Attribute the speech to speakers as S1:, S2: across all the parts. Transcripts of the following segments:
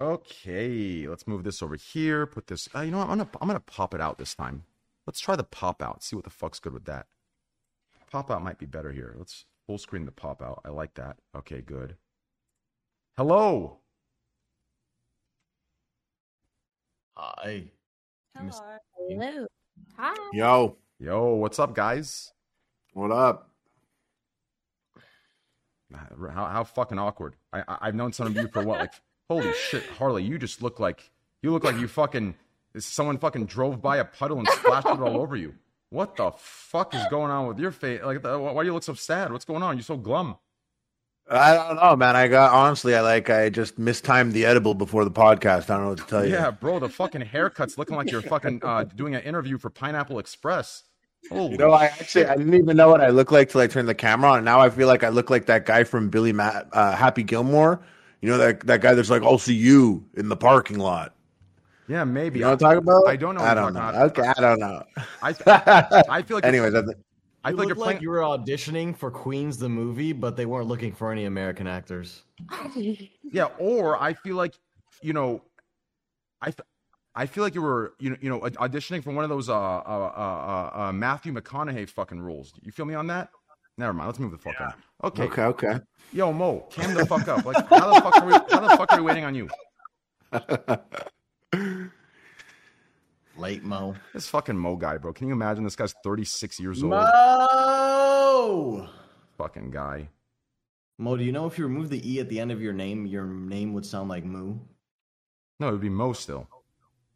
S1: Okay, let's move this over here. Put this. Uh, you know what? I'm gonna I'm gonna pop it out this time. Let's try the pop out. See what the fuck's good with that. Pop out might be better here. Let's full screen the pop out. I like that. Okay, good. Hello.
S2: Hi. Miss-
S3: Hello. Hello. Hi.
S4: Yo,
S1: Yo, what's up, guys?
S4: what up?
S1: How how fucking awkward. I, I I've known some of you for what like holy shit, Harley. You just look like you look like you fucking someone fucking drove by a puddle and splashed it all over you. What the fuck is going on with your face? Like, the, why do you look so sad? What's going on? You're so glum.
S4: I don't know, man. I got honestly, I like, I just mistimed the edible before the podcast. I don't know what to tell you.
S1: Yeah, bro, the fucking haircut's looking like you're fucking uh, doing an interview for Pineapple Express. Holy
S4: You know, I actually I didn't even know what I look like till I turned the camera on. And now I feel like I look like that guy from Billy Ma- uh, Happy Gilmore. You know that that guy that's like, "I'll see you in the parking lot."
S1: yeah, maybe.
S4: You know what I'm talking about?
S1: I don't know what
S4: I
S1: you're
S4: don't
S1: talking
S4: know.
S1: about.
S4: Okay, I don't know.
S1: I, I, feel like
S4: Anyways, I th-
S1: I
S2: You
S1: feel
S2: look
S1: like you're
S2: like
S1: playing.
S2: you were auditioning for Queens the movie, but they weren't looking for any American actors.
S1: Yeah, or I feel like, you know, I, f- I feel like you were, you know, you know, auditioning for one of those uh, uh, uh, uh, uh, Matthew McConaughey fucking roles. You feel me on that? Never mind. Let's move the fuck on. Okay.
S4: okay, okay.
S1: Yo, Mo, cam the fuck up. Like, how the fuck are we? How the fuck are we waiting on you?
S2: Late Mo.
S1: This fucking Mo guy, bro. Can you imagine this guy's 36 years old?
S2: Mo.
S1: Fucking guy.
S2: Mo, do you know if you remove the e at the end of your name, your name would sound like moo?
S1: No, it would be Mo still.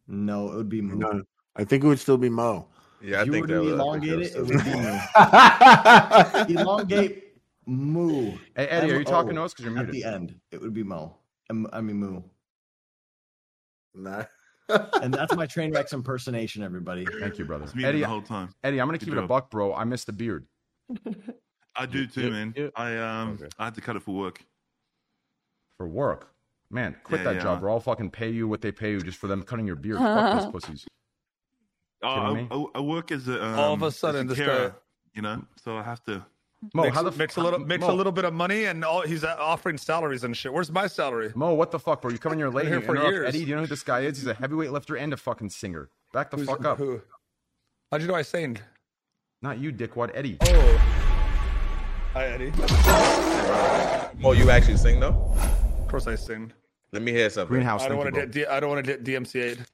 S2: No, it would be moo.
S4: No, I think it would still be Mo.
S5: Yeah, I
S2: if you
S5: think
S2: were
S5: that uh,
S2: to
S5: would- I think
S2: elongate it,
S5: that
S2: it
S5: was-
S2: would be moo. elongate moo
S1: Hey, Eddie, are you
S2: M-O
S1: talking to us? Because you're
S2: at the
S1: muted.
S2: end. It would be mo. Um, I mean moo.
S4: Nah.
S2: And that's my train wrecks impersonation, everybody.
S1: Thank you, brother.
S6: It's me
S1: Eddie,
S6: the whole time.
S1: Eddie, I'm gonna
S6: Good
S1: keep it a
S6: job.
S1: buck, bro. I missed the beard.
S6: I do too, man.
S5: yeah.
S6: I um,
S5: Okay.
S6: I had to cut it for work.
S1: for work. Man, quit
S6: Yeah,
S1: that
S6: yeah.
S1: job, or I'll fucking pay you what they pay you just for them cutting your beard. Fuck those pussies.
S6: Oh,
S1: Kidding
S6: I,
S1: me?
S6: I, I work as a um,
S5: All of a
S6: as
S5: sudden, this
S6: carer,
S5: guy-
S6: you know, so I have to.
S1: Mo,
S7: makes,
S1: how the f-
S7: makes a little
S1: how-
S7: makes
S1: Mo,
S7: a little bit of money, and all, he's uh, offering salaries and shit. Where's my salary?
S1: Mo, what the fuck, bro? You coming here late
S7: Been here
S1: you
S7: for
S1: interrupt
S7: years.
S1: Eddie, do you know who this guy is? He's a heavyweight lifter and a fucking singer. Back the fuck up.
S7: Who? How'd you know I sang?
S1: Not you, dickwad Eddie.
S7: Oh, hi Eddie.
S5: Mo, you actually sing though?
S7: Of course I sing.
S5: Let me hear something.
S1: Greenhouse.
S7: I don't
S1: thank you,
S7: want
S1: bro.
S7: to get D- I don't want to get DMCA'd.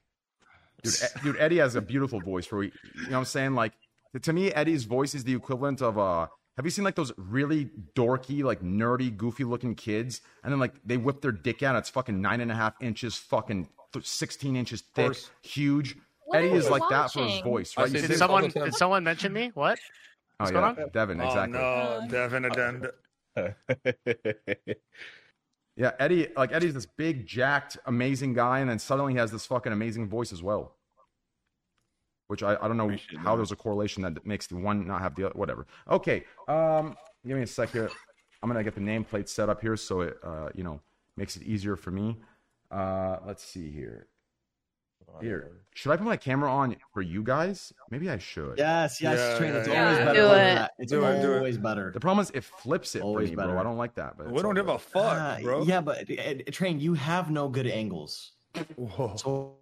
S1: dude, E- dude, Eddie has a beautiful voice where he, you know what I'm saying? Like, to me, Eddie's voice is the equivalent of, uh, have you seen like those really dorky, like nerdy, goofy looking kids? And then like they whip their dick out. It's fucking nine and a half inches, fucking th- 16 inches thick,
S7: course.
S1: huge.
S3: What
S1: Eddie
S3: are
S1: is
S3: you
S1: like that for his
S3: watching?
S1: voice,
S7: I
S1: right?
S7: see
S1: You
S7: this
S8: Did
S1: see-
S7: all
S8: someone
S7: the time.
S8: did someone mention me? What?
S1: oh,
S8: what's
S1: yeah,
S8: going on?
S1: Devin, exactly.
S7: Oh no, Devin and Devin.
S1: Yeah, Eddie, like Eddie's this big, jacked, amazing guy, and then suddenly he has this fucking amazing voice as well. Which I, I don't know
S6: Appreciate
S1: how
S6: that.
S1: there's a correlation that makes the one not have the other. Whatever. Okay, um, give me a sec here. I'm gonna get the nameplate set up here so it, uh, you know, makes it easier for me. Uh, let's see here. Here, should I put my camera on for you guys? Maybe I should.
S2: Yes, yes,
S7: Yeah,
S2: train.
S7: yeah,
S2: It's
S7: yeah.
S2: always
S3: Yeah.
S2: better
S3: Do
S2: like
S3: it.
S2: that. It's
S7: Do it, do it.
S2: always better.
S1: The problem is it flips it
S2: Always
S1: for me,
S2: better.
S1: bro. I don't like that. But
S7: We don't give a
S2: Ah,
S7: fuck, bro.
S2: Yeah, but uh, train, you have no good angles.
S7: Whoa.
S2: So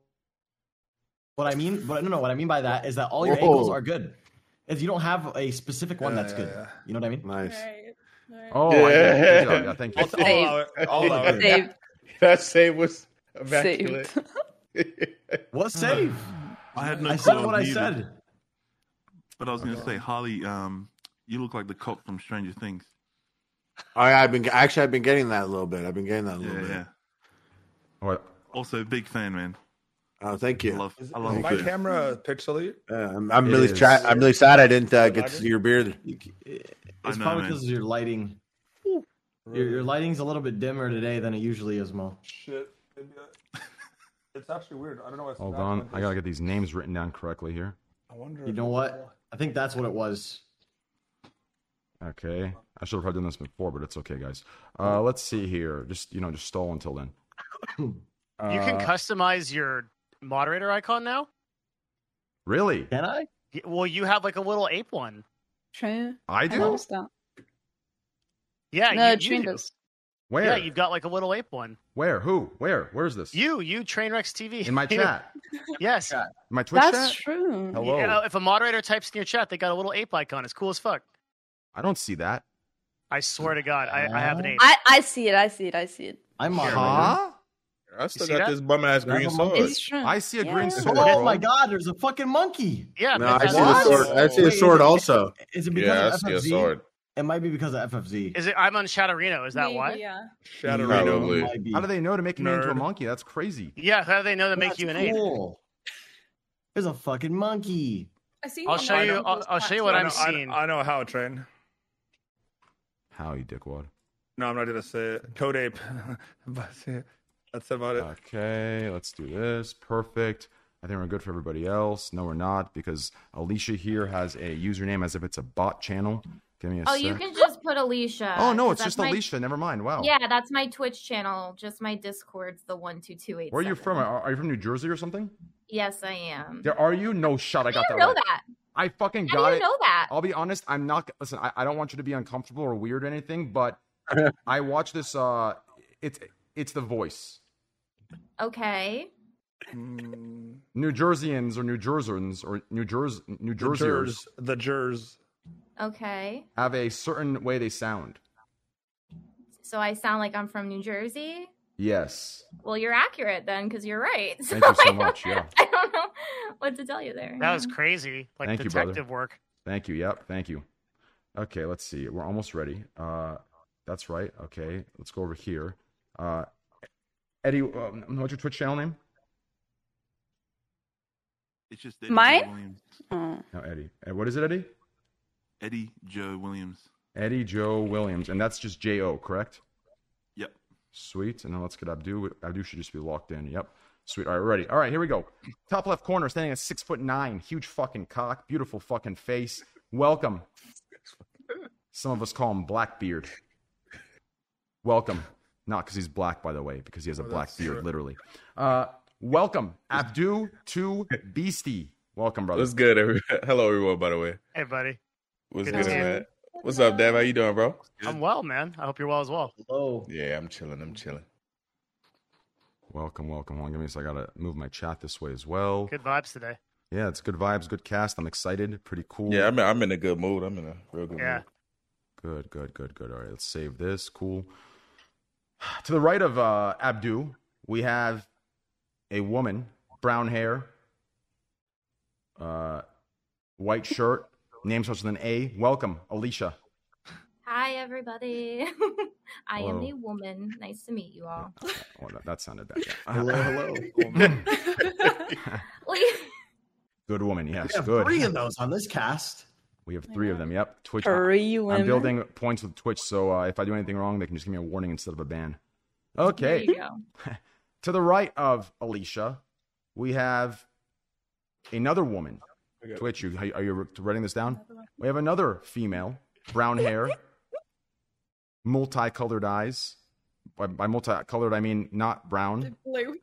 S2: what I mean, but no, no, what I mean by that is that all your
S4: Whoa.
S2: angles are good. If you don't have a specific one
S7: Yeah,
S2: that's
S7: yeah,
S2: good,
S7: yeah.
S2: you know what I mean?
S4: Nice.
S1: Oh, I get it. Good job. yeah, thank you.
S7: I'll, I'll allow it. I'll allow it.
S9: Saved.
S5: that save was
S9: Saved.
S5: immaculate.
S2: What save?
S6: I had no
S2: I
S6: clue
S2: said what
S6: was
S2: I
S6: muted,
S2: said.
S6: But I was going to say, Harley, um, you look like the cop from Stranger Things.
S4: I, I've been actually I've been getting that a little bit. I've been getting that a
S6: Yeah,
S4: little bit.
S6: yeah.
S1: Oh,
S6: Also, big fan, man.
S4: Oh, thank you.
S6: I love, I
S7: Is
S6: love
S7: my
S6: it.
S7: camera pixely?
S4: Yeah, I'm, I'm
S1: It
S4: really
S1: is.
S4: sad. I'm really sad I didn't uh, get to see your beard.
S2: You c- It's
S6: I know,
S2: probably
S6: man.
S2: because of your lighting. Your, your lighting's a little bit dimmer today than it usually is, Mo.
S7: Shit. It's actually weird. I don't know. What's
S1: hold on, I gotta get these names written down correctly here.
S7: I wonder.
S2: You know what? I think that's what it was.
S1: Okay. I should have probably done this before, but it's okay, guys. Uh, let's see here. Just you know, just stall until then.
S8: You can
S1: Uh,
S8: customize your moderator icon now.
S1: really?
S2: Can I?
S8: Y- Well, you have like a little ape one.
S9: True.
S1: I
S9: I
S1: do.
S9: noticed that.
S8: Yeah,
S9: No,
S8: you, you
S9: Trin
S8: do.
S9: does.
S1: Where?
S8: Yeah, you've got like a little ape one.
S1: Where? Who? Where? Where's this?
S8: You, you, Trainwrecks TV.
S1: In my
S8: You-
S1: chat.
S8: Yes.
S1: In my Twitch
S9: That's
S1: chat?
S9: true.
S1: Hello.
S8: You know, if a moderator types in your chat, they got a little ape icon. It's cool as fuck.
S1: I don't see that.
S8: I swear to God, I, I have an ape.
S9: I, I see it. I see it. I see it.
S2: I'm moderator.
S1: Huh?
S5: I still
S8: see
S5: got
S8: that?
S5: this bum ass green
S2: Grab a monkey.
S5: sword.
S9: It's true.
S1: I see a
S9: Yeah.
S1: green sword.
S2: Oh
S1: bro.
S2: my God! There's a fucking monkey.
S8: Yeah,
S4: No,
S8: but
S4: I
S8: that's
S4: see the
S8: what?
S4: sword. I see the
S2: Wait, is
S4: sword
S2: it-
S4: also.
S2: Is it because
S5: Yeah, I
S2: of
S5: see a
S2: FFZ?
S5: sword.
S2: It might be because of FFZ.
S8: Is it? I'm on Shadowreno. Is that why? Yeah.
S3: Yeah.
S5: Shadowreno.
S2: It might be.
S1: How do they know to make me into a
S7: Nerd.
S1: monkey? That's crazy.
S8: how do they know to make
S2: That's
S8: you an ape?
S2: cool. There's a fucking monkey.
S3: I see.
S8: I'll
S3: him
S8: show
S3: on
S8: you-
S3: one of
S8: I'll-
S3: those
S8: I'll show you what
S7: I
S8: I'm
S7: know,
S3: platforms.
S7: I-
S8: seeing.
S7: I know how it train.
S1: How you dickwad?
S7: No, I'm not gonna say it. Code ape. That's it. That's about it.
S1: Okay, let's do this. Perfect. I think we're good for everybody else. No, we're not because Alicia here has a username as if it's a bot channel. Give me a
S3: Oh,
S1: sec.
S3: you can just put Alicia.
S1: oh no,
S3: 'cause
S1: it's
S3: that's
S1: just
S3: my-
S1: Alicia. Never mind. Wow.
S3: Yeah, that's my Twitch channel. Just my Discord's the one two two eight.
S1: Where are you from? Are, are you from New Jersey or something?
S3: Yes, I am.
S1: There are you? No shot. I
S3: How
S1: got
S3: do you
S1: that
S3: know
S1: right.
S3: that?
S1: I fucking
S3: How
S1: got
S3: do you
S1: it.
S3: know that?
S1: I'll be honest. I'm not. Listen, I, I don't want you to be uncomfortable or weird or anything, but I watch this. Uh, it's it's The Voice.
S3: Okay.
S7: Mm,
S1: New Jerseyans or New Jerseyans or New Jersey New
S7: the
S1: Jerseyers
S7: Jers. The Jers.
S3: Okay.
S1: have a certain way they sound.
S3: So I sound like I'm from New Jersey.
S1: Yes.
S3: Well, you're accurate then, because you're right.
S1: Thank you
S3: I
S1: so
S3: don't-
S1: much. Yeah.
S3: I don't know what to tell you there.
S8: That was crazy. Like
S1: Thank you, brother.
S8: detective work.
S1: Thank you. Yep. Thank you. Okay. Let's see. We're almost ready. Uh, that's right. Okay. Let's go over here. Uh, Eddie, um, what's your Twitch channel name?
S6: It's just Eddie
S9: Mine?
S6: Joe Williams.
S9: Oh.
S1: No, Eddie. Uh, What is it, Eddie?
S6: Eddie Joe Williams.
S1: Eddie Joe Williams, and that's just J O, correct?
S6: Yep.
S1: Sweet. And then let's get Abdu. Abdu should just be locked in. Yep. Sweet. All right, ready. All right, here we go. Top left corner, standing at six foot nine, huge fucking cock, beautiful fucking face. Welcome. Some of us call him Blackbeard. Welcome. Not because he's black, by the way, because he has a
S6: Oh,
S1: black beard, literally. Uh, welcome, Abdu to Beastie. Welcome, brother.
S5: What's good, every- Hello, everyone, by the way.
S8: Hey, buddy.
S5: What's
S8: Good
S5: good,
S8: to see you.
S5: man? What's up, Dev? How you doing, bro?
S8: I'm well, man. I hope you're well as well.
S2: Oh,
S5: Yeah, I'm chilling. I'm chilling.
S1: Welcome, welcome. Hold on, give me a sec. I gotta move my chat this way as well.
S8: Good vibes today.
S1: Yeah, it's good vibes, good cast. I'm excited. Pretty cool.
S5: Yeah, I'm in, I'm in a good mood. I'm in a real good
S8: Yeah.
S5: mood.
S1: Good, good, good, good. All right, let's save this. Cool. To the right of uh, Abdu, we have a woman, brown hair, uh, white shirt, name starts with an A. Welcome, Alicia.
S3: Hi, everybody. I am
S1: Hello.
S3: a woman. Nice to meet you all.
S1: Oh, that, that sounded bad.
S2: hello,
S1: yeah.
S2: hello.
S1: Good woman, yes,
S2: We have
S1: good.
S2: three of those on this cast.
S1: We have three of them. Yep. Twitch. uh,
S9: Three women.
S1: I'm building points with Twitch, so uh, if I do anything wrong, they can just give me a warning instead of a ban.
S3: There
S1: Okay.
S3: you go.
S1: To the right of Alicia, we have another woman. Twitch, you, are you writing this down? We have another female, brown hair, multicolored eyes. By, by multicolored, I mean not brown,
S9: Blue.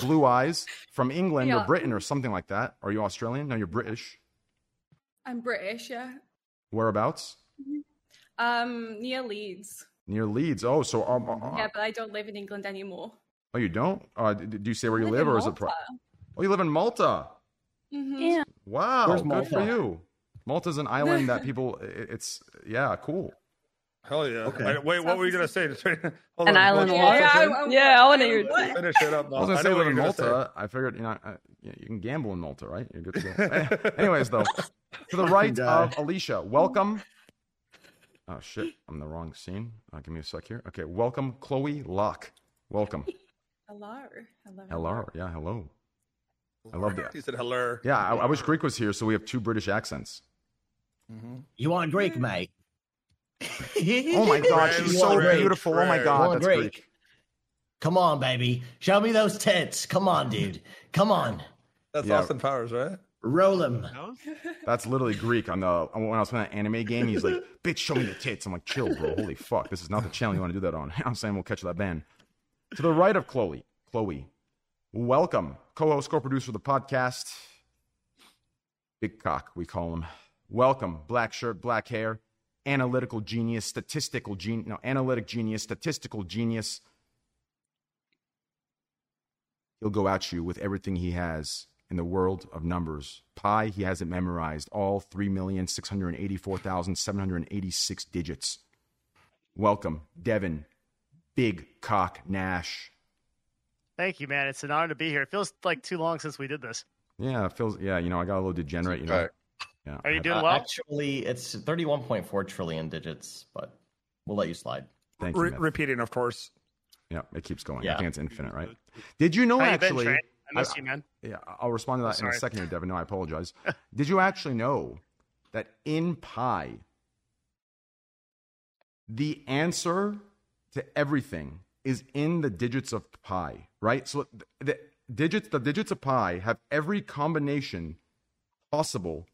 S1: blue eyes from England
S10: Yeah.
S1: or Britain or something like that. Are you Australian? No, you're British.
S10: I'm British, yeah.
S1: Whereabouts?
S10: Um, near Leeds.
S1: Near Leeds. Oh, so um, uh,
S10: yeah, but I don't live in England anymore.
S1: oh, you don't? Uh, d- d- do you say where you
S10: I
S1: live,
S10: in
S1: or is it? Pro- oh, you live in Malta.
S10: Mhm.
S9: Yeah.
S1: Wow,
S2: Where's
S1: good for
S2: Malta?
S1: you. Malta's an island that people. i- It's yeah, cool.
S7: Hell yeah.
S2: Okay.
S7: Wait, wait, what were you gonna say? Hold
S9: An
S7: on,
S9: island
S7: hold
S9: walk.
S7: on.
S10: Yeah, I- I-
S9: Yeah, I want to hear.
S10: What?
S7: Finish it up.
S1: I was gonna say
S7: know
S1: live
S7: what
S1: in
S7: you're gonna
S1: Malta. I figured you know I, you you can gamble in Malta, right? You're good to go. Anyways, though, to the right
S2: die.
S1: of Alicia, welcome. Oh shit, I'm in the wrong scene. Uh, give me a sec here. Okay, welcome Chloe Locke. Welcome.
S10: Hello. Hello.
S1: Hello. Yeah, hello. I love that.
S7: He said hello.
S1: Yeah, I, I wish Greek was here, so we have two British accents.
S7: Mm-hmm.
S2: You want Greek, mate?
S1: Oh my god,
S7: Great,
S1: she's so
S7: great,
S1: beautiful. Oh my
S7: great.
S1: god,
S2: Come on,
S1: that's
S2: Greek.
S1: Greek.
S2: Come on, baby. Show me those tits. Come on, dude. Come on.
S7: That's
S1: Yeah.
S7: Austin Powers, right?
S2: Roll them.
S1: That's literally Greek on the when I was playing that anime game. He's like, "Bitch, show me your tits." I'm like, "Chill, bro. Holy fuck, this is not the channel you want to do that on." I'm saying we'll catch that ban. To the right of Chloe, Chloe, welcome, co-host, co-producer of the podcast, Big Cock, we call him. Welcome, black shirt, black hair, analytical genius, statistical genius, no, analytic genius, statistical genius. He'll go at you with everything he has in the world of numbers. Pi, he has it memorized, all 3,684,786 digits. Welcome, Devin, Big Cock Nash.
S8: Thank you, man. It's an honor to be here. It feels like too long since we did this.
S1: Yeah, it feels, yeah, you know, I got a little degenerate, you know.
S5: Alright.
S1: Yeah,
S8: Are
S1: I
S8: you
S1: had-
S8: doing
S2: Uh,
S8: well?
S2: Actually, it's 31.4 trillion digits, but we'll let you slide.
S1: Thank you.
S7: Re-
S1: man.
S7: repeating, of course.
S1: Yeah, it keeps going. I
S2: Yeah.
S1: think it's infinite, right? Did you know
S8: How you been,
S1: actually?
S8: Trey? I miss you, man.
S1: yeah, I'll respond to that in
S8: Sorry.
S1: a second here, Devin. No, I apologize. Did you actually know that in pi, the answer to everything is in the digits of pi, right? So th- the digits, the digits of pi have every combination possible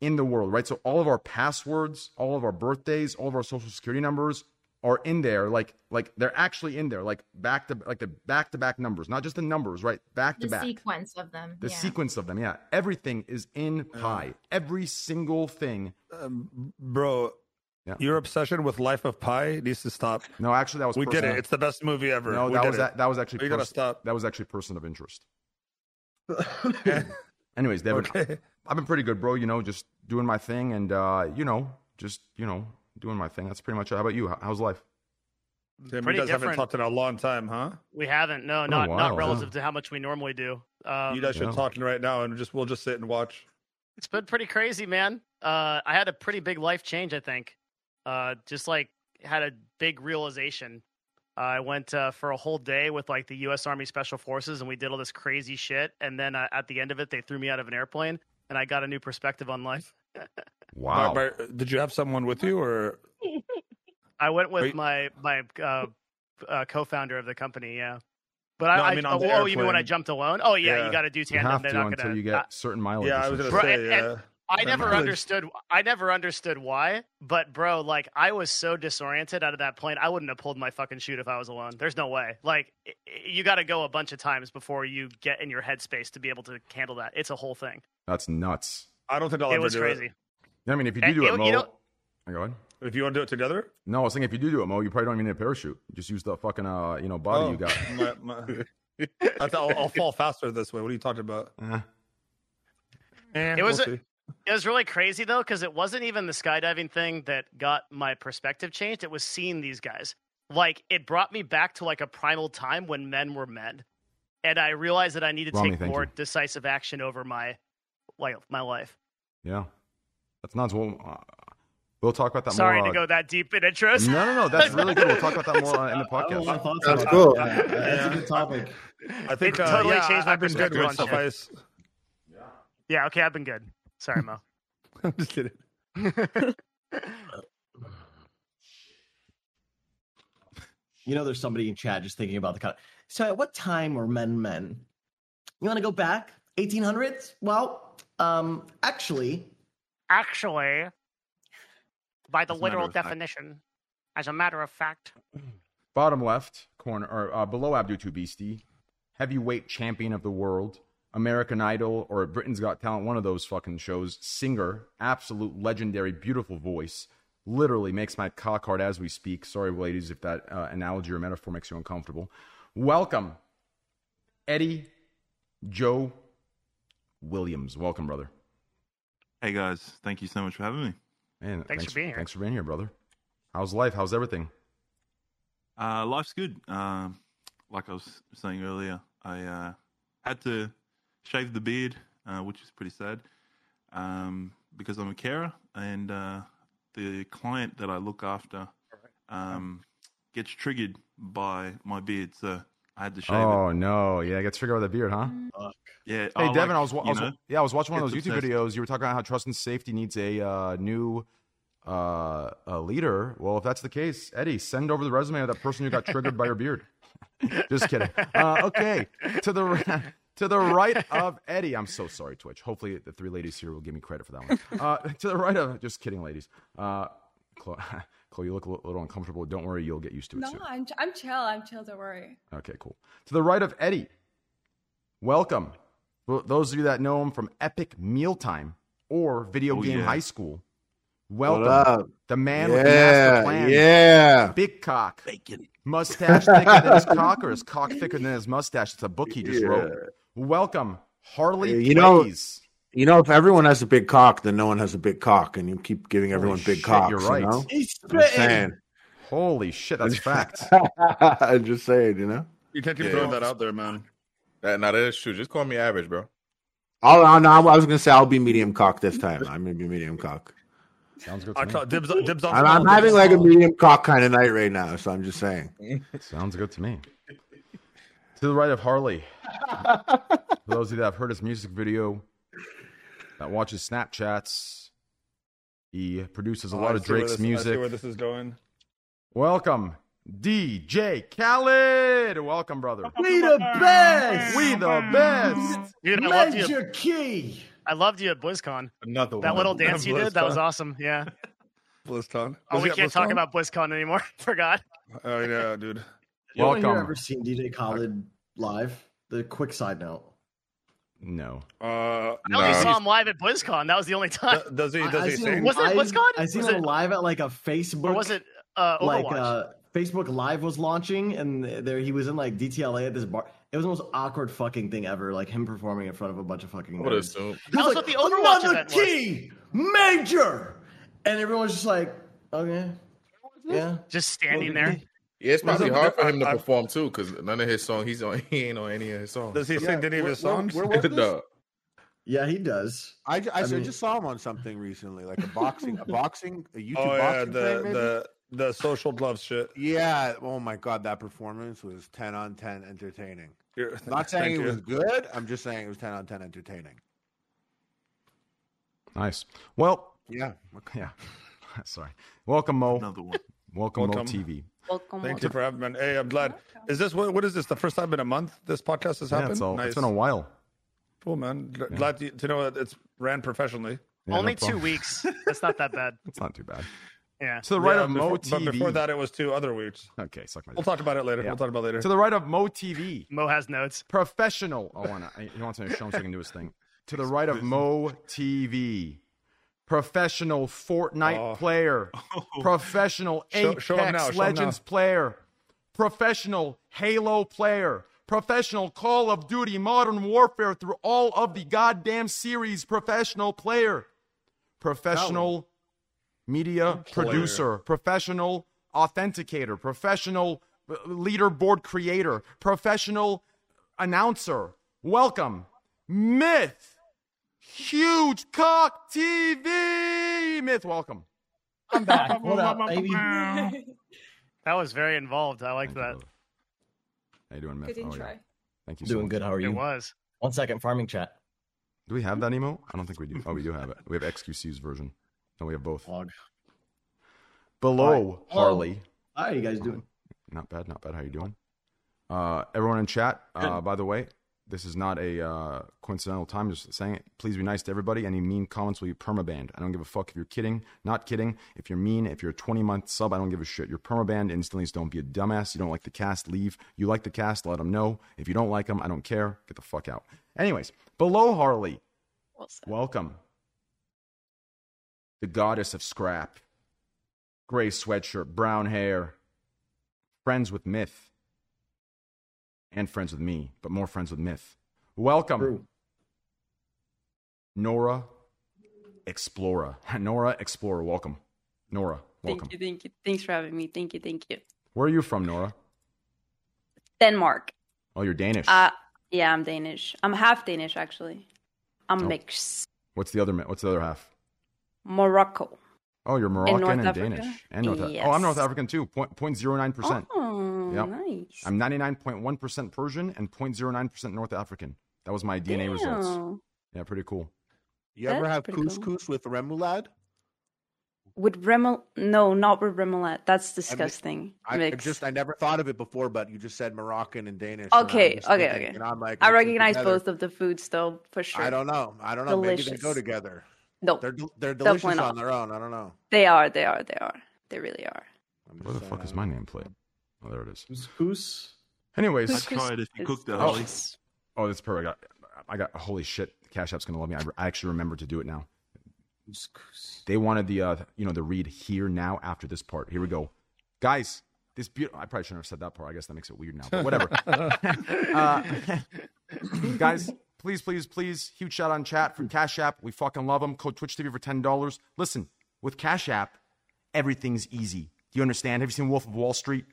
S1: in the world, right? So all of our passwords, all of our birthdays, all of our social security numbers are in there. Like, like they're actually in there, like back to like the back to back numbers, not just the numbers, right? Back to
S3: the
S1: back.
S3: sequence of them.
S1: The
S3: yeah.
S1: sequence of them, yeah. Everything is in pi. Every single thing.
S7: Um, bro,
S1: Yeah.
S7: your obsession with Life of Pi needs to stop.
S1: No, actually, that was
S7: We did
S1: person-
S7: it. It's the best movie ever.
S1: No,
S7: we
S1: that
S7: did
S1: was
S7: it.
S1: that, that was actually
S7: We gotta
S1: person-
S7: stop.
S1: that was actually person of interest. Anyways, Devin,
S7: Okay.
S1: I've been pretty good, bro. You know, just doing my thing, and uh, you know, just you know, doing my thing. That's pretty much it. How about you? How- How's life?
S7: Damn,
S8: Pretty
S7: you guys haven't
S8: different.
S7: talked in a long time, huh?
S8: We haven't. No,
S1: Been a
S8: not
S1: while,
S8: not relative
S1: huh?
S8: to how much we normally do. Um,
S7: you guys should
S1: yeah.
S7: talk right now, and just we'll just sit and watch.
S8: It's been pretty crazy, man. Uh, I had a pretty big life change, I think. Uh, just like had a big realization. I went uh, for a whole day with like the U.S. Army Special Forces, and we did all this crazy shit. And then uh, at the end of it, they threw me out of an airplane, and I got a new perspective on life.
S1: Wow.
S7: Bar- Bar- did you have someone with you, or
S8: I went with
S7: Wait.
S8: my my uh, uh, co-founder of the company, yeah. But
S7: No,
S8: I,
S7: I
S8: I
S7: mean
S8: oh,
S7: on the
S8: oh, you mean when I
S7: airplane.
S8: jumped alone? Oh yeah,
S7: Yeah.
S8: you got to do
S1: you
S8: tandem.
S1: have
S8: They're
S1: to
S8: not
S1: until
S8: gonna,
S1: you get certain mileage.
S7: yeah,
S1: or
S7: I was
S1: something.
S8: Uh,
S7: gonna
S8: Bro,
S7: say,
S8: and-
S7: yeah.
S8: and- I
S7: That
S8: never
S7: mileage.
S8: understood. I never understood why. But bro, like I was so disoriented out of that plane. I wouldn't have pulled my fucking chute if I was alone. There's no way. Like i- i- you got to go a bunch of times before you get in your headspace to be able to handle that. It's a whole thing.
S1: That's nuts.
S7: I don't think I'll
S8: it
S7: ever
S8: was
S7: do
S8: crazy.
S1: I mean, if you
S8: And
S1: do do
S8: you-
S1: it,
S8: you
S1: Mo.
S8: know-
S1: Go ahead.
S7: it. If you want to do it together,
S1: No, I was thinking if you do do it, Mo, you probably don't even need a parachute. Just use the fucking uh, you know, body
S7: Oh,
S1: you got.
S7: my- my- I thought I'll, I'll fall faster this way. What are you talking about?
S1: Eh.
S7: Eh,
S8: It was
S7: we'll
S8: a-
S7: see.
S8: It was really crazy though, because it wasn't even the skydiving thing that got my perspective changed. It was seeing these guys. Like it brought me back to like a primal time when men were men, and I realized that I need to
S1: Rami,
S8: take
S1: thank
S8: more
S1: you.
S8: decisive action over my, like my life.
S1: Yeah, that's nuts. Well, uh, we'll talk about that
S8: Sorry
S1: more.
S8: to go that deep in intros.
S1: uh, no, no, no. That's really good. We'll talk about that more uh, in the
S2: I don't know my
S1: podcast.
S2: thoughts
S4: That's
S2: about
S4: cool.
S2: that. Yeah, That's a good topic.
S7: I think
S8: it
S7: uh,
S8: totally
S7: yeah,
S8: changed my
S7: I've been good
S8: perspective
S7: with
S8: on shit.
S7: suffice.
S8: Yeah, okay, I've been good. Sorry, Mo.
S7: I'm just kidding.
S2: You know, there's somebody in chat just thinking about the cut. So, at what time were men men? You want to go back 1800s? Well, um, actually,
S8: Actually, by the
S6: As a matter
S8: literal
S6: of fact.
S8: definition, as a matter of fact,
S1: Bottom left corner, or uh, below Abdu Two Beastie, heavyweight champion of the world, American Idol or Britain's Got Talent, one of those fucking shows. Singer, absolute legendary, beautiful voice. Literally makes my cock hard as we speak. Sorry, ladies, if that uh, analogy or metaphor makes you uncomfortable. Welcome, Eddie Joe Williams. Welcome, brother.
S6: Hey guys, thank you so much for having me.
S1: Man,
S8: Thanks for being here.
S1: Thanks for being here, brother. How's life? How's everything?
S6: Uh, life's good. Um, like I was saying earlier, I uh, had to shave the beard, uh, which is pretty sad, um, because I'm a carer, and uh, the client that I look after um, gets triggered by my beard, so I had to shave it.
S1: Oh no, yeah, I got triggered by the beard, huh?
S6: Yeah. oh, I
S1: Hey,
S6: like,
S1: Devin, I was, wa- I
S6: you
S1: was-
S6: know,
S1: yeah, I was watching one of those
S6: it's
S1: YouTube
S6: obsessed.
S1: videos. You were talking about how trust and safety needs a uh, new uh, a leader. Well, if that's the case, Eddie, send over the resume of that person who got triggered by your beard. Just kidding. Uh, okay, to the r- to the right of Eddie. I'm so sorry, Twitch. Hopefully, the three ladies here will give me credit for that one. Uh, to the right of, just kidding, ladies. Uh, Chloe, Chloe, you look a li- little uncomfortable. Don't worry, you'll get used to it
S10: No,
S1: soon.
S10: I'm, I'm chill. I'm chill. Don't worry.
S1: Okay, cool. To the right of Eddie, welcome. Well, those of you that know him from Epic Mealtime or Video
S6: Oh,
S1: Game
S6: yeah.
S1: High School, Welcome.
S5: What up?
S1: The man
S5: yeah,
S1: with the master plan.
S5: Yeah.
S1: Big cock. Mustache thicker than his cock or his cock thicker than his mustache. It's a book he just wrote. Welcome, Harley
S5: You know,
S1: Blaze.
S5: you know, if everyone has a big cock, then no one has a big cock, and you keep giving everyone big
S1: shit,
S5: cocks.
S1: you're
S5: you
S1: right.
S5: know?
S1: He's
S5: I'm just
S1: spitting.
S5: saying.
S1: Holy shit, that's fact.
S5: I'm just saying, you know.
S7: You can't keep
S11: Yeah.
S7: throwing that out there, man.
S11: That, now that is true. Just call me average, bro.
S5: I'll, I'll, no, I was gonna say I'll be medium cock this time. I'm gonna be medium cock.
S1: Sounds good.
S7: I call dibs, dibs on.
S5: I'm, I'm
S7: small,
S5: having
S7: dibs
S5: like a
S7: on small.
S5: medium cock kind of night right now, so I'm just saying.
S1: Sounds good to me. To the right of Harley, for those of you that have heard his music video, that watches Snapchats, he produces a
S7: Oh,
S1: lot
S7: I
S1: of
S7: see where
S1: Drake's
S7: this- I see
S1: music.
S7: where this is going.
S1: Welcome, DJ Khaled. Welcome, brother.
S2: We the best.
S1: We the best.
S8: Dude, I loved you.
S2: Major key.
S8: I loved you at BlizzCon.
S11: Another
S8: That little dance you did, that was
S7: BlizzCon.
S8: awesome. Yeah.
S7: BlizzCon.
S8: Oh,
S7: Was
S8: we
S7: he at
S8: can't talk
S7: BlizzCon?
S8: about BlizzCon anymore. Forgot.
S7: Oh yeah, dude.
S2: Anyone here
S1: Welcome.
S2: ever seen DJ Khaled live? The quick side note.
S1: No.
S7: Uh,
S8: I only
S11: Nah.
S8: saw him live at BlizzCon. That was the only time.
S7: d- does he?
S2: I-
S7: Does
S2: I
S7: he
S2: seen him
S7: sing?
S8: What's it-
S2: live-
S8: what's gone?
S2: I seen
S8: Was
S2: him
S8: it-
S2: live at like a Facebook.
S8: Or was it uh, Overwatch?
S2: like uh, Facebook Live was launching, and there he was in like DTLA at this bar. It was the most awkward fucking thing ever. Like him performing in front of a bunch of fucking.
S11: I would
S2: Nerds.
S11: assume.
S2: He
S8: That was
S2: like,
S8: what the Overwatch
S2: another
S8: event was."
S2: key major, and everyone's just like, okay, yeah.
S8: Just standing there.
S11: Yeah, it's
S7: Was
S11: probably
S7: it-
S11: hard for him to
S7: I-
S11: perform too, because none of his songs he's on, he ain't on any of his songs.
S7: Does he sing any of his songs?
S11: no.
S2: Yeah, he does.
S5: I, ju- I, s- I
S2: mean-
S5: just saw him on something recently, like a boxing, a boxing, a YouTube
S7: Oh yeah,
S5: boxing
S7: the
S5: thing. Maybe?
S7: the the social glove shit.
S5: Yeah. Oh my god, that performance was ten on ten entertaining.
S7: Here,
S5: I'm not saying
S7: thank
S5: it
S7: you.
S5: was good. I'm just saying it was ten on ten entertaining.
S1: Nice. Well,
S5: Yeah. Okay.
S1: yeah. Sorry. Welcome, Mo.
S6: Another one.
S1: Welcome, Mo
S7: Welcome.
S1: TV.
S9: Welcome.
S7: Thank you for having me. man. Hey, I'm glad. Is this what? What is this? The first time in a month this podcast has
S1: Yeah,
S7: happened.
S1: it's, all,
S7: nice.
S1: it's been a while.
S7: cool, man. Gl- Glad to, to know that it's ran professionally.
S1: Yeah, no
S8: only two
S1: problem.
S8: weeks. That's not that bad.
S1: It's not too bad.
S8: Yeah.
S1: To the right
S7: Yeah,
S1: of Mo
S7: before-
S1: TV.
S7: But before that, it was two other weeks.
S1: okay, suck my
S7: We'll
S1: dick.
S7: talk about it later.
S1: Yeah.
S7: We'll talk about it later.
S1: To the right of Mo TV.
S8: Mo has notes.
S1: professional. Oh, and I, he wants me to show him so he can do his thing. To the right of Mo TV, professional Fortnite
S7: Oh.
S1: player, professional
S7: Show-
S1: Apex
S7: show him now, show him
S1: Legends
S7: now.
S1: player, professional Halo player, professional Call of Duty Modern Warfare through all of the goddamn series, professional player, professional media
S7: Player.
S1: producer, professional authenticator, professional uh, leaderboard creator, professional announcer. Welcome, Myth, huge cock TV. Myth, welcome.
S2: I'm back. What up, baby?
S8: That was very involved. I liked
S1: Thank you,
S8: that.
S1: brother. How you doing, Myth?
S12: Good
S1: Oh, yeah.
S12: intro.
S1: Thank you. so
S2: Doing
S1: much.
S2: good. How are
S8: It
S2: you?
S8: was.
S2: One second, farming chat.
S1: Do we have that emo? I don't think we do. Oh, we do have it. We have XQC's version. No, we have both.
S2: Log.
S1: Below
S2: Hello.
S1: Harley.
S2: How are you guys doing?
S1: Not bad, not bad. How you doing? Uh, everyone in chat, uh, by the way, this is not a uh, coincidental time. Just saying it. Please be nice to everybody. Any mean comments will be permabanned. I don't give a fuck if you're kidding, not kidding. If you're mean, if you're a 20 month sub, I don't give a shit. You're permabanned instantly. So don't be a dumbass. You don't like the cast, leave. You like the cast, let them know. If you don't like them, I don't care. Get the fuck out. Anyways, below Harley,
S9: Well said.
S1: welcome. The goddess of scrap, gray sweatshirt, brown hair, friends with Myth, and friends with me, but more friends with Myth. Welcome,
S2: True.
S1: Nora Explorer. Nora Explorer, welcome. Nora, welcome.
S9: Thank you, thank you. Thanks for having me. Thank you, thank you.
S1: Where are you from, Nora?
S9: Denmark.
S1: Oh, you're Danish.
S9: Uh, yeah, I'm Danish. I'm half Danish, actually. I'm
S1: Oh.
S9: mixed.
S1: what's the other? mi- What's the other half?
S9: Morocco.
S1: Oh, you're Moroccan
S9: North
S1: and
S9: Africa?
S1: Danish. And North. Af-
S9: Yes.
S1: Oh, I'm North African too. Point point zero nine percent.
S9: Oh,
S1: Yep.
S9: nice.
S1: I'm 99.1% Persian and 0.09% North African. That was my DNA results.
S9: Damn.
S1: Yeah, pretty cool.
S5: You ever
S9: That's
S5: have
S9: pretty cool.
S5: couscous with remoulade?
S9: With remel? No, not with remoulade. That's disgusting.
S5: I, I
S9: Mixed.
S5: just I never thought of it before, but you just said Moroccan and Danish. and I
S9: Okay,
S5: was
S9: okay,
S5: thinking-
S9: okay.
S5: And I'm like,
S9: I
S5: mixed it
S9: recognize
S5: together.
S9: both of the foods, though, for sure.
S5: I don't know. I don't know. Maybe they go
S9: Delicious.
S5: together.
S9: No,
S5: They're del- they're
S9: Definitely
S5: delicious
S9: not.
S5: on their own. I don't know.
S9: they are. They are. They are. They really are.
S5: I'm
S1: Where the
S5: just saying,
S1: fuck
S5: I
S1: is
S5: don't
S1: my
S5: know.
S1: nameplate? Oh, there it is.
S2: Who's who's?
S1: Anyways,
S6: I tried if you
S9: It's
S6: cooked it,
S1: Oh.
S6: Holly.
S9: delicious.
S1: oh, that's perfect. I got, I got, holy shit, Cash App's gonna love me. I, I actually remember to do it now. They wanted the uh, you know the read here now after this part. Here we go, guys. This beautiful. I probably shouldn't have said that part. I guess that makes it weird now. But whatever. uh, guys, please, please, please, huge shout on chat from Cash App. We fucking love them. Code Twitch TV for ten dollars. Listen, with Cash App, everything's easy. Do you understand? Have you seen Wolf of Wall Street?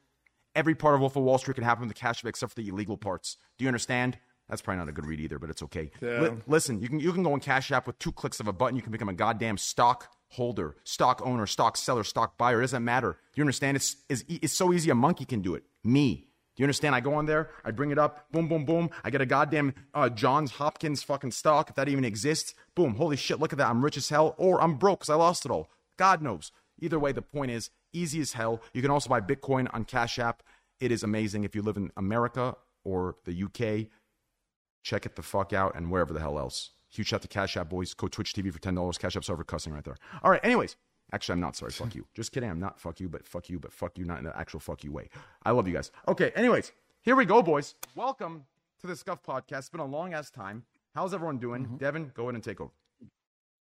S1: Every part of Wolf of Wall Street can happen with Cash App except for the illegal parts. Do you understand? That's probably not a good read either, but it's okay.
S7: Yeah.
S1: Li- listen, you can you can go on Cash App with two clicks of a button. You can become a goddamn stock holder, stock owner, stock seller, stock buyer. It doesn't matter. Do you understand? It's, it's e- it's so easy. A monkey can do it. Me. Do you understand? I go on there, I bring it up, boom, boom, boom. I get a goddamn uh, Johns Hopkins fucking stock, if that even exists. Boom, holy shit, look at that. I'm rich as hell, or I'm broke because I lost it all. God knows. Either way, the point is easy as hell. You can also buy Bitcoin on Cash App. It is amazing if you live in America or the UK check it the fuck out and wherever the hell else. Huge shout to Cash App boys. Code Twitch TV for ten dollars. Cash App server cussing right there. All right. Anyways, actually, I'm not sorry. Fuck you. Just kidding. I'm not fuck you, but fuck you, but fuck you. Not in the actual fuck you way. I love you guys. Okay. Anyways, here we go, boys. Welcome to the Scuff Podcast. It's been a long ass time. How's everyone doing?
S7: Mm-hmm.
S1: Devin, go ahead and take over.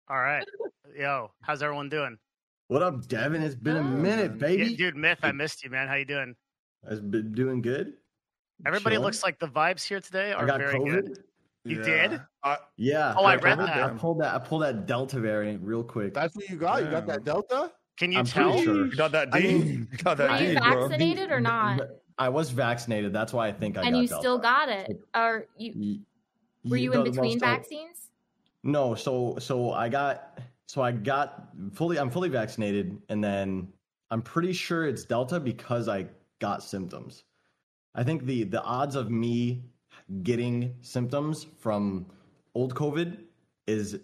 S8: All right. Yo, how's everyone doing?
S2: What up, Devin? It's
S12: Oh.
S2: been a minute, baby.
S8: Yeah, dude, Myth, I missed you, man. How you doing?
S2: I've been doing good.
S8: Everybody
S2: Chilling.
S8: looks like the vibes here today
S2: I
S8: are
S2: got
S8: very
S2: COVID.
S8: good. You did?
S2: Yeah.
S8: Oh, I read
S2: pulled
S8: that.
S2: I pulled that. I pulled that Delta variant real quick.
S4: That's what you got. You got that Delta.
S8: Can you
S2: I'm pretty
S8: tell?
S2: sure.
S7: You got that D.
S2: I mean,
S7: you got
S3: Were
S7: that
S3: you
S7: D, bro.
S3: vaccinated or not?
S2: I was vaccinated. That's why I think I
S3: and
S2: got
S3: you
S2: Delta.
S3: still got it? Or you
S2: Y-
S3: were
S2: y-
S3: you
S2: no,
S3: in
S2: the
S3: between
S2: most-
S3: vaccines?
S2: No, so so I got so I got fully I'm fully vaccinated and then I'm pretty sure it's Delta because I got symptoms. I think the the odds of me getting symptoms from old COVID is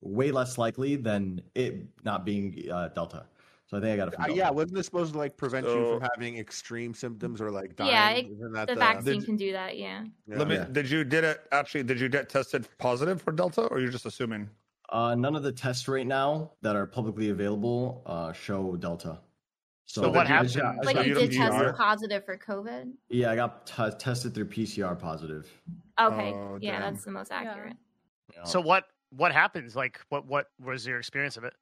S2: way less likely than it not being uh, Delta. So I think I got it from
S4: Uh,
S2: Delta.
S4: yeah, wasn't this supposed to like prevent you from
S7: So-
S4: having extreme symptoms or like dying?
S3: Yeah, it-
S4: Isn't that
S3: the vaccine can do that. Yeah.
S4: Yeah.
S7: Let me.
S2: Yeah.
S7: Did you did it actually? Did you get tested positive for Delta, or you're just assuming?
S2: Uh, none of the tests right now that are publicly available uh, show Delta.
S7: So
S8: what
S2: I
S8: happened?
S2: just got- I just
S7: So
S3: But
S2: got-
S3: you
S7: you don't-
S3: did
S7: you
S3: test
S7: are-
S3: positive for COVID.
S2: Yeah, I got t- tested through PCR positive.
S3: Okay.
S7: Oh,
S3: yeah,
S7: damn.
S3: that's the most accurate.
S2: Yeah.
S8: So what what happens? Like what what was your experience of it?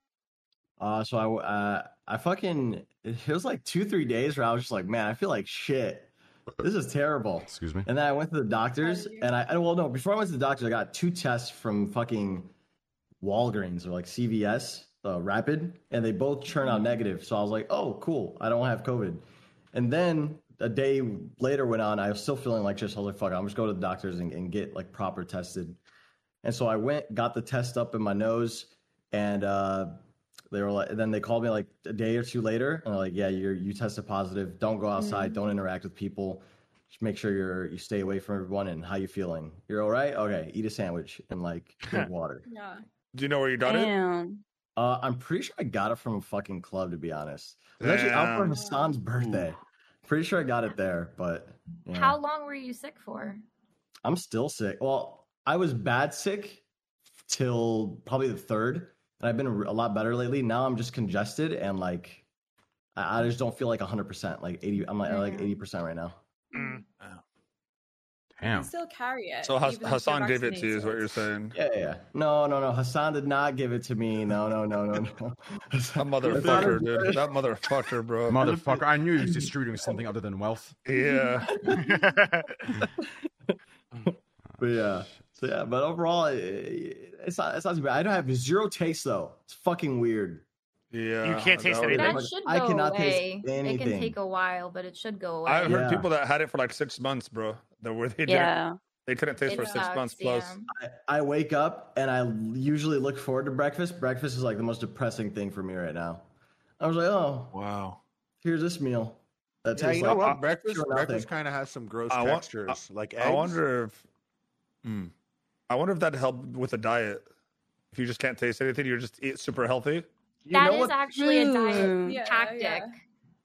S2: uh, so I, w- uh, I fucking, it was like two, three days where I was just like, man, I feel like shit. This is terrible.
S1: Excuse me.
S2: And then I went to the doctors,
S10: you?
S2: and I and, well, no, before I went to the doctors, I got two tests from fucking Walgreens or like CVS, uh, rapid, and they both turned out negative. So I was like, oh, cool, I don't have COVID. And then a day later went on, I was still feeling like just, I was like, fuck, I'm just go to the doctors and, and get like proper tested. And so I went, got the test up in my nose, and uh, they were like, then they called me like a day or two later, and they're like, yeah, you're you tested positive. Don't go outside. Don't interact with people. Just make sure you're you stay away from everyone. And how you feeling? You're all right. Okay, eat a sandwich and like drink water.
S10: Yeah.
S7: Do you know where you got it?
S9: Damn.
S2: Uh, I'm pretty sure I got it from a fucking club, to be honest. It was actually out for
S7: Damn.
S2: Hassan's birthday. Pretty sure I got it there, but yeah.
S3: How long were you sick for?
S2: I'm still sick. Well, I was bad sick till probably the third, and I've been a lot better lately. Now I'm just congested and like I, I just don't feel like 100. percent Like 80, I'm like, like
S3: Yeah.
S2: 80 percent right now.
S8: Mm.
S10: You
S1: Damn.
S10: can still carry it.
S7: So Has-
S10: Uh, even if you're
S7: Hassan gave it to you, is
S10: vaccinated.
S7: what you're saying.
S2: Yeah, yeah, yeah. No, no, no. Hassan did not give it to me. No, no, no, no, no.
S7: That motherfucker, dude. That motherfucker, bro.
S1: Motherfucker, I knew he was distributing something other than wealth.
S7: yeah.
S2: But yeah, so yeah. But overall, it, it- it's not. It's not too bad. I don't have zero taste though. It's fucking weird.
S7: Yeah.
S8: can't taste
S7: that
S8: anything.
S7: was-
S3: That
S2: Like,
S3: should go
S2: I cannot taste
S3: away. It
S2: anything.
S3: can take a while, but it should go away.
S7: I've heard
S2: Yeah.
S7: people that had it for like six months, bro. That were they didn't-
S9: Yeah.
S7: they couldn't taste
S3: It
S7: for six
S3: sucks,
S7: months plus.
S3: yeah.
S2: I, I wake up and I usually look forward to breakfast. Breakfast is like the most depressing thing for me right now. I was like, oh,
S6: Wow.
S2: here's this meal. That
S4: Yeah,
S2: tastes
S4: you know
S2: like
S4: what? Breakfast,
S2: sure nothing.
S4: breakfast kind of has some gross
S7: I wa-
S4: textures, like eggs.
S7: I wonder if hmm,
S6: Mm.
S7: I wonder if that helped with the diet. If you just can't taste anything, you're just eat super healthy.
S2: You
S3: That
S2: know
S3: is
S2: what?
S3: actually a
S9: True.
S3: diet
S10: Yeah,
S3: tactic.
S10: yeah.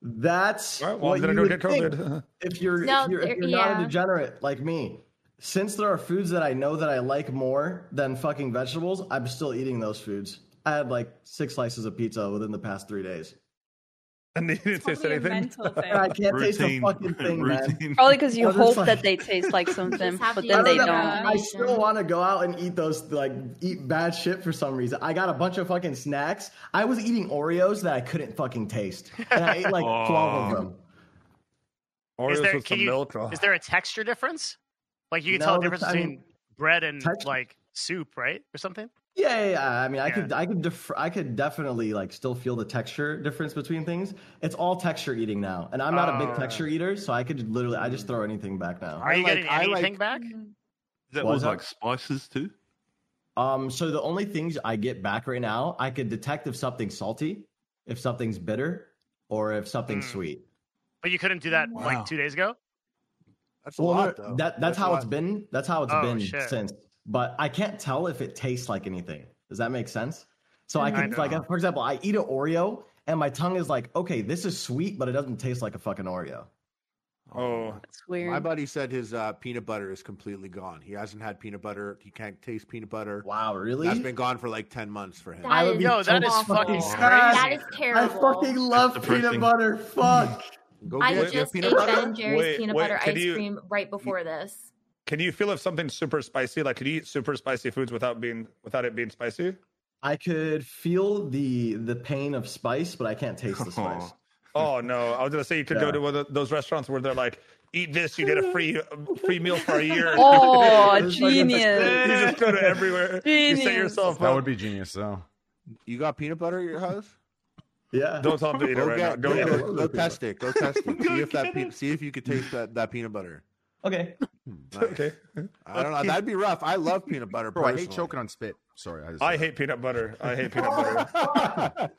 S2: That's
S7: All right, well,
S2: what
S7: then I
S2: you
S7: don't
S2: would
S7: get
S2: think
S7: COVID.
S2: if you're
S3: No,
S2: if you're, if
S3: there-
S2: you're not a
S3: yeah.
S2: degenerate like me. Since there are foods that I know that I like more than fucking vegetables, I'm still eating those foods. I had like six slices of pizza within the past three days.
S7: Anita taste
S10: Probably a
S7: anything.
S10: mental thing.
S2: I can't taste a
S7: Routine.
S2: fucking thing, man.
S9: Probably because you
S2: Well, that's
S9: hope
S2: like-
S9: that they taste like something,
S3: have
S9: but
S3: the
S9: then they
S2: I
S9: don't.
S2: don't know. I still want to go out and eat those like eat bad shit for some reason. I got a bunch of fucking snacks. I was eating Oreos that I couldn't fucking taste, and I ate like twelve of
S7: Oh.
S2: them.
S7: Oreos
S8: there-
S7: with
S8: can
S7: some
S8: you-
S7: milk. Oh,
S8: Is there a texture difference? Like you can
S2: No,
S8: tell the
S2: that's-
S8: difference
S2: I
S8: between
S2: mean,
S8: bread and
S2: text-
S8: like soup, right, or something?
S2: Yeah, yeah, yeah. I mean, I
S8: Yeah.
S2: could, I could, def- I could definitely like still feel the texture difference between things. It's all texture eating now, and I'm not a
S7: Ah.
S8: Oh.
S2: big texture eater, so I could literally, I just throw anything back now.
S8: Are you
S4: like-
S8: getting
S4: I
S8: anything
S4: like-
S8: back?
S2: Mm.
S6: that
S2: What
S6: was
S2: was that?
S6: like spices too.
S2: Um, so the only things I get back right now, I could detect if something's salty, if something's bitter, or if something's
S8: Mm.
S2: sweet.
S8: But you couldn't do that
S6: Wow.
S8: like two days ago.
S4: That's a
S2: Well,
S4: lot,
S2: no,
S4: though.
S2: that that's
S4: a
S2: how
S4: lot.
S2: it's been. That's how it's
S8: Oh,
S2: been
S8: shit.
S2: since. But I can't tell if it tastes like anything. Does that make sense? So I
S8: I
S2: can like
S8: know.
S2: for example, I eat an Oreo and my tongue is like, okay, this is sweet, but it doesn't taste like a fucking Oreo.
S7: Oh,
S9: That's weird.
S4: My buddy said his uh, peanut butter is completely gone. He hasn't had peanut butter. He can't taste peanut butter.
S2: Wow, really?
S4: That's been gone for like ten months for him.
S3: That
S2: I would
S3: is
S2: be
S8: Yo, that
S2: so
S8: is fucking
S2: sad.
S8: crazy.
S3: that is
S2: I
S3: terrible.
S2: fucking love
S6: That's
S2: peanut
S6: depressing.
S2: butter. Fuck.
S4: Go
S3: I
S7: Wait,
S3: just ate
S4: peanut
S3: Ben
S4: butter.
S3: and Jerry's
S7: Wait,
S3: peanut
S7: wait,
S3: butter
S7: can
S3: ice
S7: you-
S3: cream right before this.
S7: can you feel if something's super spicy? Like, could you eat super spicy foods without being without it being spicy?
S2: I could feel the the pain of spice, but I can't taste the spice.
S6: Oh.
S7: Oh no, I was gonna say you could go
S2: Yeah.
S7: to one of those restaurants where they're like, eat this, you get a free free meal for a year.
S9: Oh,
S2: It's like a-
S7: you
S9: genius.
S7: just go to everywhere. You set
S9: Genius.
S7: yourself
S1: That
S7: up.
S1: would be genius, though.
S4: You got peanut butter at your house?
S2: Yeah.
S7: Don't tell them to eat it
S4: Go
S7: right now.
S4: get,
S7: Don't
S4: yeah,
S7: eat it.
S4: go, go test it. Go test it. See if that pe- see if you could taste that, that peanut butter.
S2: Okay.
S7: Okay.
S4: I don't know. That'd be rough. I love peanut butter.
S1: Bro, I hate
S4: personally.
S1: choking on spit. Sorry, I, just
S7: I hate peanut butter. I hate peanut butter.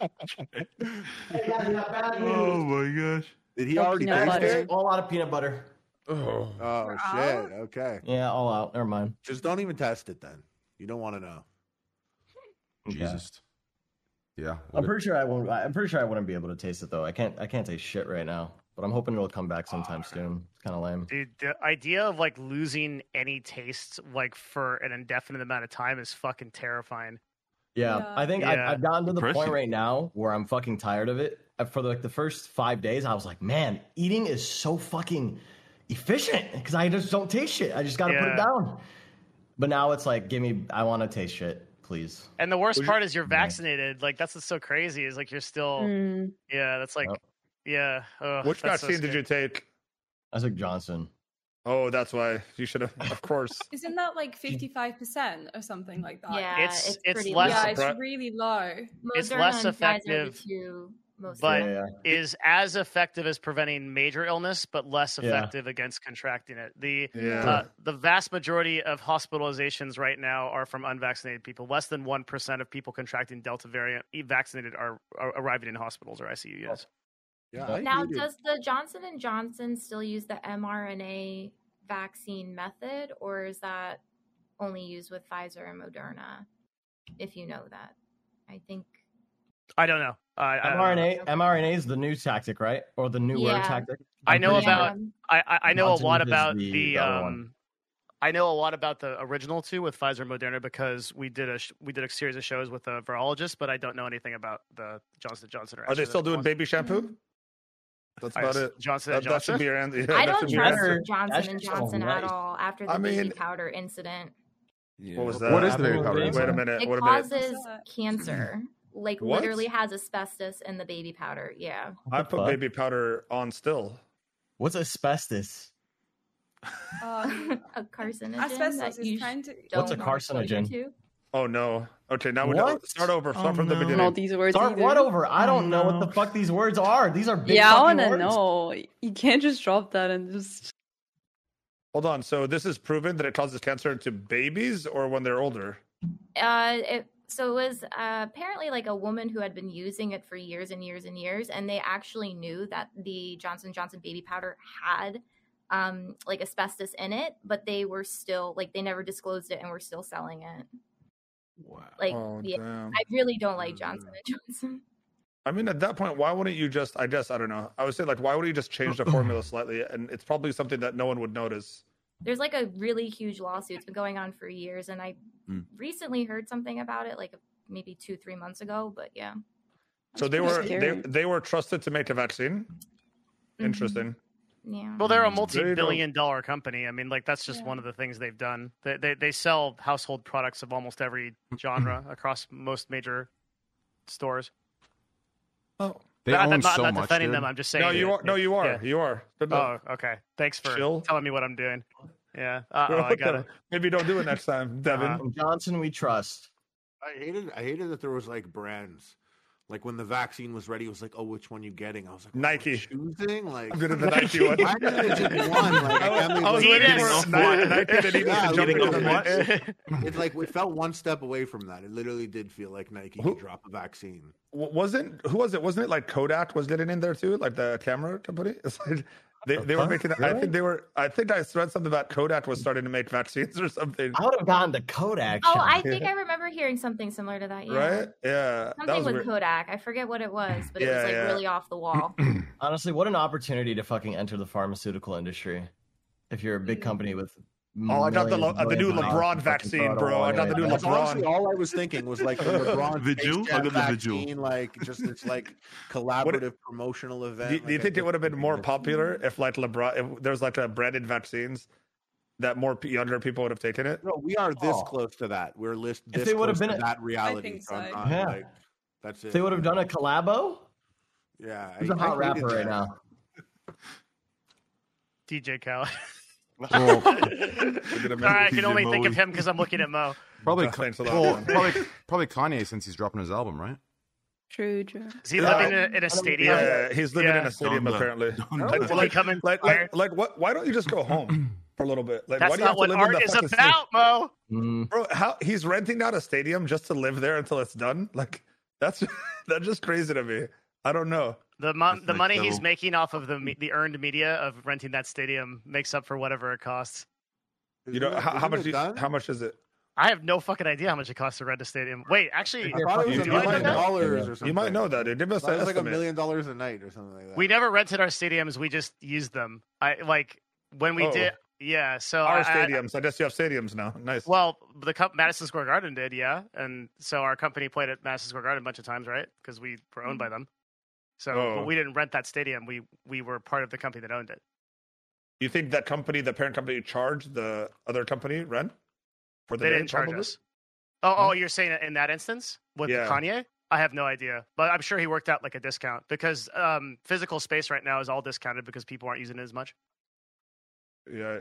S6: Oh my gosh.
S4: Did he
S9: No
S4: already
S9: peanut
S4: taste
S9: butter.
S4: it?
S2: All out of peanut butter.
S5: Oh,
S4: Oh shit. Okay.
S2: Yeah, all out. Never mind.
S4: Just don't even test it then. You don't want to know.
S1: Jesus. Yeah.
S2: I'm pretty sure I won't. I'm pretty sure I wouldn't be able to taste it though. I can't. I can't taste shit right now. But I'm hoping it'll come back sometime soon. It's kind of lame.
S8: Dude, the idea of like losing any taste like for an indefinite amount of time is fucking terrifying.
S2: Yeah,
S10: Yeah.
S2: I think
S8: Yeah.
S2: I've, I've gotten to the point
S6: Depressing.
S2: right now where I'm fucking tired of it. Uh, For like the first five days, I was like, man, eating is so fucking efficient because I just don't taste shit. I just got to put
S8: Yeah.
S2: it down. But now it's like, give me. I want to taste shit, please.
S8: And the worst part is you're vaccinated. Like that's what's so crazy is like you're still
S9: Mm.
S8: yeah. That's like
S2: Yep.
S8: yeah. Ugh,
S7: Which
S8: that's so
S7: vaccine did you
S8: scary.
S7: take?
S2: I took Johnson.
S7: Oh, that's why you should have. Of course.
S10: Isn't that like 55% or something like that?
S3: Yeah,
S8: It's-
S3: it's,
S8: it's
S3: pretty
S8: less-
S10: Yeah,
S3: low.
S10: it's
S7: Surpri-
S10: really low.
S8: it's
S3: Moderna
S8: less
S3: and Pfizer are
S8: effective,
S3: the two most
S8: but-
S2: yeah, yeah.
S8: Is as effective as preventing major illness, but less
S2: Yeah.
S8: effective against contracting it. The
S7: Yeah.
S8: uh, the vast majority of hospitalizations right now are from unvaccinated people. Less than one percent of people contracting Delta variant e- vaccinated are, are arriving in hospitals or ICU units.
S7: Oh.
S4: Yeah.
S2: Now
S4: I
S3: now
S4: hated-
S3: does the Johnson and Johnson still use the mRNA vaccine method, or is that only used with Pfizer and Moderna? If you know that, I think.
S8: I don't know. I, I don't know.
S2: mRNA. mRNA is the new tactic, right? Or the newer
S3: Yeah.
S2: tactic?
S8: I
S2: I'm
S8: know
S2: pretty sure.
S8: about- I, I, I know a
S2: Mountain
S8: lot
S2: Dew is
S8: about the,
S2: the- the other one.
S8: um, I know a lot about the original two with Pfizer and Moderna because we did a sh- we did a series of shows with a virologist, but I don't know anything about the Johnson Johnson. or
S7: Are they
S8: AstraZeneca
S7: still doing
S8: ones.
S7: baby shampoo? That's
S8: I
S7: about
S8: s-
S7: it.
S8: Johnson
S7: That,
S8: and
S7: that should
S8: Johnson.
S7: be your answer. Yeah,
S3: I
S7: that
S3: don't
S7: should be your
S3: trust
S7: answer.
S3: Johnson
S2: That
S3: and
S2: shit's so
S3: Johnson at
S2: nice.
S3: all after the
S7: I mean-
S3: baby powder incident.
S6: Yeah.
S7: What was that?
S1: What is the baby
S2: Apple
S1: powder?
S2: and
S7: Wait a
S1: inside?
S7: minute.
S3: It
S7: Wait a minute.
S3: causes
S10: What's
S3: cancer. Like
S7: What?
S3: literally has asbestos in the baby powder. Yeah.
S7: I
S2: What the
S7: put
S2: fuck?
S7: baby powder on still.
S2: What's asbestos?
S10: Um,
S3: a carcinogen.
S10: asbestos
S3: that you
S10: is trying to.
S2: What's a
S3: don't want exposure
S2: carcinogen?
S3: to.
S7: Oh no. Okay, now we know.
S2: What?
S7: Start over. Start
S6: Oh,
S7: from the
S6: no.
S9: I don't
S7: beginning.
S9: know these words
S2: Start
S9: either.
S2: what over? I
S6: Oh,
S2: don't know what
S6: no.
S2: the fuck these words are. These are big
S9: Yeah, I
S2: want to
S9: know. You can't just drop that and just.
S7: Hold on. So this is proven that it causes cancer to babies or when they're older.
S3: Uh, it, so it was uh, apparently like a woman who had been using it for years and years and years, and they actually knew that the Johnson Johnson baby powder had um, like asbestos in it, but they were still like they never disclosed it and were still selling it.
S6: Wow.
S3: Like,
S7: oh
S3: yeah,
S7: damn.
S3: I really don't like Johnson and Johnson.
S7: I mean, at that point, why wouldn't you just? I guess I don't know. I would say like, why would you just change the formula slightly? And it's probably something that no one would notice.
S3: There's like a really huge lawsuit. It's been going on for years, and I
S6: Mm.
S7: Hmm.
S3: recently heard something about it, like maybe two, three months ago. But yeah,
S7: So they
S8: pretty
S7: were they,
S8: scary.
S7: they were trusted to make a vaccine.
S2: Mm-hmm.
S7: Interesting.
S3: Yeah.
S8: Well, they're a
S7: Mm, They don't-
S8: multi-billion-dollar company. I mean, like that's just one of the things they've done. They, they they sell household products of almost every genre
S7: Mm-hmm.
S8: across most major stores.
S7: Oh,
S1: They
S8: not,
S1: own
S8: that- not,
S1: so
S8: not
S1: much,
S8: defending
S1: dude.
S8: them. I'm just saying.
S7: No, you
S8: that-
S7: are. No, you are.
S8: yeah.
S7: You are. Good
S8: Oh,
S7: luck.
S8: okay. Thanks for
S7: Chill.
S8: telling me what I'm doing. Yeah. Uh-oh, I got it.
S7: Maybe don't do it next time, Devin.
S8: Uh,
S2: Johnson, we trust.
S5: I hated I hated that there was like brands. Like when the vaccine was ready, it was like, oh, which one you getting? I was like, oh,
S7: Nike.
S5: choosing like
S7: I'm good at the Nike one.
S5: Why did they just one? Like,
S7: I was,
S5: I mean,
S7: I was
S5: like-
S7: waiting
S8: Adidas.
S7: for Nike. Nike that he was
S5: Yeah,
S7: jumping
S5: literally.
S7: on
S5: What?
S7: the
S5: It's like we felt one step away from that. It literally did feel like Nike
S7: Who-
S5: could drop a vaccine.
S7: wa- wasn't who was it? Wasn't it like Kodak was getting in there too, like the camera company? It's like they, they were
S1: Huh?
S7: making. I think they were. I think I read something about Kodak was starting to make vaccines or something,
S2: I would have gotten the Kodak.
S3: Oh,
S2: shot.
S3: I think I remember hearing something similar to that. Yeah.
S7: right? Eh,
S8: Uh,
S7: Yeah, that
S3: Something
S7: was
S3: with
S7: weird.
S3: Kodak. I forget what it was, but it
S7: Yeah,
S3: was like
S7: yeah.
S3: really off the wall.
S2: Honestly, what an opportunity to fucking enter the pharmaceutical industry if you're a big company with.
S7: Oh, I got the
S2: millions,
S7: Le- the new
S2: billions of dollars
S7: LeBron
S2: to fucking throw
S7: vaccine,
S2: it
S7: bro.
S2: all
S7: I got the
S2: away.
S7: new
S5: That's
S7: LeBron.
S5: honestly all I was thinking was like the LeBron
S6: Vigil?
S5: Space Jam
S6: I got the Vigil.
S5: vaccine, like just this like collaborative promotional event.
S7: Do, do you
S5: like, I
S7: think it
S5: just-
S7: would have been more popular if like LeBron, if there's like a branded vaccines that more p- younger people would have taken it?
S5: No, we are this
S2: Oh.
S5: close to that. We're list.
S2: If
S5: This
S2: they would have
S5: close
S2: been
S5: to
S2: a-
S5: that reality,
S13: think
S5: so I'm
S13: so.
S5: not,
S2: Yeah.
S5: like, that's it.
S2: If they would have done a collabo.
S5: Yeah,
S2: He's a
S5: I- I
S2: hot
S5: hated
S2: rapper right
S5: that.
S2: now.
S8: DJ Khaled.
S7: Look at him.
S8: All right, I can
S6: DJ
S8: only think
S6: Moe.
S8: of him because I'm looking at Mo.
S1: Probably,
S7: Uh, thanks a lot.
S1: well, probably, probably Kanye since he's dropping his album, right?
S14: True, true.
S8: Is he
S7: Yeah.
S8: living in a, in a stadium?
S7: Yeah, he's living in
S8: Yeah.
S7: a stadium
S6: Donda.
S7: apparently.
S6: Donda.
S7: Like,
S8: Will he
S7: like,
S8: come in?
S7: like, like, like, what? Why don't you just go home for a little bit? Like, why
S8: That's
S7: do you
S8: not
S7: have to
S8: what
S7: live in
S8: art
S7: the
S8: is
S7: fucking city?
S8: about, Mo.
S2: Mm.
S7: bro? How he's renting out a stadium just to live there until it's done? Like, that's that's just crazy to me. I don't know.
S8: The
S7: Oh
S8: mon-
S6: That's
S8: the
S6: like
S8: money he's
S6: double.
S8: making off of the me- the earned media of renting that stadium makes up for whatever it costs.
S7: You know
S5: Isn't it-
S7: how, how
S5: isn't
S7: much?
S5: it
S7: do you-
S5: done?
S7: how much is it?
S8: I have no fucking idea how much it costs to rent a stadium. Wait, actually,
S5: I thought it
S7: You
S5: was a
S8: might
S5: million
S8: know.
S5: dollars or something.
S7: You might know that. Dude. Give
S5: I
S7: us
S5: thought
S7: an
S5: It was like a
S7: estimate.
S5: million dollars a night or something like that.
S8: we never rented our stadiums. We just used them. I like when we
S7: Oh.
S8: did. Yeah, so I-
S7: Our
S8: I-
S7: stadiums. I guess you have stadiums now. Nice.
S8: well, the co- Madison Square Garden did, yeah, and so our company played at Madison Square Garden a bunch of times, right? Because we were owned
S4: Mm-hmm.
S8: by them. So,
S7: Oh.
S8: but we didn't rent that stadium. We we were part of the company that owned it.
S7: You think that company, the parent company, charged the other company rent for the
S8: they
S7: day,
S8: didn't charge
S7: probably?
S8: us. Oh,
S7: Huh?
S8: oh,
S4: Mm-hmm.
S8: you're saying that in that instance with
S7: Yeah.
S8: Kanye? I have no idea, but I'm sure he worked out like a discount because um, physical space right now is all discounted because people aren't using it as much.
S7: Yeah.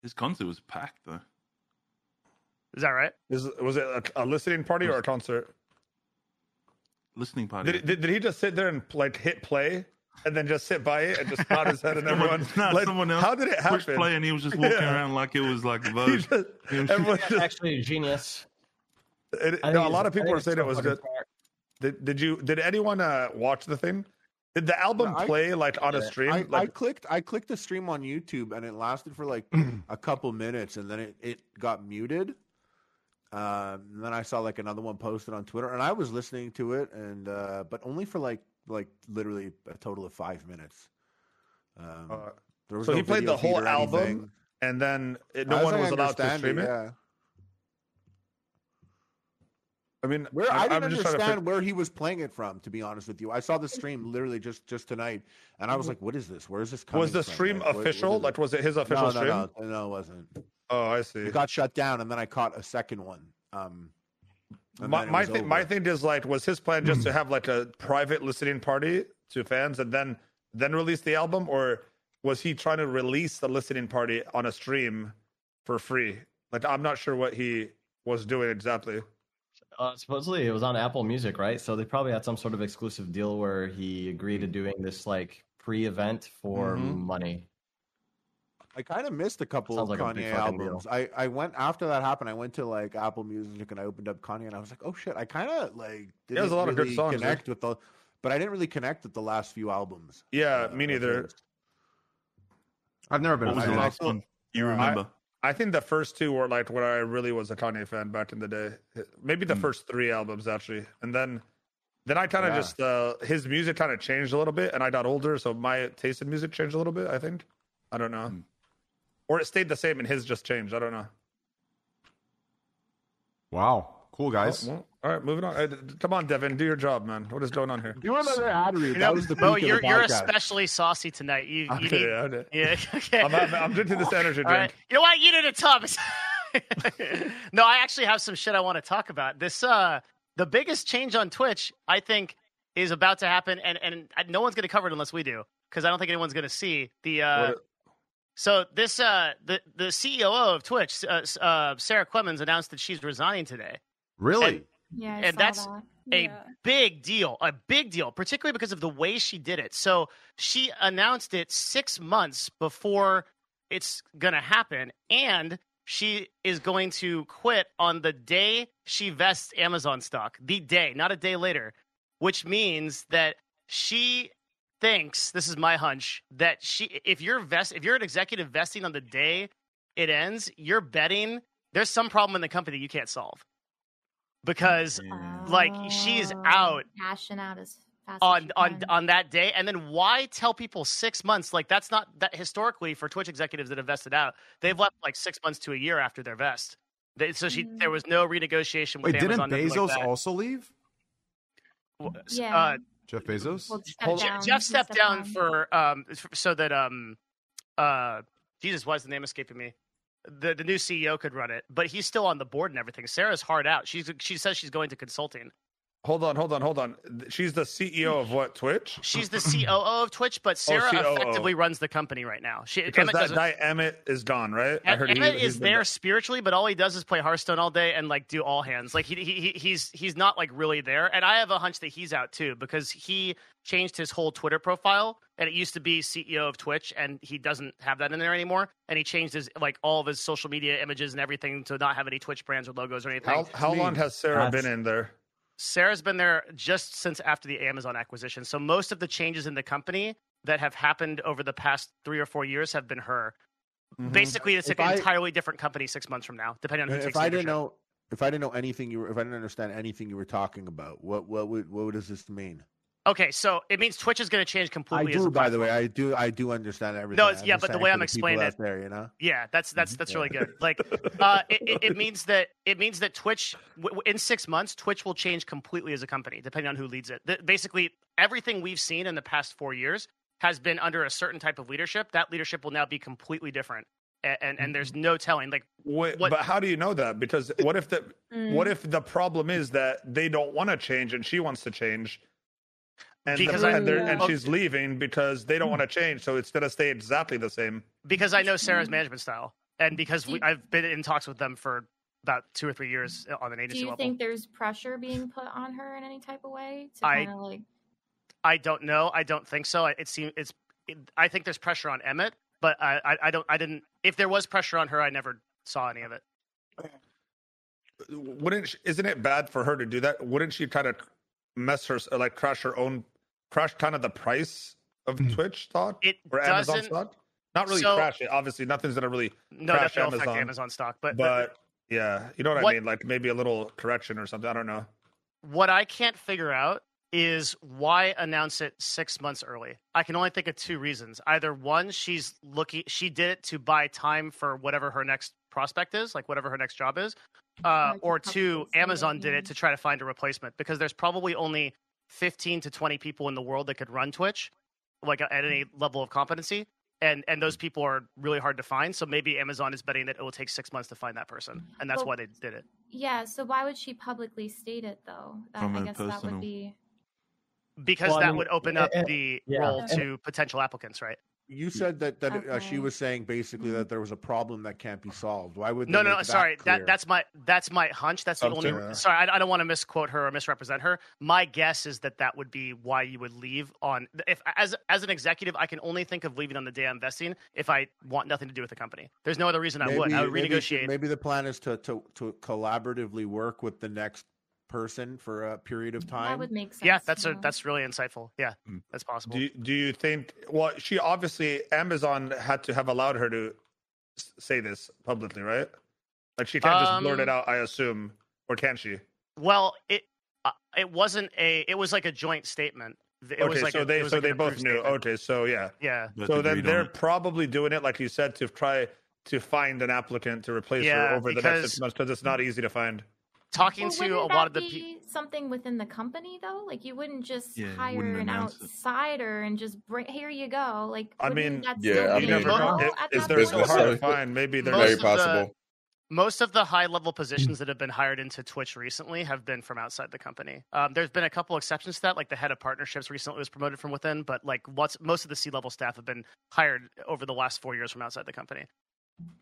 S6: His concert was packed though.
S8: Is that right?
S7: Is, was it a, a listening party or a concert?
S6: Listening party.
S7: Did, did, did he just sit there and like hit play and then just sit by it and just nod his head and
S6: Someone-
S7: everyone?
S6: nah,
S7: like,
S6: someone else
S7: How did it
S6: Push
S7: happen?
S6: play and he was just walking
S7: Yeah.
S6: around like it was like
S7: He
S6: Vogue.
S7: just, everyone
S2: That's
S7: just,
S2: actually a genius.
S7: it,
S2: I think
S7: no, a
S2: it's-
S7: lot of
S2: I think
S7: people were
S2: it's
S7: saying
S2: so
S7: it was
S2: fucking
S7: good.
S2: smart.
S7: Did, did you? Did anyone uh, watch the thing? Did the album
S5: No, I-
S7: play like on a
S5: Yeah.
S7: stream?
S5: I,
S7: like,
S5: I clicked I clicked the stream on YouTube and it lasted for like a couple minutes and then it, it got muted. Um, and then I saw like another one posted on Twitter and I was listening to it and uh, but only for like like literally a total of five minutes. Um,
S7: Uh,
S5: there was
S7: so
S5: no
S7: he played the
S5: video feed
S7: whole
S5: or
S7: album?
S5: anything.
S7: and then it, no
S5: As
S7: one
S5: I
S7: was allowed to
S5: understand
S7: stream it.
S5: Yeah.
S7: I mean,
S5: Where
S7: I'm-
S5: I, didn't
S7: I'm just trying to
S5: understand
S7: fig-
S5: where he was playing it from, to be honest with you. I saw the stream literally just just tonight, and I was like, "What is this? Where is this coming
S7: Mm-hmm. was the
S5: from?
S7: stream
S5: Like, what- what
S7: official?
S5: is it?"
S7: like, was it his official
S5: no,
S7: stream?
S5: No, no, no, it wasn't.
S7: Oh, I see.
S5: It got shut down, and then I caught a second one. Um, and
S7: my
S5: then it
S7: my,
S5: was
S7: thing, my
S5: over. Hmm.
S7: thing is like, was his plan just to have like a private listening party to fans and then then release the album, or was he trying to release the listening party on a stream for free? Like, I'm not sure what he was doing exactly.
S2: Uh, supposedly it was on Apple Music, right? So they probably had some sort of exclusive deal where he agreed to doing this like pre-event for
S7: Mhm.
S2: money.
S5: I kind of missed a couple
S2: Sounds
S5: of
S2: like a big
S5: Kanye
S2: fucking deal.
S5: albums. I, I went after that happened. I went to like Apple Music and I opened up Kanye and I was like, oh shit, I kind of like didn't
S7: There's a lot of good
S5: really
S7: songs, dude.
S5: connect with the, but I didn't really connect with the last few albums. uh,
S7: Yeah, me
S5: of
S7: neither.
S5: his.
S1: I've never been.
S6: What
S1: a
S6: was the
S1: fan.
S6: last
S5: thought-
S6: one? You
S5: I-
S6: remember?
S7: I think the first two were like when I really was a Kanye fan back in the day. Maybe the
S6: Hmm.
S7: first three albums actually, and then then I kind of
S5: Yeah.
S7: just uh, his music kind of changed a little bit, and I got older, so my taste in music changed a little bit. I think I don't know,
S6: Hmm.
S7: or it stayed the same and his just changed. I don't know.
S1: Wow. Cool guys.
S7: Oh, well, all right, moving on. Uh, d- d- come on, Devin, do your job, man. What is going on here?
S4: You want another ad read?
S8: You
S4: that
S8: know,
S4: was the
S8: Mo,
S4: peak
S8: you're
S4: of the
S8: you're
S4: podcast.
S8: especially saucy tonight. You, you
S7: Okay,
S8: need,
S7: I did.
S8: yeah, okay.
S7: I'm, I'm, I'm drinking this energy drink.
S8: All right. You know what? You did it, Thomas. no, I actually have some shit I want to talk about. This uh the biggest change on Twitch, I think, is about to happen and and no one's gonna cover it unless we do, because I don't think anyone's gonna see the uh
S7: What-
S8: so this uh the the CEO of Twitch, uh, s- uh, Sarah Clemens, announced that she's resigning today.
S1: Really?
S3: Yeah, I
S8: And
S3: saw
S8: that's-
S3: that.
S8: A
S10: Yeah.
S8: big deal, a big deal, particularly because of the way she did it. So she announced it six months before it's going to happen, and she is going to quit on the day she vests Amazon stock, the day, not a day later, which means that she thinks this is my hunch that she if you're vest if you're an executive vesting on the day it ends you're betting there's some problem in the company you can't solve because
S6: Yeah.
S8: Like, she's
S3: Oh,
S8: out.
S3: Cashing out as fast as
S8: on
S3: she
S8: on
S3: can.
S8: on that day and then why tell people six months like that's not that historically for twitch executives that have vested out they've left like six months to a year after their vest They- so she
S3: Mm-hmm.
S8: there was no renegotiation with
S1: Wait, didn't
S8: Amazon, nothing
S1: Bezos
S8: like that.
S1: also leave?
S8: W- s-
S3: Yeah.
S8: uh,
S1: Jeff Bezos?
S3: Well, step
S8: Je-
S3: down.
S8: jeff
S3: He
S8: stepped down, for um f- so that um uh jesus why is the name escaping me the, the new ceo could run it but he's still on the board and everything sarah's hard out she's she says she's going to consulting
S7: Hold on, hold on, hold on. Th- She's the CEO of what? Twitch?
S8: she's the coo of twitch
S7: Oh,
S8: but sarah
S7: COO.
S8: effectively runs the company right now she
S7: Because
S8: Emmett
S7: that
S8: doesn't-
S7: guy Emmett is gone, right?
S8: Em- Emmett
S7: he's
S8: is
S7: been
S8: there spiritually, but all he does is play Hearthstone all day and like do all hands. Like he, he he- he's he's not like really there. And I have a hunch that he's out too because he changed his whole Twitter profile and it used to be CEO of Twitch and he doesn't have that in there anymore. And he changed his like all of his social media images and everything to not have any Twitch brands or logos or anything.
S7: How, how long has Sarah been in there?
S8: Sarah's been there just since after the Amazon acquisition. So most of the changes in the company that have happened over the past three or four years have been her.
S7: Mhm.
S8: Basically, it's
S4: Mm-hmm. If
S8: like an
S4: I-
S8: entirely different company six months from now, depending on who
S4: And
S8: takes
S4: if I didn't
S8: leadership.
S4: know, if I didn't know anything, you were, if I didn't understand anything you were talking about, what what would what does this mean?
S8: Okay, so it means Twitch is going to change
S4: I
S8: completely. as
S4: do,
S8: a
S4: by the
S8: platform.
S4: way, I do, I do understand everything.
S8: it's-
S4: I
S8: yeah, but the
S4: understand
S8: way
S4: for
S8: I'm
S4: people
S8: explaining
S4: out
S8: it-
S4: there, you know,
S8: Yeah, that's that's that's really good. Like, uh, it, it, it means that it means that Twitch w- w- in six months, Twitch will change completely as a company, depending on who leads it. Th- basically, everything we've seen in the past four years has been under a certain type of leadership. That leadership will now be completely different, and and, and there's no telling. Like,
S7: Wait,
S8: What-
S7: but how do you know that? Because what if the
S9: Mm.
S7: what if the problem is that they don't want to change and she wants to change, and the-
S8: Because Oh. Hmm. I-
S7: and, they're- and
S8: Yeah.
S7: she's leaving because they don't want to change, so it's gonna stay exactly the same.
S8: because I know Sarah's management style, and because we, I've been in talks with them for about two or three years uh, on an
S3: Do
S8: agency
S3: you
S8: level.
S3: think there's pressure being put on her in any type of way to
S8: I-
S3: kind of like?
S8: I don't know. I don't think so. I- It seems it's. It, I think there's pressure on Emmett, but I, I I don't I didn't. If there was pressure on her, I never saw any of it.
S7: Wouldn't she, isn't it bad for her to do that? Wouldn't she kind of mess her uh, like crash her own crash kind of the price of Twitch stock
S8: It
S7: or Amazon
S8: doesn't-
S7: stock? Not really
S8: So-
S7: crash it. Obviously, nothing's gonna really
S8: No,
S7: Crash
S8: that will affect
S7: Amazon.
S8: Amazon stock. But, but
S7: but yeah, you know what,
S8: What-
S7: I mean. Like maybe a little correction or something. I don't know.
S8: what I can't figure out is why announce it six months early. I can only think of two reasons. Either one, she's looking. She did it to buy time for whatever her next prospect is, like whatever her next job is. uh,
S3: Like the
S8: or
S3: public
S8: two,
S3: is doing it,
S8: Amazon did
S3: yeah.
S8: it to try to find a replacement because there's probably only 15 to 20 people in the world that could run Twitch, like at any level of competency, and and those people are really hard to find. So maybe Amazon is betting that it will take six months to find that person, and that's
S3: Well-
S8: why they did it
S3: Yeah, so why would she publicly state it though? That,
S6: From
S3: I
S6: a
S3: guess that
S6: personal-
S3: would be.
S8: because
S2: Well, I
S8: that
S2: mean,
S8: would open
S2: eh,
S8: up
S2: eh,
S8: the
S2: yeah.
S8: role
S10: Yeah.
S8: to potential applicants, right?
S4: you said that that uh, she
S3: Okay.
S4: was saying basically
S3: Mhm.
S4: that there was a problem that can't be solved. Why would
S8: No,
S4: they
S8: no,
S4: make
S8: no. Sorry,
S4: clear?
S8: that that's my that's my hunch. That's the only.
S7: Something, yeah.
S8: Sorry, I, I don't want to misquote her or misrepresent her. My guess is that that would be why you would leave on if as as an executive, I can only think of leaving on the day I'm vesting if I want nothing to do with the company. There's no other reason I would. I would
S4: maybe she-
S8: renegotiate.
S4: Maybe, the plan is to, to to collaboratively work with the next person for a period of time.
S3: That would make sense.
S8: yeah, that's a
S3: yeah.
S8: that's really insightful. Yeah, that's possible.
S7: Do you, do you think? Well, she obviously Amazon had to have allowed her to s- say this publicly, right? Like she can't just
S8: Um,
S7: blurt it out. I assume, or can she?
S8: well, it uh, it wasn't a. It was like a joint statement. It
S7: okay,
S8: was like
S7: so
S8: a-
S7: they
S8: it was
S7: so
S8: like
S7: they
S8: an
S7: both
S8: approved
S7: knew. Oh.
S8: statement.
S7: Okay, so yeah.
S8: Yeah.
S6: Both
S7: so then
S6: agreed on
S7: they're
S6: it.
S7: probably doing it, like you said, to try to find an applicant to replace
S8: Yeah,
S7: her over the next
S8: because-
S7: six months because it's not easy to find.
S8: talking
S3: Well,
S8: to a
S3: wouldn't
S8: lot of
S3: that
S8: the people.
S3: be something within the company though. Like you wouldn't just
S5: Yeah, you
S3: hire
S5: wouldn't
S3: an
S5: announce it.
S3: outsider and just bring here you go. Like
S7: I
S3: wouldn't
S7: mean,
S3: that
S5: yeah,
S3: still
S5: I
S3: be
S7: you
S5: mean,
S7: never
S3: illegal
S7: know.
S5: well,
S7: If,
S3: at
S7: if
S3: that
S7: there's
S3: point?
S7: no hard to find, maybe
S8: Most
S7: there's
S5: Very
S8: of the-
S5: possible.
S8: most of the high level positions that have been hired into Twitch recently have been from outside the company. Um, there's been a couple exceptions to that, like the head of partnerships recently was promoted from within, but like what's most of the C level staff have been hired over the last four years from outside the company.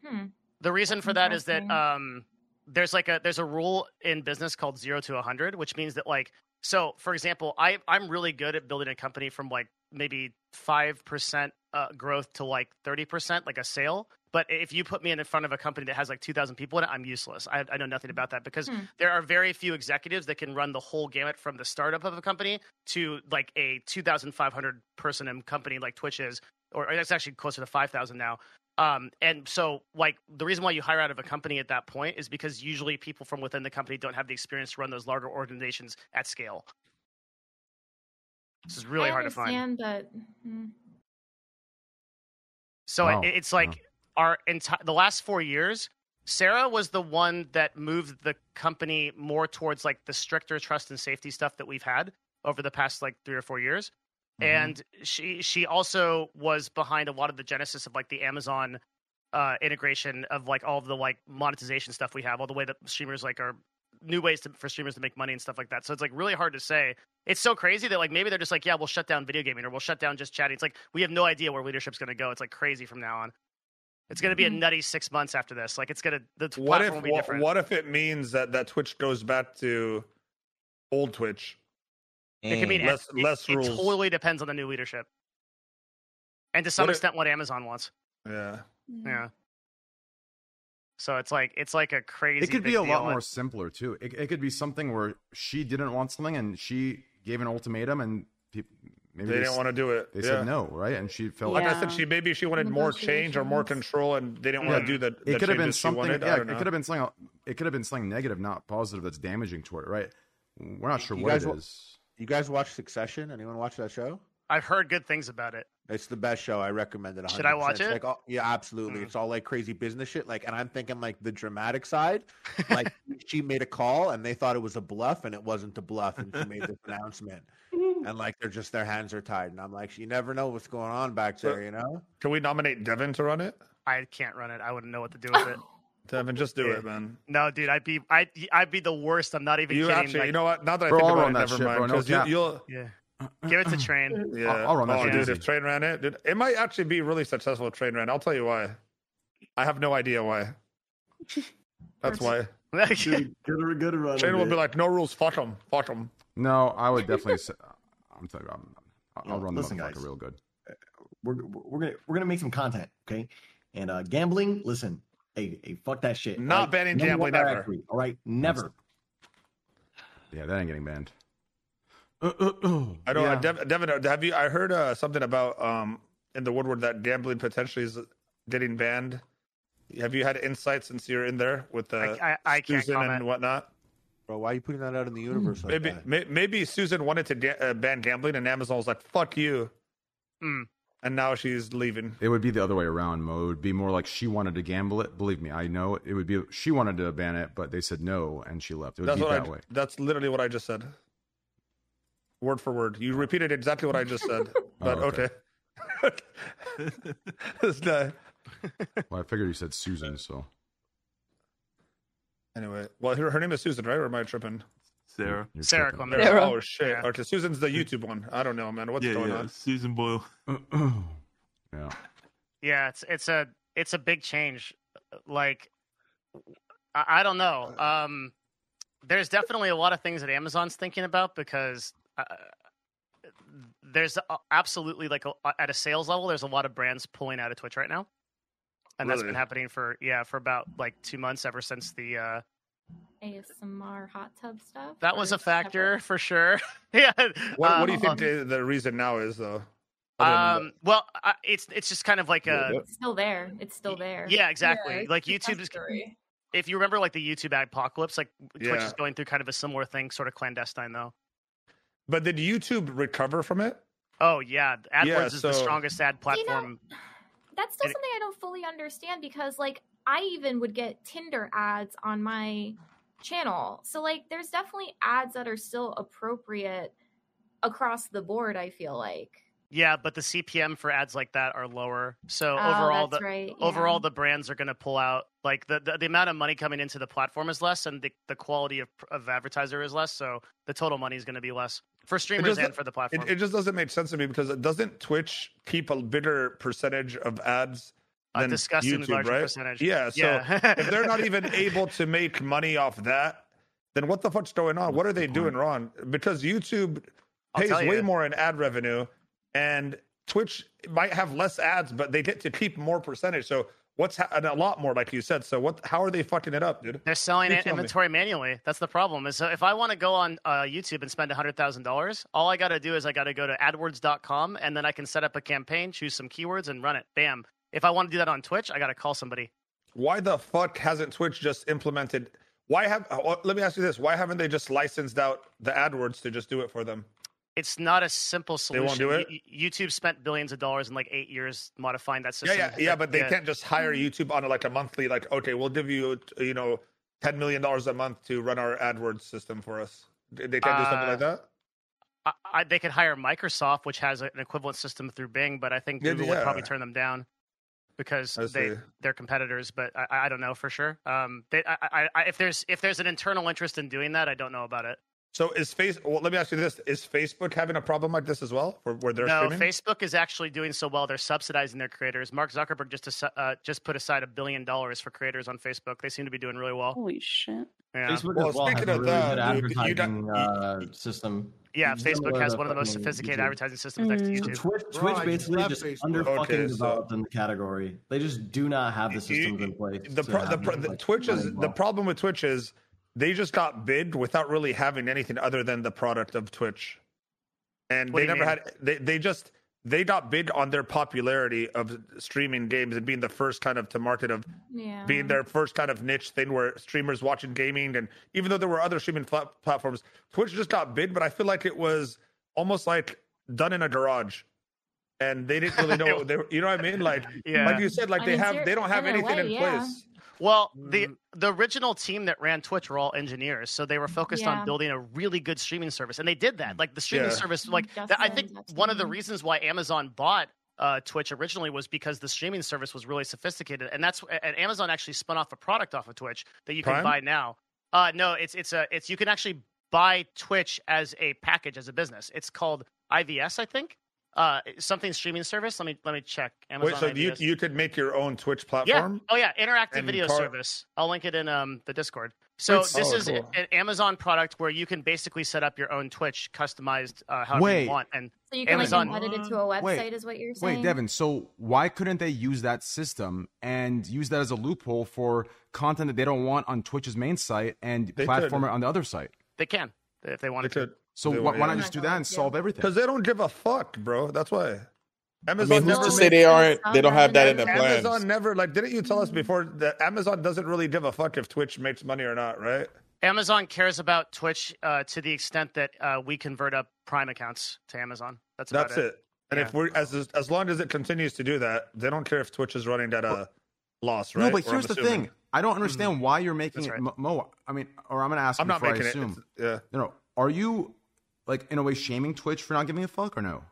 S3: Hmm.
S8: The reason for that is that
S3: Interesting.
S8: um, there's like a there's a rule in business called zero to a hundred, which means that like so for example, I I'm really good at building a company from like maybe five percent uh, growth to like thirty percent, like a sale. But if you put me in front of a company that has like two thousand people in it, I'm useless. I, I know nothing about that because
S3: Hmm.
S8: there are very few executives that can run the whole gamut from the startup of a company to like a two thousand five hundred person and company like Twitch is, or, or that's actually closer to five thousand now. Um, and so, like, the reason why you hire out of a company at that point is because usually people from within the company don't have the experience to run those larger organizations at scale. This is really
S3: I
S8: hard to find.
S3: understand, but hmm.
S8: So
S1: Wow.
S8: it, it's like
S1: Wow.
S8: our entire the last four years. Sarah was the one that moved the company more towards like the stricter trust and safety stuff that we've had over the past like three or four years.
S7: Mm-hmm.
S8: and she she also was behind a lot of the genesis of like the Amazon uh, integration of like all of the like monetization stuff we have, all the way that streamers like are new ways to, for streamers to make money and stuff like that. So it's like really hard to say. It's so crazy that like maybe they're just like, yeah, we'll shut down video gaming or we'll shut down just chatting. It's like we have no idea where leadership's going to go. It's like crazy from now on. It's going to be a
S3: Mhm.
S8: nutty six months after this. Like it's going to the platform
S7: Mm-hmm. what if
S8: will be
S7: wha-
S8: different.
S7: what if it means that that Twitch goes back to old Twitch?
S8: It could
S6: Mm.
S8: mean e,
S7: Less-
S8: it,
S7: less
S8: it,
S7: rules.
S8: it totally depends on the new leadership, and to some
S7: What if-
S8: extent, what Amazon wants.
S7: Yeah.
S8: Yeah. So it's like it's like a crazy.
S1: It could be
S8: big
S1: a lot
S8: deal.
S1: more simpler too. It, it could be something where she didn't want something and she gave an ultimatum and peop maybe
S7: They
S1: they,
S7: didn't
S1: s-
S7: want to do it.
S1: they
S7: yeah.
S1: said no, right? And she felt
S7: Like I
S9: Yeah.
S7: said, she maybe she wanted more change or more
S3: Negotiations.
S7: control, and they didn't
S1: Yeah,
S7: want to do the. the
S1: it could have been
S7: changes she
S1: something.
S7: wanted. I
S1: Yeah, it
S7: don't
S1: could
S7: know.
S1: have been something. It could have been something negative, not positive. That's damaging to it, right? We're not sure
S4: You
S1: what it
S4: guys
S1: is.
S4: wa- You guys watch Succession? Anyone watch that show?
S8: I've heard good things about it.
S4: It's the best show. I recommend it. 100%.
S8: Should I watch
S4: It's
S8: it?
S4: Like, all, yeah, absolutely.
S8: Mm.
S4: It's all like crazy business shit. Like, and I'm thinking like the dramatic side. Like, she made a call and they thought it was a bluff, and it wasn't a bluff, and she made this announcement. And like, they're just their hands are tied. And I'm like, you never know what's going on back
S7: So-
S4: there, you know?
S7: Can we nominate Devin to run it?
S8: I can't run it. I wouldn't know what to do with it.
S7: Devin, just do
S8: Yeah.
S7: it, man.
S8: No, dude, I'd be I would I'd be the worst. I'm not even
S7: You
S8: kidding.
S7: actually,
S8: like,
S7: you know what? Now that I
S1: Bro,
S7: think
S1: I'll
S7: about
S1: run
S7: it,
S1: that
S7: never
S1: shit, bro,
S7: mind.
S1: no
S7: 'cause you-
S1: cap.
S7: you'll,
S8: yeah, give it to train.
S7: Yeah,
S1: I'll- I'll run that
S7: Oh,
S1: shit
S7: dude,
S1: easy.
S7: if Train ran it, dude, it might actually be really successful. if Train ran. I'll tell you why. I have no idea why. That's why.
S2: Good, good, good uh, run.
S7: Train
S2: of
S7: will
S2: it.
S7: be like, no rules, fuck them, fuck them.
S1: No, I would definitely. say, I'm telling you, I'm,
S2: No,
S1: I'll run the
S2: listen,
S1: motherfucker
S2: guys.
S1: real good.
S2: we're we're gonna we're gonna make some content, okay? And uh gambling, listen, hey, hey fuck that shit.
S7: Not banning
S2: Never
S7: gambling,
S2: want that
S7: never.
S2: equity, All right, never.
S1: Yeah, that ain't getting banned. Uh, uh, uh.
S7: I don't.
S1: Yeah.
S7: know. Dev, Devin, have you? I heard uh, something about um in the Woodward that gambling potentially is getting banned. Have you had insight since you're in there with uh,
S8: I- I can't
S7: Susan
S8: comment.
S7: and whatnot?
S4: Bro, why are you putting that out in the universe? Like
S7: Maybe
S4: that?
S7: may, maybe Susan wanted to ga- uh, ban gambling, and Amazon was like, "Fuck you,"
S8: Mm.
S7: and now she's leaving.
S1: It would be the other way around, Mo. It would be more like she wanted to gamble it. Believe me, I know it. It would be she wanted to ban it, but they said no, and she left. It would
S7: That's
S1: be
S7: what
S1: that
S7: I,
S1: way.
S7: That's literally what I just said. Word for word. You repeated exactly what I just said. But
S1: Oh, okay.
S7: okay. It's not-
S1: Well, I figured you said Susan, so
S7: anyway, well, her, her name is Susan, right? Or am I tripping?
S6: Sarah.
S1: you're
S8: Sarah
S1: tripping.
S8: Clement.
S9: Sarah.
S7: Oh shit.
S8: Yeah.
S7: Okay, Susan's the YouTube one. I don't know, man. What's
S6: yeah,
S7: going
S6: yeah.
S7: on?
S6: Susan Boyle.
S1: yeah.
S8: Yeah, it's it's a it's a big change. Like, I, I don't know.
S7: Uh,
S8: Um, there's definitely a lot of things that Amazon's thinking about because uh, there's a- absolutely like a, at a sales level, there's a lot of brands pulling out of Twitch right now, and that's been
S7: Really?
S8: happening for yeah for about like two months ever since the uh,
S3: ASMR hot tub stuff.
S8: that
S3: or
S8: was a
S3: is that
S8: factor for sure. yeah.
S7: What, what do
S8: Um,
S7: you think the, the reason now is though? Other than
S8: Um, well, I, it's it's just kind of like
S7: Yeah,
S8: a
S7: that-
S3: what- It's still there. It's still there.
S8: yeah, exactly.
S10: it's
S8: like
S10: the
S8: YouTube is
S10: story.
S8: if you remember like the YouTube apocalypse, like Twitch
S7: Yeah.
S8: is going through kind of a similar thing, sort of clandestine though.
S7: But did YouTube recover from it?
S8: Oh yeah, AdWords
S7: Yeah,
S8: is the
S7: so-
S8: strongest ad platform.
S3: That's still
S8: And it-
S3: something I don't fully understand because, like, I even would get Tinder ads on my channel. So like there's definitely ads that are still appropriate across the board, I feel like.
S8: Yeah, but the CPM for ads like that are lower. So
S3: Oh,
S8: overall,
S3: that's
S8: the
S3: right, yeah.
S8: overall the brands are going to pull out like the, the the amount of money coming into the platform is less, and the, the quality of of advertiser is less. So the total money is going to be less for streamers and for the platform.
S7: It, it just doesn't make sense to me because it doesn't Twitch keep a bigger percentage of ads
S8: A
S7: than
S8: disgustingly
S7: YouTube,
S8: large
S7: right?
S8: percentage.
S7: Yeah. So
S8: Yeah.
S7: if they're not even able to make money off that, then what the fuck's going on? what are they doing wrong? Because YouTube
S8: I'll
S7: pays
S8: tell
S7: way
S8: you.
S7: more in ad revenue, and Twitch might have less ads, but they get to keep more percentage. So what's ha- and a lot more, like you said. So what? How are they fucking it up, dude?
S8: They're selling
S7: You
S8: it
S7: tell me.
S8: inventory manually. That's the problem. Is so if I want to go on uh, YouTube and spend hundred thousand dollars, all I got to do is I got to go to AdWords.com and then I can set up a campaign, choose some keywords, and run it. Bam. If I want to do that on Twitch, I got to call somebody.
S7: why the fuck hasn't Twitch just implemented? Why have? uh, Let me ask you this: Why haven't they just licensed out the AdWords to just do it for them?
S8: It's not a simple
S7: They
S8: solution.
S7: won't do it?
S8: Y- y- YouTube spent billions of dollars in like eight years modifying that system.
S7: yeah, yeah, yeah. But they
S8: Yeah.
S7: can't just
S8: Hmm.
S7: hire YouTube on like a monthly. Like, okay, we'll give you, you know, ten million dollars a month to run our AdWords system for us. They can't do something
S8: Uh,
S7: like that.
S8: I, I, they could hire Microsoft, which has a- an equivalent system through Bing, but I think
S7: Yeah,
S8: Google would probably
S7: yeah.
S8: turn them down because
S7: I
S8: they
S7: see.
S8: they're competitors. But I- I, I don't know for sure. Um, they, I, I, I, if there's if there's an internal interest in doing that, I don't know about it.
S7: So is face? Well, let me ask you this: Is Facebook having a problem like this as well, where, where they're
S8: no,
S7: streaming?
S8: Facebook is actually doing so well; they're subsidizing their creators. Mark Zuckerberg just as- uh, just put aside a billion dollars for creators on Facebook. They seem to be doing really well.
S9: Holy shit.
S8: Yeah.
S2: Facebook
S7: Well,
S2: as well has
S7: speaking
S2: a
S7: of
S2: really
S7: that,
S2: good
S7: dude, you don't-
S2: advertising uh, system.
S8: Yeah,
S2: It's similar
S8: Facebook has
S2: to
S8: one of the most
S2: fucking
S8: sophisticated
S2: YouTube.
S8: advertising systems next to
S9: Mm.
S2: So
S8: YouTube.
S2: Twitch,
S4: Bro,
S2: Twitch
S4: I just
S2: basically
S4: left
S2: just
S4: Facebook.
S2: under
S7: Okay,
S2: fucking
S7: so-
S2: developed in the category. They just do not have the systems in place.
S7: the
S2: to
S7: pro- the,
S2: have
S7: pro-
S2: them,
S7: the
S2: like,
S7: Twitch is
S2: running
S7: the
S2: well.
S7: problem with Twitch is they just got bid without really having anything other than the product of Twitch, and
S8: What
S7: they
S8: do you
S7: never
S8: mean?
S7: had they they just they got bid on their popularity of streaming games and being the first kind of to market of
S3: Yeah.
S7: being their first kind of niche thing where streamers watching gaming and even though there were other streaming pla- platforms twitch just got big but i feel like it was almost like done in a garage and they didn't really know what they were, you know what i mean like
S8: Yeah.
S7: like you said like
S3: I
S7: they
S3: mean,
S7: have
S3: ser-
S7: they don't have
S3: in a
S7: anything
S3: way,
S7: in
S3: yeah.
S7: place Mm-hmm.
S8: Well, the the original team that ran Twitch were all engineers, so they were focused
S3: Yeah.
S8: on building a really good streaming service, and they did that. Like the streaming
S7: Yeah.
S8: service, like
S3: Justin
S8: that, I think
S3: and that
S8: one of the
S3: team.
S8: reasons why Amazon bought uh, Twitch originally was because the streaming service was really sophisticated, and that's and Amazon actually spun off a product off of Twitch that you can
S7: Prime?
S8: buy now. Uh, no, it's it's a it's you can actually buy Twitch as a package as a business. It's called IVS, I think. Uh, something streaming service. Let me let me check. Amazon
S7: wait so you
S8: IVS.
S7: you could make your own twitch
S8: Yeah.
S7: platform
S8: Oh yeah, interactive
S7: and
S8: video
S7: car-
S8: service. I'll link it in um the Discord. So
S7: Twitch-
S8: this
S7: Oh,
S8: is
S7: cool.
S8: an Amazon product where you can basically set up your own Twitch customized uh, however
S1: Wait.
S8: you want. And
S3: So you can
S8: Amazon-
S3: like embed it into a website,
S1: Wait.
S3: is what you're saying?
S1: Wait, Devin. So why couldn't they use that system and use that as a loophole for content that they don't want on Twitch's main site and
S7: They
S1: platform
S7: could.
S1: it on the other site?
S8: they can if they
S7: they
S8: wanted to.
S7: could
S1: So
S7: They
S1: wh-
S7: want-
S1: why
S7: yeah.
S1: not just do that and solve everything?
S7: because they don't give a fuck bro that's why
S5: I
S7: amazon
S5: mean, who's
S7: never
S5: to
S3: Amazon-
S5: say they aren't? They don't have that in their
S3: Amazon-
S5: plans.
S7: Amazon never like didn't you tell
S3: Hmm.
S7: us before that Amazon doesn't really give a fuck if Twitch makes money or not, right?
S8: Amazon cares about Twitch uh, to the extent that uh, we convert up Prime accounts to Amazon. That's about
S7: That's it. And if we're as as long as it continues to do that, they don't care if Twitch is running at a loss, right?
S1: No, but
S7: Or I'm
S1: here's the
S7: assuming. Mm-hmm.
S1: thing. I don't understand why you're making
S8: That's
S1: it,
S8: right.
S1: Mo- Mo. I mean, or I'm gonna ask
S7: I'm
S1: you
S7: not
S1: before I
S7: making it.
S1: assume.
S7: It's- yeah.
S1: No, no. Are you like in a way shaming Twitch for not giving a fuck or no?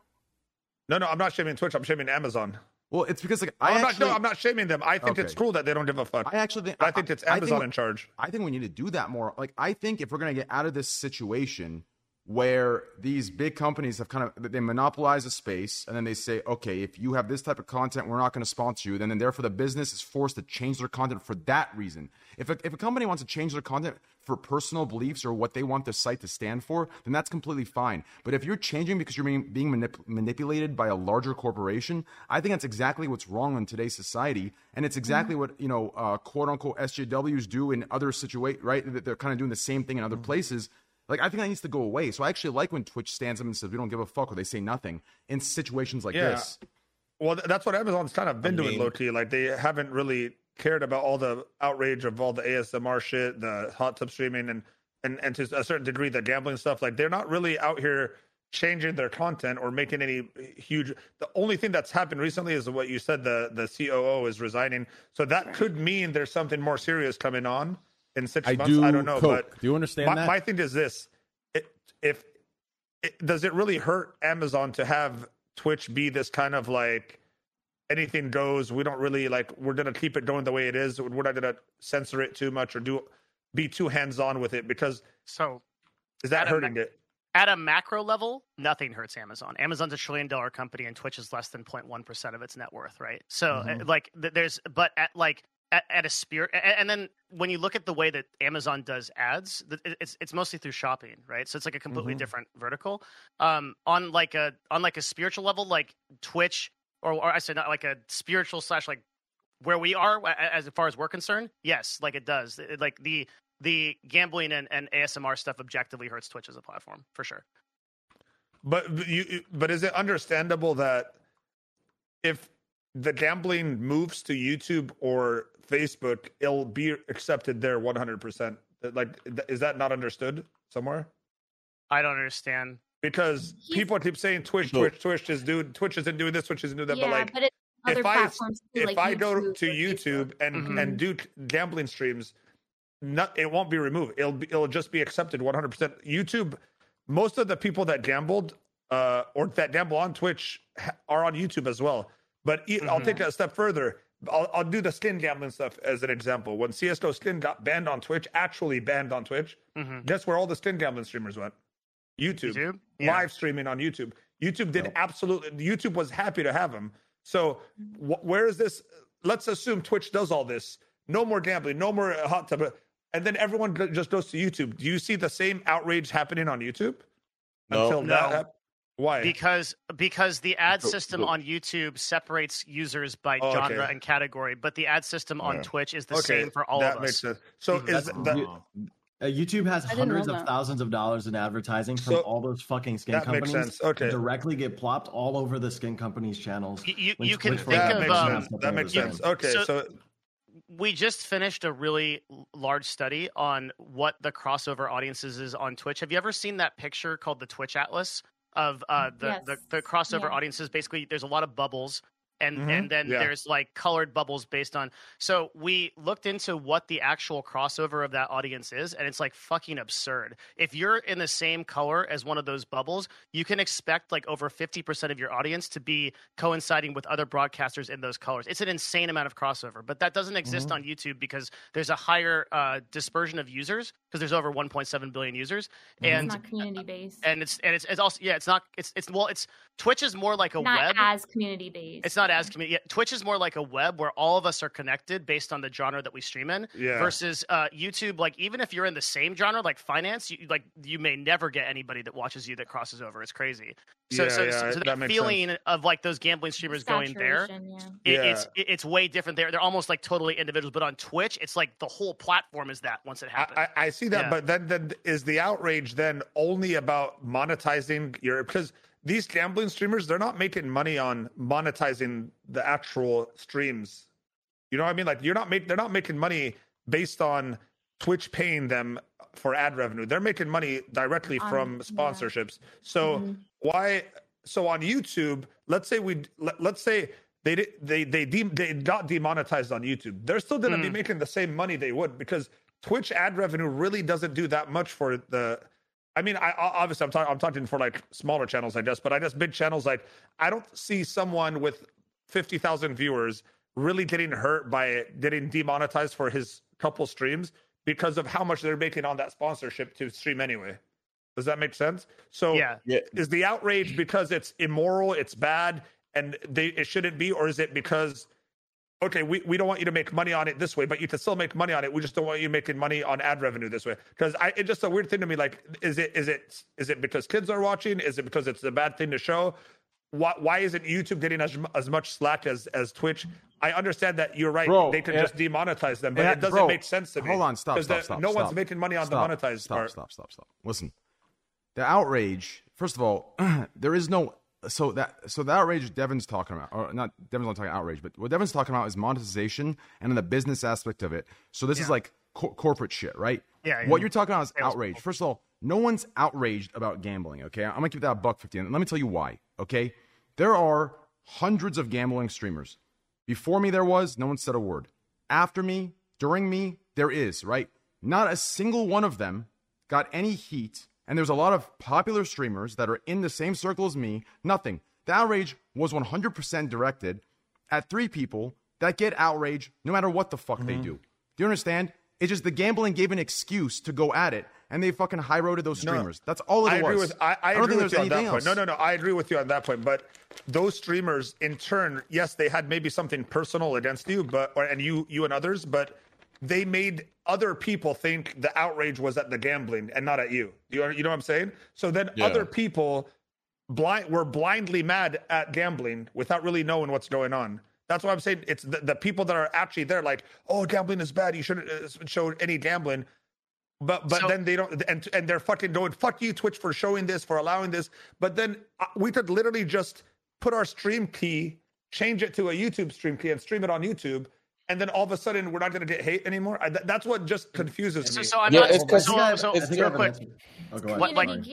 S7: No, no, I'm not shaming Twitch. I'm shaming Amazon.
S1: Well, it's because like
S7: I
S1: I
S7: am
S1: actually,
S7: not, no, I'm not shaming them. I think
S1: Okay.
S7: it's cool that they don't give a fuck.
S1: I actually think
S7: But I, think it's Amazon in
S1: and.
S7: charge.
S1: I think we need to do that more. Like, I think if we're going to get out of this situation where these big companies have kind of they monopolize a space and then they say, okay, if you have this type of content, we're not going to sponsor you. Then, then therefore, the business is forced to change their content for that reason. If a, if a company wants to change their content for personal beliefs or what they want their site to stand for, then that's completely fine. But if you're changing because you're being, being manip- manipulated by a larger corporation, I think that's exactly what's wrong in today's society, and it's
S7: Mm-hmm.
S1: exactly what you know, uh, quote unquote SJWs do in other situations, right? That They're kind of doing the same thing in
S7: Mm-hmm.
S1: other places. Like I think that needs to go away. So I actually like when Twitch stands up and says we don't give a fuck or they say nothing in situations like
S7: Yeah.
S1: this.
S7: Well, th- that's what Amazon's kind of been doing,
S5: mean-
S7: low key. Like they haven't really cared about all the outrage of all the ASMR shit, the hot tub streaming, and and and to a certain degree the gambling stuff. Like they're not really out here changing their content or making any huge. The only thing that's happened recently is what you said. The the COO is resigning, so that could mean there's something more serious coming on. in six
S11: I
S7: months.
S11: do
S7: I don't know.
S11: coke.
S7: But
S11: Do you understand
S7: my,
S11: that?
S7: My thing is this: it, if it, does it really hurt Amazon to have Twitch be this kind of like anything goes? We don't really like. We're gonna keep it going the way it is. We're not gonna censor it too much or do be too hands on with it because
S8: so
S7: is that
S8: Adam,
S7: hurting it?
S8: At a macro level, nothing hurts Amazon. Amazon's a trillion dollar company and Twitch is less than 0.1% of its net worth, right? So
S7: Mm-hmm.
S15: Mhm.
S8: uh, like th- there's but at like at, at a spirit a- and then when you look at the way that Amazon does ads, th- it- it's it's mostly through shopping, right? So it's like a completely
S15: Mhm.
S8: different vertical. Um on like a on like a spiritual level like Twitch or, or I said not like a spiritual slash like where we are a- a- as far as we're concerned yes like it does It- like the the gambling and, and asmr stuff objectively hurts twitch as a platform for sure
S7: But but you, but is it understandable that if the gambling moves to YouTube or Facebook, it'll be accepted there one hundred percent? Like, th- is that not understood somewhere?
S8: i don't understand
S7: Because people keep saying Twitch, Twitch, Twitch is doing Twitch isn't doing this, Twitch isn't doing that.
S3: yeah,
S7: but like,
S3: but it's other
S7: if I
S3: platforms too,
S7: if
S3: like
S7: I go
S3: YouTube
S7: to
S3: or
S7: YouTube and
S3: Mhm.
S7: and do gambling streams, not it won't be removed. It'll be, it'll just be accepted 100. percent YouTube. Most of the people that gambled uh, or that gamble on Twitch ha- are on YouTube as well. But e I'll
S11: Mhm.
S3: Mm-hmm.
S7: take that a step further. I'll, I'll do the skin gambling stuff as an example. When CS:GO skin got banned on Twitch, actually banned on Twitch,
S3: Mm-hmm.
S8: Mhm.
S7: guess where all the skin gambling streamers went? YouTube,
S8: Yeah.
S7: live streaming on YouTube. YouTube did absolutely. YouTube was happy to have him. So wh- where is this? Let's assume Twitch does all this. No more gambling. No more uh, hot tub. And then everyone go- just goes to YouTube. Do you see the same outrage happening on YouTube? Until that hap- why?
S8: because because the ad
S7: Go-
S8: system
S7: go.
S8: on youtube separates users by
S7: Oh, okay.
S8: genre and category but the ad system on
S2: Yeah.
S8: twitch is the
S2: Okay,
S8: same for all
S2: that
S8: of
S2: makes
S8: us
S2: sense. So Mhm. is
S8: That's-
S2: the- Uh, YouTube has
S8: I didn't know
S2: hundreds
S8: that.
S2: of thousands of dollars in advertising from
S8: So-
S2: all those fucking skin
S7: That makes
S2: companies.
S7: sense. Okay.
S2: directly get plopped all over the skin companies' channels.
S8: You- you,
S2: when
S8: you can
S2: Twitch, for
S8: think
S2: example,
S8: of
S2: does
S8: um,
S2: something
S7: that
S2: like
S7: makes sense. Okay, so-
S8: we just finished a really l- large study on what the crossover audiences is on Twitch. Have you ever seen that picture called the Twitch Atlas of uh, the, the
S15: Yes.
S8: the crossover
S15: Yeah.
S8: audiences? Basically, there's a lot of bubbles. And,
S2: Mm-hmm.
S15: Mhm.
S8: and then
S15: Yeah.
S8: there's like colored bubbles based on. So we looked into what the actual crossover of that audience is, and it's like fucking absurd. If you're in the same color as one of those bubbles, you can expect like over 50% of your audience to be coinciding with other broadcasters in those colors. It's an insane amount of crossover, but that doesn't exist
S15: Mhm.
S8: on YouTube because there's a higher uh, dispersion of users because there's over 1.7 billion users.
S3: it's
S8: And
S3: not community based.
S8: and it's and it's, it's also yeah it's not it's it's well it's twitch is more like a
S3: Not
S8: web
S3: as community based.
S8: it's not as community. yeah, Twitch is more like a web where all of us are connected based on the genre that we stream in.
S15: Yeah.
S8: Versus uh, YouTube, like even if you're in the same genre, like finance, you like you may never get anybody that watches you that crosses over. It's crazy. So
S15: Yeah,
S8: so,
S15: yeah,
S8: so, so
S15: that
S8: that,
S15: makes
S8: feeling of like those gambling streamers going there,
S15: Saturation, yeah.
S8: it-
S15: Yeah.
S8: it's it- it's way different. They're they're almost like totally individuals. But on Twitch, it's like the whole platform is that once it happens.
S7: I, I see that,
S8: Yeah.
S7: but then then is the outrage then only about monetizing your because these gambling streamers they're not making money on monetizing the actual streams. You know what I mean? Like you're not making they're not making money based on Twitch paying them for ad revenue. They're making money directly
S11: On- Mm-hmm.
S7: from sponsorships. So why? So on YouTube, let's say we let, let's say they did they they de- they got demonetized on YouTube. They're still going to be
S11: Mm.
S7: making the same money they would because Twitch ad revenue really doesn't do that much for the. I mean, I I- obviously I'm talking I'm talking for like smaller channels, I guess, but I guess big channels like I don't see someone with fifty thousand viewers really getting hurt by it, getting demonetized for his couple streams because of how much they're making on that sponsorship to stream anyway. Does that make sense? So
S8: Yeah.
S7: is the outrage because it's immoral, it's bad, and they it shouldn't be, or is it because okay, we, we don't want you to make money on it this way, but you can still make money on it. We just don't want you making money on ad revenue this way. Because I it's just a weird thing to me. Like, is it is it is it because kids are watching? Is it because it's a bad thing to show? Why why isn't YouTube getting as mu- as much slack as as Twitch? I understand that you're right.
S1: Bro,
S7: they could
S1: it-
S7: just demonetize them, but
S1: Yeah,
S7: it doesn't
S1: bro,
S7: make sense to me.
S1: Hold on, stop,
S7: 'Cause
S1: stop,
S7: the-
S1: stop.
S7: No one's
S1: stop.
S7: making money on
S1: Stop,
S7: the monetized
S1: stop,
S7: part.
S1: Stop, stop, stop. Listen, the outrage. First of all, there is no so that so the outrage Devin's talking about, or not Devin's not talking outrage, but what Devin's talking about is monetization and then the business aspect of it. So this is like cor- corporate shit, right?
S11: Yeah, yeah.
S1: What you're talking about is outrage. First of all, no one's outraged about gambling. Okay, I'm gonna keep that a buck fifty, and let me tell you why. Okay, there are hundreds of gambling streamers. Before me, there was no one said a word. After me, during me, there is right. Not a single one of them got any heat. And there's a lot of popular streamers that are in the same circle as me. Nothing. The outrage was 100% directed at three people that get outrage no matter what the fuck they
S7: Mm-hmm.
S1: do. Do you understand? It's just the gambling gave an excuse to go at it, and they fucking high roaded those
S7: No.
S1: streamers. That's all it was.
S7: I agree with I, I,
S1: don't
S7: agree
S1: think there's
S7: with you on that
S1: anything
S7: point.
S1: else.
S7: No, no, no. I agree with you on that point. But those streamers, in turn, yes, they had maybe something personal against you, but or, and you you and others, but they made other people think the outrage was at the gambling and not at you. You are- you know what I'm saying? So then
S5: Yeah.
S7: other people blind were blindly mad at gambling without really knowing what's going on. That's why I'm saying it's the, the people that are actually there, like, oh, gambling is bad. You shouldn't uh, show any gambling. But but then they don't and and they're fucking going fuck you Twitch for showing this for allowing this. But then uh, we could literally just put our stream key, change it to a YouTube stream key, and stream it on YouTube. And then all of a sudden we're not going to get hate anymore. I, that, that's what just confuses me.
S8: So I'm not. so, so real quick.
S7: Oh,
S8: what, like,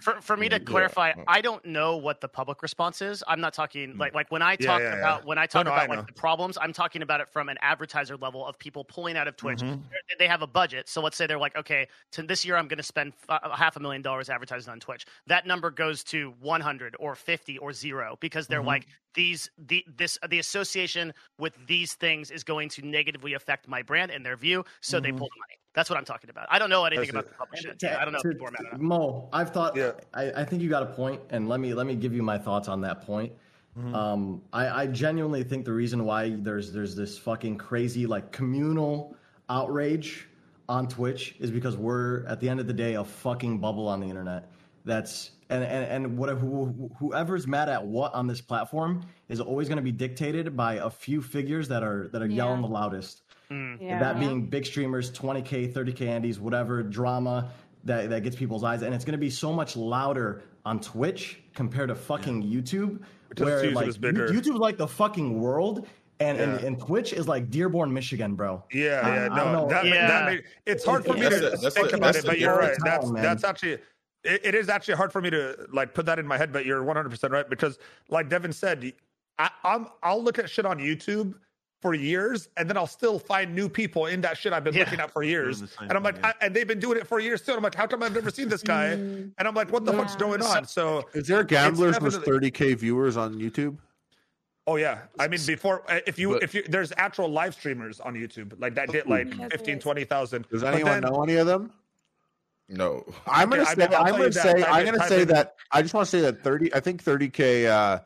S8: for, for me to
S7: Yeah. Hmm.
S8: clarify, I don't know what the public response is. I'm not talking like like when I
S7: Yeah,
S8: talk
S7: yeah, yeah.
S8: about when I
S7: No,
S8: talk
S7: no, I
S8: about
S7: know.
S8: like the problems, I'm talking about it from an advertiser level of people pulling out of Twitch.
S7: Mhm.
S8: They're- They have a budget, so let's say they're like, okay, to this year I'm going to spend f- uh, half a million dollars advertising on Twitch. That number goes to 100 or 50 or zero because they're
S7: Mhm.
S8: like these the this the association with these things is going to negatively affect my brand and their view, so they
S2: Mhm.
S8: pull the money. That's what I'm talking about. I don't know anything
S7: That's
S8: about
S7: it.
S8: the public shit.
S2: To-
S8: I don't know if
S2: uh, to-
S8: people are mad at
S2: Mo, I've thought. I, I think you got a point, and let me let me give you my thoughts on that point.
S7: Mm-hmm.
S2: Um, I, I genuinely think the reason why there's there's this fucking crazy like communal outrage on Twitch is because we're at the end of the day a fucking bubble on the internet. That's and and and whatever who- whoever's mad at what on this platform is always going to be dictated by a few figures that are that are yelling the loudest.
S8: Mm.
S9: Yeah.
S2: That being big streamers, 20K, 30K Andes, whatever drama that, that gets people's eyes. And it's going to be so much louder on Twitch compared to fucking YouTube.
S7: Because
S2: Where
S7: YouTube
S2: like,
S7: is bigger.
S2: YouTube's like the fucking world. And, and,
S7: Yeah.
S2: and Twitch is like Dearborn, Michigan, bro.
S7: Yeah,
S2: I-
S7: yeah,
S2: I
S7: no,
S2: don't know.
S7: that, that may, it's hard for me
S5: That's
S7: to
S5: a- that's
S7: think
S5: a-
S7: about
S5: that's
S7: it,
S5: a
S7: but you're right.
S5: different
S7: That's
S2: time, man.
S7: that's actually it, it is actually hard for me to like put that in my head, but you're 100 percent right because, like Devin said, I, I'm I'll look at shit on YouTube for years, and then I'll still find new people in that shit I've been
S8: Yeah.
S7: looking at for years,
S6: the same
S7: and I'm
S6: thing,
S7: like,
S6: yeah.
S7: I, and they've been doing it for years too. And I'm like, how come I've never seen this guy? And I'm like, what the fuck's going on? So
S4: Is there gamblers with
S7: definitely-
S4: 30k viewers on YouTube?
S7: Oh yeah, I mean before uh, if you
S4: But-
S7: if you there's actual live streamers on YouTube like that did like
S10: Yes,
S7: 15
S10: there is.
S7: 20,000.
S4: Does
S7: But
S4: anyone
S7: then-
S4: know any of them?
S5: No, I'm gonna
S7: Okay, I
S5: say.
S7: mean, I'll
S5: I am
S7: tell
S5: gonna
S7: you that.
S5: say.
S7: Type
S5: I'm
S7: in-
S5: gonna
S7: type
S5: say
S7: in-
S5: that. I just want to say that 30. I think 30k uh,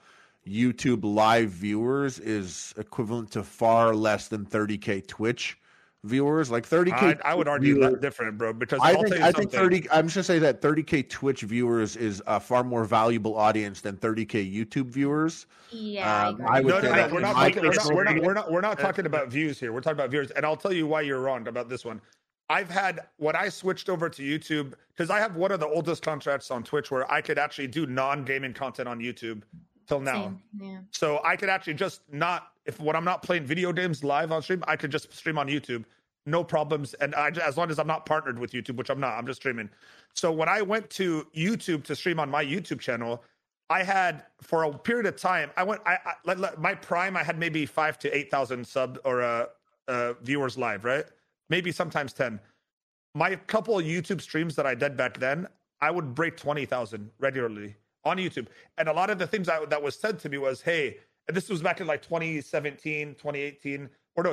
S5: YouTube live viewers is equivalent to far less than 30k Twitch viewers. Like 30k.
S7: I, I would
S5: Twitch
S7: argue
S5: viewers-
S7: that different, bro. Because
S5: I
S7: will
S5: think
S7: tell you
S5: I
S7: something.
S5: think 30. I'm just gonna say that 30k Twitch viewers is a far more valuable audience than 30k YouTube viewers.
S3: Yeah,
S5: Um,
S3: I,
S5: I
S3: agree.
S5: would
S7: No, no,
S5: say
S7: no.
S5: that
S7: We're
S5: in
S7: not,
S5: my
S7: talking, we're, not,
S5: personal
S7: we're, not,
S5: opinion-
S7: we're, not, we're not talking about views here. We're talking about viewers. And I'll tell you why you're wrong about this one. I've had, when I switched over to YouTube, because I have one of the oldest contracts on Twitch where I could actually do non gaming content on YouTube till now.
S3: Same. Yeah.
S7: So I could actually just not if when I'm not playing video games live on stream, I could just stream on YouTube, no problems. And I, as long as I'm not partnered with YouTube, which I'm not, I'm just streaming. So when I went to YouTube to stream on my YouTube channel, I had for a period of time, I went, I, I like, like, my prime, I had maybe five to eight thousand sub or uh, uh, viewers live, right? Maybe sometimes ten. My couple of YouTube streams that I did back then, I would break 20,000 regularly on YouTube. And a lot of the things that, that was said to me was, hey, and this was back in like 2017, 2018, or no,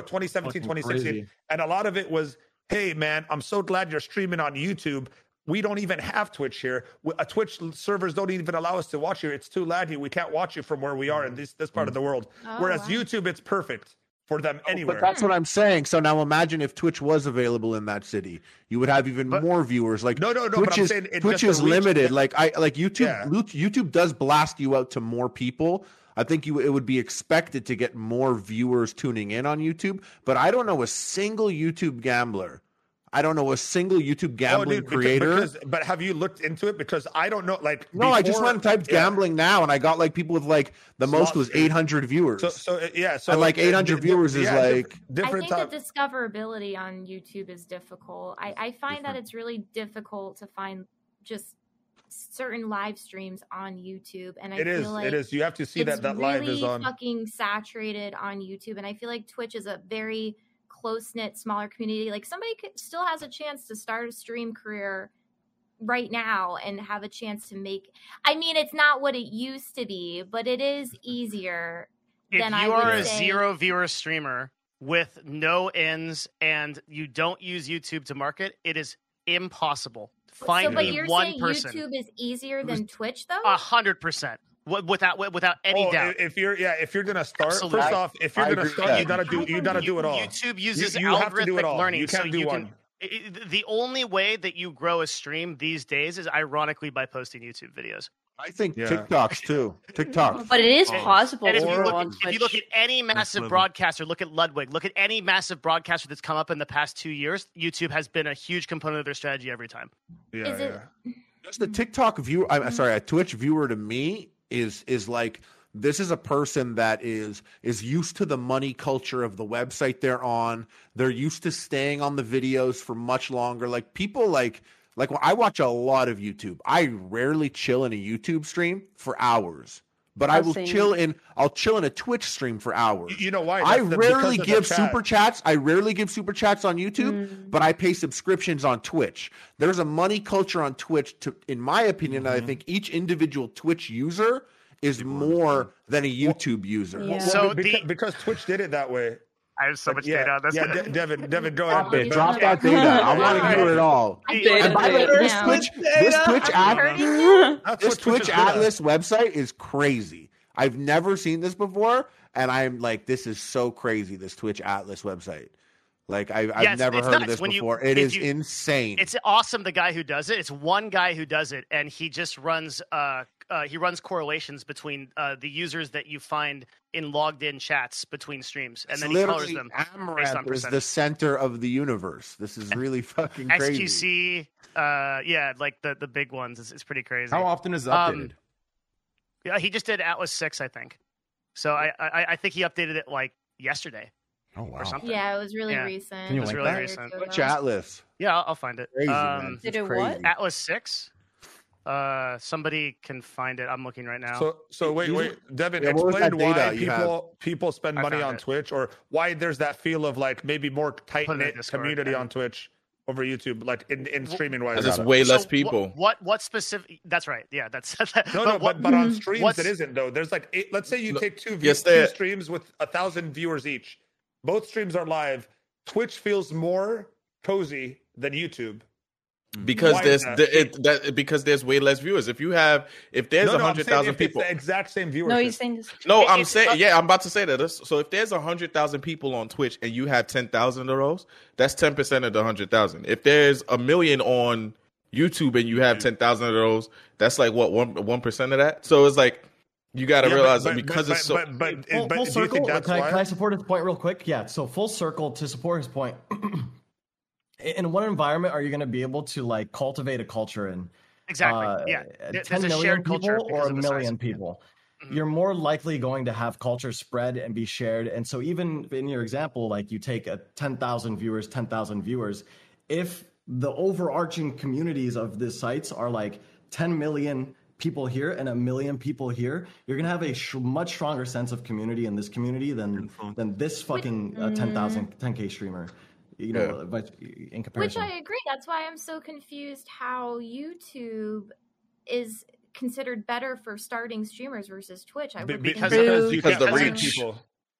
S2: Fucking
S7: 2017, 2016.
S2: crazy.
S7: And a lot of it was, hey, man, I'm so glad you're streaming on YouTube. We don't even have Twitch here. We- uh, Twitch servers don't even allow us to watch you. It's too laggy. We can't watch you from where we are in this, this part of the world.
S3: Oh,
S7: Whereas
S3: wow.
S7: YouTube, it's perfect for them anywhere.
S5: But that's what I'm saying. So now imagine if Twitch was available in that city, you would have even more viewers. Like
S7: No, no, no,
S5: Twitch
S7: but I'm
S5: is,
S7: saying it
S5: Twitch
S7: just
S5: is
S7: reach-
S5: limited. Like I like YouTube.
S7: Yeah.
S5: YouTube does blast you out to more people. I think you it would be expected to get more viewers tuning in on YouTube. But I don't know a single YouTube gambler. I don't know a single YouTube gambling
S7: beca-
S5: creator.
S7: Oh, Because, but have you looked into it? Because I don't know. Like
S5: no, I just
S7: before-
S5: went and typed
S7: yeah.
S5: gambling now, and I got like people with like the most
S7: Slot-
S5: was 800 viewers.
S7: So, so uh, yeah. So
S5: And, like, 800
S7: di-
S5: viewers is,
S7: diff-
S5: like-
S7: different
S3: I think
S7: type.
S3: the discoverability on YouTube is difficult. I, I find that it's really difficult to find just certain live streams on YouTube, and I
S7: It
S3: feel
S7: is.
S3: like
S7: it is. You have to see
S3: it's
S7: that that
S3: really
S7: live is on.
S3: fucking saturated on YouTube, and I feel like Twitch is a very close knit, smaller community, like somebody could, still has a chance to start a stream career right now and have a chance to make. I mean, it's not what it used to be, but it is easier.
S8: If
S3: than I
S8: you
S3: would
S8: are a
S3: say-
S8: zero viewer streamer with no ends and you don't use YouTube to market, it is impossible. Find
S3: so, but
S8: me
S3: you're
S8: one
S3: saying
S8: person.
S3: YouTube is easier than Twitch, though.
S8: A hundred percent. Wi- Without wi- without any
S7: Oh,
S8: doubt.
S7: i- if you're yeah, if you're gonna start,
S8: Absolutely.
S7: first off, if you're
S5: I
S7: gonna
S5: agree with
S7: start, you
S5: that.
S7: gotta do you gotta do it all.
S8: YouTube uses
S7: you have to do it
S8: algorithmic
S7: all.
S8: learning.
S7: You can't
S8: so
S7: do
S8: you
S7: one.
S8: Can, i- i- the only way that you grow a stream these days is ironically by posting YouTube videos.
S5: I think
S7: Yeah.
S5: TikToks too. TikTok.
S9: But it is
S6: Oh.
S9: possible
S8: And
S9: to
S8: if you,
S9: grow
S8: look,
S9: on
S8: if you look at
S9: Twitch.
S8: any massive
S6: level.
S8: broadcaster, look at Ludwig, look at any massive broadcaster that's come up in the past two years, YouTube has been a huge component of their strategy every time.
S7: Yeah,
S3: Is it-
S7: yeah.
S5: Just the TikTok view. I'm sorry, a Twitch viewer to me is is like this is a person that is is used to the money culture of the website they're on. They're used to staying on the videos for much longer. Like people like like when I watch a lot of YouTube. I rarely chill in a YouTube stream for hours. But I
S3: Oh,
S9: I've
S5: will
S9: seen-
S5: chill in I'll chill in a Twitch stream for hours.
S7: You know why?
S5: I
S7: That's the-
S5: rarely
S7: because of the
S5: give
S7: chat.
S5: super chats. I rarely give super chats on YouTube,
S3: Mm.
S5: but I pay subscriptions on Twitch. There's a money culture on Twitch to in my opinion, that I think each individual Twitch user is more than a YouTube user.
S9: Yeah.
S7: Well,
S8: So
S7: be- beca-
S8: the-
S7: because Twitch did it that way.
S8: I have so much data on this.
S7: yeah, De- Devin, Devin, go ahead.
S3: Yeah,
S5: Okay,
S7: Devin.
S5: drop that data. I want to hear it all.
S3: I
S8: And
S3: feel
S5: And by the way,
S3: right
S5: this
S3: now.
S5: Twitch, this Twitch
S3: I'm
S5: ad,
S3: hurting.
S7: That's
S5: this
S7: what Twitch
S5: Twitch
S7: is good at.
S5: Atlas website is crazy. I've never seen this before, and I'm like, this is so crazy. This Twitch Atlas website, like I've, I've
S8: Yes,
S5: never
S8: it's
S5: heard of
S8: nuts.
S5: this
S8: When you-
S5: before. it
S8: if
S5: is
S8: you-
S5: insane.
S8: it's awesome the guy who does it it's one guy who does it and he just runs uh, uh he runs correlations between uh the users that you find in logged in chats between streams and
S5: It's
S8: then he colors
S5: literally
S8: them based on
S5: Amaranth is the
S8: percentage
S5: center of the universe. This is really fucking crazy.
S8: xqc uh yeah like the the big ones it's, it's pretty crazy
S1: How often is it
S8: Um,
S1: updated?
S8: yeah he just did atlas 6 i think so I, I i think he updated it like yesterday
S1: oh
S8: or
S1: wow.
S8: something
S3: Yeah, it was really
S8: Yeah.
S3: recent.
S1: Can you
S3: It was
S1: link
S3: really
S1: that?
S3: recent.
S5: Twitch Atlas,
S8: yeah i'll, I'll find it
S5: crazy man.
S8: um
S5: This
S9: Did
S5: is
S9: it what?
S5: crazy.
S8: atlas 6 uh somebody can find it i'm looking right now
S7: So, so wait,
S5: You-
S7: wait, Devin,
S5: Yeah, what was
S7: explain
S5: that
S7: why
S5: data you had?
S7: people people spend
S8: I
S7: money
S8: found
S7: on
S8: it.
S7: Twitch, or why there's that feel of like maybe more tight
S8: in the
S7: knit
S8: Discord,
S7: community
S8: yeah.
S7: on Twitch over YouTube, like in, in
S8: Well,
S7: streaming wise.
S5: As
S11: Because
S5: it's
S11: it's
S5: Got it.
S11: way
S8: So
S11: less
S8: wh-
S11: people.
S8: What, what specific? That's right. Yeah, that's.
S7: No,
S8: but
S7: no,
S8: what- Hmm,
S7: but, but on streams
S8: what's-
S7: it isn't though. There's like eight, let's say you
S11: Look,
S7: take two, views,
S11: yes,
S7: two
S11: there-
S7: streams with a thousand viewers each. Both streams are live. Twitch feels more cozy than YouTube. Why
S11: because
S7: is
S11: there's
S7: that?
S11: the, it, that because there's way less viewers. If you have if there's
S7: no,
S11: a
S7: no, I'm
S11: hundred
S7: saying
S11: thousand
S7: if it's
S11: people,
S7: the exact same viewership.
S9: No, Oh, you're saying this.
S11: no,
S8: It-
S11: I'm
S8: it's
S11: saying
S8: not-
S11: yeah, I'm about to say that. That's- So if there's a hundred thousand people on Twitch and you have ten thousand of those, that's ten percent of the hundred thousand. If there's a million on YouTube and you have ten thousand of those, that's like what one one percent of that. So it's like you got to
S7: Yeah, but-
S11: realize
S7: but-
S11: that because
S7: but-
S11: it's so.
S7: but, but,
S2: full,
S7: but
S2: full
S7: do you
S2: circle.
S7: think
S2: like,
S7: that's
S2: can, I,
S7: why?
S2: can I support his point real quick? Yeah. So full circle to support his point. in what environment are you going to be able to like cultivate a culture in?
S8: exactly.
S2: uh,
S8: yeah. There-
S2: ten
S8: there's a
S2: million
S8: shared culture
S2: people
S8: because of
S2: or a
S8: Mm-hmm. the size.
S2: million people. You're more likely going to have culture spread and be shared. And so, even in your example, like you take a ten thousand viewers, ten thousand viewers, if the overarching communities of the sites are like ten million people here and a million people here, you're gonna have a sh- much stronger sense of community in this community than than this fucking uh, 10,000 10k streamer. You know, but in
S3: Which
S2: comparison,
S3: I agree. That's why I'm so confused how YouTube is considered better for starting streamers versus Twitch. I
S7: Be-
S3: would
S7: be-
S3: think
S8: because-
S3: so.
S7: because you
S11: Because
S7: can't
S11: the
S7: find
S11: reach.
S7: people.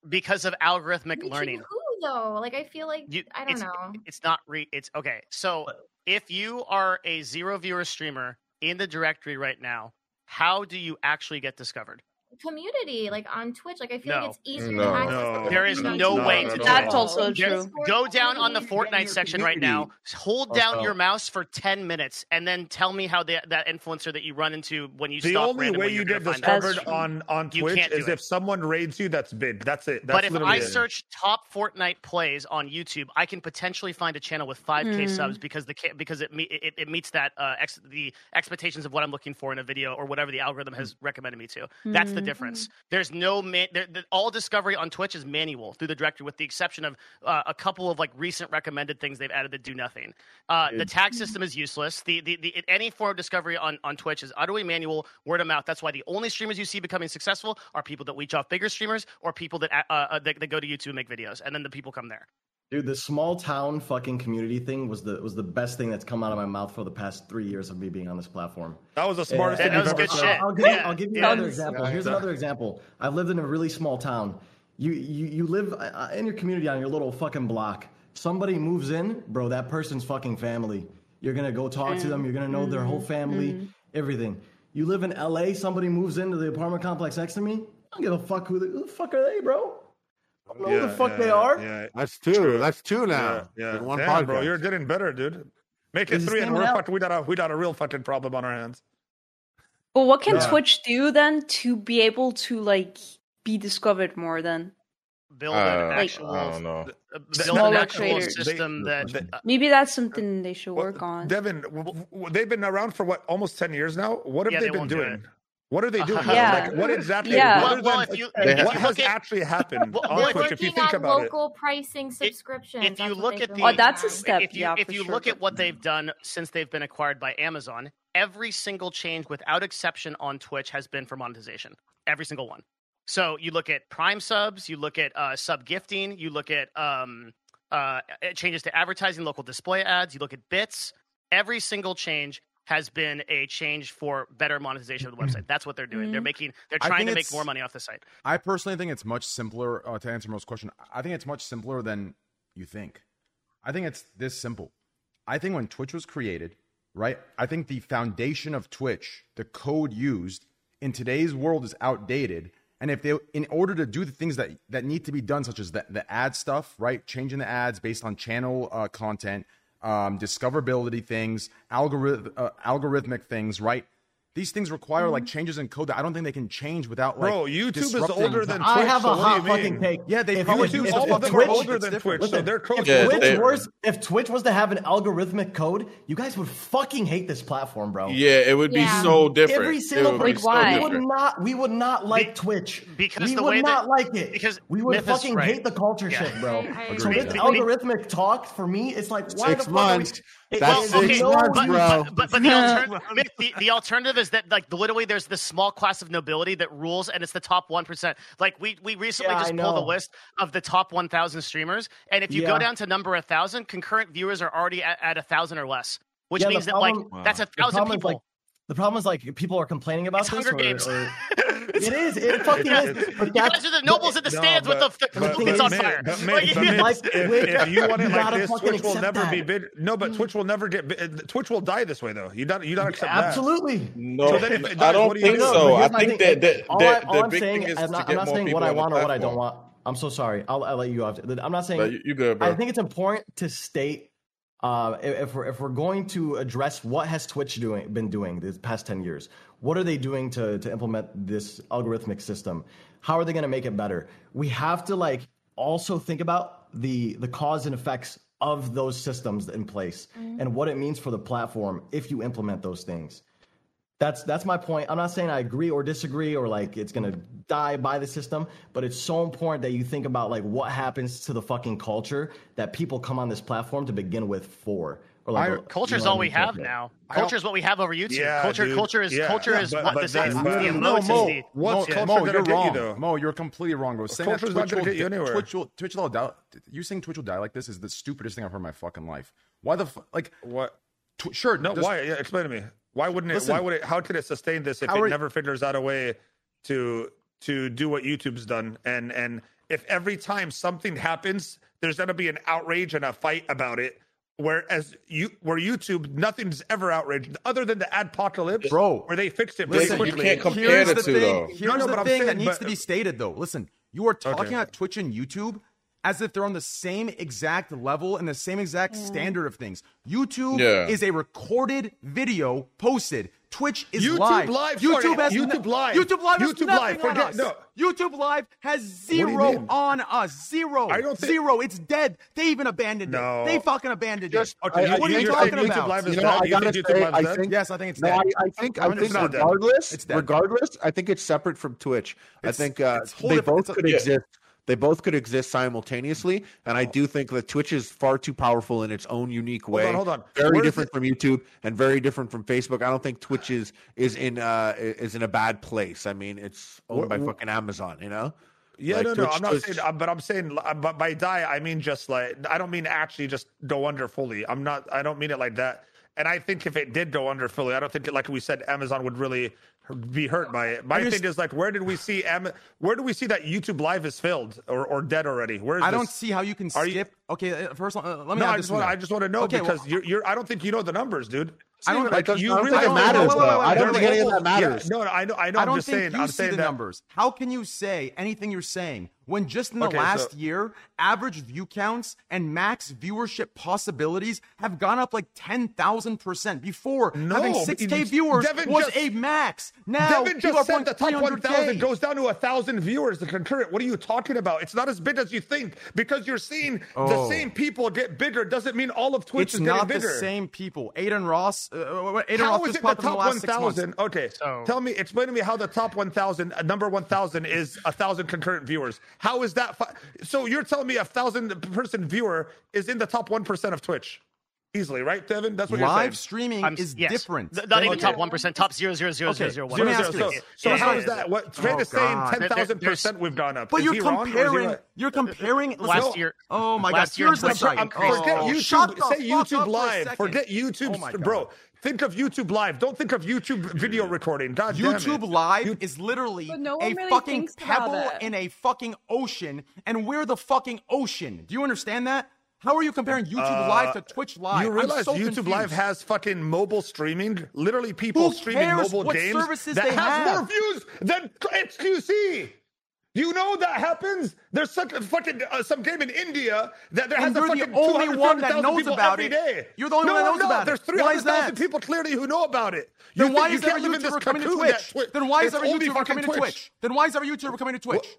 S8: Because of algorithmic
S3: Reaching
S8: learning.
S3: who though? Like I feel like
S8: You-
S3: I don't
S8: it's-
S3: know.
S8: It's not re. It's okay. So if you are a zero viewer streamer in the directory right now, how do you actually get discovered?
S3: Community, like on Twitch, like I feel
S8: No.
S3: like it's easier to
S11: No.
S3: access.
S7: No.
S8: There is
S3: community
S8: no
S3: on
S8: way
S3: Twitch.
S8: to do
S9: That's
S8: it. There-
S9: also true.
S8: Go down on the Fortnite
S5: your
S8: section right now.
S5: community.
S7: Oh,
S8: Hold down your mouse for ten minutes, and then tell me how the, that influencer that you run into when you
S7: The
S8: stop
S7: only
S8: randomly,
S7: way you
S8: you're gonna
S7: get
S8: find out.
S7: discovered
S9: That's true.
S7: on on
S8: You
S7: Twitch
S8: can't do
S7: is
S8: it.
S7: if someone raids you. That's big. That's it. That's
S8: But if
S7: literally
S8: I
S7: it.
S8: search top Fortnite plays on YouTube, I can potentially find a channel with 5k subs because the ca- because it, me- it it meets that uh, ex- the expectations of what I'm looking for in a video or whatever the algorithm has recommended me to. That's the difference. There's no man- there, the, all discovery on Twitch is manual through the directory, with the exception of uh, a couple of like recent recommended things they've added that do nothing. Uh, the tag system is useless. The, the the any form of discovery on on Twitch is utterly manual, word of mouth. That's why the only streamers you see becoming successful are people that reach off bigger streamers or people that uh, uh, that, that go to YouTube and make videos, and then the people come there.
S2: Dude, the small town fucking community thing was the was the best thing that's come out of my mouth for the past three years of me being on this platform.
S7: That was the smartest
S2: And-
S7: thing
S2: and-
S7: you've ever said.
S2: I'll, give,
S7: Yeah.
S2: I'll give you
S7: Yeah.
S2: another example. Here's another example. I've lived in a really small town. You you you live uh, in your community on your little fucking block. Somebody moves in, bro. That person's fucking family. You're gonna go talk to them. You're gonna know their whole
S7: Mm-hmm.
S2: family, everything. You live in L.A. Somebody moves into the apartment complex next to me. I don't give a fuck who the, who the fuck are they, bro? I don't know who the fuck they are.
S7: Yeah,
S4: that's two. That's two now.
S7: yeah.
S4: In one
S7: Damn, bro,
S4: podcast.
S7: you're getting better, dude. Make it
S2: Is it
S7: three, and
S2: standing
S7: we're
S2: out?
S7: fucked. We got a we got a real fucking problem on our hands.
S9: But what can
S7: Yeah.
S9: Twitch do then to be able to like be discovered more then?
S8: build
S11: Uh,
S8: an
S11: like-
S8: actual
S11: I don't know.
S8: uh,
S7: Th-
S8: build
S7: that-
S8: an
S7: that-
S8: actual
S7: they-
S8: system that
S7: Uh,
S9: Maybe that's something they should work on.
S7: Devin, w- w- w- they've been around for what almost ten years now. What have
S8: Yeah,
S7: they,
S8: they
S7: been
S8: won't do
S7: doing? what are they doing?
S9: Yeah.
S7: Like, what exactly?
S9: Yeah.
S8: Well-
S7: other
S8: well,
S7: than-
S8: if you-
S7: like,
S11: if you
S7: what has
S8: look at-
S7: actually happened
S8: well,
S7: on
S8: well,
S7: Twitch?
S3: Looking
S7: If you think
S3: at
S7: about it,
S3: local pricing subscriptions.
S8: if you
S3: that's what
S8: look
S3: they've
S8: at
S3: been
S8: the
S9: oh,
S3: working
S9: that's a
S3: on.
S9: step.
S8: if you
S9: yeah,
S8: if
S9: for
S8: you
S9: sure,
S8: look at
S9: but-
S8: what they've done since they've been acquired by Amazon, every single change without exception on Twitch has been for monetization. Every single one. So you look at Prime subs, you look at uh, sub gifting, you look at um, uh, uh, changes to advertising, local display ads, you look at bits. Every single change has been a change for better monetization of the website. That's what they're doing.
S9: Mm-hmm.
S8: They're making they're
S1: I
S8: trying
S1: think
S8: to make
S1: it's-
S8: more money off the site.
S1: I personally think it's much simpler uh, to answer Meryl's question. I think it's much simpler than you think. I think it's this simple. I think when Twitch was created, right? I think the foundation of Twitch, the code used in today's world is outdated. And if they, in order to do the things that that need to be done, such as the, the ad stuff, right? Changing the ads based on channel uh, content, um, discoverability things, algorithm uh, algorithmic things, right? These things require
S2: Mm-hmm.
S1: like changes in code that I don't think they can change without like.
S7: bro, YouTube is
S1: disrupting-
S7: older than Twitch.
S2: I have
S7: so
S2: a
S7: what do
S2: hot
S7: you mean?
S2: fucking take.
S1: Yeah, they
S2: If
S1: probably-
S2: YouTube-
S1: if-
S2: if-
S7: all
S2: if
S7: of them are
S2: Twitch-
S7: older than
S1: different.
S7: Twitch, so
S2: Listen,
S7: they're
S2: if,
S7: close.
S11: Yeah,
S2: Twitch
S11: they're-
S2: was, if Twitch was to have an algorithmic code, you guys would fucking hate this platform, bro.
S11: Yeah, it would
S3: Yeah.
S11: be so different.
S2: Every
S11: it
S2: single
S11: would be
S9: Like,
S11: so
S9: why?
S2: we would
S11: different.
S2: not we would not like
S8: Be-
S2: Twitch
S8: because
S2: we
S8: the
S2: would
S8: way
S2: not
S8: that-
S2: like it
S8: because
S2: we would
S8: Myth is
S2: fucking
S8: right.
S2: hate the culture
S8: Yeah.
S2: shit, bro.
S3: I- I
S2: so
S3: agree.
S2: this
S8: Be-
S2: algorithmic talk for me, it's like why
S4: Six
S2: the fuck are we-
S4: months.
S2: It-
S4: That's
S2: there's
S4: six
S2: no-
S4: months,
S8: but,
S4: bro.
S8: But, but, but the, altern- Mick, the, the alternative is that like literally there's this small class of nobility that rules, and it's the top one percent. Like we we recently
S2: Yeah, I
S8: just pulled
S2: know.
S8: a list of the top one thousand streamers, and if you
S2: Yeah.
S8: go down to number a thousand, concurrent viewers are already at, at a thousand or less, which
S2: Yeah, the
S8: means that like
S2: problem-
S8: that's a
S2: the
S8: thousand
S2: problem is,
S8: people.
S2: like, the problem is like people are complaining about
S8: It's
S2: this.
S8: Hunger
S2: or-
S8: Games.
S2: or- it is. It fucking is. But
S8: you
S2: that's-
S8: guys are the nobles in the
S7: No,
S8: stands
S7: but-
S8: with the, the
S7: but-
S8: clothes
S7: but
S8: on
S7: Mick-
S8: fire.
S7: but Mick-
S8: Like,
S7: but Mick,
S2: Like,
S7: if,
S2: wait,
S7: if you want it
S2: you
S7: like
S2: gotta
S7: this,
S2: fucking
S7: Twitch will
S2: accept
S7: never
S2: that.
S7: be bid. No, but Twitch will never get. bid- Twitch will die this way, though. You don't. You don't accept that.
S2: Absolutely.
S11: No,
S7: So then if it
S11: I
S7: does, what
S11: don't
S7: do you
S11: think
S7: do?
S11: so.
S2: But
S11: I
S2: here's my
S11: think
S2: thing,
S11: that that
S2: all I-
S11: that
S2: all
S11: the
S2: I'm
S11: big
S2: saying-
S11: thing is
S2: I'm
S11: to
S2: not, I'm
S11: get
S2: not
S11: more
S2: saying
S11: people
S2: what I
S11: on the
S2: want or what I don't
S11: platform.
S2: want. I'm so sorry. I'll, I'll let you off. I'm not saying.
S11: But you, you good, bro?
S2: I think it's important to state uh, if if we're if we're going to address what has Twitch doing been doing these past ten years, what are they doing to to implement this algorithmic system? How are they going to make it better? We have to like also think about the the cause and effects of those systems in place and what it means for the platform if you implement those things. That's that's my point. I'm not saying I agree or disagree or like it's gonna die by the system, but it's so important that you think about like what happens to the fucking culture that people come on this platform to begin with for. Or like
S1: I-
S2: you
S8: Culture is
S2: know what I
S8: all we
S2: mean?
S8: have now. Culture is what we have over YouTube.
S7: Yeah,
S8: culture,
S7: dude.
S8: culture is
S7: Yeah.
S8: culture
S7: Yeah,
S8: is
S7: but-
S8: what
S7: but
S8: this
S7: that-
S8: is.
S7: but-
S8: the
S7: but
S8: emotes
S7: Mo-
S8: is the
S7: What's
S1: Mo,
S7: culture
S1: Mo,
S7: gonna
S1: you're
S7: get you,
S1: wrong.
S7: though?
S1: Mo, you're completely wrong, bro. Saying that
S7: culture's
S1: Twitch
S7: not gonna
S1: will,
S7: get you anywhere.
S1: Twitch will, Twitch will die. You saying Twitch will die like this is the stupidest thing I've heard in my fucking life. Why the fuck? Like,
S7: What?
S1: tw- sure,
S7: No.
S1: does-
S7: why? Yeah, explain to me. Why wouldn't it?
S1: Listen.
S7: why would it? How could it sustain this if
S1: How
S7: it
S1: are-
S7: never figures out a way to to do what YouTube's done? And and if every time something happens, there's gonna be an outrage and a fight about it. Whereas you, where YouTube, nothing's ever outraged other than the adpocalypse,
S1: Bro,
S7: where they fixed it. pretty
S1: Listen,
S11: you
S7: quickly.
S11: can't compare
S1: here's
S11: the
S1: the
S11: two,
S1: thing,
S11: though.
S1: Here's
S7: No, no,
S1: the
S7: but I'm
S1: thing that
S7: saying-
S1: needs
S7: but-
S1: to be stated, though. Listen, you are talking
S7: Okay.
S1: about Twitch and YouTube as if they're on the same exact level and the same exact standard of things. YouTube
S11: Yeah.
S1: is a recorded video posted. Twitch is
S7: YouTube
S1: live.
S7: Live,
S1: YouTube
S7: sorry,
S1: has
S7: YouTube Live.
S1: YouTube live. has
S7: YouTube
S1: nothing
S7: Live,
S1: on
S7: forget-
S1: us.
S7: no.
S1: YouTube live has
S7: you
S1: zero
S7: mean?
S1: on us. Zero.
S7: I don't think-
S1: zero. It's dead. They even abandoned
S7: No.
S1: it. They fucking abandoned
S7: Just-
S1: it. What
S7: okay,
S1: are
S7: you-
S1: you
S7: you're
S1: talking
S7: saying YouTube
S1: about?
S7: Live is
S5: You
S7: dead?
S5: know, I
S7: You think
S5: gotta
S7: YouTube
S5: say,
S7: Live's
S5: I
S7: dead?
S5: think
S1: yes, I think it's
S5: No,
S1: dead.
S5: I, I think I
S1: Hundred
S5: think
S1: percent. It's
S5: regardless,
S1: dead.
S5: regardless, I think it's separate from Twitch. I
S1: It's-
S5: think uh,
S1: it's whole
S5: they
S1: different- it's
S5: both
S1: a-
S5: could
S1: yeah.
S5: exist. They both could exist simultaneously, and I do think that Twitch is far too powerful in its own unique way.
S7: on, Oh. hold on.
S5: Very
S7: Where is
S5: different from YouTube and very different from Facebook. I don't think Twitch is is in uh is in a bad place. I mean, it's owned by fucking Amazon. You know,
S7: Yeah,
S5: Like,
S7: no, no.
S5: which
S7: I'm not
S5: is-
S7: saying, uh, but I'm saying, uh, but by die, I mean just like I don't mean actually just go under fully. I'm not. I don't mean it like that. And I think if it did go under fully, I don't think, like we said, Amazon would really be hurt by it. My thing is like, where did we see Am- Where do we see that YouTube Live is filled or, or dead already? Where is
S1: I don't
S7: this?
S1: see how you can
S7: Are you-
S1: skip. okay, uh, first, uh, let me.
S7: no,
S1: have
S7: I
S1: this
S7: just want.
S1: one.
S7: I just want to know
S1: Okay, well,
S7: because you're, you're. I don't think you know the numbers, dude.
S1: I don't-
S7: like
S1: I
S7: you
S1: don't
S7: really
S1: think it
S7: don't know.
S1: matters,
S7: Wait, wait,
S1: though.
S7: wait,
S1: I
S7: wait,
S1: don't
S7: wait,
S1: think any of
S7: wait.
S1: that
S7: Yeah,
S1: matters.
S7: no, no, I know. I know.
S1: I
S7: I'm
S1: don't
S7: just
S1: think
S7: saying.
S1: you
S7: I'm
S1: see
S7: saying
S1: the
S7: that-
S1: numbers. How can you say anything you're saying when just in the
S7: Okay,
S1: last
S7: so-
S1: year, average view counts and max viewership possibilities have gone up like 10,000%? Before, having
S7: but
S1: 6K
S7: you-
S1: viewers
S7: Devin
S1: was
S7: just-
S1: a max. Now,
S7: Devin
S1: people are
S7: just said
S1: pulling
S7: the top
S1: 300K.
S7: 1,000 goes down to 1,000 viewers the concurrent. What are you talking about? It's not as big as you think because you're seeing
S1: Oh.
S7: the same people get bigger. Doesn't mean all of Twitch
S1: It's
S7: is
S1: not
S7: getting
S1: the
S7: bigger.
S1: same people. Aiden Ross, uh, Aiden
S7: How
S1: Ross
S7: is
S1: just
S7: it the
S1: popped in the
S7: top
S1: last six months.
S7: 1,000? Okay, tell me, explain to me how the top 1,000, uh, number 1,000 is 1,000 concurrent viewers. How is that? Fi- so you're telling me a 1,000 person viewer is in the top 1% of Twitch easily, right, Devin? That's what you're saying.
S1: Live streaming is
S8: yes.
S1: different.
S8: Th- not even
S7: Okay.
S8: top one percent, top zero zero zero zero
S1: Okay,
S8: zero one.
S1: let me
S7: Zero,
S1: ask you
S7: zero.
S1: this.
S7: So,
S8: Yeah,
S7: so how
S8: yeah,
S7: is
S8: yeah.
S7: that? What Trey
S1: Oh,
S7: is saying?
S1: God.
S7: Ten thousand
S8: There- there's-
S7: percent we've gone up.
S1: But
S7: Is
S1: you're
S7: he wrong or is he
S1: comparing.
S7: right?
S1: You're comparing. listen,
S8: last year-
S1: Oh my
S8: last
S1: gosh.
S8: year
S1: Here's the
S8: Twitch
S1: site.
S8: I'm
S1: oh,
S8: crazy.
S7: Forget
S1: shut the
S7: YouTube.
S1: fuck
S7: Say
S1: up
S7: YouTube
S1: for a
S7: Live.
S1: second.
S7: Forget
S1: Oh my
S7: YouTube,
S1: God.
S7: bro. Think of YouTube Live. Don't think of YouTube video recording. God damn it.
S1: YouTube Live is literally
S10: But no one
S1: a
S10: really
S1: fucking
S10: thinks about
S1: pebble
S10: it.
S1: in a fucking ocean, and we're the fucking ocean. Do you understand that? How are you comparing YouTube
S7: Uh,
S1: Live to Twitch Live?
S7: You
S1: I'm
S7: realize
S1: so
S7: YouTube
S1: confused.
S7: Live has fucking mobile streaming. Literally, people
S1: Who
S7: streaming
S1: cares
S7: mobile
S1: what
S7: games
S1: services
S7: that
S1: they
S7: has
S1: have?
S7: more views than XQC. You know that happens. There's such a fucking uh, some game in India that there
S1: And
S7: has a
S1: you're the
S7: fucking
S1: only one that
S7: 200,000
S1: knows
S7: people
S1: about
S7: every
S1: it.
S7: day.
S1: You're the only
S7: no,
S1: one that knows
S7: no,
S1: about it.
S7: There's
S1: Why is
S7: 300,000
S1: that?
S7: people clearly who know about it. You
S1: Then why
S7: think you
S1: is every
S7: can't live in
S1: YouTuber
S7: this
S1: coming to
S7: cocoon that
S1: Twitch?
S7: Twi-
S1: Then why is
S7: it's
S1: every
S7: only
S1: YouTuber
S7: fucking
S1: coming to Twitch? Then why is every YouTuber coming to Twitch?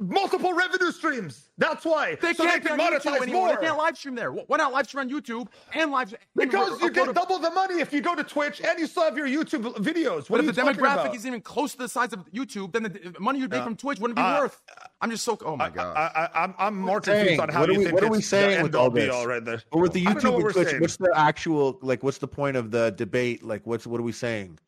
S7: Multiple revenue streams. That's why.
S1: They
S7: so
S1: can't
S7: they can
S1: be on YouTube
S7: monetize
S1: anymore.
S7: more.
S1: They can't live stream there. Wh- Why not live stream on YouTube and live? and
S7: Because you
S1: upload
S7: get
S1: a-
S7: double the money if you go to Twitch and you still have your YouTube videos. What
S1: But
S7: are
S1: if the
S7: you talking
S1: demographic
S7: about?
S1: isn't even close to the size of YouTube, then the the money you'd make from Twitch wouldn't be
S7: Uh,
S1: worth. I'm just so. Oh my god.
S7: I, I, I'm, I'm more
S5: saying,
S7: confused on how
S5: what are
S7: you
S5: we,
S7: think
S5: what are
S7: it's
S5: we saying
S7: the
S5: with
S7: end all
S5: all
S7: be
S5: this?
S7: all right there.
S5: Or with the
S7: I don't know
S5: YouTube
S7: what we're
S5: and Twitch,
S7: saying.
S5: what's the actual like? What's the point of the debate? Like, what's what are we saying?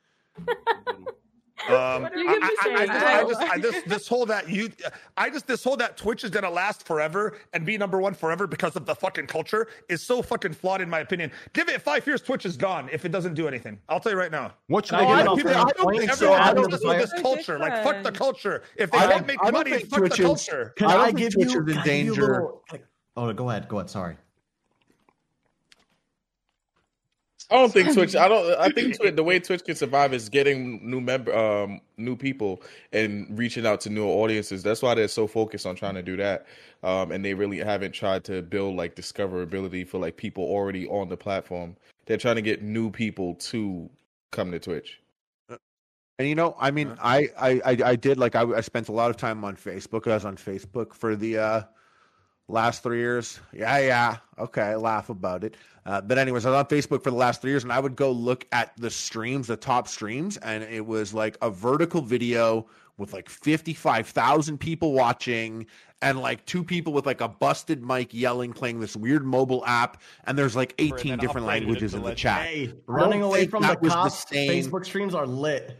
S7: Um, I,
S10: you gonna
S7: I- I
S10: say?
S7: just,
S10: I
S7: I
S10: don't
S7: just, I just, this whole that you, I just, this whole that Twitch is gonna last forever and be number one forever because of the fucking culture is so fucking flawed in my opinion. Give it five years, Twitch is gone if it doesn't do anything. I'll tell you right now.
S1: What should
S2: I
S1: I
S2: get
S1: do?
S2: off
S7: People-
S2: the-
S7: I don't think
S2: Thanks,
S7: so.
S2: Joe.
S7: I
S2: I
S7: don't
S2: don't
S7: just with this
S10: think-
S7: culture. Like, fuck the culture. If they
S5: I
S7: don't
S5: don't-
S7: make
S5: I don't
S7: money,
S5: think
S7: fuck the
S5: Twitch is-
S7: culture.
S5: I don't think Twitch is in
S2: can I give you a
S5: danger.
S2: little- oh, go ahead. Go ahead. Sorry.
S11: I don't think Twitch. I don't. I think Twitch, the way Twitch can survive is getting new member, um, new people, and reaching out to newer audiences. That's why they're so focused on trying to do that, um, and they really haven't tried to build like discoverability for like people already on the platform. They're trying to get new people to come to Twitch.
S5: And you know, I mean,
S2: Uh-huh.
S5: I I I, I did like I, I spent a lot of time on Facebook. I was on Facebook for the uh last three years. Yeah, yeah, okay, laugh about it. Uh, but anyways, I was on Facebook for the last three years, and I would go look at the streams, the top streams, and it was like a vertical video with like fifty five thousand people watching. And like two people with like a busted mic yelling, playing this weird mobile app, and there's like 18 different languages in the chat.
S2: Hey, running away
S5: think
S2: from the
S5: that was the
S2: cops.
S5: same-
S2: Facebook streams are lit.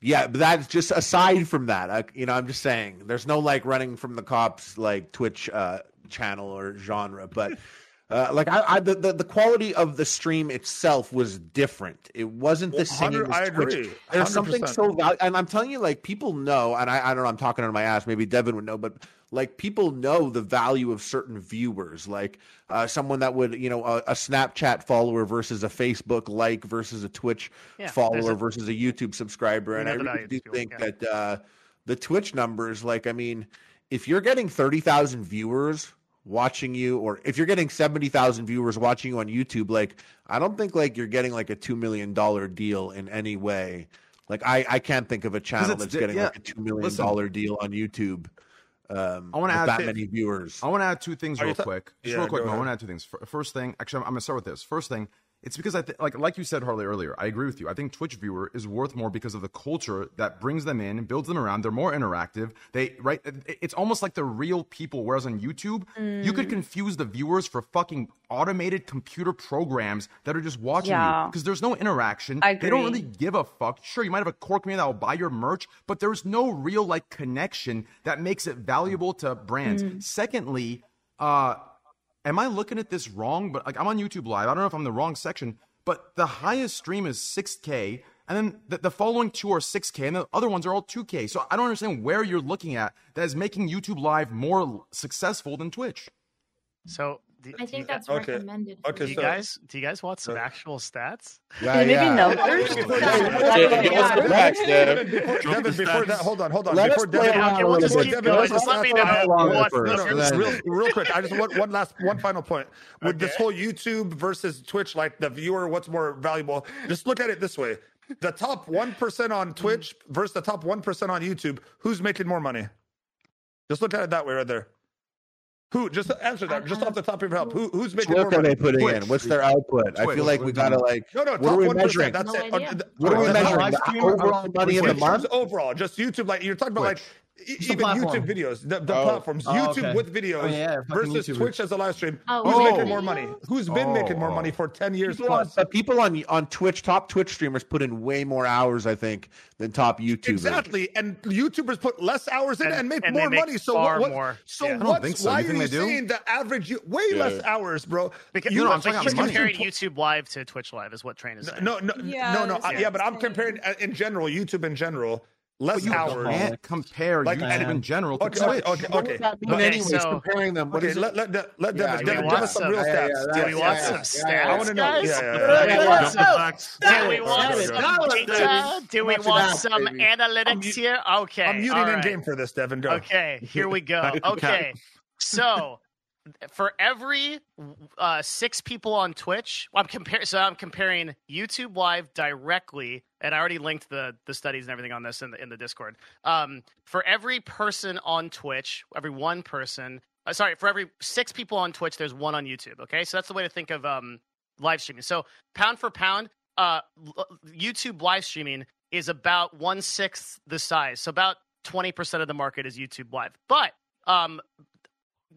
S5: Yeah, but that's just aside from that. I, you know, I'm just saying there's no like running from the cops like Twitch uh, channel or genre, but uh, like I, I the, the the quality of the stream itself was different. It wasn't the same.
S7: 100
S5: as
S7: I
S5: Twitch.
S7: agree.
S5: There's something
S7: 100%.
S5: so valuable, and I'm telling you, like people know, and I, I don't know, I'm talking out of my ass. Maybe Devin would know, but like people know the value of certain viewers, like uh, someone that would, you know, a, a Snapchat follower versus a Facebook like versus a Twitch
S8: Yeah, there's
S5: follower
S8: a-
S5: versus a YouTube subscriber,
S8: We
S5: and
S8: know
S5: I
S8: the
S5: really
S8: value
S5: do
S8: to it,
S5: think
S8: yeah.
S5: that uh, the Twitch numbers, like, I mean, if you're getting thirty thousand viewers watching you or if you're getting 70,000 viewers watching you on YouTube like I don't think like you're getting like a 2 million dollar deal in any way like I, I can't think of a channel
S1: it's
S5: that's
S1: di-
S5: getting
S1: yeah,
S5: like a two million
S1: listen.
S5: dollar deal on YouTube. Um,
S1: I wanna
S5: with
S1: add
S5: that
S1: thi-
S5: many viewers.
S1: I want to add two things
S7: Are you
S1: real
S7: ta-
S1: quick. Just
S7: Yeah,
S1: real quick,
S7: go
S1: Mo, I
S7: ahead.
S1: want to add two things. Fir- First thing, actually, I'm, I'm going to start with this. First thing It's because I th- like like you said Harley earlier. I agree with you. I think Twitch viewer is worth more because of the culture that brings them in, builds them around. They're more interactive. They right. it- It's almost like they're real people. Whereas on YouTube, you could
S9: Mm.
S1: confuse the viewers for fucking automated computer programs that are just watching you
S9: Yeah.
S1: because there's no interaction.
S9: I
S1: They don't
S9: agree.
S1: really give a fuck. Sure, you might have a core community that will buy your merch, but there's no real like connection that makes it valuable to brands.
S15: Mm.
S1: Secondly, uh, am I looking at this wrong? But like I'm on YouTube Live. I don't know if I'm in the wrong section, but the highest stream is 6K, and then the, the following two are 6K, and the other ones are all 2K. So I don't understand where you're looking at that is making YouTube Live more l- successful than Twitch.
S8: So do-
S3: I
S8: do you-
S3: think that's
S7: okay.
S3: recommended.
S7: Okay,
S8: do you
S7: so-
S8: guys do you guys want some actual stats?
S7: Yeah, Maybe yeah. numbers?
S8: Before-
S7: Devin, before that, hold on, hold on.
S8: Let
S7: before
S8: us play
S7: Devin,
S8: around a little
S7: before
S8: bit.
S7: Devin
S8: Let's
S7: goes
S8: just
S7: to
S8: let me
S7: stats,
S8: know
S7: I have
S8: what-
S7: one
S8: what-
S7: first.
S8: no, no, no.
S7: Real, real quick, I just want one last, one final point. With this whole YouTube versus Twitch, like the viewer, what's more valuable? Just look at it this way: the top one percent on Twitch versus the top one percent on YouTube. Who's making more money? Just look at it that way, right there. Who? Just answer that. Just off the top of your head. Who, who's making more
S5: What are
S7: money?
S5: they putting in? What's their output? I
S1: Twitch.
S5: feel like we gotta like.
S7: No, no.
S5: What
S7: top
S5: are we
S7: 1%,
S5: measuring?
S7: That's it.
S3: No idea.
S7: Uh, the-
S5: What are we
S7: the top
S5: measuring?
S7: live
S5: The
S7: streamer-
S5: overall money in the
S7: Twitch
S5: month?
S7: Overall, just YouTube. Like you're talking about, like e-
S2: the
S7: even
S2: platform.
S7: YouTube videos, the, the
S5: Oh.
S7: platforms,
S2: Oh,
S7: YouTube
S2: okay.
S7: with videos
S2: Oh, yeah, fucking
S7: versus
S2: YouTube.
S7: Twitch as a live stream.
S3: Oh,
S7: Who's
S3: with
S7: making more
S3: videos?
S7: money? Who's been
S1: Oh,
S7: making more
S1: oh.
S7: money for ten years
S5: People on,
S7: plus?
S5: the people on on Twitch, top Twitch streamers, put in way more hours, I think, than top YouTubers.
S7: Exactly, and YouTubers put less hours in
S8: And-
S7: and, make
S8: and they
S7: more
S8: make
S7: money. So
S8: far
S7: what?
S8: more.
S7: So
S8: Yeah. I
S1: don't
S7: what's-
S1: think so.
S7: Why
S1: You
S7: are
S1: think
S7: you
S1: they do?
S7: seeing the average? you- Way
S11: Yeah.
S7: less hours, bro.
S8: Because,
S1: You know, I'm
S8: but
S1: talking
S8: he's
S1: about money.
S8: comparing YouTube Live to Twitch Live, is what Train is saying.
S7: No, no,
S10: Yeah,
S7: no, no.
S10: that's
S7: I-
S10: what
S7: yeah,
S10: I'm
S7: but I'm
S10: saying.
S7: comparing uh, in general YouTube in general less
S1: You
S7: hours.
S1: can't compare
S7: Like,
S1: YouTube
S7: um,
S1: in general to
S7: Okay, okay,
S1: Twitch.
S7: okay, okay.
S5: But
S8: Okay,
S5: anyways,
S8: so-
S5: comparing them. What
S7: Okay,
S5: is
S7: let let let, let
S5: Yeah,
S7: Devin,
S5: do
S8: we
S7: Devin,
S8: want
S7: give us some
S8: some-
S7: real
S8: yeah,
S5: yeah,
S7: stats.
S8: Do
S5: yeah,
S8: we
S5: yeah,
S8: want
S5: yeah,
S8: some
S5: yeah, yeah.
S8: stats,
S7: I wanna know.
S8: guys?
S7: Yeah, yeah,
S8: Do we
S5: yeah.
S8: want
S5: Yeah.
S8: some Do we
S5: Go,
S8: want
S5: go,
S8: some
S5: go.
S8: data? Do we
S5: Watch it
S8: want
S5: out,
S8: some
S5: baby.
S8: analytics here? Okay.
S7: I'm muting
S8: all
S7: in
S8: right.
S7: game for this, Devin. Go.
S8: Okay, here we go.
S6: Back to Kat.
S8: Okay. So for every uh, six people on Twitch, I'm comparing. So I'm comparing YouTube Live directly, and I already linked the the studies and everything on this in the in the Discord. Um, for every person on Twitch, every one person, uh, sorry, for every six people on Twitch, there's one on YouTube. Okay, so that's the way to think of um live streaming. So pound for pound, uh, l- YouTube live streaming is about one sixth the size. So about twenty percent of the market is YouTube live. But um,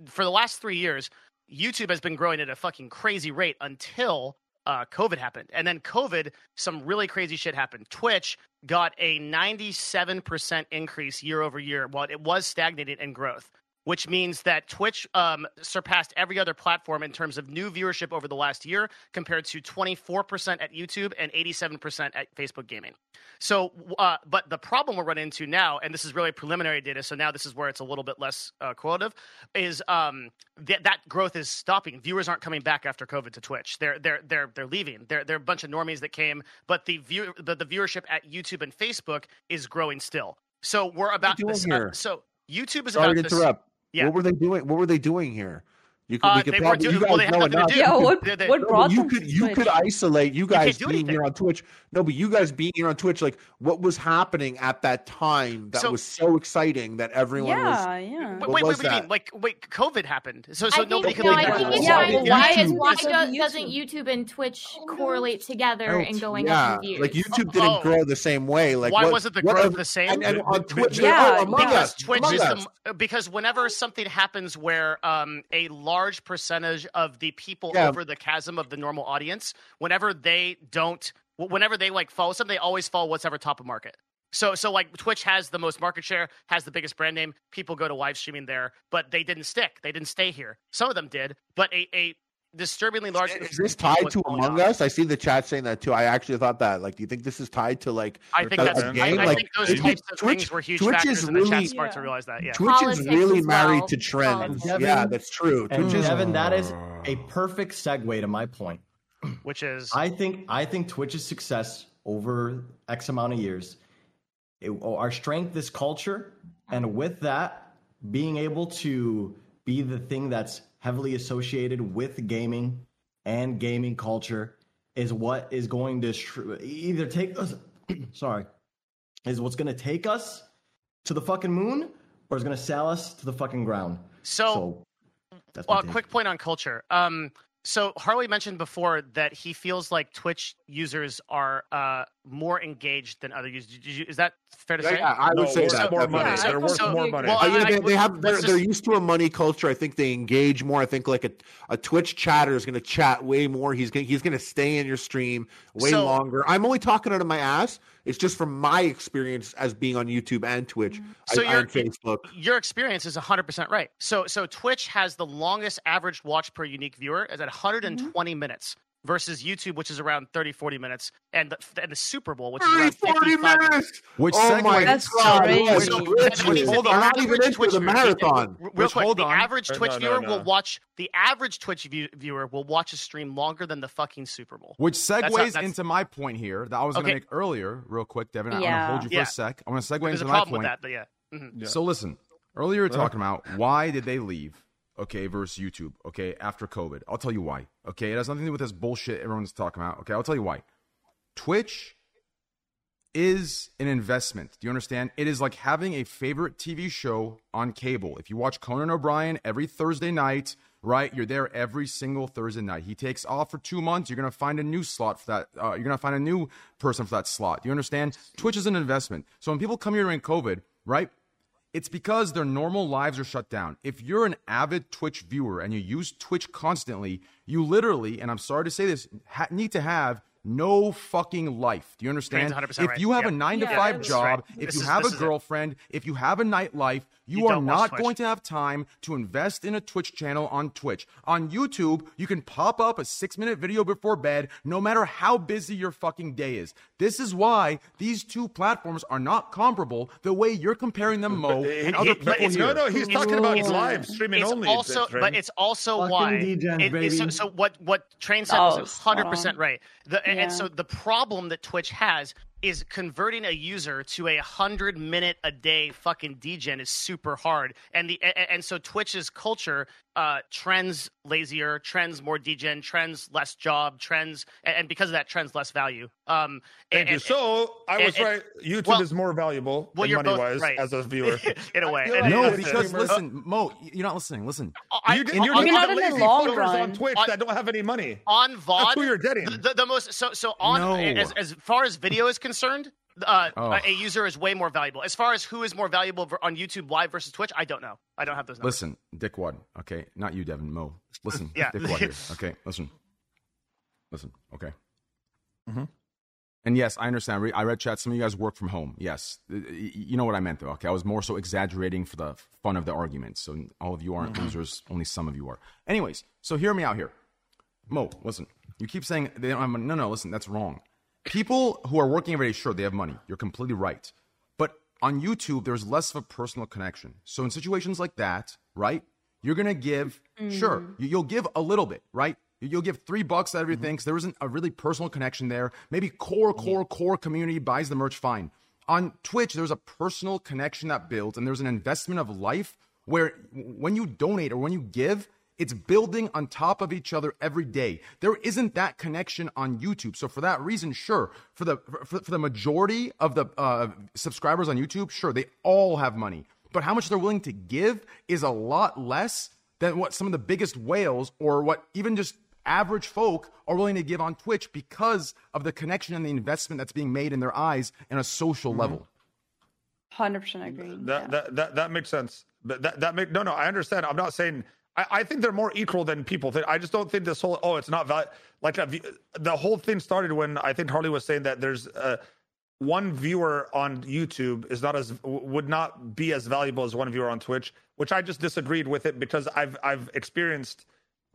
S8: for the last three years, YouTube has been growing at a fucking crazy rate until uh, COVID happened, and then COVID, some really crazy shit happened. Twitch got a ninety-seven percent increase year over year, while it was stagnating in growth. Which means that Twitch um, surpassed every other platform in terms of new viewership over the last year, compared to 24% at YouTube and 87% at Facebook Gaming. So, uh, but the problem we're running into now, and this is really preliminary data, so now this is where it's a little bit less uh, correlative, is um, th- that growth is stopping. Viewers aren't coming back after COVID to Twitch. They're they're they're they're leaving. They're they're a bunch of normies that came, but the view the, the viewership at YouTube and Facebook is growing still. So we're about
S5: doing
S8: this. uh,
S5: here?
S8: so YouTube is
S5: Sorry to
S8: about this.
S5: interrupt.
S8: Yeah.
S5: What were they doing? What were they doing here? You could,
S8: Uh,
S5: we could
S8: they
S5: probably,
S8: weren't doing-
S5: you guys
S8: well, they had
S5: know
S8: nothing to
S5: enough.
S8: do.
S5: You
S9: Yeah,
S5: could-
S9: what,
S8: They're- they're-
S9: what
S5: No,
S9: brought
S5: but you
S9: them
S5: could
S9: to
S5: you
S9: Twitch?
S5: could isolate you
S8: can't
S5: guys
S8: do
S5: being
S8: anything.
S5: here on Twitch. No, but you guys being here on Twitch, like what was happening at that time that
S8: So-
S5: was so exciting that everyone was
S9: yeah, yeah.
S8: Wait,
S5: What
S8: wait,
S5: was
S8: what do you mean?
S5: that?
S8: Like, wait, COVID happened, so
S3: I
S8: so
S3: think,
S8: nobody could
S3: no,
S8: make
S3: I
S8: money.
S3: think it's
S5: Yeah,
S3: trying
S5: but
S3: to- why
S5: YouTube-
S3: is why
S10: because of
S3: do, doesn't YouTube and Twitch
S1: Oh,
S3: correlate together and going
S5: Oh, yeah,
S3: up in views?
S5: like YouTube didn't
S8: Oh.
S5: grow the same way. Like
S8: Why
S5: what-
S8: wasn't the
S5: what
S8: growth
S5: ev-
S8: the same?
S5: And, and on Twitch,
S9: Yeah,
S5: oh, Among
S8: because
S5: Us,
S8: Twitch
S5: Among
S8: is
S5: Us.
S8: the m- uh, because whenever something happens where um, a large percentage of the people
S5: Yeah.
S8: over the chasm of the normal audience, whenever they don't, wh- whenever they like follow something, they always follow what's ever top of market. So so like Twitch has the most market share, has the biggest brand name. People go to live streaming there, but they didn't stick. They didn't stay here. Some of them did, but a, a disturbingly large.
S5: is
S8: percentage
S5: this
S8: of people
S5: tied
S8: was
S5: to
S8: falling
S5: Among
S8: off.
S5: Us? I see the chat saying that too. I actually thought that. Like, do you think this is tied to like
S8: I think
S5: a-
S8: that's.
S5: a
S8: I,
S5: game?
S8: I
S5: like,
S8: think those
S5: Twitch-
S8: types of
S5: Twitch-
S8: things were huge
S5: Twitch
S8: factors,
S5: is
S8: and the
S5: really-
S8: chat's smart to
S10: Yeah.
S8: realize that. Yeah.
S5: Twitch
S3: Politics
S5: is really
S3: as
S5: married
S3: well.
S5: to trends.
S2: Politics.
S5: Yeah, that's true.
S2: And
S5: Twitch is Ah.
S2: Devin, that is a perfect segue to my point.
S8: which is
S2: I think I think Twitch's success over X amount of years, it- oh, our strength is culture, and with that, being able to be the thing that's heavily associated with gaming and gaming culture is what is going to str- either take us. sorry, is what's going to take us to the fucking moon, or is going to sell us to the fucking ground.
S8: so.
S2: that's my
S8: Well, a
S2: take.
S8: quick point on culture. Um, so Harley mentioned before that he feels like Twitch users are uh, more engaged than other users. Did you- is that fair to
S4: Yeah,
S8: say?
S4: yeah, I would No, say worth that, more definitely. money. They're worth
S7: more
S4: money.
S8: Well,
S4: Oh, yeah,
S8: I-
S4: they, they have, they're,
S8: let's
S4: they're
S8: just-
S4: used to a money culture. I think they engage more. I think like a, a Twitch chatter is going to chat way more. He's going he's going to stay in your stream way
S8: So-
S4: longer. I'm only talking out of my ass. It's just from my experience as being on YouTube and Twitch
S5: Mm-hmm.
S8: So
S4: I-
S8: you're-
S4: and Facebook.
S8: your experience is 100% right. So so Twitch has the longest average watch per unique viewer is at 120 minutes versus YouTube which is around 30 40 minutes and the, and the Super Bowl which is around 55 minutes.
S1: Which
S4: oh my
S1: segue- That's
S4: God,
S1: crazy.
S4: so
S1: Which-
S4: rich.
S1: hold
S4: We're
S1: on.
S4: not even into
S8: Twitch
S4: the
S8: viewer-
S4: marathon.
S8: Real
S1: Which-
S8: quick,
S1: hold
S8: the
S1: on.
S8: average
S1: No,
S8: Twitch
S1: no,
S8: viewer
S1: no.
S8: will watch the average Twitch view, viewer will watch a stream longer than the fucking Super Bowl.
S1: Which
S8: That's
S1: segues
S8: how- that's-
S1: into my point here that I was going
S8: Okay.
S1: to make earlier, real quick, Devin. I- I'm going
S8: Yeah.
S1: to hold you for
S8: Yeah.
S1: a sec. I'm going to segue
S8: There's
S1: into
S8: a
S1: my
S8: problem
S1: point.
S8: with that, but yeah. Mhm.
S1: So listen, earlier you were
S8: Uh-huh.
S1: talking about why did they leave? Okay, versus YouTube. Okay, after COVID, I'll tell you why. Okay, it has nothing to do with this bullshit everyone's talking about. Okay, I'll tell you why. Twitch is an investment. Do you understand? It is like having a favorite TV show on cable. If you watch Conan O'Brien every Thursday night, right? You're there every single Thursday night. He takes off for two months. You're gonna find a new slot for that. Uh, you're gonna find a new person for that slot. Do you understand? Twitch is an investment. So when people come here during COVID, right? It's because their normal lives are shut down. If you're an avid Twitch viewer and you use Twitch constantly, you literally, and I'm sorry to say this, ha- need to have no fucking life. Do you understand?
S8: Crane's 100%
S1: if
S8: right.
S1: you have
S8: Yep.
S1: a nine to
S8: Yeah,
S1: five
S8: that's
S1: job,
S8: right.
S1: if
S8: This
S1: you
S8: is-
S1: have
S8: this
S1: a
S8: is it.
S1: girlfriend, if you have a nightlife, you,
S8: You
S1: are
S8: don't watch
S1: not
S8: Twitch.
S1: going to have time to invest in a Twitch channel on Twitch. On YouTube, you can pop up a six minute video before bed, no matter how busy your fucking day is. This is why these two platforms are not comparable the way you're comparing them, Mo,
S7: uh,
S1: and other people here.
S7: no, no, he's talking about live streaming
S8: it's
S7: only.
S8: Also,
S7: Trent.
S8: but it's also
S7: Fucking
S8: why.
S7: DJs,
S8: it- it- so,
S7: baby.
S8: so what? What train said
S7: Oh,
S8: was
S7: spot on.
S8: hundred percent right. The, and- And
S7: Yeah.
S8: so the problem that Twitch has is converting a user to a hundred minute a day fucking degen is super hard. And the and, and so Twitch's culture uh, trends lazier, trends more degen, trends less job, trends, and, and because of that, trends less value. Um,
S7: Thank
S8: and-
S7: you.
S8: and-
S7: so I
S8: and-
S7: was
S8: and-
S7: right. YouTube
S8: well,
S7: is more valuable
S8: well, you're
S7: money
S8: both
S7: wise
S8: right.
S7: as a viewer.
S8: in a way.
S7: feel
S8: And-
S1: No,
S8: and-
S1: because
S8: uh,
S1: listen, Mo, you're not listening. Listen.
S8: I-
S7: You, and you're
S8: I mean,
S7: getting
S8: not
S7: the
S8: in the
S7: lazy
S8: long
S7: viewers
S8: run.
S7: on Twitch that don't have any money.
S8: on VOD.
S7: That's who you're getting.
S8: The, the, the most so so on
S7: No.
S8: as, as far as video is concerned, uh,
S1: Oh.
S8: a- a user is way more valuable. As far as who is more valuable ver- on YouTube Live versus Twitch, I don't know. I don't have those numbers.
S1: Listen, dickwad. Okay, not you, Devin. Mo. Listen,
S8: Yeah.
S1: dickwad here. Okay, listen, listen. Okay. And yes, I understand. I re- I read chat. Some of you guys work from home. Yes, Uh, Y- y- you know what I meant, though. Okay, I was more so exaggerating for the fun of the argument. So all of you aren't
S15: Mhm.
S1: losers. Only some of you are. Anyways, so hear me out here. Mo, listen. You keep saying they don't have money. No, no, listen. That's wrong. People who are working every day, sure, they have money. You're completely right. But on YouTube, there's less of a personal connection. So in situations like that, right? You're gonna give, sure, you- you'll give a little bit, right? You- You'll give three bucks out of everything because there isn't a really personal connection there. Maybe core, core, core community buys the merch, fine. On Twitch, there's a personal connection that builds, and there's an investment of life where when you donate or when you give, it's building on top of each other every day. There isn't that connection on YouTube. So for that reason, sure, for the for, for the majority of the uh, subscribers on YouTube, sure, they all have money. But how much they're willing to give is a lot less than what some of the biggest whales or what even just average folk are willing to give on Twitch because of the connection and the investment that's being made in their eyes on a social level.
S9: Hundred percent agree.
S7: That, that that that makes sense. But that that make no no. I understand. I'm not saying. I, I think they're more equal than people think. I just don't think this whole oh it's not val- like a, v- the whole thing started when I think Harley was saying that there's uh, one viewer on YouTube is not as w- would not be as valuable as one viewer on Twitch, which I just disagreed with it because I've I've experienced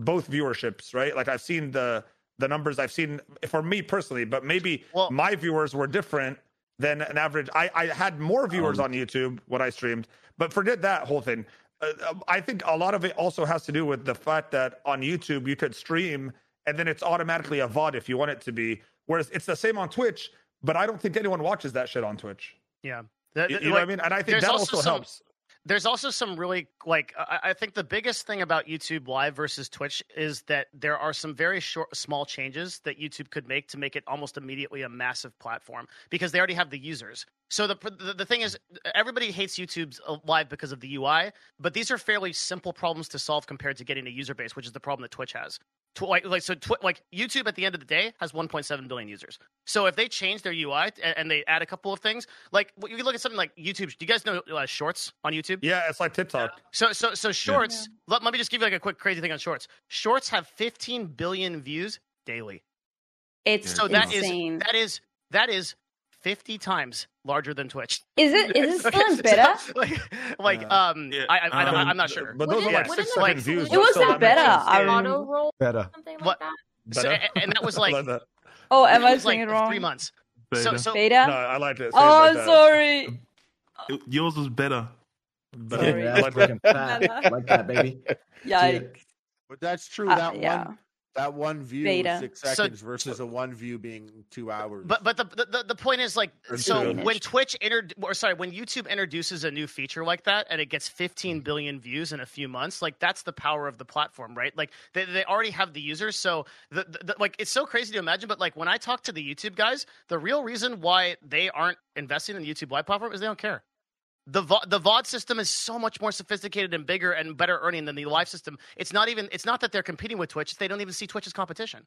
S7: both viewerships right. Like I've seen the the numbers I've seen for me personally, but maybe my viewers were different than an average. I, I had more viewers on YouTube when I streamed, but forget that whole thing. Uh, um, I think a lot of it also has to do with the fact that on YouTube you could stream and then it's automatically a VOD if you want it to be. Whereas it's the same on Twitch, but I don't think anyone watches that shit on Twitch.
S8: Yeah.
S7: You- you know what I mean? And I think
S8: there's
S7: that also
S8: some-
S7: helps.
S8: there's also some really like I, I think the biggest thing about YouTube Live versus Twitch is that there are some very short, small changes that YouTube could make to make it almost immediately a massive platform because they already have the users. So the the, the thing is, everybody hates YouTube's uh, Live because of the UI, but these are fairly simple problems to solve compared to getting a user base, which is the problem that Twitch has. Tw- like, like so tw- like youtube at the end of the day has 1.7 billion users so if they change their ui and, and they add a couple of things like well, you can look at something like youtube do you guys know uh, shorts on youtube
S7: yeah it's like tiktok
S8: so so so shorts yeah. let, let me just give you like a quick crazy thing on shorts shorts have 15 billion views daily
S9: it's
S8: so that is
S9: insane.
S8: that is that is 50 times larger than Twwish.
S9: Is it? Is it still in beta?
S8: like, like, um, yeah. I, I, I, am not sure.
S7: But those
S3: Wouldn't
S7: are
S3: it-
S7: like
S3: wouldn't
S7: six
S3: it, like,
S7: second views.
S9: It was
S7: so
S9: not
S7: that
S9: better.
S7: makes
S9: I
S3: auto roll,
S1: Better.
S3: something like
S8: What-
S3: that.
S8: So,
S7: sense.
S8: and and that was
S7: Better.
S8: like,
S7: Like
S9: oh, am I
S8: it was
S9: saying
S8: like
S9: it wrong?
S8: three months. So,
S6: Beta.
S8: so
S9: Beta.
S7: that. No, I liked it. Say it
S9: oh,
S7: like
S9: I'm
S7: that.
S9: sorry.
S6: It- yours was better.
S7: But
S9: Sorry.
S7: I liked it.
S2: Fat. like that, baby.
S9: Yikes.
S5: But that's true.
S9: Uh,
S5: that
S9: yeah.
S5: one that one view
S9: Beta.
S5: is six
S8: So-
S5: seconds versus a one view being two hours.
S8: But but the the, the point is like
S5: Or
S8: so
S5: two.
S8: when Twitch inter or sorry when YouTube introduces a new feature like that and it gets 15 billion views in a few months like that's the power of the platform right like they, they already have the users so the, the, the- like it's so crazy to imagine but like when I talk to the YouTube guys the real reason why they aren't investing in the YouTube live platform is they don't care. The, vo- the VOD system is so much more sophisticated and bigger and better earning than the live system. It's not even it's not that they're competing with Twitch; it's they don't even see Twitch as competition.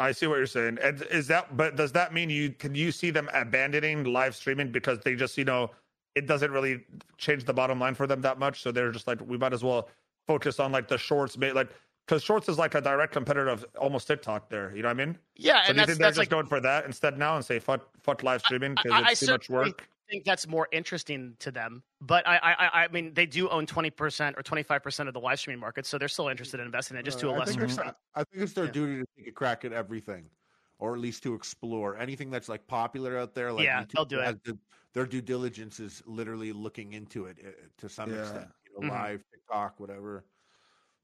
S7: I see what you're saying. And is that? But does that mean you can you see them abandoning live streaming because they just you know it doesn't really change the bottom line for them that much? So they're just like we might as well focus on like the shorts, ma- like because shorts is like a direct competitor of almost TikTok. There, you know what I mean?
S8: Yeah, and
S7: So do you
S8: that's
S7: think they're
S8: that's
S7: just
S8: like
S7: going for that instead now and say fuck fuck live streaming because
S8: I- I- I
S7: it's too much
S8: certainly-
S7: work?
S8: think that's more interesting to them. But I, I, I- I mean, they do own twenty percent or twenty five percent of the live streaming market, so they're still interested in investing in it, just to a
S5: Uh, I think
S8: lesser
S5: it's-
S8: extent.
S5: I think it's their
S8: Yeah.
S5: duty to take a crack at everything, or at least to explore anything that's like popular out there. Like
S8: Yeah, they'll do it.
S5: has the- their due diligence is literally looking into it uh, to some
S4: Yeah.
S5: extent, you know,
S8: Mhm.
S5: live TikTok, whatever.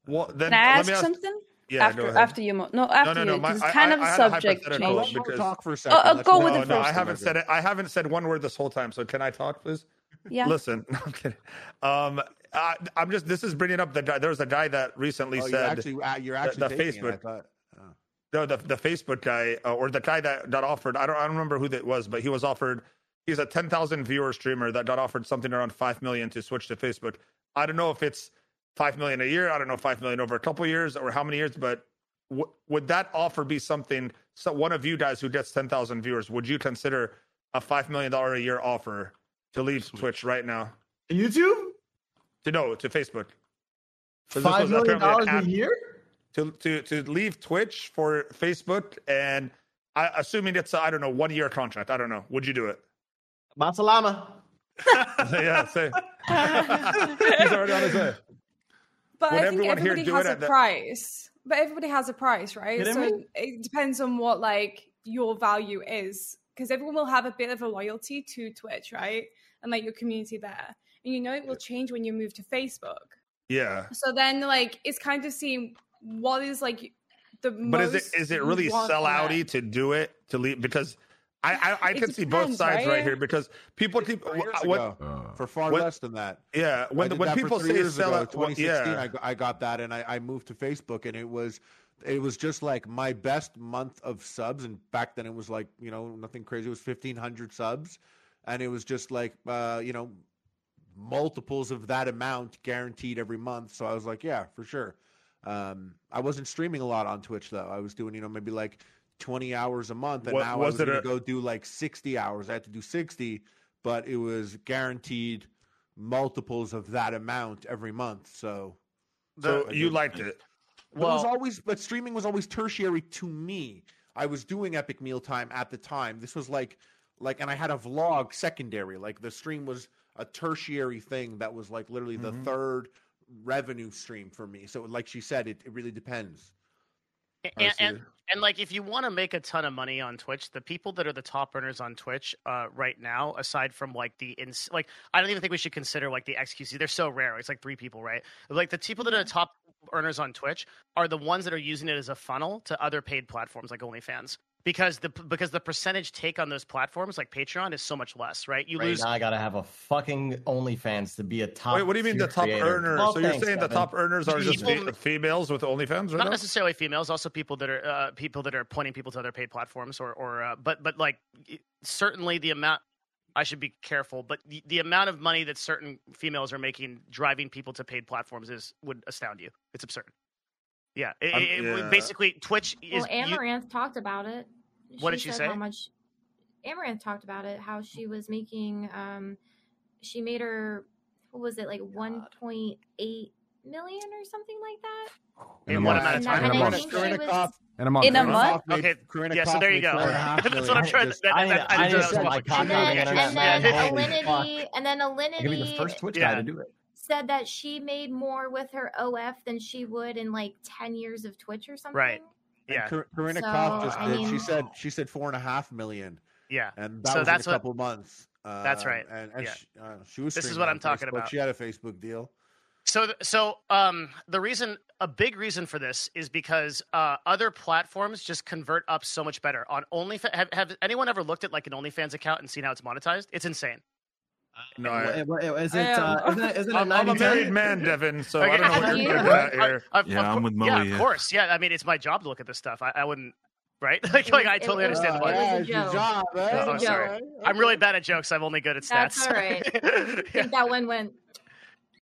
S7: Well,
S5: Uh,
S7: then
S9: Can I
S7: let
S9: ask
S7: me ask.
S9: something?
S7: Yeah,
S9: after
S7: go ahead.
S9: after you, mo- no, after
S7: no, no,
S9: you,
S7: my-
S9: because
S7: I-
S9: it's kind
S7: I-
S9: of
S7: I had a
S9: subject
S7: hypothetical
S5: Well,
S9: change.
S5: let
S7: because-
S5: Mo talk for a second.
S9: uh,
S5: Let's
S9: go
S5: let
S9: with
S5: Mo
S9: the
S7: No,
S5: talk
S7: no, I
S5: for a
S7: haven't said
S5: second.
S7: it. I haven't said one word this whole time. So can I talk, please?
S9: Yeah.
S7: Listen, no, I'm kidding. Um, I, I'm just. This is bringing up the. guy- There was a guy that recently
S5: Oh, you're
S7: said
S5: actually, uh, you're actually
S7: the
S5: taking it, I
S7: Facebook-
S5: thought. Uh,
S7: no, the the Facebook guy uh, or the guy that got offered. I don't. I don't remember who that was, but he was offered. He's a 10,000 viewer streamer that got offered something around five million to switch to Facebook. I don't know if it's five million a year. I don't know five million over a couple years or how many years, but. W- would that offer be something? So one of you guys who gets ten thousand viewers, would you consider a five million dollar a year offer to leave Twitch right now?
S2: YouTube?
S7: To no, to Facebook. 'Cause this
S2: Five
S7: was
S2: million
S7: apparently
S2: dollars
S7: an
S2: a
S7: ad-
S2: year?
S7: to to to leave Twitch for Facebook, and I, assuming it's I I don't know one year contract. I don't know. Would you do it?
S2: Matsalama.
S7: yeah, say he's already on his way.
S10: But
S7: Would
S10: I think
S7: everyone here
S10: everybody
S7: do
S10: has
S7: it
S10: a
S7: at the-
S10: price. But everybody has a price, right?
S2: Kidding
S10: So
S2: me?
S10: it depends on what like your value is, because everyone will have a bit of a loyalty to Twitch, right? And like your community there, and you know it will change when you move to Facebook.
S7: Yeah,
S10: So then, like, it's kind of seeing what is like the
S7: but
S10: most.
S7: is it is it
S10: you
S7: really
S10: want from
S7: sellouty
S10: it.
S7: to do it to leave? Because I I, I
S10: It
S7: can see both
S10: depends,
S7: sides right?
S10: right?
S7: here because people keep
S5: four years
S7: what-
S5: ago, for far
S7: what-
S5: less than that.
S7: yeah
S5: I
S7: when
S5: did
S7: when
S5: that for
S7: people
S5: three
S7: say
S5: years ago,
S7: sellout what-
S5: 2016,
S7: yeah
S5: I, got, I got that, and I, I moved to Facebook, and it was, it was just like my best month of subs, and back then it was like you know nothing crazy. It was fifteen hundred subs, and it was just like uh, you know, multiples of that amount guaranteed every month. So I was like, yeah, for sure. Um, I wasn't streaming a lot on Twitch though. I was doing you know maybe like twenty hours a month, and
S7: Wa-
S5: now
S7: was
S5: I was
S7: it
S5: going
S7: a-
S5: to go do like sixty hours. I had to do sixty, but it was guaranteed multiples of that amount every month. So
S7: so
S5: The-
S7: you liked it
S5: but it was
S8: Well-
S5: always but streaming was always tertiary to me. I was doing Epic Meal Time at the time. This was like like and I had a vlog secondary. Like the stream was a tertiary thing that was like literally
S7: Mhm.
S5: the third revenue stream for me. So like she said, it, it really depends.
S8: And, and, and, like, if you want to make a ton of money on Twitch, the people that are the top earners on Twitch uh, right now, aside from like the ins- like, I don't even think we should consider like the XQC. They're so rare. It's like three people, right? Like the people that are
S2: Mm-hmm.
S8: the top earners on Twitch are the ones that are using it as a funnel to other paid platforms like OnlyFans. because the because the percentage take on those platforms like Patreon is so much less, right? You
S2: Right
S8: lose.
S2: now, I gotta have a fucking OnlyFans to be a top.
S7: Wait, what do you mean the
S2: tier
S7: top
S2: creator.
S7: earner?
S2: Well,
S7: so you're
S2: thanks,
S7: saying the
S2: Kevin.
S7: top earners are just
S8: People-
S7: fe- females with OnlyFans right
S8: not
S7: now?
S8: necessarily females, also people that are uh, people that are pointing people to other paid platforms, or or uh, but but like it- certainly the amount I should be careful, but the, the amount of money that certain females are making driving people to paid platforms is would astound you. It's absurd. Yeah, it,
S7: I'm-
S8: it- it-
S7: yeah.
S8: basically Twitch is
S3: Well, Amaranth talked about it.
S8: What did she
S3: said How
S8: say?
S3: much Amaranth talked about it? How she was making. Um, she made her. What was it like? One point eight million or something like that.
S8: you, in what amount of
S3: And that-
S8: time?
S3: and I
S1: month.
S3: think she was.
S1: In a month.
S9: In a
S1: right?
S9: month?
S8: Okay,
S4: Karina
S8: yeah. So
S4: Koff
S8: there you
S4: made
S8: go.
S4: four and a half
S8: That's what
S4: million.
S8: I'm trying. to
S2: Just-
S8: that,
S2: I-
S8: that-
S2: I
S8: I,
S2: just
S8: just
S2: said my
S3: And then,
S2: Yeah,
S3: and then
S2: yeah. Holy
S3: Alinity, and then
S2: I could be the
S3: Alinity
S2: first Twitch
S8: Yeah.
S2: guy to do it.
S3: said that she made more with her OF than she would in like ten years of Twitch or something.
S8: Yeah,
S4: Kar- Karina
S3: So,
S4: Koff just
S3: I
S4: did. she
S3: mean-
S4: said she said four and a half million,
S8: yeah.
S4: and that
S8: So
S4: was
S8: that's
S4: in a
S8: what-
S4: couple months. Uh,
S8: that's
S5: Um,
S8: right,
S4: And, and
S8: yeah.
S4: she, uh, she was.
S8: This is
S4: streaming
S8: what
S4: on
S8: I'm talking
S4: Facebook.
S8: about.
S4: She had a Facebook deal.
S8: So, th- so um, the reason, a big reason for this is because uh, other platforms just convert up so much better. On OnlyFans, have, have anyone ever looked at like an OnlyFans account and seen how it's monetized? It's insane.
S7: No, I,
S2: Wait, wait, is
S10: I
S2: it,
S10: am-
S2: uh, isn't it, isn't it
S7: I'm, I'm a
S2: 90
S7: married man, Devin, so I
S8: Okay,
S7: don't know
S3: have
S7: what
S3: you-
S7: you're talking about here.
S8: Of-
S6: Yeah,
S8: of
S6: I'm with
S8: yeah,
S6: Molly,
S8: of
S6: yeah.
S8: course. Yeah, I mean, it's my job to look at this stuff. I, I wouldn't, right? like, like, I
S3: It-
S8: totally
S3: it-
S8: understand
S3: it
S8: why.
S3: was a
S4: it's your
S3: joke.
S4: job, eh?
S8: Oh,
S3: was a
S8: sorry.
S3: joke.
S8: I'm really bad at jokes. I'm only good at stats.
S3: That's all right. I
S8: Yeah.
S3: think that one went.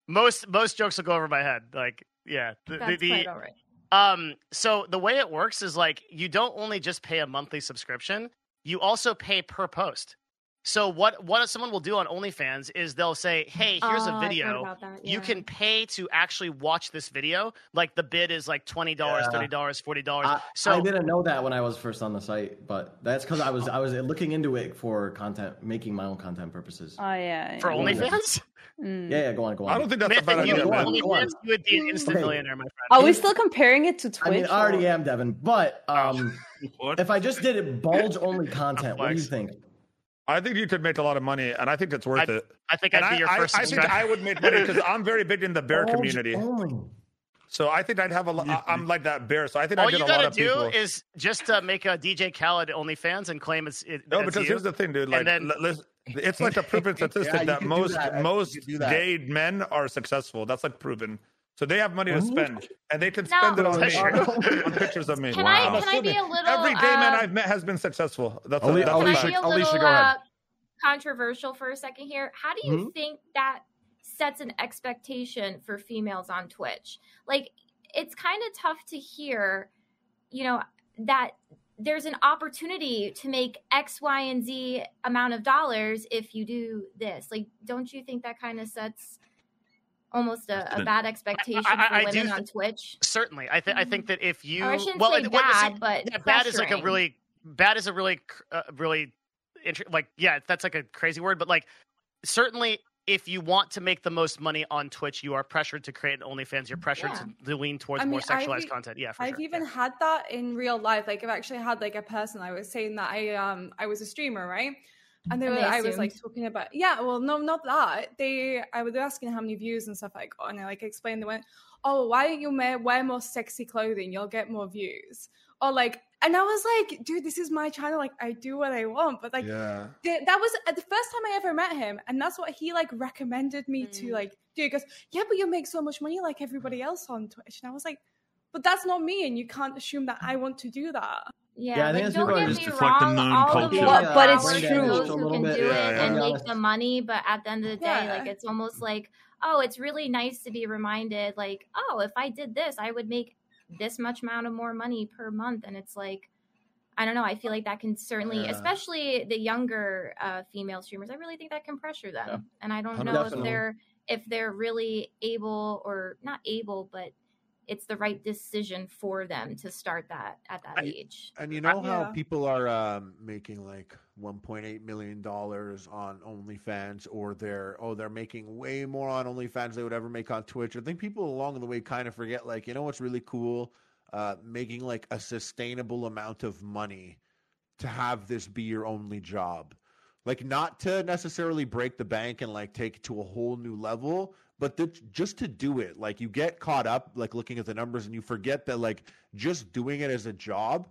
S8: Most most jokes will go over my head. Like, yeah, the,
S3: That's
S8: the,
S3: quite all right.
S8: Um, so the way it works is like you don't only just pay a monthly subscription, you also pay per post. So what what someone will do on OnlyFans is they'll say, "Hey, here's
S3: Oh, I
S8: a
S3: forgot
S8: video.
S3: about that,
S8: You
S3: yeah.
S8: can pay to actually watch this video. Like the bid is like twenty dollars,
S2: Yeah.
S8: thirty dollars, forty dollars.
S2: I, I
S8: So
S2: didn't know that when I was first on the site, but that's because I was I was looking into it for content, making my own content purposes.
S9: Oh yeah.
S8: for
S9: yeah.
S2: only-
S8: OnlyFans,
S9: Mm.
S2: yeah, yeah, go on, go on.
S7: I don't think that's
S8: man,
S7: a bad
S8: if you
S7: idea,
S8: did
S2: go
S7: man.
S2: on, go on.
S8: OnlyFans, you would be an instant
S2: Okay.
S8: millionaire, my friend.
S9: Are we still comparing it to
S2: I
S9: Twitch?
S2: mean, I already
S9: or-
S2: am, Devin, but um,
S6: What?
S2: if I just did it bulge only content, what do you
S8: Flex.
S2: think?
S7: I think you could make a lot of money, and I think it's worth
S8: I-
S7: it.
S8: I think
S7: And
S8: I'd be your
S7: I,
S8: first
S7: I, I think
S8: subscriber.
S7: I would make money because I'm very big in the bear
S2: Bulge
S7: community.
S2: Only.
S7: So I think I'd have a lot. I'm like that bear, so I think I
S8: All
S7: did
S8: you
S7: a lot
S8: gotta
S7: of
S8: do
S7: people.
S8: is just uh, make a DJ Khaled OnlyFans and claim it's it,
S7: No,
S8: that's
S7: because
S8: you.
S7: here's the thing, dude. Like,
S8: then-
S7: l- listen, it's like a proven statistic
S4: Yeah, you
S7: that
S4: can do
S7: most
S4: that. You
S7: most
S4: can do that.
S7: gay men are successful. That's like proven. So they have money to spend, and they can
S3: No.
S7: spend it on
S8: That's
S7: me,
S8: true.
S7: on pictures of me.
S3: Can
S1: Wow.
S3: I can I be a little
S7: Every gay man
S3: uh,
S7: I've met has been successful. That's,
S1: Ali-
S7: a, that's
S3: Can
S7: a
S1: Ali
S3: I
S7: fact.
S3: be a
S1: Alicia- Alicia,
S3: little
S1: go
S3: uh,
S1: ahead. Mm-hmm.
S3: controversial for a second here? How do you think that sets an expectation for females on Twitch? Like, it's kind of tough to hear, you know, that there's an opportunity to make X, Y, and Z amount of dollars if you do this. Like, don't you think that kind of sets almost a, a
S6: Precedent.
S3: bad expectation
S8: I- I
S3: for
S8: do
S3: women
S8: th-
S3: on Twitch? Mm-hmm.
S8: Certainly, I think I think that if you
S3: or I shouldn't
S8: well,
S3: say
S8: it- what- see,
S3: bad, but
S8: yeah, bad is like a
S3: pressuring.
S8: really bad is a really cr- uh, really inter- like yeah that's like a crazy word but like certainly if you want to make the most money on twitch you are pressured to create an onlyfans you're pressured
S3: Yeah.
S8: to, to lean towards
S10: I
S8: more
S10: mean, I've
S8: sexualized
S10: e-
S8: content yeah for
S10: I've
S8: sure
S10: even had that in real life. Like I've actually had like a person I was saying that I um I was a streamer, right? And they
S3: And
S10: were
S3: they
S10: I was
S3: assumed.
S10: like talking about yeah, well no not that. They I was asking how many views and stuff I got and I like explained they went, Oh, why don't you ma- wear more sexy clothing? You'll get more views. Or like and I was like, dude, this is my channel. Like, I do what I want, but like,
S7: Yeah.
S10: Th- that was uh, the first time I ever met him, and that's what he like recommended me
S3: Mm.
S10: to like do. He goes, "Yeah, but you make so much money like everybody else on Twitch," and I was like, "But that's not me, and you can't assume that I want to do that."
S3: Yeah,
S2: Yeah, I think
S3: like,
S2: it's
S3: don't
S2: because
S3: get
S2: it's
S3: me
S6: just like the
S3: wrong.
S6: known
S3: all
S6: culture.
S3: the more
S9: But- but it's
S3: power to
S9: true.
S3: Those
S2: A
S3: who
S2: little
S3: can
S2: bit,
S3: do
S7: yeah,
S3: it
S7: yeah.
S3: and
S2: Yeah.
S3: make the money, but at the end of the day,
S10: Yeah.
S3: like it's almost like, oh, it's really nice to be reminded, like, oh, if I did this, I would make this much amount of more money per month, and it's like. I don't know. I feel like that can certainly,
S7: Yeah.
S3: especially the younger uh, female streamers. I really think that can pressure them,
S2: Yeah.
S3: and I don't
S2: Hundred-
S3: know if
S2: Definitely.
S3: they're if they're really able or not able, but it's the right decision for them to start that at that
S4: I-
S3: age.
S4: And you know how
S10: Yeah.
S4: people are um, making like 1.8 million dollars on OnlyFans, or they're oh they're making way more on OnlyFans they would ever make on Twitch. I think people along the way kind of forget like you know what's really cool, uh, making like a sustainable amount of money to have this be your only job, like not to necessarily break the bank and like take it to a whole new level. But th- just to do it, like you get caught up, like looking at the numbers, and you forget that, like, just doing it as a job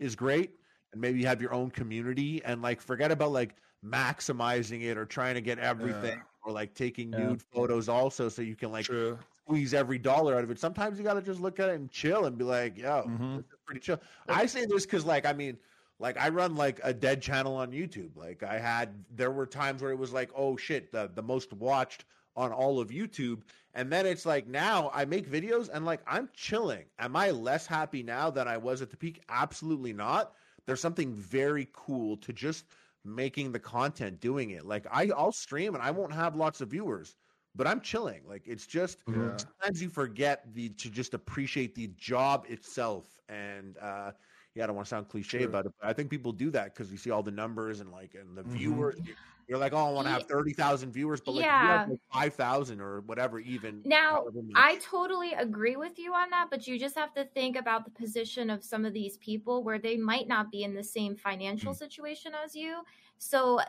S4: is great.
S5: and maybe you have your own community and like forget about like maximizing it or trying to get everything or like taking
S2: Yeah.
S5: nude photos also so you can like
S7: True.
S5: squeeze every dollar out of it. Sometimes you got to just look at it and chill and be like, yo,
S7: Mhm.
S5: this is pretty chill. I say this because, like, I mean, like I run like a dead channel on YouTube. Like I had, there were times where it was like, oh shit, the the most watched on all of YouTube. And then it's like now I make videos and like I'm chilling. Am I less happy now than I was at the peak? Absolutely not. There's something very cool to just making the content, doing it. Like I, I'll stream and I won't have lots of viewers, but I'm chilling. Like it's just
S7: Yeah.
S5: sometimes you forget the to just appreciate the job itself and uh yeah, I don't want to sound cliche
S7: Sure.
S5: about it, but I think people do that because you see all the numbers and like and the
S7: Mhm.
S5: viewers. You're, you're like, oh, I want to have
S3: Ye-
S5: thirty thousand viewers, but like, you
S3: Yeah.
S5: have like five thousand or whatever. Even
S3: Now,
S5: however much.
S3: I totally agree with you on that, but you just have to think about the position of some of these people where they might not be in the same financial
S7: Mm.
S3: situation as you. So eh,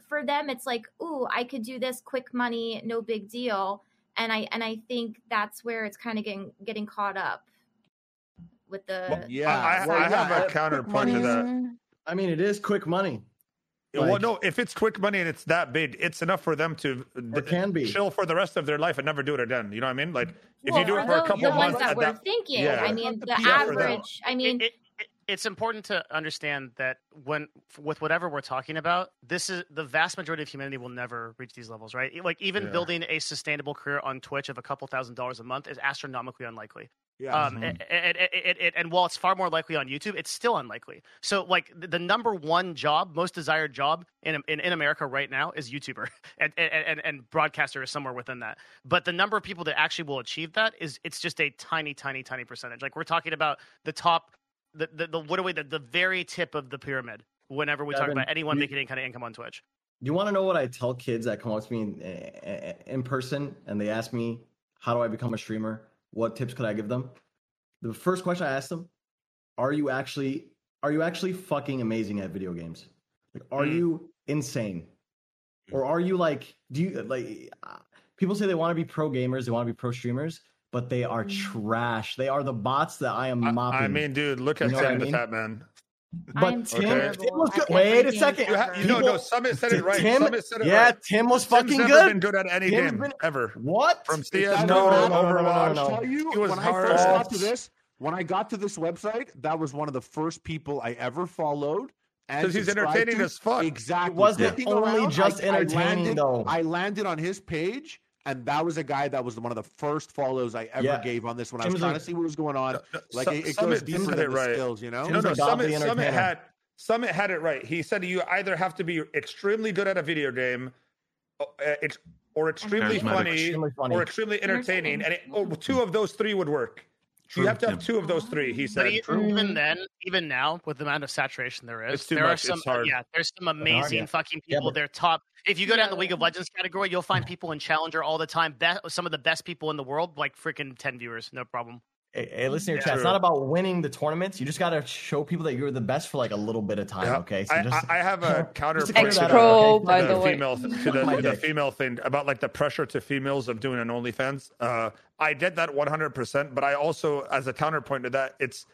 S3: for them it's like, "Ooh, I could do this quick money, no big deal." And I and I think that's where it's kind of getting getting caught up with the
S7: Well,
S5: yeah,
S7: I, I,
S5: well,
S7: I
S5: yeah,
S7: have
S5: I-
S7: a counterpoint to that.
S2: I mean, it is quick money.
S7: Yeah, well,
S2: Like-
S7: no, if it's quick money and it's that big, it's enough for them to
S2: Or can be.
S7: chill for the rest of their life and never do it again. You know what I mean? Like if
S3: Well,
S7: you do it
S3: for
S7: for a
S3: tho-
S7: couple
S3: the
S7: months,
S3: ones that
S7: at
S3: we're
S7: that-
S3: thinking.
S7: yeah.
S3: I mean, the
S7: Yeah, for them.
S3: average. I mean,
S8: it, it, it's important to understand that when with whatever we're talking about, this is the vast majority of humanity will never reach these levels, right? Like even
S2: Yeah.
S8: building a sustainable career on Twitch of a couple thousand dollars a month is astronomically unlikely.
S5: yeah,
S8: Um, and, and, and, and- and while it's far more likely on YouTube, it's still unlikely. So, like the the number one job, most desired job in in, in America right now is YouTuber, and, and and and broadcaster is somewhere within that. But the number of people that actually will achieve that is it's just a tiny, tiny, tiny percentage. Like we're talking about the top, the the, the what do we the, the very tip of the pyramid. Whenever we talk
S2: Kevin,
S8: about anyone
S2: you-
S8: making any kind of income on Twitch,
S2: You want to know what I tell kids that come up to me in, in person and they ask me, How do I become a streamer? What tips could I give them? The first question I ask them, Are you actually are you actually fucking amazing at video games? Like, are
S8: Mm.
S2: you insane?
S7: Mm.
S2: Or are you like, do you like uh, people say they want to be pro gamers, they want to be pro streamers, but they are trash. They are the bots that I am
S7: Mm. I-
S2: mopping.
S7: I mean, dude, look
S2: You
S7: at
S2: know what I
S7: Tim the
S2: mean?
S7: Fat Man.
S3: I
S2: but
S3: am
S2: Tim,
S7: terrible
S2: Tim was
S3: at
S2: good. Wait a
S3: everything
S2: second.
S7: You, ha- you know,
S2: People-
S7: no, Summit said it right.
S2: Tim,
S7: Summit said it
S2: yeah,
S7: right.
S2: Tim was
S7: Tim's
S2: fucking
S7: never
S2: good.
S7: been good at any
S2: Tim's
S7: game
S2: been-
S7: ever.
S2: What?
S7: From
S5: I
S7: CS,
S5: know,
S7: no,
S5: no, no,
S2: no,
S7: Overwatch.
S2: no.
S5: I'll tell you,
S7: He was
S5: when
S7: hard.
S5: I first got to this, when I got to this website, that was one of the first people I ever followed. and
S7: 'Cause he's
S5: subscribed
S7: entertaining
S5: to.
S7: as fuck.
S5: Exactly.
S2: It wasn't
S5: Looking
S2: only just entertaining,
S5: landed,
S2: though.
S5: I landed on his page, and that was a guy that was one of the first follows I ever
S2: Yeah.
S5: gave on this when I
S2: Tim's
S5: was trying
S2: a-
S5: to see what was going on.
S7: no,
S5: Like
S7: Su-
S5: it, it
S7: Summit-
S5: goes
S7: Tim
S5: deeper
S7: said
S5: than
S7: it
S5: the
S7: right.
S5: skills, you know.
S2: Tim-
S7: No,
S2: Tim's
S7: no,
S2: a godly
S7: Summit, Summit
S2: entertainer.
S7: had Summit had it right. He said you either have to be extremely good at a video game, uh, ex- or extremely
S6: Charismatic.
S7: funny,
S2: Extremely funny.
S7: or extremely entertaining, and it, oh, two of those three would work.
S6: True,
S7: you have to have
S6: Tim.
S7: two of those three. He
S8: but
S7: said.
S8: e- even then, even now, with the amount of saturation there is,
S7: It's too
S8: there are
S7: much.
S8: some
S7: It's hard.
S8: yeah, there's some amazing
S2: yeah.
S8: fucking
S2: Yeah,
S8: people.
S2: but-
S8: They're top. If you go down the
S3: Yeah.
S8: League of Legends category, you'll find people in Challenger all the time. Be- some of the best people in the world, like freaking ten viewers, no problem.
S2: Hey, hey, listen to your
S7: Yeah.
S2: chat. It's
S7: True.
S2: not about winning the tournaments. You just got to show people that you're the best for like a little bit of time.
S7: Yeah.
S2: Okay.
S7: I,
S2: just,
S7: I, I have a counterpoint
S2: clear
S7: to
S2: that
S7: that.
S2: up,
S9: Pro,
S2: okay?
S9: by
S7: to
S9: the way.
S7: female to the,
S2: My
S7: to the
S2: dick.
S7: female thing about like the pressure to females of doing an OnlyFans. Uh, I did that 100%, but I also, as a counterpoint to that, it's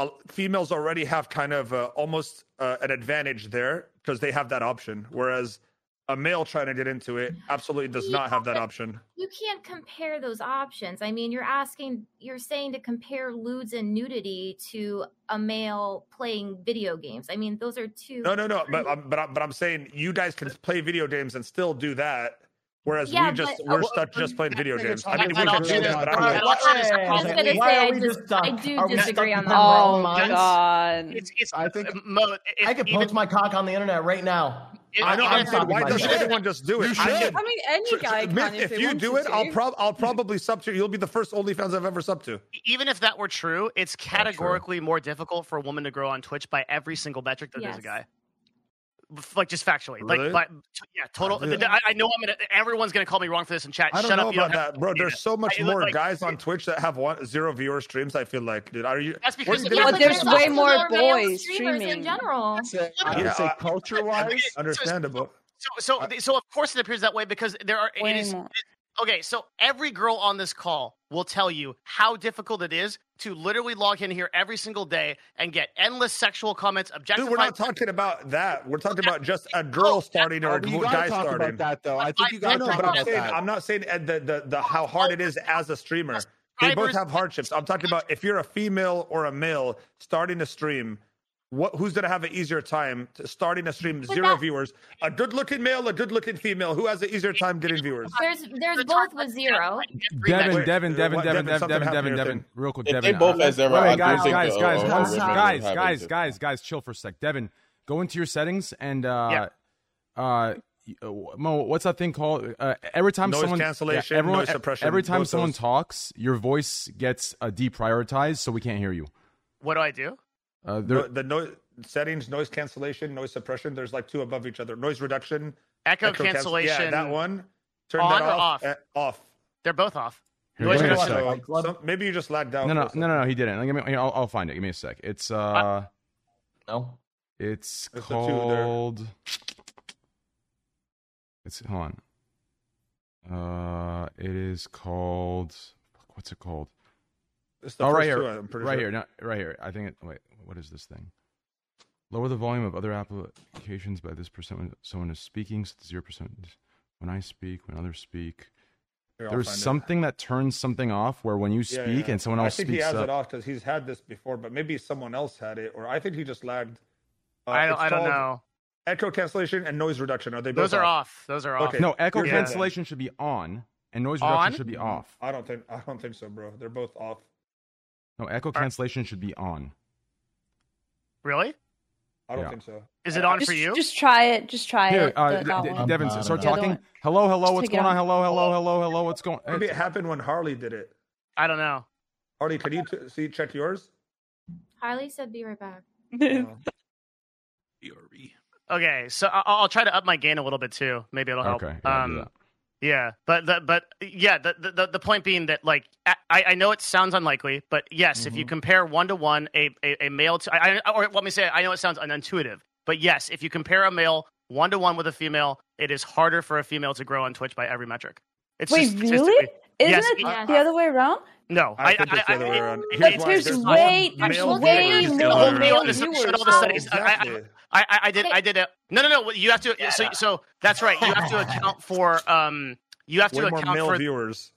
S7: uh, females already have kind of uh, almost uh, an advantage there because they have that option, whereas a male trying to get into it absolutely does not have that option.
S3: you can't compare those options. I mean, you're asking, you're saying to compare lewds and nudity to a male playing video games. I mean, those are two.
S7: No, no, no. But I'm, but I'm, but I'm saying you guys can play video games and still do that, whereas
S3: Yeah,
S7: we just
S3: but-
S7: we're stuck just playing video games. I mean,
S8: That
S7: we can do
S8: option is-
S7: that, but I don't.
S8: that option is-
S3: I was gonna
S2: Why
S3: say,
S2: are
S3: I,
S2: we
S3: dis-
S2: just stuck?
S3: I do
S2: Are we
S3: digree
S2: stuck
S3: on
S2: in
S3: that.
S9: Oh
S2: our
S8: my
S9: my
S2: minds?
S9: god.
S8: It's, it's
S5: I
S7: uh,
S5: think-
S8: Mo, it,
S2: I could
S8: even-
S2: post my cock on the internet right now.
S8: it-
S7: I know.
S8: even
S7: I'm
S8: if-
S2: I'm
S7: saying,
S2: stopping
S7: why doesn't
S2: myself.
S7: everyone just do it?
S5: You
S7: I
S5: should.
S7: can-
S10: I mean, any
S7: So- so,
S10: guy
S7: Myth,
S10: can if,
S7: if,
S10: they
S7: you
S10: wanted
S7: do it,
S10: to.
S7: I'll prob I'll probably sub to. You'll be the first OnlyFans I've ever sub to.
S8: even if that were true, it's categorically more difficult for a woman to grow on Twitch by every single metric than there's a
S3: Yes.
S8: guy. F- Like just factually,
S7: Really?
S8: like, but yeah, total.
S7: Really?
S8: I, I know I'm gonna. Everyone's gonna call me wrong for this in chat.
S7: I don't
S8: Shut
S7: know
S8: up, you
S7: about
S8: have
S7: that, bro.
S8: data.
S7: There's so much
S8: I-
S7: more
S8: like-
S7: guys on Twitch that have one zero viewer streams. I feel like, dude, are you?
S8: That's
S7: what are
S8: because
S7: you
S8: of
S7: doing?
S9: But
S3: But
S9: there's
S3: also
S9: way
S3: male
S9: more boys
S3: streamers
S9: streaming.
S3: in general.
S5: Say- I
S7: Yeah,
S5: would say
S7: I-
S5: culture wise.
S8: Okay, so-
S7: Understandable.
S8: So, so, so, of course it appears that way because there are.
S9: Way
S8: It is,
S9: more.
S8: okay, so every girl on this call will tell you how difficult it is to literally log in here every single day and get endless sexual comments.
S7: Dude,
S8: Objectifying.
S7: we're not talking about that. We're talking about just a girl starting or a
S5: But you
S7: guy
S5: gotta talk
S7: starting.
S5: about that though. I think you
S7: No,
S5: gotta
S7: no,
S5: talk
S7: but I'm
S5: about
S7: saying
S5: that.
S7: I'm not saying uh, the, the the how hard it is as a streamer. They both have hardships. I'm talking about if you're a female or a male starting a stream, what who's gonna have an easier time to starting a stream zero viewers? A good looking male, a good looking female, who has an easier time getting viewers?
S3: There's there's both with zero.
S1: Devin, Devin,
S7: Wait, uh,
S1: Devin,
S7: what-
S1: Devin,
S7: Devin,
S1: Devin,
S7: something
S1: Devin,
S7: happened
S1: Devin,
S7: here,
S1: Devin.
S7: too.
S1: Real quick,
S11: If they
S1: Devin.
S11: both have zero,
S1: Wait,
S11: I do
S1: guys,
S11: think
S1: guys,
S11: the, uh,
S1: guys, guys,
S11: algorithm will
S1: guys,
S11: have it
S1: guys,
S11: too.
S1: guys, guys, chill for a sec. Devin, go into your settings and uh, uh, y- uh, Mo, what's that thing called? Uh, every time
S7: Noise
S1: someone
S7: cancellation, noise
S1: e-
S7: suppression,
S1: every time
S7: both
S1: someone
S7: those.
S1: talks, your voice gets uh, deprioritized, so we can't hear you.
S8: What do I do?
S1: Uh, there,
S7: The, the noise settings, noise cancellation, noise suppression. There's like two above each other. Noise reduction,
S8: Echo,
S7: echo cancel-
S8: cancellation.
S7: Yeah, that one. Turn
S8: On
S7: that
S8: or
S7: off.
S8: off?
S7: eh, off.
S8: They're both off.
S1: Here,
S8: Noise
S1: wait a
S8: reduction.
S1: sec.
S7: So, some- maybe you just lagged out.
S1: No,
S7: for a
S1: no,
S7: second.
S1: no, no, no, he didn't. Give me, here, I'll, I'll find it. Give me a sec. It's uh,
S2: No.
S1: it's
S7: There's the two there.
S1: called. It's hold on. Uh, it is called. fuck, What's it called?
S7: It's the
S1: oh,
S7: first
S1: right here,
S7: two, I'm pretty
S1: right here,
S7: sure.
S1: no, right here. I think. It, wait, what is this thing? Lower the volume of other applications by this percent when someone is speaking. So zero percent when I speak, when others speak.
S7: Here, I'll
S1: There's
S7: find it.
S1: something that turns something off where when you
S7: Yeah,
S1: speak
S7: yeah.
S1: and someone else
S7: I think
S1: speaks
S7: he has
S1: up.
S7: it off because he's had this before, but maybe someone else had it, or I think he just lagged. Uh,
S8: I don't,
S7: it's
S8: I don't
S7: called
S8: know.
S7: Echo cancellation and noise reduction. Are they both
S8: Those are off. Those are off.
S7: Okay.
S1: No, echo
S8: Yeah.
S1: cancellation should be on, and noise reduction
S8: On?
S1: should be off.
S7: I don't think. I don't think so, bro. They're both off.
S1: No, echo cancellation should be on.
S8: Really?
S7: I don't
S1: Yeah.
S7: think so.
S8: Is it on
S9: Just,
S8: for you?
S9: just try it. Just try
S1: Here,
S9: it.
S1: uh,
S9: the- that
S1: D- D-
S9: one.
S1: Devin,
S2: I don't
S1: start
S2: know.
S1: talking.
S9: one.
S1: Hello, hello,
S9: Just
S1: what's
S9: take it
S1: going on?
S9: out.
S1: Hello, hello, hello, hello, what's going? on?
S7: Maybe it happened when Harley did it.
S8: I don't know.
S7: Harley, can you t- see check yours?
S3: Harley said, "Be right back."
S7: No.
S16: BRB.
S8: Okay, so I- I'll I'll try to up my gain a little bit too. Maybe it'll help. Um,
S1: Okay, yeah, I'll do that.
S8: yeah, but the, but yeah, the, the- the the point being that like I, I know it sounds unlikely, but yes, if you
S7: Mm-hmm.
S8: compare one to one a, a a male to I, I- or let me say I know it sounds unintuitive, but yes, if you compare a male one to one with a female, it is harder for a female to grow on Twitch by every metric. It's
S9: Wait,
S8: just
S9: really?
S8: statistically-
S9: Isn't
S8: Yes,
S9: it
S3: I-
S7: uh,
S9: the other way around?
S8: No,
S7: I think it's the other way around. Here's
S8: it's-
S7: why.
S9: There's
S7: There's
S9: way,
S7: more
S9: there's
S7: male
S9: way
S7: viewers.
S9: more male
S7: Oh,
S8: male
S9: viewers. Oh.
S8: listen, shut all the studies. I- I-
S7: Exactly.
S8: I, I, I did. I did it. No, no, no. You have to. So, so that's right. You have to account for. Um, you have to
S7: Way more
S8: account
S7: male
S8: for.
S7: viewers.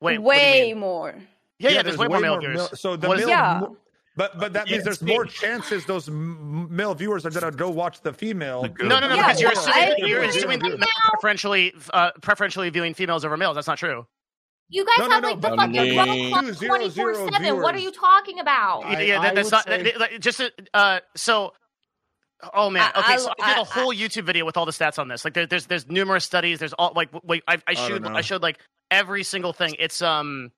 S8: Wait, what do you
S9: way
S8: mean?
S9: more.
S8: Yeah, yeah. There's, way, more male viewers.
S7: male- so the
S8: What is
S7: male,
S9: it? Yeah.
S7: mo- but but that means
S8: Yeah,
S7: there's
S8: it's me.
S7: more chances those m- male viewers are gonna go watch the female.
S16: The
S8: No, no, no.
S9: Yeah,
S8: because you're
S9: well,
S8: assuming,
S9: I-
S8: you're assuming that men are preferentially uh, preferentially viewing females over males. That's not true.
S3: You guys
S7: No, no,
S3: have
S7: no,
S3: like the
S11: but
S3: fucking
S11: I
S3: World
S11: mean-
S3: Cup
S7: Two zero
S3: twenty four
S7: zero
S3: seven. What are
S7: viewers.
S3: you talking about?
S8: Yeah,
S7: I-
S8: yeah, that,
S7: I
S8: that's
S7: would
S8: not.
S7: say-
S8: that- like, just uh, so. Oh man.
S9: I-
S8: Okay,
S9: I-
S8: so I did a
S9: I-
S8: whole YouTube video with all the stats on this. Like, there, there's there's numerous studies. There's all like wait, I, I
S7: don't
S8: showed
S7: know.
S8: I showed like every single thing. It's um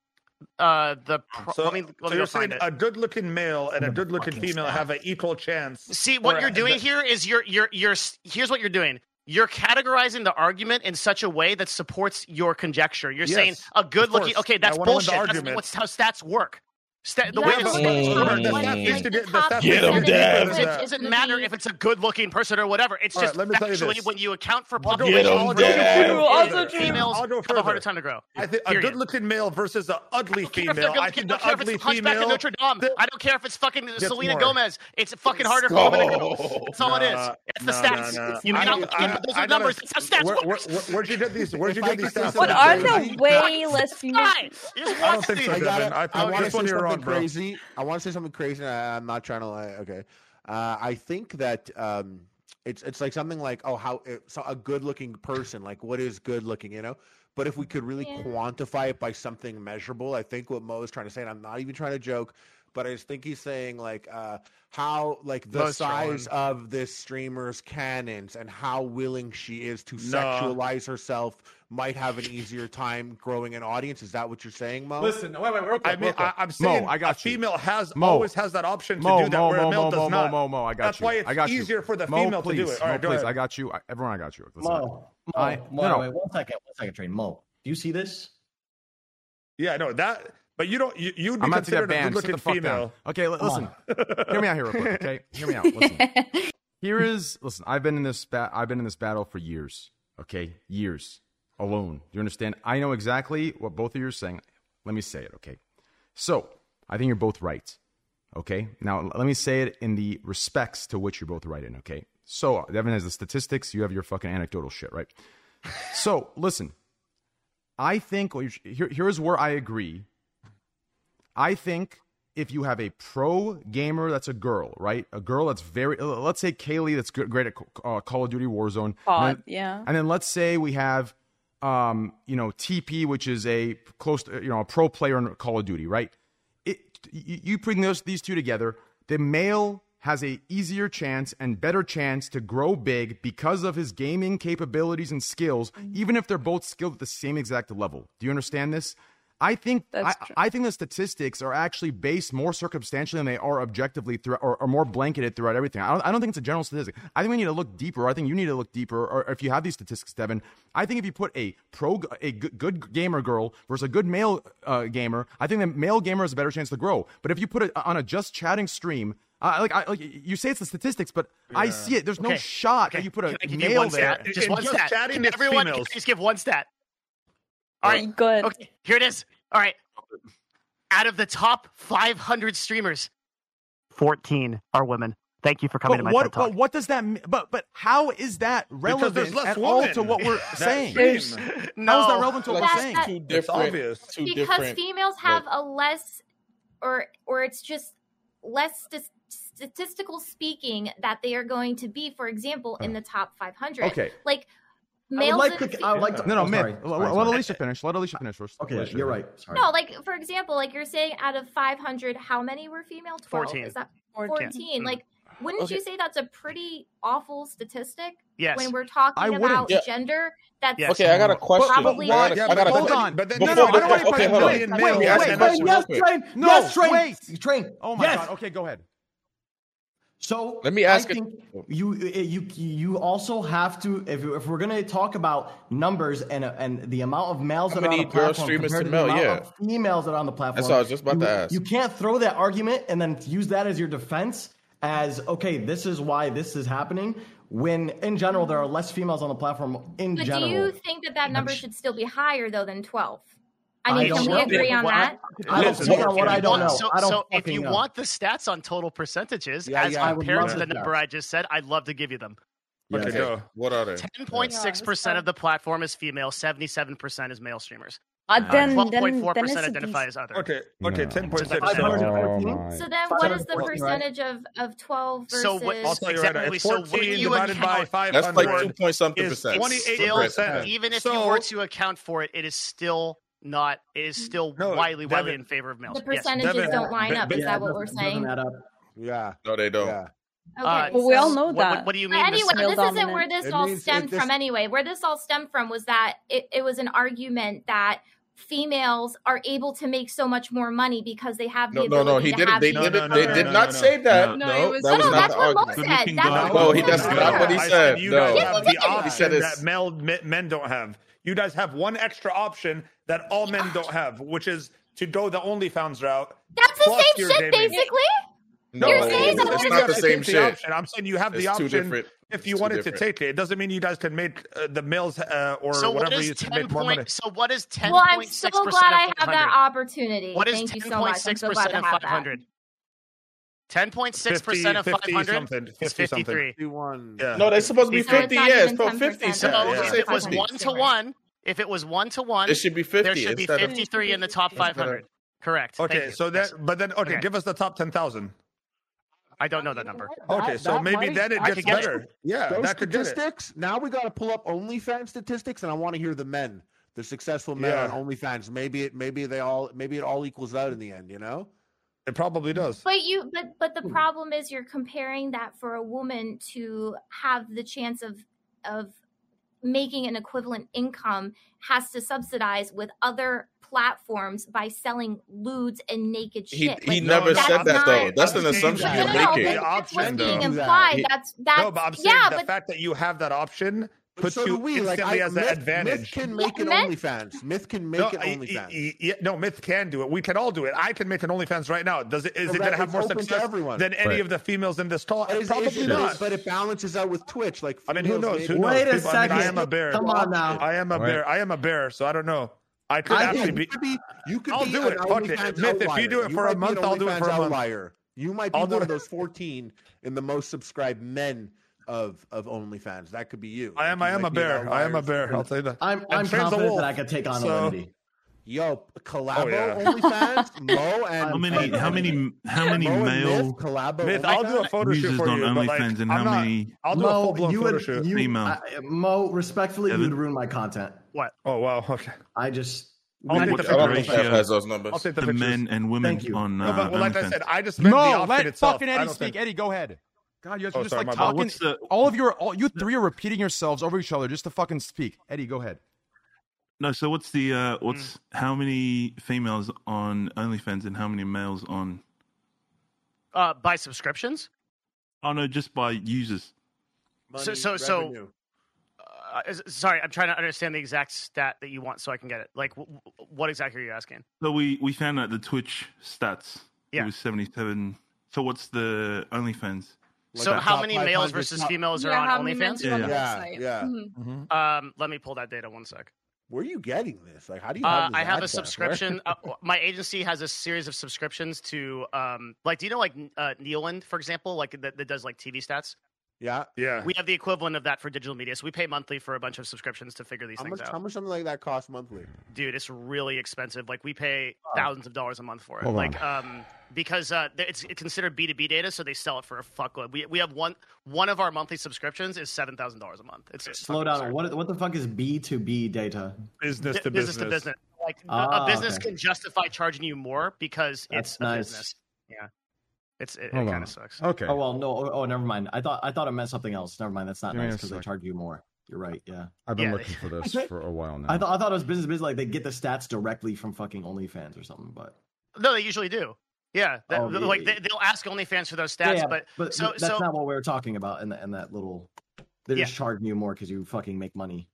S8: uh the pro-
S7: Um, So,
S8: let me let
S7: so
S8: me go
S7: you're
S8: find
S7: saying
S8: it.
S7: a good-looking male and a good-looking female have an equal chance?
S8: See what
S7: Or uh,
S8: you're doing
S7: the-
S8: here is you're you're you're s- here's what you're doing. You're categorizing the argument in such a way that supports your conjecture. You're
S7: Yes,
S8: saying a good looking.
S7: course.
S8: Okay, that's
S7: I wanna win the
S8: bullshit. That's not
S7: argument.
S8: what's how stats work. Sta- the
S3: You
S8: way the
S3: have to
S8: stats
S3: look at
S7: Mm.
S3: what-
S7: The
S3: what,
S7: stats
S3: like,
S7: used to
S3: the
S7: be- the
S3: top
S7: stats
S11: Get
S3: percent
S11: him,
S3: of the
S11: Dad.
S3: percent
S8: It
S7: Yeah.
S8: doesn't
S3: would
S8: matter
S3: be-
S8: if it's a good-looking person or whatever. It's
S7: All
S8: just
S7: right, let me tell you
S8: factually
S7: this.
S8: when you account for
S7: I'll go further.
S8: population,
S11: I'll go further.
S9: Also true.
S8: females
S7: I'll go
S8: have a harder
S7: further.
S8: time to grow.
S7: I think a
S8: Period.
S7: good-looking male versus an ugly
S8: I don't care if
S7: female.
S8: they're
S7: I
S8: good-looking, I
S7: think the
S8: don't care if
S7: ugly
S8: it's Hunchback of
S7: female.
S8: Notre Dame.
S7: the-
S8: I don't care if it's fucking Selena
S7: more.
S8: Gomez. It's fucking harder for
S11: Let's
S8: women to grow.
S7: Oh,
S11: go.
S8: That's all it is.
S7: Nah,
S8: It's the
S7: nah,
S8: stats.
S7: nah, nah.
S8: You
S7: I
S8: know,
S7: gotta-
S8: yeah, but those are
S7: I gotta-
S8: numbers. That's how stats
S7: where-
S8: work.
S7: where- where'd you get these? Where'd you
S5: If I
S7: get these
S5: could say
S7: stats?
S9: What
S5: something
S9: are the
S5: crazy.
S9: way less female?
S8: Guy, just
S7: I
S8: watch
S7: don't think
S8: these.
S7: so,
S5: I
S7: Devin.
S5: gotta,
S7: I,
S5: I,
S7: I,
S5: want to
S7: this
S5: say
S7: one you're
S5: something
S7: on, bro.
S5: crazy. I want to say something crazy, and I, I'm not trying to lie. Okay, uh, I think that um, it's it's like something like oh how it, so a good looking person like what is good looking you know. But if we could really
S3: Yeah.
S5: quantify it by something measurable, I think what Mo is trying to say, and I'm not even trying to joke, but I just think he's saying like uh, how like the
S8: Mo's
S5: size of this streamer's cannons and how willing she is to
S7: No.
S5: sexualize herself might have an easier time growing an audience. Is that what you're saying, Mo?
S1: Listen, wait, wait, real quick.
S7: I mean,
S1: real quick.
S7: I, I'm saying
S1: Mo, I got
S7: a
S1: you.
S7: female has
S1: Mo.
S7: always has that option to
S1: Mo,
S7: do that,
S1: Mo,
S7: where a
S1: Mo,
S7: male
S1: Mo,
S7: does
S1: Mo, Mo,
S7: not.
S1: Mo, Mo, I got
S7: That's
S1: you.
S7: why it's
S1: I got you.
S7: easier for the
S1: Mo,
S7: female
S1: please,
S7: to do it. All right,
S1: Mo,
S7: go
S1: please,
S7: ahead.
S1: I got you. I, everyone, I got you. Let's not-
S2: Mo, Mo,
S1: I-
S2: Mo,
S1: no.
S2: wait one second, one second, Train. Mo, do you see this?
S7: Yeah, no, that. But you don't. You, you'd be
S1: I'm about to get
S7: considered a
S1: banned. Sit
S7: good-looking
S1: the fuck down.
S7: female.
S1: Okay, l- listen. Hear me out here, real quick. Okay, hear me out. Listen. Here is listen. I've been in this. Ba- I've been in this battle for years. Okay, years. alone. Do you understand? I know exactly what both of you are saying. Let me say it, okay? So, I think you're both right, okay? Now, l- let me say it in the respects to which you're both right in, okay? So, Devin has the statistics, you have your fucking anecdotal shit, right? So, listen, I think what you- here, here's where I agree. I think if you have a pro gamer that's a girl, right? A girl that's very, uh, let's say Kaylee that's good, great at uh, Call of Duty Warzone.
S9: Bot,
S1: And-
S9: yeah.
S1: and then let's say we have, um, you know, TP, which is a close, to, you know, a pro player in Call of Duty, right? It, you you bring those these two together, the male has a easier chance and better chance to grow big because of his gaming capabilities and skills, even if they're both skilled at the same exact level. Do you understand this? I think I, I think the statistics are actually based more circumstantially than they are objectively throughout, or, or more blanketed throughout everything. I don't, I don't think it's a general statistic. I think we need to look deeper. I think you need to look deeper. Or if you have these statistics, Devin, I think if you put a pro a good, good gamer girl versus a good male uh, gamer, I think the male gamer has a better chance to grow. But if you put it on a just chatting stream. I like, I, like you say it's the statics, but I see it. There's no
S8: Okay.
S1: shot that you put a
S8: Can I give you
S1: male
S8: one
S1: there.
S8: stat? Just one stat. Can everyone can I just give one stat. All right.
S9: Good.
S8: Okay. Here it is. All right. Out of the top 500 streamers, 14 are women. Thank you for coming
S1: But
S8: to my
S1: what,
S8: TED talk.
S1: but what does that? mean? But but how is that relevant
S7: there's less
S1: at all to
S7: women.
S1: what we're
S7: That's
S1: saying?
S7: There's-
S1: How is
S8: No.
S1: that relevant to what
S3: That's-
S1: we're saying?
S3: that's-
S11: Two
S7: It's
S11: different,
S7: obvious.
S11: two
S3: because
S11: different.
S3: females have a less or or it's just less st- statistical speaking that they are going to be for example in the top 500
S1: Okay.
S3: like
S2: I would
S3: males
S2: like
S3: and
S2: to.
S3: fe-
S2: I would like to.
S1: No, no,
S2: oh,
S1: man.
S2: sorry.
S1: Let,
S2: Sorry,
S1: let
S2: sorry.
S1: Alicia finish. Let Alicia finish first. Let
S2: Okay,
S1: Alicia
S2: you're
S1: finish.
S2: right. Sorry.
S3: no like for example like you're saying out of 500 how many were female 12
S8: 14.
S3: is that
S9: 14.
S3: 14
S8: Mm.
S3: like wouldn't
S11: Okay.
S3: you say that's a pretty awful statistic
S8: Yes.
S3: when we're talking
S1: I wouldn't.
S3: about
S11: Yeah.
S3: gender that's
S8: Yes.
S11: Okay, I got a question.
S3: Probably-
S11: I got
S3: Yeah,
S11: a,
S7: Yeah,
S11: I
S7: but
S11: got a
S1: hold
S11: question.
S7: then-
S1: on.
S7: But then
S11: Before
S7: no, no,
S11: we-
S7: I don't want
S11: okay,
S7: anybody
S11: hold on.
S7: million
S3: Wait,
S7: males.
S3: wait,
S7: and
S3: wait,
S7: then
S11: wait,
S7: that's-
S11: wait.
S2: Yes,
S11: quick.
S2: train.
S1: No,
S2: yes, train.
S1: wait.
S2: train.
S1: Oh my
S2: yes.
S1: god. Okay, go ahead.
S2: So
S11: Let me ask
S2: I
S11: a- Oh.
S2: think you eh, you you also have to if, if we're gonna talk about numbers and and the amount of males
S11: How
S2: that are on
S11: many
S2: the
S11: girl
S2: platform
S11: streamers
S2: compared to
S11: to
S2: the
S11: male?
S2: amount
S11: Yeah.
S2: of females that are on the platform.
S11: That's what I was just about
S2: you,
S11: to ask.
S2: You can't throw that argument and then use that as your defense as okay, this is why this is happening. When in general there are less females on the platform in
S3: but
S2: general.
S3: do you think that that number should still be higher though than 12 i
S2: I
S3: mean
S2: don't
S3: can we
S2: know.
S3: agree on
S8: What-
S3: that
S2: I don't
S11: Listen,
S2: speak on what I don't
S8: Well,
S2: know.
S8: So,
S2: I don't
S8: so if
S2: fucking
S8: you
S2: know.
S8: want the stats on total percentages
S11: Yeah,
S8: as
S11: yeah,
S2: I would
S8: compared
S2: love
S8: to
S2: the
S8: the number
S2: stats.
S8: I just said, I'd love to give you them.
S2: Yes.
S7: Okay, go.
S11: What are they?
S8: 10.6%
S10: Yeah,
S8: of the platform is female, 77% is male streamers.
S9: Uh, then, then,
S8: 12.4%
S9: then it's a
S8: identify
S9: decent.
S8: as other.
S7: Okay, okay,
S15: No.
S7: ten point six.
S8: Five hundred.
S3: So then,
S2: Five
S3: what
S2: out
S3: is
S2: of
S3: the
S2: 14, right?
S3: percentage of, of 12 versus?
S8: So what-
S7: I'll tell you right now,
S8: Exactly.
S7: it's
S8: So what you
S7: fourteen divided by
S8: account-
S7: five
S11: That's like two
S7: hundred.
S11: point something
S7: is
S11: percent.
S7: 28%
S11: Correct.
S8: Still, even if you
S7: So-
S8: were to account for it, it is still not. It is still
S7: No,
S8: widely, widely
S7: Devin-
S8: in favor of males.
S3: the
S8: Yes.
S3: percentages
S7: Devin-
S3: don't line
S7: Devin-
S3: up. Is
S2: Yeah,
S3: that what
S2: it
S3: we're
S2: doesn't- doesn't
S3: saying?
S2: add up.
S4: Yeah,
S11: No, they don't.
S4: yeah.
S3: Okay.
S8: Uh,
S9: Well, we all
S3: so-
S9: know
S8: What,
S9: that.
S8: what, what do you
S3: But
S8: mean? this-
S3: anyway,
S9: Male
S3: this isn't where
S9: dominant.
S3: this
S4: It
S3: all
S4: means it-
S3: stemmed
S4: this-
S3: from. Anyway, where this all stemmed from was that it, it was an argument that females are able to make so much more money because they have the
S11: No, no,
S3: ability
S11: no. He
S3: to
S11: didn't.
S3: have
S11: They
S3: the-
S7: No,
S11: did
S7: no,
S11: it.
S7: no,
S11: They
S7: no,
S11: did
S7: no,
S11: not
S7: no,
S11: say that.
S10: No,
S11: No,
S10: it was-
S11: that
S3: no,
S11: was
S3: no,
S11: not
S3: that's
S11: the
S3: what Mo
S11: argument.
S6: Good
S3: said.
S6: looking
S3: That's
S6: guy.
S3: what
S11: No,
S3: Mo
S11: he
S3: said
S11: that's
S3: in
S11: not
S3: there.
S11: what he
S7: I
S11: said.
S7: You
S11: No.
S7: guys
S3: Yes, he
S7: have
S3: did.
S7: the
S11: He said
S7: option
S11: it's-
S7: that male me- men don't have. You guys have one extra option that all men don't have, which is to go the OnlyFans route.
S3: That's the
S7: plus
S3: same
S7: your
S3: shit,
S7: gaming.
S3: basically.
S11: No,
S3: You're saying
S11: it's
S3: that
S11: it's
S3: we're
S11: not
S3: not
S11: the
S7: to
S11: same
S7: take the
S11: shit.
S7: option. I'm saying you have
S11: It's
S7: the
S11: two
S7: option
S11: different.
S7: if
S11: it's
S7: you
S11: two
S7: wanted
S11: different.
S7: to take it. It doesn't mean you guys can make uh, the males uh, or
S8: so what
S7: whatever
S8: is
S7: you can make
S8: ten
S7: more money.
S8: point? So what is ten
S3: Well, I'm
S8: point
S3: so
S8: six percent
S3: glad
S8: of
S3: I
S8: five
S3: have that
S8: hundred?
S3: opportunity.
S8: What is
S3: Thank you
S8: ten
S3: so much.
S8: point
S3: I'm
S8: six
S3: so glad
S8: percent
S3: to
S8: of
S3: have
S8: five
S3: that.
S8: hundred? Ten point six
S7: 50,
S8: percent of five
S7: 50
S8: hundred
S7: something,
S8: is
S7: 50 something.
S8: fifty-three.
S4: Fifty-one.
S7: Yeah.
S11: No, they're supposed to be
S3: So it's
S11: fifty.
S3: not
S11: Yeah, it's
S3: even
S11: called fifty.
S3: 10%
S11: So
S8: So
S7: Yeah,
S11: just
S7: yeah.
S8: if
S11: say
S8: it was
S11: fifty.
S8: one to one, if it was one to one,
S11: It should be fifty
S8: there should be
S11: instead of
S8: fifty-three in the top five hundred. Correct. Thank
S7: Okay,
S8: you.
S7: so
S8: Yes.
S7: that, but then, okay,
S8: Okay.
S7: give us the top 10,000.
S8: I don't know that number.
S7: Okay, so maybe
S4: might-
S7: then it
S8: I
S7: gets
S8: could get it.
S7: better. Yeah,
S4: Those
S7: that could get it.
S4: statistics. Now we got to pull up OnlyFans statistics, and I want to hear the men, the successful men
S7: Yeah.
S4: on OnlyFans. Maybe it, maybe they all, maybe it all equals out in the end. You know?
S7: It probably does.
S3: But you, but but
S8: Hmm.
S3: the problem is you're comparing that for a woman to have the chance of of making an equivalent income has to subsidize with other platforms by selling lewds and naked
S11: He
S3: shit.
S11: he
S3: Like,
S11: never
S3: that's
S11: said that though.
S3: not-
S11: That's
S7: I'm
S11: an
S7: saying
S11: assumption
S7: that
S3: no,
S11: you're
S3: no, no,
S7: the
S11: making.
S3: but that's what's
S7: option,
S3: being
S7: though.
S3: implied.
S4: He-
S3: That's that's
S7: No, but I'm saying
S3: yeah,
S7: the
S3: but
S7: fact that you have that option puts
S4: so do
S7: you
S4: we. Like,
S7: instantly
S4: I-
S7: as
S4: Myth-
S7: an
S4: Myth
S7: advantage.
S4: can make an
S3: Myth-
S4: OnlyFans. Myth can make
S7: no,
S4: an
S7: I-
S4: OnlyFans.
S7: I- I- yeah, no, Myth can do it. We can all do it. I can make an OnlyFans right now. Does it? Is
S4: Correct.
S7: it going to have
S4: It's
S7: more
S4: open to
S7: success
S4: everyone.
S7: than any
S11: Right.
S7: of the females in this call?
S4: But it's-
S7: Probably
S4: it's- it is,
S7: not.
S4: but it balances out with Twitch. Like,
S7: I mean, who
S4: females
S7: knows?
S4: may-
S7: Who
S2: Wait
S7: knows?
S2: a
S7: I mean, I,
S2: second.
S7: am a bear.
S2: Come on now.
S7: I am a
S1: All
S7: bear. I am a bear, so I don't know. I could
S4: I think
S7: actually
S4: you
S7: be.
S4: could be. You could
S7: I'll
S4: be
S7: do
S4: an
S7: it. Fuck it.
S4: OnlyFans
S7: Myth, if you
S4: outlier.
S7: do it for a
S4: might be an
S7: month, I'll do it
S4: OnlyFans
S7: for a month.
S4: Outlier. You might be
S7: I'll do
S4: one
S7: it.
S4: of those fourteen in the most subscribed men of of OnlyFans. That could be you.
S7: I am.
S4: Like,
S7: I
S4: you
S7: am
S4: might
S7: a
S4: be an
S7: bear. I am a
S4: outlier.
S7: bear. I'll tell you that.
S2: I'm
S7: And
S2: I'm
S7: Shane's a
S2: confident
S7: wolf,
S2: that I could take on
S7: so-
S2: Alemity.
S4: Yo, collabo
S7: Oh, yeah.
S4: OnlyFans, Mo and
S6: How many? How many? How many
S4: Mo and
S6: male
S4: Myth collabo?
S7: Myth, I'll do a
S4: OnlyFans?
S7: photo shoot
S6: users
S7: for
S6: on
S7: you, but like,
S6: OnlyFans,
S7: I'm
S6: and how
S7: not.
S6: many?
S7: I'll do a
S2: Mo,
S7: full blown
S2: you
S7: photo
S2: would
S7: shoot.
S2: you
S6: Female.
S2: I, Mo respectfully you
S6: Kevin?
S2: would ruin my content.
S8: What?
S7: Oh wow. Okay.
S2: I just
S7: I'll take
S6: What's
S7: the
S6: the
S11: I
S7: pictures.
S11: don't
S6: ratio?
S11: know if has those numbers.
S7: I'll take the
S6: The
S7: pictures.
S6: men and women
S2: Thank you.
S6: on
S7: No,
S6: uh,
S7: but well, like I
S6: OnlyFans.
S7: said, I just meant the
S1: No,
S7: outfit
S1: let
S7: itself.
S1: fucking
S7: I
S1: Eddie
S7: don't
S1: speak.
S7: think-
S1: Eddie, go ahead. God, you guys are
S7: Oh,
S1: just
S7: sorry,
S1: like
S7: my bad.
S1: talking.
S6: What's the-
S1: all of you are all you three are repeating yourselves over each other just to fucking speak. Eddie, go ahead.
S6: No, so what's the uh,
S7: Mm.
S6: what's how many females on OnlyFans and how many males on?
S8: Uh, by subscriptions?
S6: Oh no, just by users.
S8: So- so- so- Uh, is- sorry, I'm trying to understand the exact stat that you want so I can get it. Like, w- w- what exactly are you asking?
S6: So we we found out the Twitch stats.
S8: Yeah.
S6: it was seventy seven. So what's the OnlyFans?
S8: so,
S4: the
S8: how
S4: top
S8: many
S4: 500
S8: males versus
S4: top-
S8: females are
S10: Yeah, how
S8: on
S10: many
S8: OnlyFans?
S10: men's are on the
S4: Yeah,
S10: website?
S4: yeah.
S10: Mhm.
S8: Um, let me pull that data one sec.
S4: Where are you getting this? Like, how do you?
S8: Uh,
S4: this
S8: I have a
S4: access? Where-
S8: subscription. uh, my agency has a series of subscriptions to, um, like, do you know, like, uh, Neoland, for example, like that, that does like TV stats?
S4: Yeah.
S7: Yeah.
S8: We have the equivalent of that for digital media. So we pay monthly for a bunch of subscriptions to figure these
S4: How
S8: things
S4: much? How
S8: out.
S4: much something like that costs monthly?
S8: Dude, it's really expensive. Like we pay thousands of dollars a month for it.
S1: Hold
S8: like um because uh th- it's it's considered B2B data, so they sell it for a fuckload. We we have one one of our monthly subscriptions is seven thousand dollars a month. It's, it's
S2: slow
S8: fucking
S2: down.
S8: absurd.
S2: What what the fuck is B two B data?
S7: Business
S8: Bu-
S7: to business.
S8: to business. Like a- a
S2: Ah,
S8: business
S2: okay.
S8: can justify charging you more because
S2: That's
S8: it's a
S2: nice.
S8: business. Yeah. It's it, it
S1: Hold
S8: kind
S1: on.
S8: of sucks.
S1: Okay.
S2: Oh well, no. Oh, oh, never mind. I thought I thought I meant something else. Never mind. That's not
S1: Give me
S2: nice
S1: a
S2: because they
S1: sec.
S2: charge you more. You're right. Yeah.
S1: I've been
S8: Yeah.
S1: looking for this for a while now.
S2: I thought I thought it was business business. Like they get the stats directly from fucking OnlyFans or something. But
S8: No, they usually do. Yeah, that-
S2: Oh, yeah,
S8: like
S2: yeah,
S8: they, they'll ask OnlyFans for those stats,
S2: yeah,
S8: but
S2: but
S8: so-
S2: th- that's
S8: so-
S2: not what we were talking about. And and that little, they're
S8: Yeah.
S2: just charging you more because you fucking make money.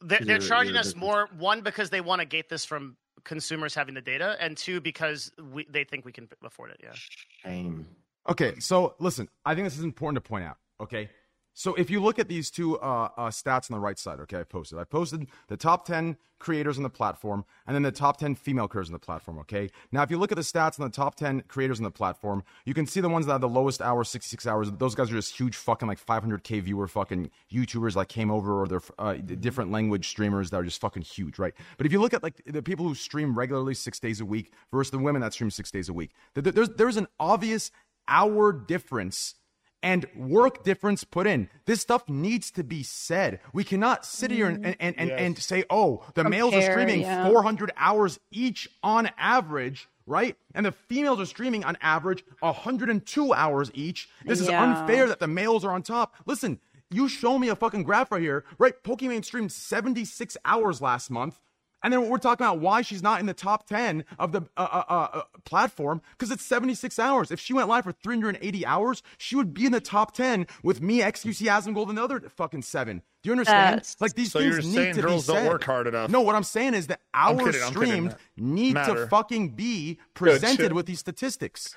S8: they're,
S2: Because
S8: they're
S2: you're-
S8: charging
S2: you're a
S8: us
S2: business.
S8: more one because they want to gate this from consumers having the data and two because we they think we can afford it yeah
S2: Shame.
S1: Okay, so listen, I think this is important to point out. Okay, so if you look at these two uh, uh, stats on the right side, okay, I posted, I posted the top ten creators on the platform, and then the top ten female creators on the platform. Okay, now if you look at the stats on the top ten creators on the platform, you can see the ones that have the lowest hours, sixty six hours. Those guys are just huge fucking like five hundred k viewer fucking YouTubers like came over, or they're uh, different language streamers that are just fucking huge, right? But if you look at like the people who stream regularly six days a week versus the women that stream six days a week, th- th- there's there's an obvious hour difference and work difference put in. This stuff needs to be said. We cannot sit here and and, and, and, and say, oh, the males are
S9: Compare,
S1: streaming
S9: yeah.
S1: 400 hours each on average, right? And the females are streaming on average 102 hours each. This is
S9: Yeah.
S1: unfair that the males are on top. Listen, you show me a fucking graph right here, right? Pokimane streamed 76 hours last month. And then we're talking about why she's not in the top 10 of the uh, uh, uh, uh, platform because it's 76 hours. If she went live for 380 hours, she would be in the top 10 with me, XQCasm Gold, and the other fucking seven. Do you understand?
S9: That's-
S1: Like these
S7: So
S1: things
S7: you're
S1: need
S7: saying
S1: to
S7: girls
S1: be
S7: don't
S1: said.
S7: work hard enough.
S1: No, what I'm saying is that
S7: I'm
S1: hours
S7: kidding, I'm kidding,
S1: streamed
S7: man.
S1: need
S7: Matter.
S1: to fucking be presented
S7: shit.
S1: with these statistics.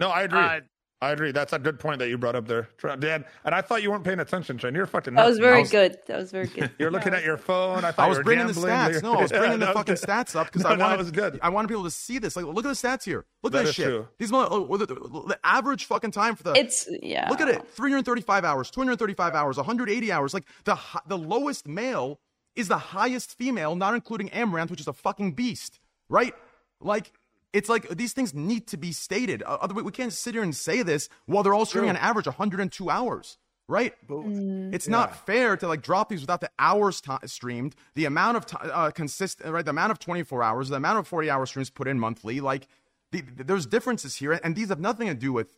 S7: No, I agree.
S8: Uh,
S7: I agree. That's a good point that you brought up there, Tr- Dan. And I thought you weren't paying attention, Trent. You're fucking.
S9: That was
S7: nuts.
S9: very
S7: I
S9: good. That was very good.
S7: You're looking at your phone. I thought
S1: I
S7: you
S1: was
S7: were
S1: bringing the
S7: gambling.
S1: stats. No, I was
S7: Yeah,
S1: bringing the
S7: that
S1: fucking
S7: was good.
S1: stats up because
S7: No,
S1: I
S7: that
S1: wanted
S7: was good.
S1: I want to be able to see this. Like, look at the stats here. Look
S7: That
S1: at
S7: is
S1: this shit.
S7: true.
S1: These mother, oh, the, the average fucking time for the
S9: It's yeah.
S1: Look at it: 335 hours, 235 hours, 180 hours. Like the hi- the lowest male is the highest female, not including Amaranth, which is a fucking beast, right? Like it's like these things need to be stated. Uh, other we can't sit here and say this while they're all streaming on average 102 hours, right?
S9: Mm.
S8: Mm.
S1: It's not fair to like drop these without the hours ti streamed, the amount of ti uh, consist right, the amount of 24 hours, the amount of 40 hour streams put in monthly. Like the, there's differences here, and these have nothing to do with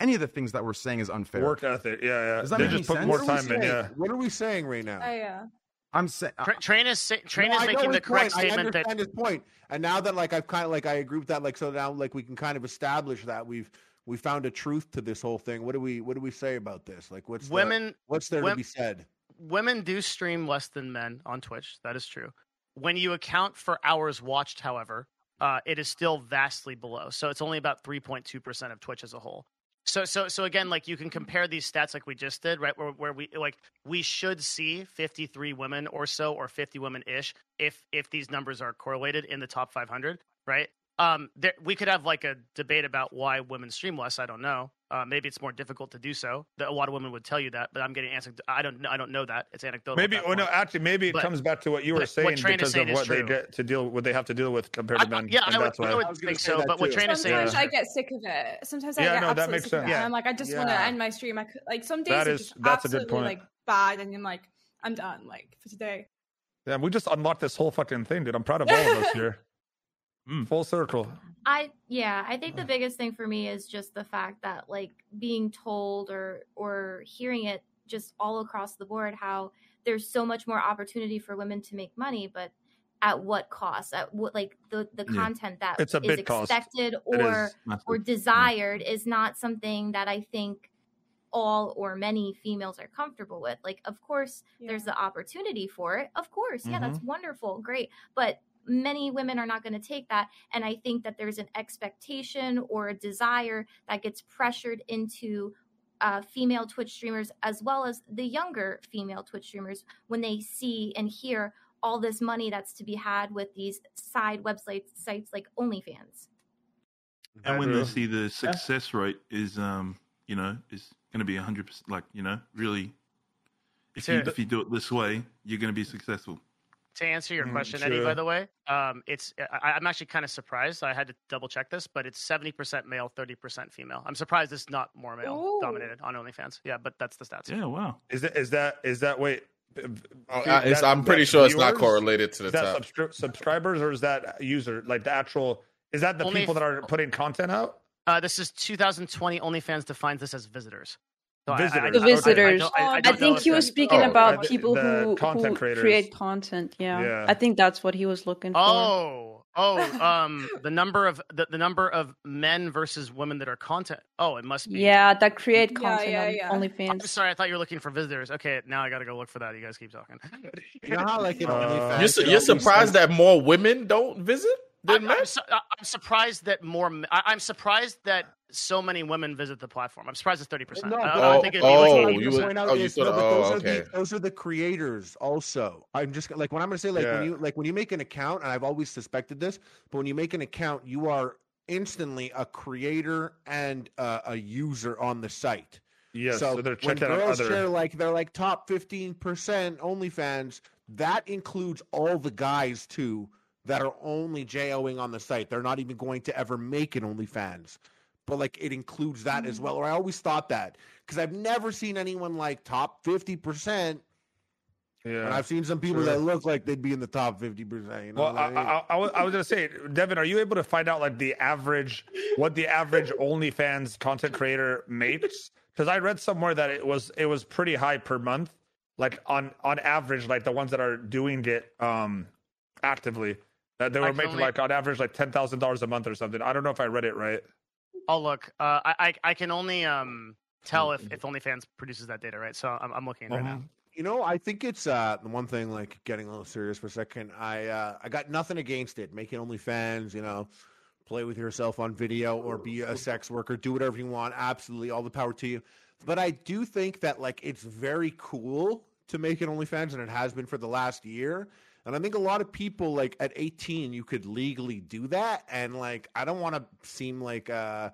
S1: any of the things that we're saying is unfair.
S7: Work ethic. Yeah, yeah.
S1: Does that
S7: they
S1: make
S7: just
S1: any
S7: put
S1: sense?
S7: more
S4: What are we
S1: What
S7: time in.
S4: saying?
S7: Yeah.
S4: What are we saying right now?
S8: Uh,
S10: Oh yeah.
S1: I'm saying
S11: uh,
S8: Tra- train is sa- train
S4: No,
S8: is
S4: I know
S8: making the
S4: his
S8: correct
S4: point.
S8: statement
S4: I
S8: that
S4: understand his point, and now that like I've kind of like I agree with that. Like so now like we can kind of establish that we've we found a truth to this whole thing. What do we what do we say about this? Like what's the-
S8: women
S4: what's there to
S8: wom-
S4: be said?
S8: women do stream less than men on Twitch. That is true. When you account for hours watched, however, uh, it is still vastly below. So it's only about 3.2% of Twitch as a whole. So so so again, like you can compare these stats like we just did, right? Where, where we like we should see 53 women or so, or 50 women ish, if if these numbers are correlated in the top 500, right? Um, there, we could have like a debate about why women stream less. I don't know. Uh, maybe it's more difficult to do so. The- A lot of women would tell you that, but I'm getting answered. I don't. I don't know that. It's anecdotal. at
S7: Maybe
S8: that
S7: oh no,
S8: point.
S7: actually maybe it
S8: But-
S7: comes back to what you
S8: but
S7: were
S8: what
S7: saying
S8: Train is
S7: because
S8: saying
S7: of
S8: is
S7: what they
S8: true.
S7: get to deal what they have to deal with compared
S8: I-
S7: to men.
S8: yeah,
S7: and
S8: I would,
S7: that's why-
S8: I would think so. But what Train is saying
S10: Sometimes
S8: is
S10: I get sick of it. Sometimes I
S7: Yeah,
S10: get
S7: no, that
S10: absolutely
S7: makes
S10: sick of
S7: sense.
S10: it.
S7: Yeah.
S10: And I'm like, I just want to
S7: Yeah.
S10: end my stream. I c like some days
S7: That
S10: are
S7: is-
S10: just
S7: that's a good
S10: absolutely
S7: point.
S10: like bad, and I'm like, I'm done. Like for today.
S7: Yeah, we just unlocked this whole fucking thing, dude. I'm proud of all of us here. Full circle.
S3: I yeah, I
S7: Mm.
S3: think the biggest thing for me is just the fact that like being told or or hearing it just all across the board how there's so much more opportunity for women to make money, but at what cost? At what like the the
S7: Yeah.
S3: content that
S7: It's
S3: is
S7: a big cost.
S3: expected
S7: It
S3: or
S7: is
S3: or desired is not something that I think all or many females are comfortable with. Like, of course, there's the opportunity for it. Of course, yeah, that's
S1: Mm-hmm.
S17: Mhm.
S3: wonderful, great. But many women are not going to take that. And I think that there's an expectation or a desire that gets pressured into uh, female Twitch streamers as well as the younger female Twitch streamers when they see and hear all this money that's to be had with these side websites sites like OnlyFans.
S6: and when
S7: Yeah.
S6: they see the success rate is um you know is going to be 100% like you know really if you,
S8: Sure.
S6: if you do it this way you're going to be successful
S8: to answer your
S6: Mm,
S8: question, Eddie. By
S6: sure.
S8: the way, um, it's I, I'm actually kind of surprised. I had to double check this, but it's 70% male, 30% female. I'm surprised it's not more male
S17: Ooh.
S8: dominated on OnlyFans. Yeah, but that's the stats.
S7: Is that is that is that wait?
S11: Oh, I- it's- I'm pretty sure it's not
S7: viewers?
S11: correlated to the
S7: Is that
S11: top.
S7: subscri- subscribers or is that user like the actual? Is that the
S8: Only
S7: people that are putting content out?
S8: Uh, this is 2020. OnlyFans defines this as visitors. So I- I- I- I-
S7: Visitors,
S9: the
S8: I- I- I
S9: visitors.
S8: don't-
S9: I,
S8: I- I don't know
S9: think
S8: if
S9: he
S8: that-
S9: was speaking
S8: Oh,
S9: about
S8: I thi-
S9: people
S8: the
S9: who,
S8: content
S9: who
S8: creators.
S9: create content. Yeah.
S8: Yeah.
S9: I think that's what he was looking for.
S8: Oh, oh, um, the number of the, the number of men versus women that are content. Oh, it must be.
S9: yeah, that create
S8: Yeah,
S9: content
S8: yeah,
S9: on
S8: yeah. I'm
S9: OnlyFans.
S8: sorry, I thought you were looking for visitors. Okay, now I got to go look for that. You guys keep talking.
S11: You know how, like,
S8: in
S11: you're,
S8: OnlyFans,
S11: su-
S8: it
S11: you're
S8: always
S11: surprised
S8: says-
S11: that more women don't visit than men.
S8: I'm, su- I- I'm surprised that more. m- I- am surprised that so many women visit the platform. I'm surprised it's thirty percent. Uh,
S5: No,
S8: I,
S5: but-
S8: I don't think it'd be like
S11: oh,
S8: 80%.
S11: you would-
S5: point out
S11: oh, you
S5: is,
S11: thought-
S5: no, but
S11: oh,
S5: those, are
S11: okay.
S5: the, those are the creators also. I'm just like when I'm gonna say like
S11: Yeah.
S5: when you like when you make an account, and I've always suspected this, but when you make an account, you are instantly a creator and uh, a user on the site.
S7: Yes, so they're
S5: when
S7: checking out
S5: girls
S7: other-
S5: share like they're like top fifteen percent OnlyFans. That includes all the guys too that are only JOing on the site. They're not even going to ever make an OnlyFans but like it includes that as well. Or I always thought that because I've never seen anyone like top fifty percent.
S7: Yeah,
S5: and I've seen some people
S7: sure.
S5: that look like they'd be in the top fifty percent. You know,
S7: Well,
S5: what I
S7: I,
S5: mean?
S7: I, I, was- I was gonna say, Devin, are you able to find out like the average, what the average OnlyFans content creator makes? Because I read somewhere that it was it was pretty high per month, like on on average, like the ones that are doing it um actively, that they
S8: I
S7: were
S8: can
S7: making
S8: only-
S7: like on average like ten thousand dollars a month or something. I don't know if I read it right.
S8: I'll look. Uh, I, I I can only um tell if, if OnlyFans produces that data, right? So I'm, I'm looking right now.
S5: Um, You know, I think it's uh the one thing like getting a little serious for a second. I uh I got nothing against it. Making OnlyFans, you know, play with yourself on video or be a sex worker, do whatever you want. Absolutely, all the power to you. But I do think that like it's very cool to make an OnlyFans, and it has been for the last year. And I think a lot of people like at 18, you could legally do that. And like, I don't want to seem like uh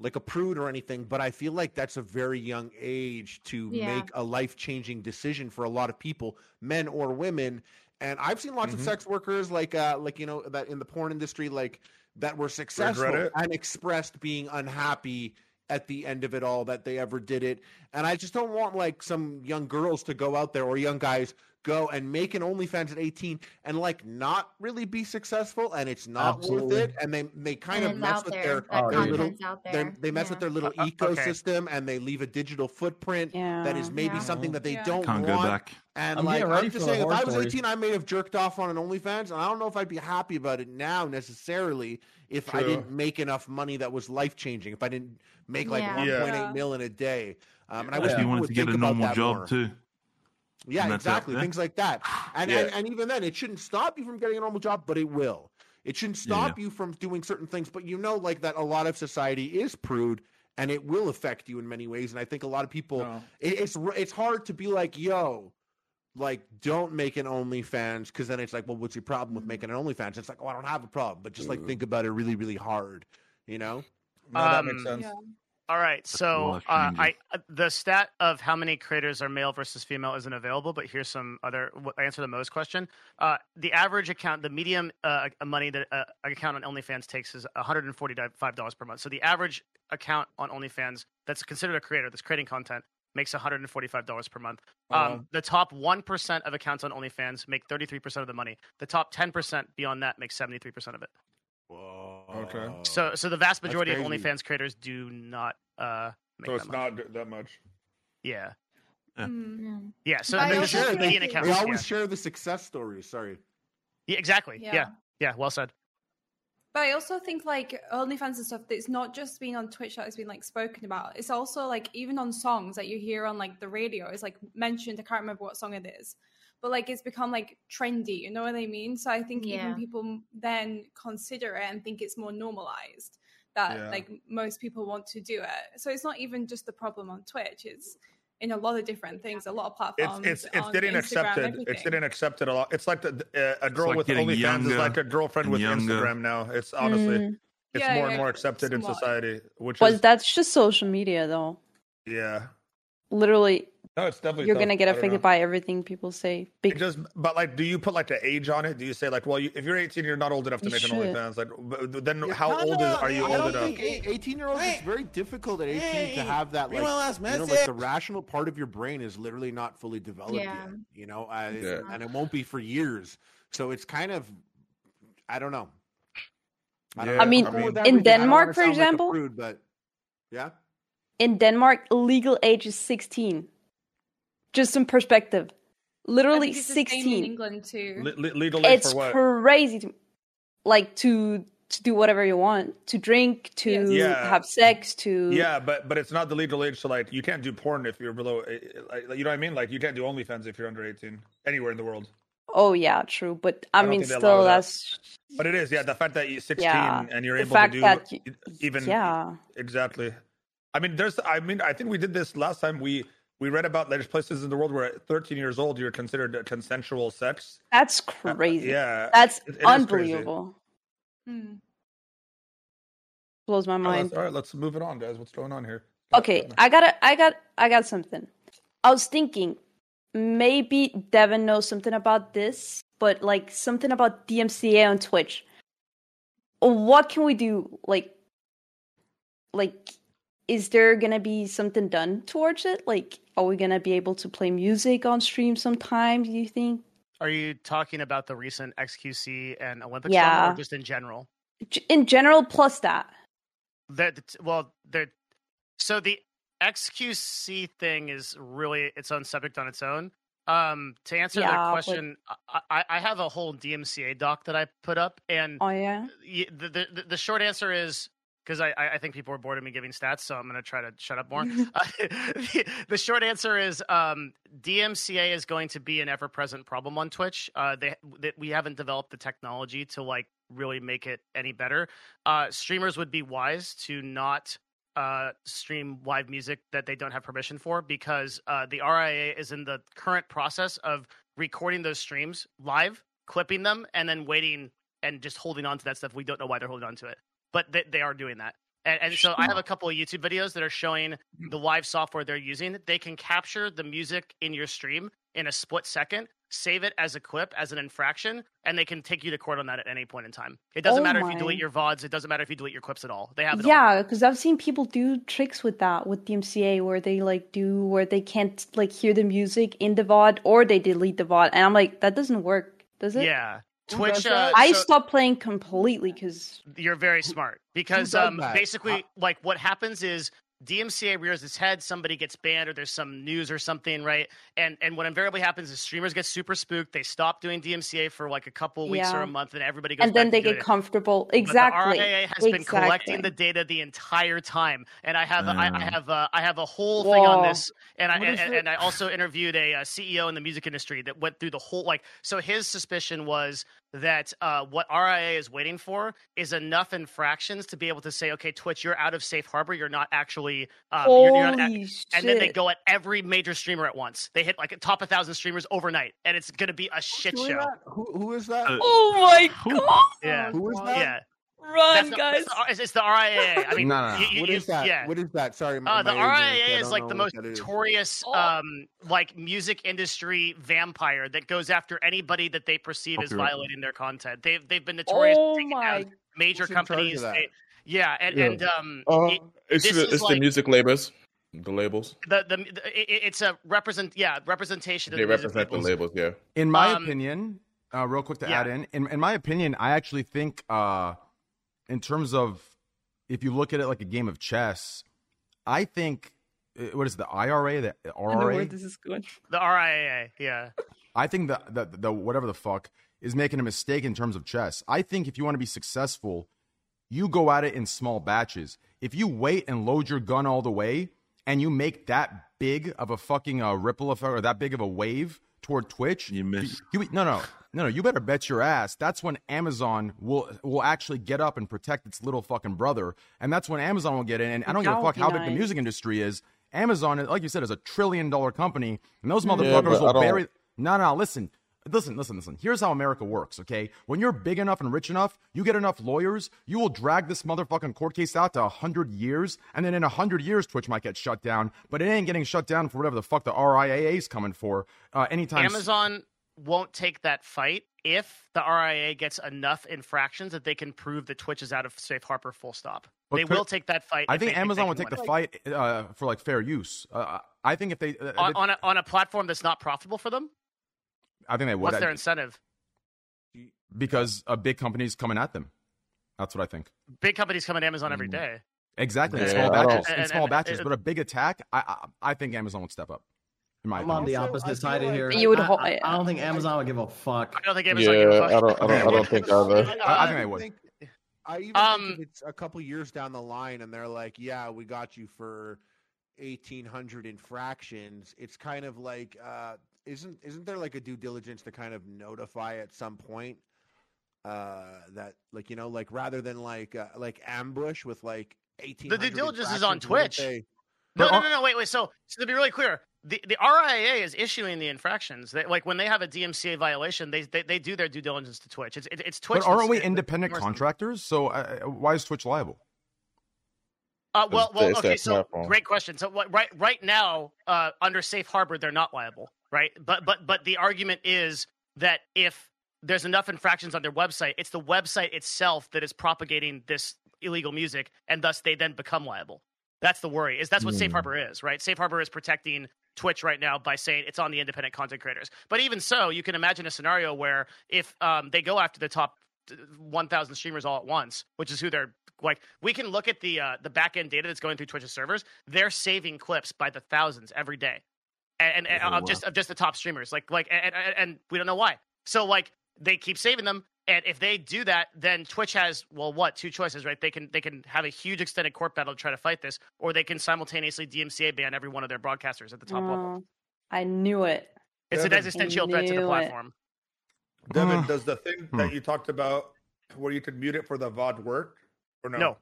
S5: like a prude or anything, but I feel like that's a very young age to
S1: Yeah.
S5: make a life changing decision for a lot of people, men or women. And I've seen lots
S1: Mhm.
S5: of sex workers like uh like you know that in the porn industry like that were successful
S1: it.
S5: and expressed being unhappy at the end of it all that they ever did it. And I just don't want like some young girls to go out there or young guys go and make an OnlyFans at 18 and like not really be successful and it's not
S1: Absolutely.
S5: worth it. And they they kind
S1: And
S5: of
S1: it's
S5: mess
S1: out
S5: with
S1: there.
S5: their,
S1: That
S5: their
S1: content's
S5: little
S1: out
S5: their-
S1: there.
S5: they mess with their little
S1: Uh, uh, okay.
S5: ecosystem and they leave a digital footprint that is
S1: Yeah.
S5: maybe
S1: Yeah.
S5: something that they
S1: Yeah.
S5: don't
S6: Can't go
S5: want.
S6: back.
S5: And
S1: I'm
S5: like
S1: getting
S5: I'm
S1: ready
S5: just
S1: for the
S5: saying, if
S1: horror
S5: I was
S1: stories.
S5: 18, I may have jerked off on an OnlyFans, and I don't know if I'd be happy about it now necessarily if I
S1: True.
S5: didn't make enough money that was life changing. If I didn't make like
S1: Yeah.
S5: 1.8
S1: Yeah.
S5: mil in a day, um, and I
S6: If
S5: wish
S6: you
S5: people
S6: wanted
S5: would
S6: to get a
S5: think about
S6: normal
S5: that
S6: job
S5: more.
S6: too
S4: Yeah,
S6: And that's it,
S4: exactly.
S6: yeah.
S4: Things like that. And,
S11: Yeah.
S4: and and even then, it shouldn't stop you from getting a normal job, but it will. It shouldn't
S6: Yeah, yeah.
S4: stop you from doing certain things, but you know, like that, a lot of society is prude, and it will affect you in many ways. And I think a lot of people,
S7: No.
S4: it, it's r- it's hard to be like, yo, like don't make an OnlyFans, because then it's like, well, what's your problem with making an OnlyFans? It's like, oh, I don't have a problem, but just like
S6: Mm.
S4: think about it really, really hard, you know.
S7: No, that
S8: Um,
S7: makes sense.
S10: Yeah.
S8: All right, so uh,
S6: lot changing.
S8: I uh, the stat of how many creators are male versus female isn't available, but here's some other wh- answer the most question. Uh, the average account, the medium uh, money that uh, an account on OnlyFans takes is 145 dollars per month. So the average account on OnlyFans that's considered a creator that's creating content makes 145 dollars per month.
S7: Wow.
S8: Um, the top one percent of accounts on OnlyFans make 33 percent of the money. The top 10 percent beyond that makes 73 percent of it.
S4: Whoa.
S7: Okay.
S8: So, so the vast
S4: That's
S8: majority of
S4: crazy.
S8: OnlyFans creators do not uh, make
S7: So
S8: that
S7: it's
S8: much.
S7: not d- that much.
S8: Yeah,
S10: Mm.
S3: Yeah.
S8: yeah. So
S10: But
S8: I mean,
S10: I
S8: this
S10: also
S8: is
S10: feel
S8: median
S10: like-
S8: account.
S4: They
S10: Yeah.
S4: always share the success stories. Sorry.
S8: yeah. yeah, exactly. Yeah.
S10: Yeah.
S8: yeah, Well said.
S10: But I also think like OnlyFans and stuff that's not just been on Twitch that has been like spoken about. It's also like even on songs that you hear on like the radio is like mentioned. I can't remember what song it is, but like it's become like trendy. You know what I mean? So I think
S3: Yeah.
S10: even people then consider it and think it's more normalized that
S7: Yeah.
S10: like most people want to do it. So it's not even just the problem on Twitch. It's in a lot of different things, a lot of
S7: It's
S10: platforms.
S7: it's it's
S10: on
S7: getting
S10: Instagram,
S7: accepted. It's
S10: everything.
S7: getting accepted a lot. It's like the, uh, a girl
S6: like
S7: with
S6: getting
S7: OnlyFans is
S6: younger
S7: like a girlfriend
S6: and
S7: with
S6: younger.
S7: Instagram now. It's honestly
S9: Mm.
S7: it's
S10: Yeah,
S7: more
S10: yeah,
S7: and more accepted in
S10: somewhat.
S7: society, which
S9: Well,
S7: is
S9: that's just social media, though.
S7: yeah.
S9: Literally,
S7: No, it's definitely
S9: you're
S7: tough.
S9: gonna get
S7: I don't
S9: affected
S7: know.
S9: by everything people say.
S7: It
S9: Big,
S7: just but like do you put like the age on it do you say like well you, if you're 18 you're not old enough to
S9: You
S7: make an
S9: should.
S7: OnlyFans like but then
S5: Yeah,
S7: how
S5: no,
S7: old
S5: no,
S7: is, are you
S5: I
S7: old
S5: don't
S7: enough
S5: think-
S4: Eight- 18 year olds it's
S5: Hey.
S4: very difficult at 18 to
S5: Hey,
S4: have that
S5: read
S4: like,
S5: my last
S4: you know, like the
S5: message.
S4: rational part of your brain is literally not fully developed
S3: Yeah.
S4: yet you know I,
S11: Yeah.
S4: and it won't be for years so it's kind of i don't know
S7: Yeah, I
S4: I'm
S9: mean,
S4: cool with
S9: in
S4: everything. I don't
S9: Denmark,
S4: wanna
S9: for
S4: sound like a
S9: example-
S4: prude, but yeah
S9: in Denmark, legal age is 16. Just some perspective.
S10: I
S9: Literally
S10: think it's the same in
S9: 16.
S10: England too.
S7: Le- le- legal age
S9: It's
S7: for what
S9: crazy to like to to do whatever you want, to drink, to
S10: Yes.
S7: Yeah.
S9: have sex, to
S7: yeah but but it's not the legal age so like you can't do porn if you're below eh, eh, like, you know what i mean like you can't do onlyfans if you're under 18 anywhere in the world
S9: Oh yeah, true, but I,
S7: I don't
S9: mean
S7: think they allow
S9: still
S7: that.
S9: that's
S7: but it is yeah the fact that you're 16
S9: Yeah.
S7: and you're
S9: The
S7: able
S9: fact
S7: to do e,
S9: that you-
S7: even
S9: yeah.
S7: Exactly. I mean, there's. I mean, I think we did this last time. We we read about there's places in the world where at 13 years old you're considered a consensual sex.
S9: That's
S7: Uh,
S9: crazy.
S7: Yeah.
S9: That's
S7: it- it is crazy.
S9: unbelievable.
S10: Hmm.
S9: Blows my
S7: All right,
S9: mind.
S7: let's, all right, let's move it on, guys. What's going on here?
S9: Okay, I got I got I got something. I was thinking maybe Devin knows something about this, but like something about DMCA on Twitch. What can we do? Like like is there going to be something done towards it? Like are we going to be able to play music on stream sometime, do you think?
S8: Are you talking about the recent XQC and Olympics?
S9: Yeah.
S8: Drama or just in general?
S9: G- In general plus that.
S8: That well, there. So the XQC thing is really its own subject on its own. Um, to answer
S9: Yeah,
S8: that
S9: but-
S8: question, I, I, I have a whole DMCA doc that I put up, and
S9: Oh yeah.
S8: y- the, the the- the short answer is because I, I I think people are bored of me giving stats, so I'm going to try to shut up more. Uh, the, the short answer is um, DMCA is going to be an ever present problem on Twitch. Uh, they, that we haven't developed the technology to like really make it any better. Uh, streamers would be wise to not uh, stream live music that they don't have permission for because uh, the RIA is in the current process of recording those streams live, clipping them, and then waiting and just holding on to that stuff. We don't know why they're holding on to it, but they, they are doing that. And, and so I have a couple of YouTube videos that are showing
S4: Mm-hmm.
S8: the live software they're using. They can capture the music in your stream in a split second, save it as a clip, as an infraction, and they can take you to court on that at any point in time. It doesn't
S9: Oh
S8: matter if
S9: my.
S8: you delete your VODs. It doesn't matter if you delete your clips at all. They have it all.
S9: Yeah, because I've seen people do tricks with that with DMCA where they like do where they can't like hear the music in the VOD or they delete the VOD, and I'm like, that doesn't work, does it?
S8: Yeah.
S4: Who
S8: Twitch,
S4: does
S8: uh,
S4: that?
S9: I
S8: so
S9: stopped playing completely because
S8: you're very smart because
S4: does
S8: um,
S4: that?
S8: basically,
S4: How-
S8: like what happens is DMCA rears its head, somebody gets banned, or there's some news or something, right? And and what invariably happens is streamers get super spooked. They stop doing DMCA for like a couple weeks
S9: Yeah.
S8: or a month, and everybody goes
S9: and then
S8: back
S9: they
S8: to doing
S9: get
S8: it.
S9: comfortable.
S8: But
S9: Exactly.
S8: The RIAA has been
S9: exactly.
S8: collecting the data the entire time, and I have I, I
S9: Yeah.
S8: have uh, I have a whole thing on
S9: Whoa.
S8: this, and I
S9: What
S8: and,
S9: is
S8: and,
S9: it?
S8: I also interviewed a, uh CEO in the music industry that went through the whole like. So his suspicion was that uh, what RIA is waiting for is enough infractions to be able to say, okay, Twitch, you're out of safe harbor. You're not actually um, you're, you're not,
S9: Holy
S8: and then they
S9: shit.
S8: go at every major streamer at once. They hit like a top a thousand streamers overnight, and it's going to be a shit
S4: doing
S8: show.
S4: that? Who, who is that?
S6: Uh,
S9: Oh my god!
S8: Yeah,
S4: Who is that?
S8: yeah.
S9: Run,
S8: That's the-
S9: guys!
S8: that's the- it's, it's the RIAA. I mean,
S1: No, no, no.
S8: you- you-
S4: What
S8: you-
S4: is that?
S8: Yeah.
S4: What is that? Sorry, my,
S8: Uh,
S4: my
S8: the
S4: ignorance, I
S8: RIAA is
S4: don't
S8: like
S4: know
S8: the
S4: what
S8: most
S4: that is.
S8: notorious,
S9: Oh.
S8: um, like music industry vampire that goes after anybody that they perceive as
S6: Copyright.
S8: violating their content. They've they've been notorious. for
S9: Oh
S8: taking down
S9: my!
S8: Major
S4: Who's in charge of
S8: companies.
S4: that?
S8: they- yeah, and
S11: Yeah.
S8: and um,
S11: Uh,
S8: it-
S11: it's
S8: this
S11: the,
S8: is
S11: it's
S8: like-
S11: the music labels, the labels.
S8: the the, the it, it's a represent. Yeah, representation of
S11: They
S8: the music
S11: represent the
S8: labels.
S11: labels. Yeah.
S1: In my
S8: Um,
S1: opinion, uh, real quick to
S8: yeah.
S1: add in, in, in my opinion, I actually think, uh, in terms of if you look at it like a game of chess, I think uh, what is it, the IRA, the
S9: I know where
S1: RRA?
S9: this is going.
S8: The RIAA. Yeah.
S1: I think the, the the whatever the fuck is making a mistake in terms of chess. I think if you want to be successful, you go at it in small batches. If you wait and load your gun all the way and you make that big of a fucking uh, ripple effect or that big of a wave toward Twitch,
S6: You missed.
S1: You, no, no, no, no. You better bet your ass. That's when Amazon will will actually get up and protect its little fucking brother, and that's when Amazon will get in. And I don't give a
S9: That would
S1: fuck
S9: be
S1: how big the
S9: nice.
S1: music industry is. Amazon, like you said, is a trillion dollar company, and those
S11: but
S1: motherfuckers
S11: I
S1: will
S11: don't-
S1: bury. No, no, listen. Listen, listen, listen. Here's how America works, okay? When you're big enough and rich enough, you get enough lawyers, you will drag this motherfucking court case out to 100 years, and then in 100 years, Twitch might get shut down, but it ain't getting shut down for whatever the fuck the RIAA is coming for uh, anytime s-
S8: Amazon won't take that fight if the RIA gets enough infractions that they can prove that Twitch is out of safe harbor. Full stop.
S1: But
S8: they
S1: could-
S8: will take that fight.
S1: I
S8: if
S1: think
S8: they they
S1: Amazon
S8: can
S1: would take
S8: win
S1: the
S8: it.
S1: fight uh, for like fair use. Uh, I think if they, uh,
S8: on,
S1: they-
S8: on, a, on a platform that's not profitable for them.
S1: I think they would
S8: What's
S1: I-
S8: their incentive?
S1: because a big company's coming at them. That's what I think.
S8: Big companies come at Amazon
S1: Mm.
S8: every day.
S1: Exactly. in
S9: Oh.
S11: Yeah,
S1: small
S11: I don't-
S1: batches. In
S8: and-
S1: small
S8: and-
S1: batches,
S8: and-
S1: but a big attack, I I, I think Amazon would step up. In my
S2: I'm on
S1: opinion.
S2: the
S4: Also, I
S2: opposite
S4: feel
S2: side of
S4: like-
S2: here.
S9: You would
S8: uh,
S2: I,
S9: ho-
S2: I, I don't think Amazon would give a fuck.
S8: I don't think Amazon. give a
S11: Yeah,
S8: fuck.
S11: I don't, I don't, I don't think either.
S1: I- I think they would.
S4: think- I even
S8: uh, Um,
S4: think if it's a couple years down the line, and they're like, "Yeah, we got you for eighteen hundred infractions." It's kind of like, uh, isn't isn't there like a due diligence to kind of notify at some point uh, that, like, you know, like rather than like uh, like ambush with like eighteen.
S8: diligence is on Twitch. No,
S1: But
S8: no,
S1: on-
S8: no, no. Wait, wait. So, so to be really clear, the, the RIAA is issuing the infractions. They, like when they have a DMCA violation, they they, they do their due diligence to Twitch. It's it, it's Twitch.
S1: But aren't
S8: that's-
S1: we
S8: that-
S1: independent
S8: that's-
S1: contractors? So uh, why is Twitch liable?
S8: Uh, well,
S11: It's-
S8: well,
S11: it's
S8: okay.
S11: that
S8: So,
S11: platform.
S8: great question. So, what, right, right now, uh, under safe harbor, they're not liable, right? But, but, but the argument is that if there's enough infractions on their website, it's the website itself that is propagating this illegal music, and thus they then become liable. That's the worry. Is that's what safe
S11: Hmm.
S8: harbor is, right? Safe harbor is protecting Twitch right now by saying it's on the independent content creators. But even so, you can imagine a scenario where if um, they go after the top 1,000 streamers all at once, which is who they're like, we can look at the uh, the back end data that's going through Twitch's servers. They're saving clips by the thousands every day, and, and, and
S6: Oh,
S8: of just of just the top streamers. Like like and, and, and we don't know why. So like they keep saving them, and if they do that, then Twitch has well what two choices, right? They can they can have a huge extended court battle to try to fight this, or they can simultaneously DMCA ban every one of their broadcasters at the top
S7: Mm.
S8: level.
S9: Oh, I knew it.
S8: It's a
S7: Devin-
S8: nice existential threat to
S9: Knew
S8: the
S9: it.
S8: platform.
S7: Devin,
S1: Uh,
S7: does the thing
S8: Hmm.
S7: that you talked about where you could mute it for the VOD work or no?
S8: No,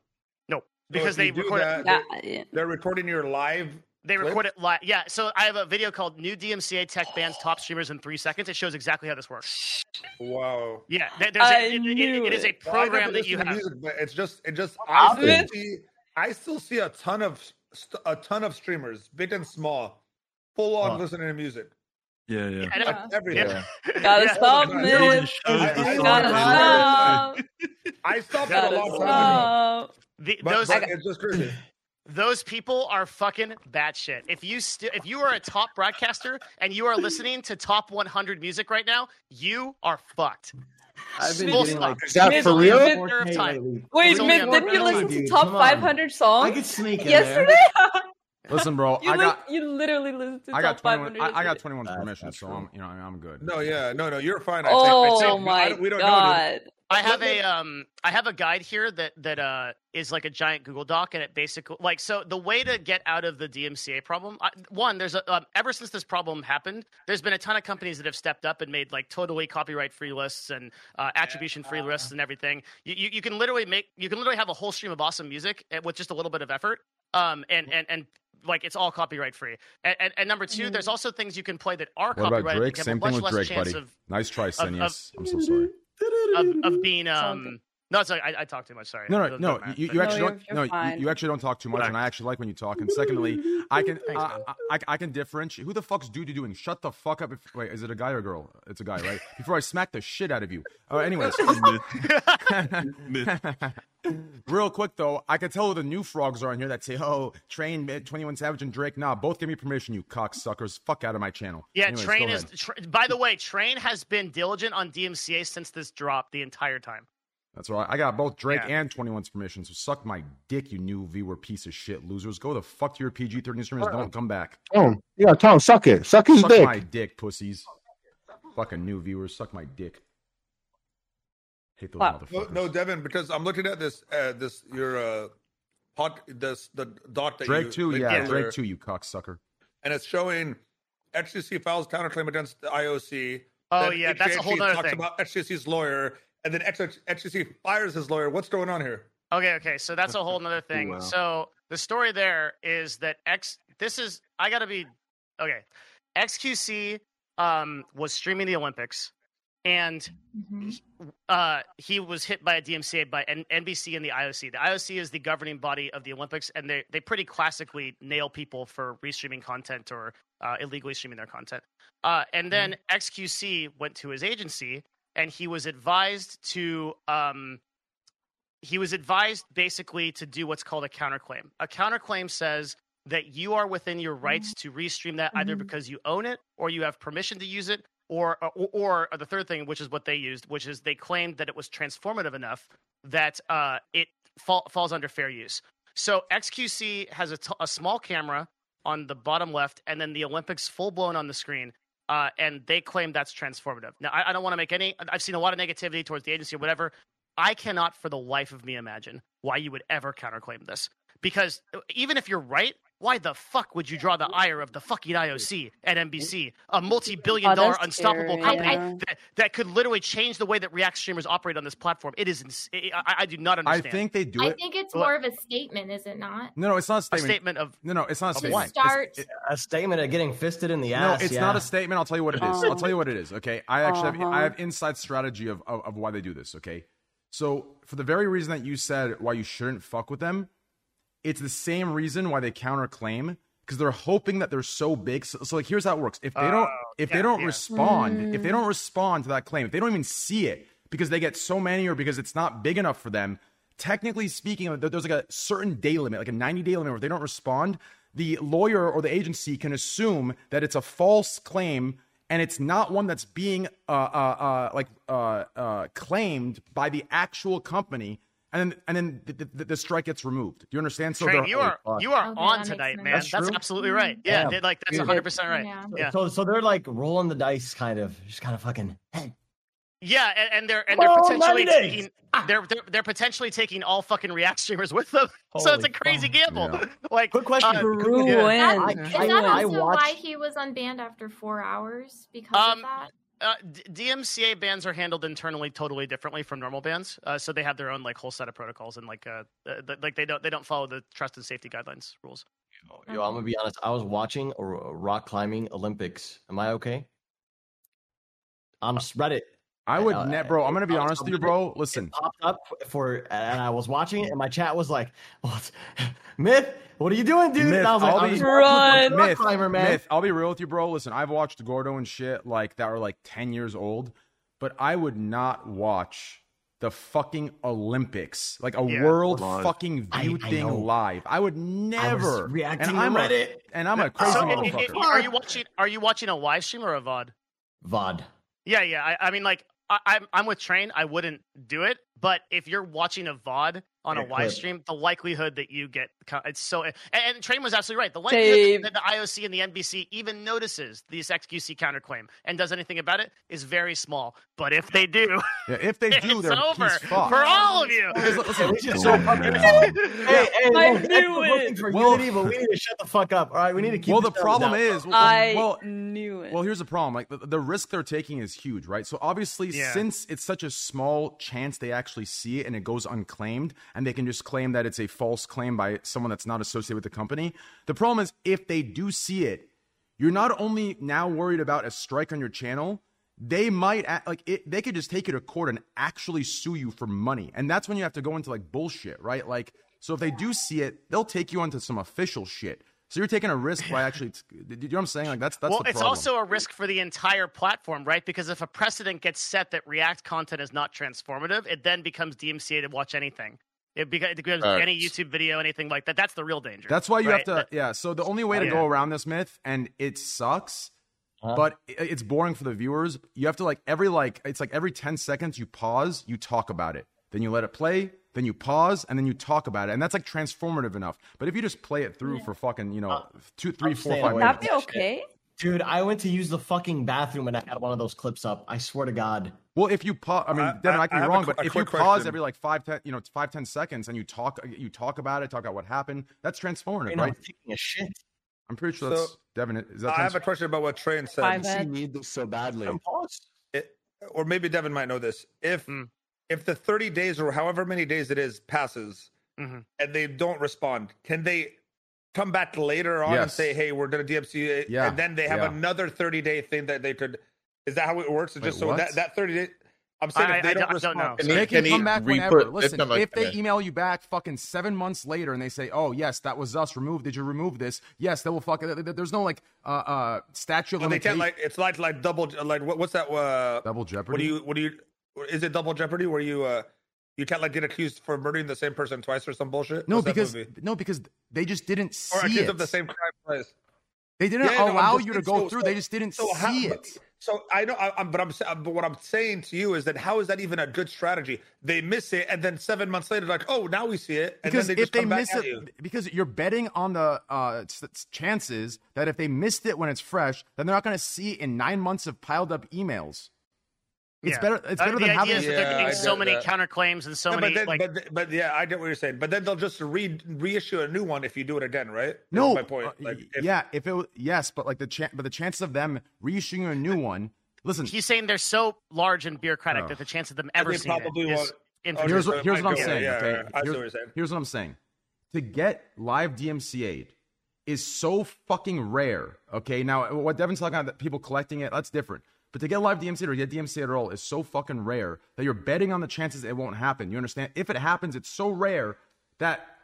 S8: no, because
S7: if
S8: they
S7: you do
S8: record
S7: that,
S9: That,
S7: they're, they're recording your live.
S8: They
S7: Clip?
S8: record it live. Yeah. So I have a video called New DMCA Tech Bans Top Streamers in Three Seconds. It shows exactly how this works.
S7: Wow.
S8: Yeah. there- There's
S9: I
S8: a, it- it-
S9: knew
S8: it is a
S9: it.
S7: Well, I
S8: program
S7: never
S8: that you
S7: listen to
S8: have.
S7: music, but it's just it just I still
S9: Alvin?
S7: see I still see a ton of st- a ton of streamers, big and small, full on
S1: Huh.
S7: listening to music.
S6: Yeah, yeah.
S8: I know-
S10: Yeah.
S7: Like, everything.
S11: Yeah.
S9: gotta
S8: Yeah.
S9: stop,
S7: Yeah.
S6: It really
S9: man.
S6: shows
S7: I-
S6: the
S7: I-
S6: song
S9: Gotta
S6: they
S7: I-
S6: love.
S9: stop.
S7: I stopped it a
S9: Gotta
S7: long time ago.
S9: stop.
S8: The,
S7: But,
S8: those,
S7: but it's just crazy.
S8: Those people are fucking batshit. If you st- if you are a top broadcaster and you are listening to top 100 music right now, you are fucked.
S2: I've been
S8: Full
S2: getting
S8: stop.
S2: like
S5: Is that
S8: It's
S5: for
S8: only a
S5: real?
S8: matter of time.
S9: Wait,
S8: It's only
S9: Mitt,
S8: on
S9: did
S8: one
S9: you
S8: round.
S9: listen to
S2: Dude,
S9: top
S2: come on.
S9: 500
S2: I
S9: songs
S2: could sneak in
S9: yesterday?
S2: there.
S1: Listen, bro,
S9: you,
S1: I
S9: li-
S1: got
S9: you literally listened to
S1: I got
S9: top
S1: 21
S9: 500.
S1: I, I got
S9: yesterday.
S1: 21
S2: That's
S1: permission,
S2: not
S1: so
S2: true.
S1: I'm you know I'm good.
S18: No, yeah, no, no, you're fine. I think. I
S9: Oh
S18: think- no, I
S9: my
S18: don't- we don't know.
S9: god!
S8: I have
S18: Let-
S8: a um I have a guide here that that uh is like a giant Google Doc and it basically like so the way to get out of the DMCA problem I, one there's a um, ever since this problem happened there's been a ton of companies that have stepped up and made like totally copyright free lists and uh, attribution free lists and everything you, you you can literally make you can literally have a whole stream of awesome music eh, with just a little bit of effort um and and and like it's all copyright free and and, and number two
S9: Mm.
S8: there's also things you can play that are
S1: What about
S8: copyrighted
S1: Drake?
S8: that have a
S1: Same
S8: much
S1: thing with
S8: less
S1: Drake,
S8: chance
S1: buddy.
S8: of
S1: Nice try,
S8: of-
S1: Sinius. I'm so sorry.
S8: of, of being
S9: all
S8: um no it's like I, I talked too much sorry It
S1: No, no,
S8: doesn't
S1: no.
S8: matter.
S1: You,
S8: But-
S1: you actually
S9: you're-
S1: don't.
S9: you're
S1: no, you-
S9: fine.
S1: you actually don't talk too much, and I actually like when you talk. And secondly, I can, I, I, I- I can differentiate. Who the fuck's dude you doing? Shut the fuck up! If, wait, is it a guy or a girl? It's a guy, right? Before I smack the shit out of you. Uh, anyways, real quick though, I could tell who the new frogs are in here that say, "Oh, Train, Twenty One Savage, and Drake." Nah, both give me permission, you cocksuckers. Fuck out of my channel.
S8: yeah
S1: Anyways,
S8: train
S1: go
S8: is
S1: ahead.
S8: tra- by the way train has been diligent on dmca since this dropped the entire time
S1: That's right. I got both Drake
S8: Yeah.
S1: and 21's permission, so suck my dick, you new viewer piece of shit losers. Go the fuck to your PG 13 instruments. Don't come back.
S5: Tom, Oh, yeah, Tom, suck it, suck his
S1: suck
S5: dick.
S1: my dick, pussies. Fucking new viewers, suck my dick. Hate those
S9: Wow.
S1: motherfuckers.
S18: No, no, Devin, because I'm looking at this, uh, this your uh, pot, this the dot that
S1: Drake
S18: you
S1: too,
S18: linked
S1: yeah,
S18: earlier,
S1: Drake too, you cocksucker.
S18: and it's showing XTC files counterclaim against the IOC.
S8: oh
S18: Then
S8: yeah that's a whole
S18: XJC
S8: other
S18: talks
S8: thing
S18: about XTC's lawyer, and then XJ- XTC fires his lawyer. What's going on here?
S8: okay okay so that's a whole other
S1: Oh,
S8: thing
S6: wow.
S8: so the story there is that x this is i gotta be okay xqc um was streaming the olympics and uh, he was hit by a DMCA by N- NBC and the IOC. The IOC is the governing body of the Olympics, and they they pretty classically nail people for restreaming content or uh, illegally streaming their content. Uh, and then XQC went to his agency, and he was advised to um, he was advised basically to do what's called a counterclaim. A counterclaim says that you are within your rights to restream that either because you own it or you have permission to use it or uh, or, or the third thing which is what they used which is they claimed that it was transformative enough that uh, it fall, falls under fair use so xqc has a, t- a small camera on the bottom left and then the olympics full blown on the screen uh, and they claim that's transformative now i, I don't want to make any i've seen a lot of negativity towards the agency or whatever i cannot for the life of me imagine why you would ever counterclaim this because uh, even if you're right why the fuck would you draw the ire of the fucking IOC and NBC, a multi-billion
S9: Oh,
S8: dollar
S9: that's
S8: unstoppable
S9: scary,
S8: company
S9: yeah.
S8: that, that could literally change the way that React streamers operate on this platform? It is. Ins- I, I- I do not
S1: I
S8: understand.
S1: think they do
S3: I
S1: it.
S3: think it's
S8: Look.
S3: more of a statement, is it not?
S1: No, no, it's not a
S8: a
S1: statement.
S8: statement of
S1: No, no, it's not a
S8: To
S1: statement. It's-
S3: start-
S1: it-
S2: A statement of getting fisted in the
S1: no,
S2: ass.
S1: it's
S2: yeah.
S1: not a statement. I'll tell you what it is. I'll tell you what it is. Okay, I actually have,
S9: Uh-huh.
S1: I have inside strategy of, of of why they do this. Okay, so for the very reason that you said why you shouldn't fuck with them, it's the same reason why they counterclaim because they're hoping that they're so big. So, so, like, here's how it works: if they don't,
S8: Oh,
S1: if
S8: yeah,
S1: they don't
S8: yeah.
S1: respond, if they don't respond to that claim, if they don't even see it because they get so many or because it's not big enough for them. Technically speaking, there- there's like a certain day limit, like a 90 day limit. Where if they don't respond, the lawyer or the agency can assume that it's a false claim and it's not one that's being uh, uh, uh, like uh, uh, claimed by the actual company. And then, and then the, the, the strike gets removed. Do you understand? So
S8: Train,
S1: they're-
S8: you are
S2: fuck.
S8: you are
S9: Oh,
S3: Okay, that
S8: on
S3: makes
S8: tonight,
S3: sense.
S8: man. That's,
S2: That's true.
S8: absolutely right. Yeah,
S2: Yeah.
S8: they- like that's
S2: Yeah.
S8: one hundred percent right.
S3: Yeah.
S8: Yeah.
S2: So, so they're like rolling the dice, kind of, just kind of fucking. Hey,
S8: Yeah, and, and they're and they're
S2: Oh,
S8: potentially
S2: 90 days. Ah.
S8: taking they're, they're they're potentially taking all fucking React streamers with them. so it's
S2: Holy
S8: a crazy
S2: fuck.
S8: gamble. Like
S2: quick question.
S8: uh,
S9: Bruin.
S3: That-
S2: I-
S3: is
S2: I-
S3: that
S2: I
S3: also why
S2: watched-
S3: he was unbanned after four hours because
S8: Um,
S3: of that?
S8: uh, D- DMCA bans are handled internally totally differently from normal bans, uh, so they have their own like whole set of protocols and like uh, uh, th- like they don't they don't follow the trust and safety guidelines rules.
S2: Oh, Yo, I'm gonna be honest. I was watching a a rock climbing Olympics. Am I okay? I'm s- Reddit.
S1: I would
S2: Uh,
S1: net, bro. I'm gonna be
S2: I'll-
S1: honest
S2: I'll
S1: with you,
S2: be-
S1: bro. Listen,
S2: popped up for, and I was watching it, and my chat was like, "What, Myth? What are you doing, dude?"
S1: Myth,
S2: and I was like,
S1: I'll
S2: "I'm
S1: be-
S2: just watching
S9: Run.
S2: the rock
S1: myth,
S2: climber, man."
S1: myth. I'll be real with you, bro. Listen, I've watched Gordo and shit like that were like 10 years old, but I would not watch the fucking Olympics, like a
S8: Yeah.
S1: world
S8: Live.
S1: fucking
S8: I-
S1: view
S8: I
S1: thing
S8: know.
S1: live. I would never
S8: reacting
S1: and
S8: to
S1: I'm
S8: Reddit.
S1: A, and I'm a crazy
S8: So, i- i-
S1: motherfucker.
S8: i- are you watching? Are you watching a live stream or a VOD?
S2: VOD.
S8: Yeah, yeah. I, I mean, like, I, I'm I'm with Train. I wouldn't do it, but if you're watching a VOD on a
S2: Yeah,
S8: live
S2: clip.
S8: stream, the likelihood that you get co- it's so. And, and Train was absolutely right. The
S9: Same.
S8: likelihood that the IOC and the NBC even notices this XQC counterclaim and does anything about it is very small. But if they do,
S1: Yeah, if they do,
S8: it's
S1: they're
S8: over
S1: peace fucked.
S8: for all of you.
S1: Because listen,
S2: It's
S1: so-
S2: Hey, hey,
S9: I
S2: look,
S9: knew
S2: that's the
S9: it.
S2: booking for
S1: Well-
S2: unity, but we need to shut the fuck up. All right, we need to keep.
S1: well, the
S2: this
S1: problem
S2: down.
S1: is, well,
S9: I
S1: well,
S9: knew it.
S1: Well, here's the problem. Like the, the risk they're taking is huge, right? So obviously,
S8: Yeah.
S1: since it's such a small chance they actually see it and it goes unclaimed, and they can just claim that it's a false claim by someone that's not associated with the company. The problem is if they do see it, you're not only now worried about a strike on your channel. They might act, like it, they could just take you to court and actually sue you for money, and that's when you have to go into like bullshit, right? Like, so if they do see it, they'll take you onto some official shit. So you're taking a risk by actually, do you know what I'm saying? Like that's that's
S8: well,
S1: the
S8: it's
S1: problem.
S8: also a risk for the entire platform, right? Because if a precedent gets set that React content is not transformative, it then becomes DMCA to watch anything. It, beca- it becomes
S11: Facts.
S8: any YouTube video, anything like that. That's the real danger.
S1: That's why you
S8: right?
S1: have to,
S8: That- Oh,
S1: yeah. So the only way to go
S8: Yeah.
S1: around this myth, and it sucks,
S7: Uh-huh.
S1: but i- it's boring for the viewers. You have to like every like it's like every ten seconds you pause, you talk about it, then you let it play, then you pause, and then you talk about it, and that's like transformative enough. But if you just play it through for fucking you
S8: Uh,
S1: know two, three,
S2: I'm
S1: four,
S2: staying
S1: five
S2: away.
S1: minutes,
S9: That'd be okay.
S2: dude, I went to use the fucking bathroom and I had one of those clips up. I swear to God.
S1: well, if you pause, I mean,
S7: I-
S1: Devin, I,
S7: I-
S1: can
S7: I
S1: be
S7: have a
S1: wrong,
S7: qu-
S1: but
S7: a
S1: if you
S7: quick
S1: pause
S7: question.
S1: every like five, ten, you know, it's five, ten seconds, and you talk, you talk about it, talk about what happened, that's transformative,
S2: And I
S1: right?
S2: was taking a shit.
S1: I'm pretty sure
S7: So-
S1: that's Devin. Is that
S7: I have
S1: trans-
S7: a question about what Train said.
S9: Five
S19: I
S9: But-
S19: need this so badly.
S7: It- or maybe Devin might know this. If
S8: Mm.
S7: if the 30 days or however many days it is passes
S8: Mhm.
S7: and they don't respond, can they come back later on and
S1: Yes.
S7: say, "Hey, we're going to DMCA,"
S1: Yeah,
S7: and then they have
S1: yeah.
S7: another 30 day thing that they could? Is that how it works? It's
S1: Wait,
S7: just so
S1: what?
S7: that that 30 day. I'm saying
S8: I-
S7: if they
S8: I don't- I
S7: don't
S8: don't
S7: respond,
S8: know.
S11: Can
S1: They
S11: he-
S1: can,
S11: can he
S1: come back
S11: re-put-
S1: whenever.
S11: if
S1: Listen,
S11: somebody-
S1: if they
S11: okay.
S1: email you back fucking seven months later and they say, "Oh yes, that was us. Remove. Did you remove this? Yes, they will fuck. th- th- There's no like uh uh statute of
S7: Oh, they
S1: limitation.
S7: can't like it's like like double like what, what's that? Uh,
S1: Double
S7: what
S1: jeopardy.
S7: do you what do you? Is it double jeopardy where you uh you can't like get accused for murdering the same person twice or some bullshit?
S1: no,
S7: What's that
S1: because
S7: movie?
S1: no, because they just didn't
S7: or
S1: see
S7: accused
S1: it.
S7: of the same crime twice.
S1: they didn't
S7: Yeah, no, I'm
S1: allow
S7: just
S1: you to
S7: saying,
S1: go
S7: so-
S1: through.
S7: so-
S1: they just didn't
S7: so how-
S1: see
S7: but-
S1: it.
S7: So I know, I, I'm, but I'm, sa- but what I'm saying to you is that how is that even a good strategy? They miss it, and then seven months later, like, oh, now we see it, and
S1: Because
S7: then they
S1: if
S7: just
S1: they
S7: come back
S1: miss
S7: at
S1: it,
S7: you.
S1: because you're betting on the uh, s- s- chances that if they missed it when it's fresh, then they're not going to see it in nine months of piled up emails. It's
S8: Yeah.
S1: better. It's
S8: Uh,
S1: better
S8: the
S1: than
S8: idea
S1: having.
S8: is that
S7: Yeah,
S8: they're
S7: I
S8: getting so
S7: get
S8: many
S7: that.
S8: counterclaims and so
S7: No,
S8: many
S7: but, then,
S8: like.
S7: but, but yeah, I get what you're saying. But then they'll just re reissue a new one if you do it again, right? That's
S1: No,
S7: my point.
S1: uh,
S7: Like,
S1: y-
S7: if,
S1: yeah, if it wa- yes, but like the chan but the chances of them reissuing a new one. Listen,
S8: He's saying they're so large and bureaucratic
S1: Oh.
S8: that the chance of them
S7: And
S8: ever
S7: they
S8: seeing
S7: probably
S8: it is
S7: won't-
S8: infinite.
S7: okay,
S1: here's
S7: so
S1: what,
S7: it
S1: here's
S7: might
S1: what I'm
S7: go-
S1: saying.
S7: yeah,
S1: okay,
S7: yeah, I see
S1: Here-
S7: what you're saying.
S1: here's what I'm saying. To get live DMCA'd is so fucking rare. Okay, now what Devin's talking about, that people collecting it, that's different. But to get live DMCA'd or get DMCA'd at all is so fucking rare that you're betting on the chances it won't happen. You understand? If it happens, it's so rare that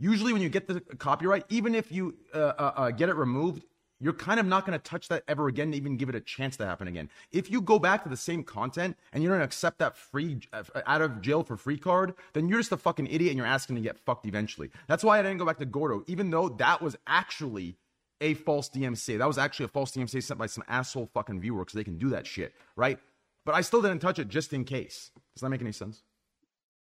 S1: usually when you get the copyright, even if you uh, uh, uh, get it removed, you're kind of not going to touch that ever again to even give it a chance to happen again. If you go back to the same content and you don't accept that free uh, out of jail for free card, then you're just a fucking idiot and you're asking to get fucked eventually. That's why I didn't go back to Gordo, even though that was actually a false DMCA. That was actually a false DMCA sent by some asshole fucking viewer because they can do that shit, right? But I still didn't touch it just in case. Does that make any sense?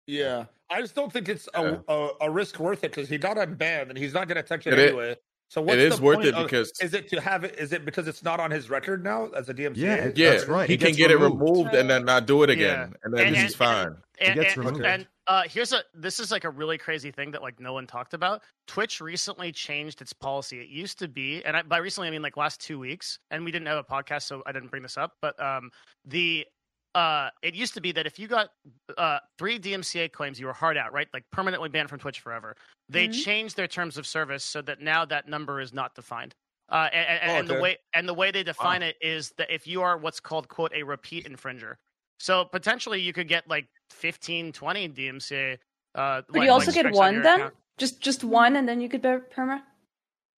S7: Yeah, I just don't think it's a, a, a risk worth it because he got unbanned and he's not going to touch it,
S11: It is-
S7: anyway. so what's
S11: is
S7: the
S11: worth
S7: point
S11: it
S7: of-
S11: because-
S7: is it to have it? Is it because it's not on his record now as a DMCA?
S1: Yeah,
S11: Yeah,
S1: That's right.
S11: he
S1: It
S11: can
S1: gets
S11: get
S1: removed.
S11: it removed and then not do it again,
S8: Yeah.
S11: and then
S8: And-
S11: he's
S8: and-
S11: fine.
S8: and,
S1: gets
S8: and,
S1: removed.
S8: and, uh, here's a this is like a really crazy thing that like no one talked about. Twitch recently changed its policy. It used to be, and I, by recently I mean like last two weeks, and we didn't have a podcast, so I didn't bring this up. But um, the uh, it used to be that if you got uh, three DMCA claims, you were hard out, right? Like permanently banned from Twitch forever. They
S9: Mhm.
S8: changed their terms of service so that now that number is not defined. Uh, and, and,
S7: Oh,
S8: and the
S7: okay.
S8: way and the way they define it is that if you are what's called quote a repeat infringer, so potentially you could get like 15, 20 DMCA. Uh,
S9: Could
S8: like-
S9: you also
S8: like
S9: get
S8: strikes on
S9: one
S8: your
S9: then?
S8: account.
S9: Just just one, and then you could be perma.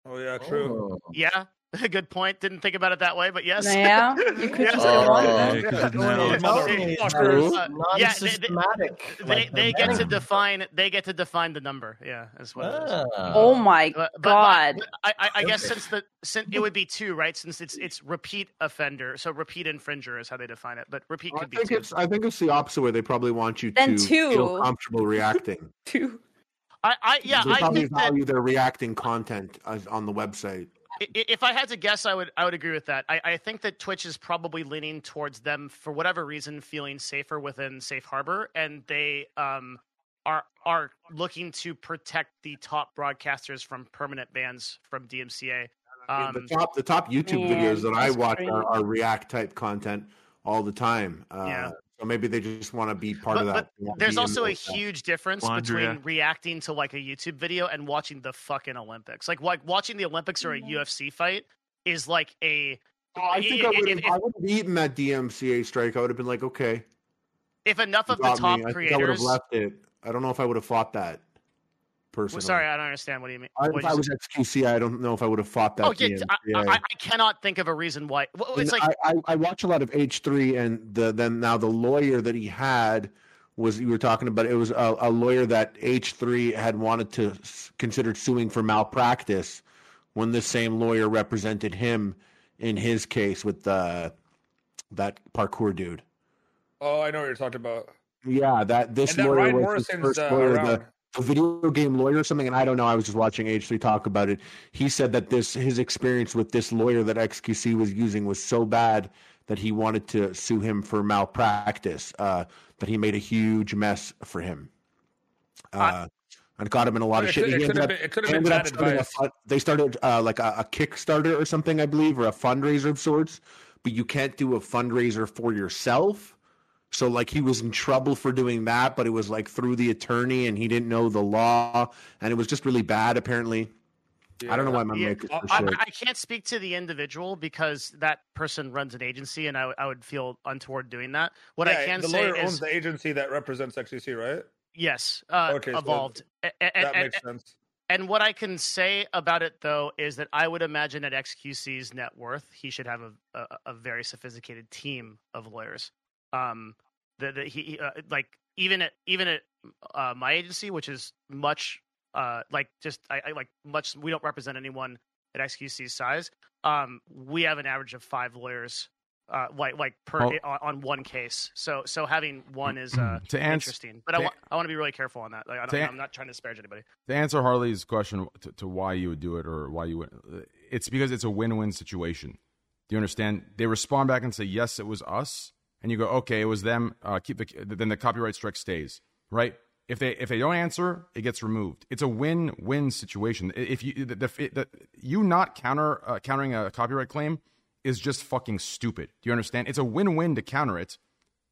S7: Oh yeah, true.
S2: Oh.
S8: Yeah, Good point. Didn't think about it that way, but yes.
S9: Yeah, you could just
S8: Yeah.
S9: go on.
S8: Yeah,
S20: Yeah, 'cause now it's-
S8: Motherfuckers.
S2: It's
S8: Yeah, they- they-
S2: non-systematic.
S8: They,
S2: Like,
S8: they get to
S2: man.
S8: define they get to define the number. Yeah, that's what. it is.
S2: Ah.
S9: Oh my
S8: But- but- but-
S9: god!
S8: I, I, I guess since the since it would be two, right? Since it's it's repeat offender, so repeat infringer is how they define it. But repeat
S5: I
S8: could be
S5: think
S8: two.
S5: it's uh, I think it's the opposite where they probably want you
S9: Then
S5: to
S9: two.
S5: feel comfortable reacting.
S9: Two.
S8: I, I yeah,
S5: they
S8: I
S5: probably
S8: think that
S5: value their reacting content as, on the website.
S8: I- i- if I had to guess, I would I would agree with that. I, I think that Twitch is probably leaning towards them for whatever reason, feeling safer within Safe Harbor, and they um are are looking to protect the top broadcasters from permanent bans from DMCA.
S5: Yeah,
S8: Um,
S5: the top the top YouTube
S9: man,
S5: videos that I
S9: that's
S5: watch
S9: crazy.
S5: are, are React type content all the time. Uh,
S8: Yeah.
S5: So maybe they just want to be part
S8: but,
S5: of that.
S8: but
S5: They wanna
S8: there's
S5: be in
S8: also a
S5: those, uh,
S8: huge difference
S20: Laundry
S8: between
S20: Act.
S8: reacting to like a YouTube video and watching the fucking Olympics. Like, like watching the Olympics or a UFC fight is like a
S5: Mm-hmm. Oh, I think I
S8: if-
S5: would
S8: if-
S5: have I would have eaten that DMCA strike. I would have been like, okay,
S8: if enough
S5: you
S8: of the
S5: got me.
S8: top
S5: I think I would have
S8: creators.
S5: left it. I don't know if I would have fought that.
S8: Well,
S5: Personally,
S8: sorry, I don't understand. What do you mean?
S5: I,
S8: What
S5: if
S8: did
S5: I
S8: you
S5: was XQC, I don't know if I would have fought that.
S8: Oh yeah, I,
S5: DMCA.
S8: I, I cannot think of a reason why. Well, it's
S5: And
S8: like
S5: I, I, I watch a lot of H three, and the then now the lawyer that he had was you were talking about. It was a, a lawyer that H three had wanted to s- consider suing for malpractice when the same lawyer represented him in his case with the that parkour dude.
S7: Oh, I know what you're talking about.
S5: Yeah, that this
S7: and that
S5: lawyer
S7: Ryan
S5: was his
S7: Morrison's
S5: first
S7: uh,
S5: lawyer.
S7: around.
S5: The, a video game lawyer or something, and I don't know. I was just watching H3 talk about it. He said that this his experience with this lawyer that XQC was using was so bad that he wanted to sue him for malpractice. Uh, that he made a huge mess for him, uh, and got him in a lot
S7: It
S5: of shit.
S7: could-
S5: He
S7: it
S5: ended
S7: could have
S5: up-
S7: been- it could have
S5: they ended
S7: been
S5: up
S7: bad
S5: starting a
S7: advice.
S5: fun- they started uh, like a, a Kickstarter or something, I believe, or a fundraiser of sorts. But you can't do a fundraiser for yourself. So like he was in trouble for doing that, but it was like through the attorney, and he didn't know the law, and it was just really bad. Apparently, I don't know why my
S8: Yeah.
S5: mic is for
S8: I,
S5: sure.
S8: I can't speak to the individual because that person runs an agency, and I, I would feel untoward doing that. What I
S7: Yeah,
S8: can
S7: the
S8: say
S7: lawyer owns
S8: is
S7: the agency that represents XQC, right?
S8: yes, uh,
S7: Okay, so
S8: evolved. A- a- a-
S7: That
S8: a-
S7: makes sense.
S8: And what I can say about it though is that I would imagine at XQC's net worth, he should have a a, a very sophisticated team of lawyers. Um, that that he he, uh, like even at even at uh, my agency, which is much uh like just I, I like much we don't represent anyone at XQC's size. Um, we have an average of five lawyers. Uh, like like per
S1: Well-
S8: on, on one case, so so having one is uh
S1: To ans-
S8: interesting, but I
S1: to-
S8: want I want to be really careful on that. Like, I don't,
S1: to an-
S8: I'm not trying to disparage anybody.
S1: to answer Harley's question to, to why you would do it or why you would, it's because it's a win-win situation. Do you understand? They respond back and say, "Yes, it was us," and you go, "Okay, it was them." Uh, keep the then the copyright strike stays, right? If they if they don't answer, it gets removed. It's a win-win situation. I- If you the, the, the you not counter uh, countering a copyright claim is just fucking stupid. Do you understand? It's a win-win to counter it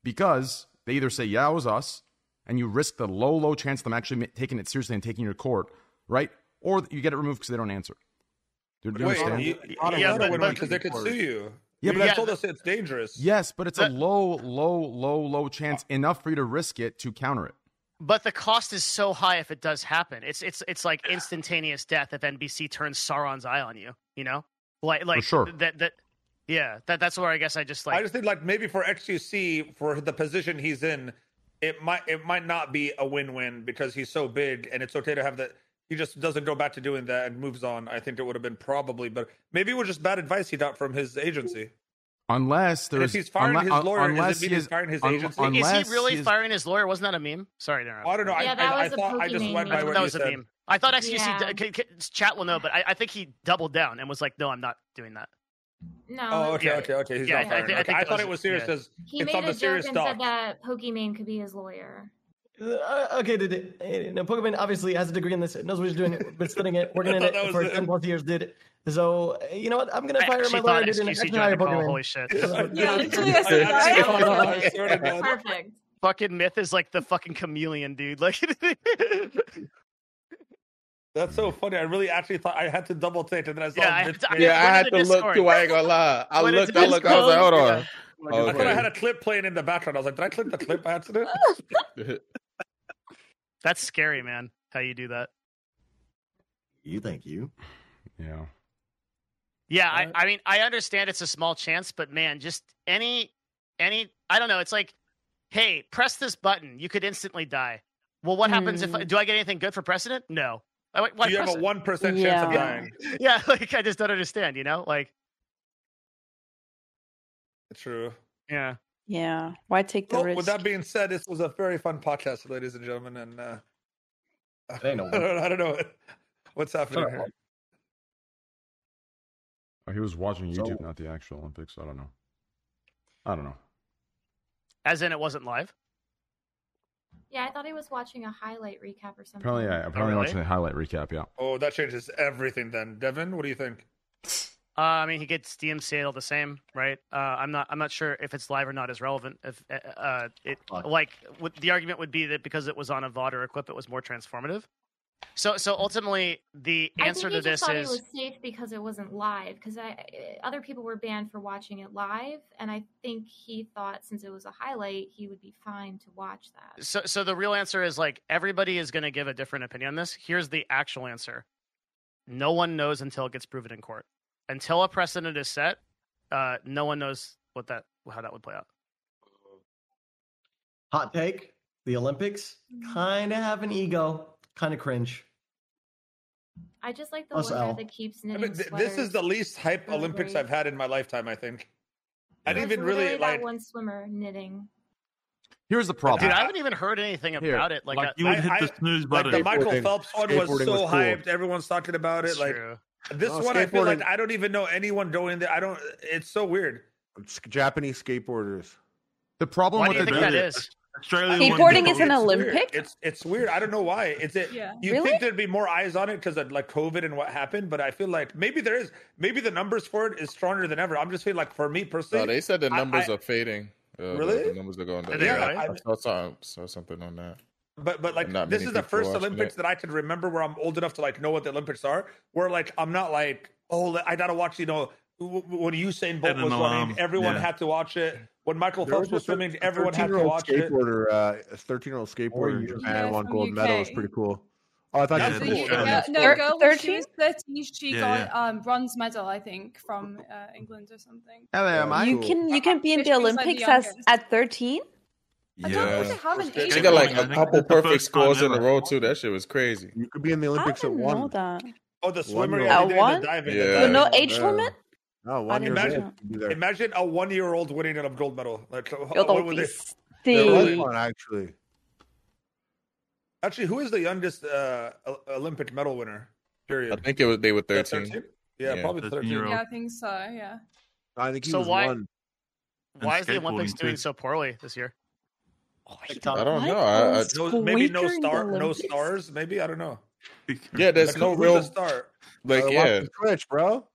S1: because they either say, yeah, it was us, and you risk the low, low chance of them actually ma- taking it seriously and taking your court, right? Or you get it removed because they don't answer. Do, do you
S7: Wait,
S1: understand?
S7: you,
S8: Yeah,
S7: yeah,
S8: but- but-
S7: because they could sue you.
S1: Yeah,
S7: you
S1: but
S7: just
S8: I-
S7: told us it's dangerous.
S1: yes, but it's a
S8: That-
S1: low, low, low, low
S7: Uh,
S1: chance, enough for you to risk it to counter it.
S8: But the cost is so high if it does happen. It's it's it's like instantaneous death if NBC turns Sauron's eye on you. You know, like like
S1: sure.
S8: that that yeah that that's where I guess I just like
S7: I just think like maybe for XQC for the position he's in, it might it might not be a win-win because he's so big and it's okay to have that. He just doesn't go back to doing that and moves on. I think it would have been probably, but maybe it was just bad advice he got from his agency.
S1: Unless
S7: And
S1: there's
S7: if he's firing
S1: unle-
S7: his
S1: un-
S7: lawyer,
S1: unless
S7: does it mean
S1: he
S7: he's
S1: is,
S7: firing his
S1: un-
S7: agency?
S1: un-
S8: is
S1: unless
S8: he really
S1: he is-
S8: firing his lawyer? Wasn't that a meme? Sorry to interrupt.
S7: I don't know.
S3: Yeah,
S7: I,
S3: that
S7: I, I
S3: was a
S7: thought I just
S3: Pokemon
S7: went
S8: I
S7: by
S8: thought
S7: what
S8: that
S7: you
S8: was a
S7: said.
S8: meme. I thought XQC
S3: Yeah.
S8: d- c- c- chat will know, but I, I think he doubled down and was like, "No, I'm not doing that."
S3: No,
S7: Oh, okay,
S8: Yeah.
S7: okay, okay. He's
S8: Yeah,
S7: not
S8: I
S7: firing.
S8: think- I
S7: okay.
S8: think
S7: I,
S8: that
S7: thought
S8: was-
S7: it was serious
S8: yeah.
S7: because
S3: he
S7: it's
S3: made
S7: on
S3: a
S7: the
S3: joke
S7: serious
S3: and
S7: talk.
S3: said that Pokimane could be his lawyer.
S2: Uh, okay, did it, eh, no, Pokemon obviously has a degree in this. It knows what he's doing. It, been studying it, working in
S7: I
S2: it
S7: thought that
S2: for
S7: was it.
S2: ten plus years. Did it. So eh, you know what? I'm gonna
S8: I
S2: fire my
S8: actually thought
S2: lawyer. Dude, and
S8: XQC
S2: actually hire
S8: joined the call.
S2: Pokemon.
S8: Holy shit!
S21: Yeah, literally,
S7: I,
S21: I said
S7: I swear to
S21: that.
S7: God, I swear to God.
S3: Perfect.
S8: Fucking myth is like the fucking chameleon, dude. Like,
S7: That's so funny. I really actually thought I had to double take, and then I saw.
S8: Yeah, I-
S7: Mitch
S8: I-
S7: made-
S11: Yeah,
S8: What
S11: I had
S8: did
S11: to
S8: the
S11: look
S8: Discord-
S11: too. I ain't gonna lie. I
S8: What did
S11: looked,
S8: the
S11: I looked, I was like, hold
S8: Discord-
S11: on.
S7: I thought I
S11: Okay.
S7: had a clip playing in the background. I was like, did I clip the clip by accident?
S8: that's scary, man. How you do that?
S2: You thank you.
S1: yeah.
S8: Yeah, I, I mean, I understand it's a small chance, but man, just any, any, I don't know. It's like, hey, press this button, you could instantly die. Well, what happens if I-
S9: Mm.
S8: do I get anything good for precedent? No. I, why
S7: you have a
S8: precedent?
S7: one percent chance of
S9: Yeah.
S7: dying.
S8: yeah, like I just don't understand. You know, like
S7: True.
S8: yeah.
S9: Yeah. Why take the
S7: Well,
S9: risk?
S7: with that being said, this was a very fun podcast, ladies and gentlemen, and uh,
S2: It ain't no
S7: I, don't, I don't know what- what's happening here.
S1: Oh, he was watching YouTube,
S2: So-
S1: not the actual Olympics. I don't know. I don't know.
S8: As in, it wasn't live.
S3: Yeah, I thought I was watching a highlight recap or something.
S1: Apparently, I apparently
S8: Oh, really?
S1: watching the highlight recap. Yeah,
S7: Oh, that changes everything then. Devin, what do you think?
S8: Uh, I mean, he gets DMCA all the same, right? Uh, I'm not. I'm not sure if it's live or not is relevant. If uh, uh, it
S2: Fuck.
S8: like would the argument would be that because it was on a VOD or equip, it was more transformative. So, so ultimately, the answer
S3: I think
S8: to
S3: he
S8: this
S3: just thought
S8: is
S3: it was safe because it wasn't live because I other people were banned for watching it live, and I think he thought since it was a highlight, he would be fine to watch that.
S8: so. So the real answer is like everybody is going to give a different opinion on this. Here's the actual answer: no one knows until it gets proven in court. Until a precedent is set, uh, no one knows what that how that would play out.
S2: Hot take: The Olympics kind of have an ego, kind of cringe.
S3: I just like the
S2: Us
S3: one guy
S2: Al.
S3: that keeps
S7: I
S3: knitting
S7: mean, th- this
S3: sweaters.
S7: is the least hype
S3: Really
S7: Olympics
S3: great.
S7: I've had in my lifetime. I think. I
S3: There's
S7: didn't even
S3: literally
S7: really
S3: that
S7: like.
S3: one swimmer knitting.
S1: here's the problem.
S8: Dude, I haven't even heard anything
S1: Here,
S8: about it. Like, uh,
S6: Like
S8: I-
S6: you would
S7: I-
S6: hit the
S7: I-
S6: snooze
S7: Like
S6: button.
S7: the Michael
S11: Skateboarding-
S7: Phelps one was so
S11: skateboarding was cool.
S7: hyped. Everyone's talking about it.
S8: it's
S7: Like
S8: true.
S7: this
S5: No,
S7: one, I feel like
S5: skateboarding-
S7: I don't even know anyone doing that. I don't. It's so weird.
S5: It's Japanese skateboarders.
S1: The problem
S8: Why do
S1: with
S8: you
S1: the
S8: think that
S6: did it.
S8: is?
S6: Australia
S7: I-
S6: won
S9: Skateboarding
S6: gold.
S9: is an
S7: It's weird.
S9: Olympic?
S7: It's it's weird. I don't know why. It's it.
S10: Yeah.
S7: You
S9: Really?
S7: think there'd be more eyes on it because of like COVID and what happened, but I feel like maybe there is. Maybe the numbers for it is stronger than ever. I'm just feeling like for me
S11: No,
S7: personally,
S11: they said the
S7: I-
S11: numbers
S7: I-
S11: are fading. Uh, the-
S7: Really?
S11: The numbers are going
S8: Are
S11: down.
S8: they
S11: Yeah,
S8: really?
S11: I saw, some- saw something on that.
S7: But but like
S11: Not
S7: this
S11: many
S7: is the
S11: people
S7: first
S11: watching
S7: Olympics
S11: it.
S7: that I can remember where I'm old enough to like know what the Olympics are. Where like I'm not like oh li- I gotta watch you know w- w- when Usain Bolt
S6: Set an
S7: was
S6: alarm,
S1: um,
S7: running, everyone
S6: yeah.
S7: had to watch it. When Michael
S5: There
S7: Phelps was
S5: a thir-
S7: swimming,
S5: a
S7: everyone had to
S5: 13-year-old
S7: watch it. Oh,
S5: skateboarder, Uh, a 13 year old skateboarder in
S2: years.
S5: Japan
S10: Yeah,
S5: won
S10: from
S5: gold medal. It's
S10: UK.
S5: pretty cool. Oh, I thought
S6: Yeah,
S5: you
S10: So
S6: that's
S10: you,
S6: true.
S10: yeah,
S6: That's
S10: no,
S9: fair.
S10: girl, when she
S9: Thirteen?
S10: was 13, she
S6: Yeah,
S10: got um, bronze medal, I think, from uh, England or something.
S22: Hello,
S5: Yeah.
S22: Mike.
S9: you
S5: Cool.
S9: can you can be in
S10: Fish
S9: the
S10: was, like, the
S9: Olympics as
S10: youngest.
S9: at 13?
S10: I don't know if they
S11: Yeah.
S10: have an
S7: She
S10: age.
S11: She got like
S6: I
S11: a
S6: think
S11: couple
S6: that's the
S11: perfect
S6: first time
S11: scores in a
S6: ever.
S11: row too. That shit was crazy.
S5: You could be in the
S9: I
S5: Olympics at
S9: didn't know
S5: one.
S9: that.
S7: Oh, the swimmer,
S5: One
S7: yeah,
S9: year
S7: they
S9: old.
S7: did the diving. the
S11: Yeah.
S9: But
S7: diving
S9: no
S7: one.
S9: age
S5: Yeah.
S9: limit?
S5: No, Oh, one
S9: I
S5: year
S7: didn't
S5: old.
S7: know.
S5: could be there.
S7: Imagine a one year old winning a gold medal. Like
S9: Yo, that
S7: what
S9: would
S7: would
S9: be
S7: they?
S5: There was
S9: sick.
S5: one actually.
S7: Actually, who is the youngest uh, O- Olympic medal winner? Period.
S11: I think it was they were
S7: Yeah,
S11: 13.
S7: Yeah,
S11: Yeah.
S7: probably
S6: 13
S7: thirteen.
S6: year
S10: Yeah,
S6: old.
S10: I think so, yeah.
S5: I think he
S8: So
S5: was
S8: why-
S5: one.
S8: Why is the
S6: skateboarding
S8: Olympics doing
S6: too.
S8: so poorly this year?
S11: I
S2: TikTok.
S11: don't
S9: What?
S11: know.
S9: A
S11: I, I,
S7: No, maybe no
S9: squeaker in the
S7: star, no
S9: Olympics?
S7: stars. Maybe I don't know.
S11: yeah, there's
S7: Like,
S11: no
S7: who's
S11: real
S7: a star.
S11: like
S5: Uh,
S11: yeah.
S5: watching Twitch, bro.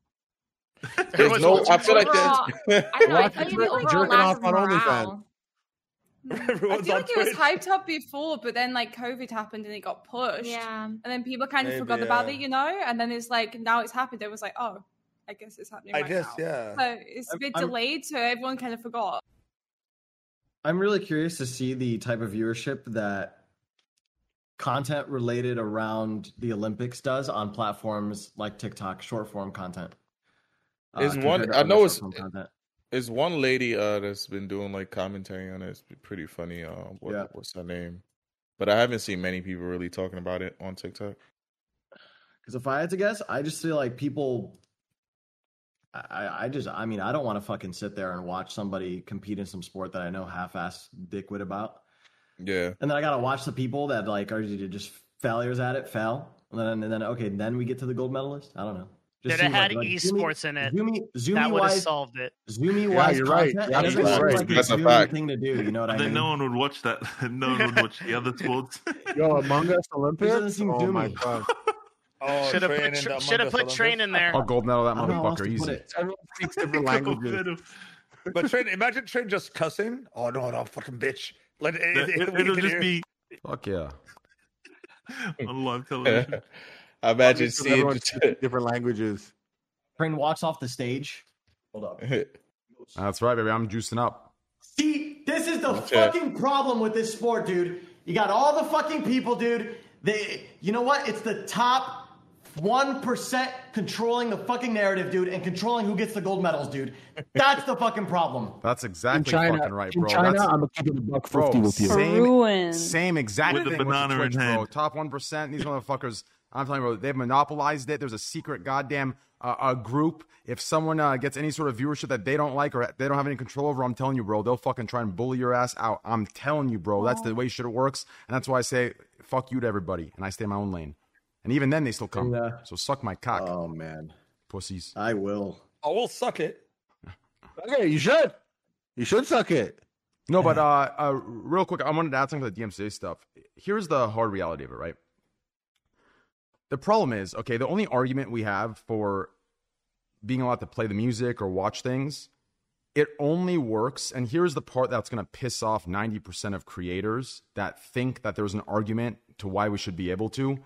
S8: There
S11: There's
S8: was
S11: no.
S8: one-
S11: I feel like
S3: Overall,
S11: there's.
S3: I don't know. I
S5: Watch
S3: feel
S5: it
S3: you the
S5: jerking
S3: overall lack
S5: off
S3: of
S5: on OnlyFans.
S3: morale.
S10: I
S7: Everyone's
S10: feel
S7: on
S10: like it was
S7: Twitch.
S10: hyped up before, but then like COVID happened and it got pushed.
S3: Yeah.
S10: And then people kind of
S7: Maybe,
S10: forgot about
S7: yeah.
S10: it, you know? And then it's like, now it's happened. It was like, oh, I guess it's happening
S7: I
S10: right
S7: guess,
S10: now.
S7: yeah.
S10: So it's a bit
S2: I'm-
S10: delayed, so everyone kind of forgot.
S2: I'm really curious to see the type of viewership that content related around the Olympics does on platforms like TikTok, short form content. uh,
S11: Is one-
S2: compared to
S11: Uh, I
S2: other
S11: know it's-
S2: short-form content.
S11: There's one lady uh, that's been doing like commentary on it. It's pretty funny. Uh, what,
S2: Yeah.
S11: what's her name? But I haven't seen many people really talking about it on TikTok.
S2: Because if I had to guess, I just feel like people. I- I, I just, I mean, I don't want to fucking sit there and watch somebody compete in some sport that I know half-ass dickwit about,
S11: Yeah,
S2: and then I gotta watch the people that like are just failures at it, fail, and then and then okay, then we get to the gold medalist. I don't know.
S8: Did it
S2: seems
S8: had
S2: Zoomy-
S8: esports in it,
S2: Zoomy,
S8: that
S2: zoomy
S8: would have
S2: wise,
S8: solved it.
S2: zoomy
S5: Yeah,
S2: wise
S5: you're right.
S2: content.
S5: Yeah,
S2: it
S5: that's
S2: doesn't
S5: a
S2: seem
S5: fact.
S2: like
S11: That's
S2: a
S11: a
S2: zoomy
S11: fact.
S2: thing to do. You know what I mean?
S6: Then no one would watch that. no one would watch the other sports.
S5: Yo, Among Us Olympics.
S2: seem
S5: oh my
S2: doomy.
S5: god.
S7: Oh,
S8: Should have
S7: train
S8: put
S7: in the Among
S8: should have
S7: Us
S8: put train
S7: Olympics.
S8: in there.
S1: Oh, gold medal that
S2: I don't know how else to
S1: motherfucker
S2: put
S1: easy.
S2: it.
S5: Everyone speaks different
S6: Gold
S5: languages.
S6: medal.
S7: But train, imagine train just cussing. Oh no, no, fucking bitch. Let it,
S6: That-
S7: it,
S6: it,
S7: we
S6: will
S7: can
S6: just
S7: hear-
S6: be
S1: Fuck yeah.
S6: on live television.
S11: I imagine
S5: Because everyone
S11: seeing.
S5: speaks different languages.
S2: Train walks off the stage. Hold up.
S1: That's right, baby. I'm juicing up.
S2: See, this is the
S11: Okay.
S2: fucking problem with this sport, dude. You got all the fucking people, dude. They, you know what? It's the top one percent controlling the fucking narrative, dude, and controlling who gets the gold medals, dude. That's the fucking problem.
S1: That's exactly
S23: China-
S1: fucking right,
S23: in
S1: bro.
S23: China,
S1: That's,
S23: I'm keeping a buck fifty
S1: bro,
S23: with you.
S1: Same,
S9: Ruin.
S1: same exact
S6: With the
S1: thing with
S6: banana in
S1: Twitch, bro.
S6: hand.
S1: Top one percent. These motherfuckers. I'm telling you, bro, they've monopolized it. There's a secret goddamn uh, uh, group. If someone uh, gets any sort of viewership that they don't like or they don't have any control over, I'm telling you, bro, they'll fucking try and bully your ass out. I'm telling you, bro, that's the way shit works, and that's why I say fuck you to everybody, and I stay in my own lane. And even then, they still come.
S2: Yeah.
S1: So suck my cock,
S2: Oh man,
S1: pussies.
S2: I will.
S18: I will suck it.
S5: Okay, you should. You should suck it.
S1: No, but uh, uh, real quick, I wanted to add something to the DMCA stuff. Here's the hard reality of it, right? The problem is, okay, the only argument we have for being allowed to play the music or watch things, it only works. And here's the part that's going to piss off 90% of creators that think that there's an argument to why we should be able to.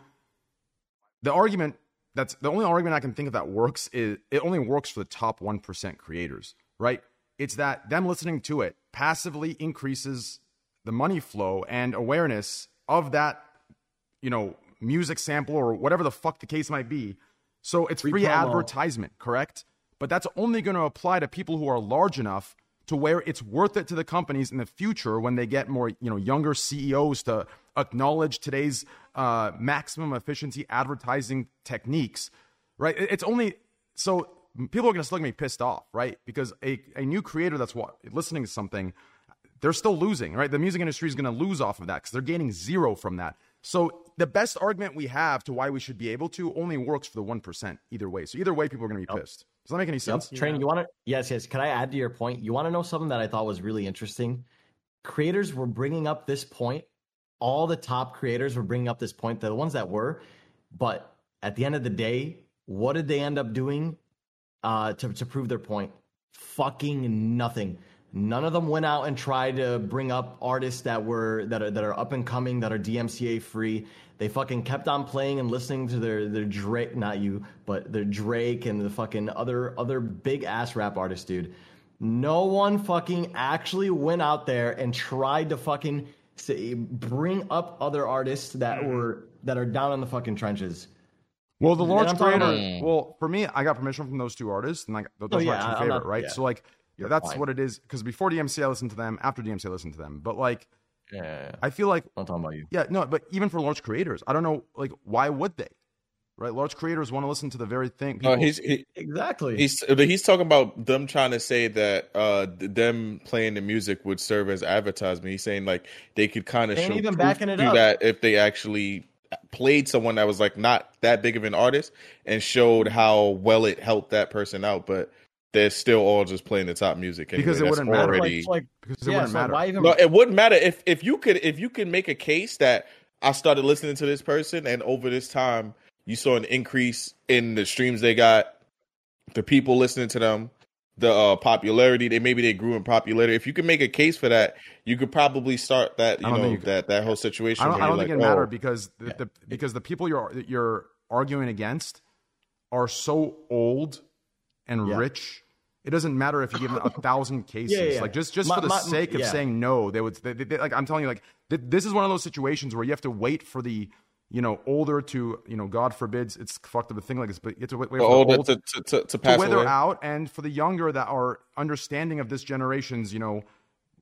S1: The argument that's the only argument I can think of that works is it only works for the top 1% creators, right? It's that them listening to it passively increases the money flow and awareness of that, you know, music sample or whatever the fuck the case might be. So it's free,
S2: Free promo.
S1: advertisement, correct? But that's only going to apply to people who are large enough to where it's worth it to the companies in the future when they get more, you know, younger CEOs to acknowledge today's uh, maximum efficiency advertising techniques, right? It- It's only so people are going to still gonna be pissed off, right? Because a, a new creator that's wa- listening to something, they're still losing, right? The music industry is going to lose off of that because they're gaining zero from that. So the best argument we have to why we should be able to only works for the one percent either way. So either way, people are going to be pissed. Does that make any sense?
S2: Yep. Training, you want to? Yes, yes. Can I add to your point? You want to know something that I thought was really interesting? Creators were bringing up this point. All the top creators were bringing up this point. The ones that were, but at the end of the day, what did they end up doing uh, to to prove their point? Fucking nothing. None of them went out and tried to bring up artists that were that are that are up and coming that are DMCA free. They fucking kept on playing and listening to their their Drake, not you, but their Drake and the fucking other other big ass rap artists, dude. No one fucking actually went out there and tried to fucking say, bring up other artists that
S11: Mm-hmm.
S2: were that are down in the fucking trenches.
S1: Well, the
S2: And
S1: large
S2: I'm talking
S1: creator.
S2: about-
S1: Well, for me, I got permission from those two artists, and like those
S2: Oh,
S1: are
S2: yeah,
S1: my two
S2: I'm
S1: favorite,
S2: not-
S1: right?
S2: yeah.
S1: So like
S2: You're
S1: that's
S2: fine.
S1: what it is. Because before DMC, I listened to them. After DMC, I listened to them. But like,
S2: Yeah, yeah, yeah.
S1: I feel like
S2: I'm not talking about you.
S1: yeah, no. But even for large creators, I don't know, like why would they? Right, large creators want to listen to the very thing.
S11: No,
S1: People,
S11: he's he,
S2: Exactly.
S11: he's but he's talking about them trying to say that uh th- them playing the music would serve as advertisement. He's saying like they could kind of
S2: They ain't
S11: show
S2: even
S11: proof
S2: backing it
S11: to
S2: up.
S11: that if they actually played someone that was like not that big of an artist and showed how well it helped that person out, but they're still all just playing the top music anyway.
S1: Because it
S11: That's
S1: wouldn't matter.
S11: already
S2: like,
S1: because it
S2: yeah,
S1: wouldn't
S2: so
S1: matter.
S2: why even?
S11: no, it wouldn't matter if if you could if you could make a case that I started listening to this person and over this time you saw an increase in the streams they got, the people listening to them, the uh, popularity they maybe they grew in popularity. If you could make a case for that, you could probably start that you
S1: I don't
S11: know
S1: think you
S11: that that whole situation.
S1: I don't,
S11: where
S1: I don't
S11: you're
S1: think it
S11: like,
S1: mattered
S11: oh,
S1: because the, the because the people you're that you're arguing against are so old and
S2: Yeah.
S1: rich. It doesn't matter if you give them a thousand cases.
S2: yeah, yeah.
S1: Like just just
S2: My-
S1: for the
S2: my-
S1: sake of
S2: yeah.
S1: saying no, they would. They, they- they- like I'm telling you, like th- this is one of those situations where you have to wait for the you know older to you know God forbids it's fucked up a thing like this, but you have to wait, wait
S11: the
S1: for
S11: older
S1: the old
S11: to, to, to, to
S1: to
S11: pass
S1: wither
S11: away.
S1: out and for the younger that are understanding of this generation's you know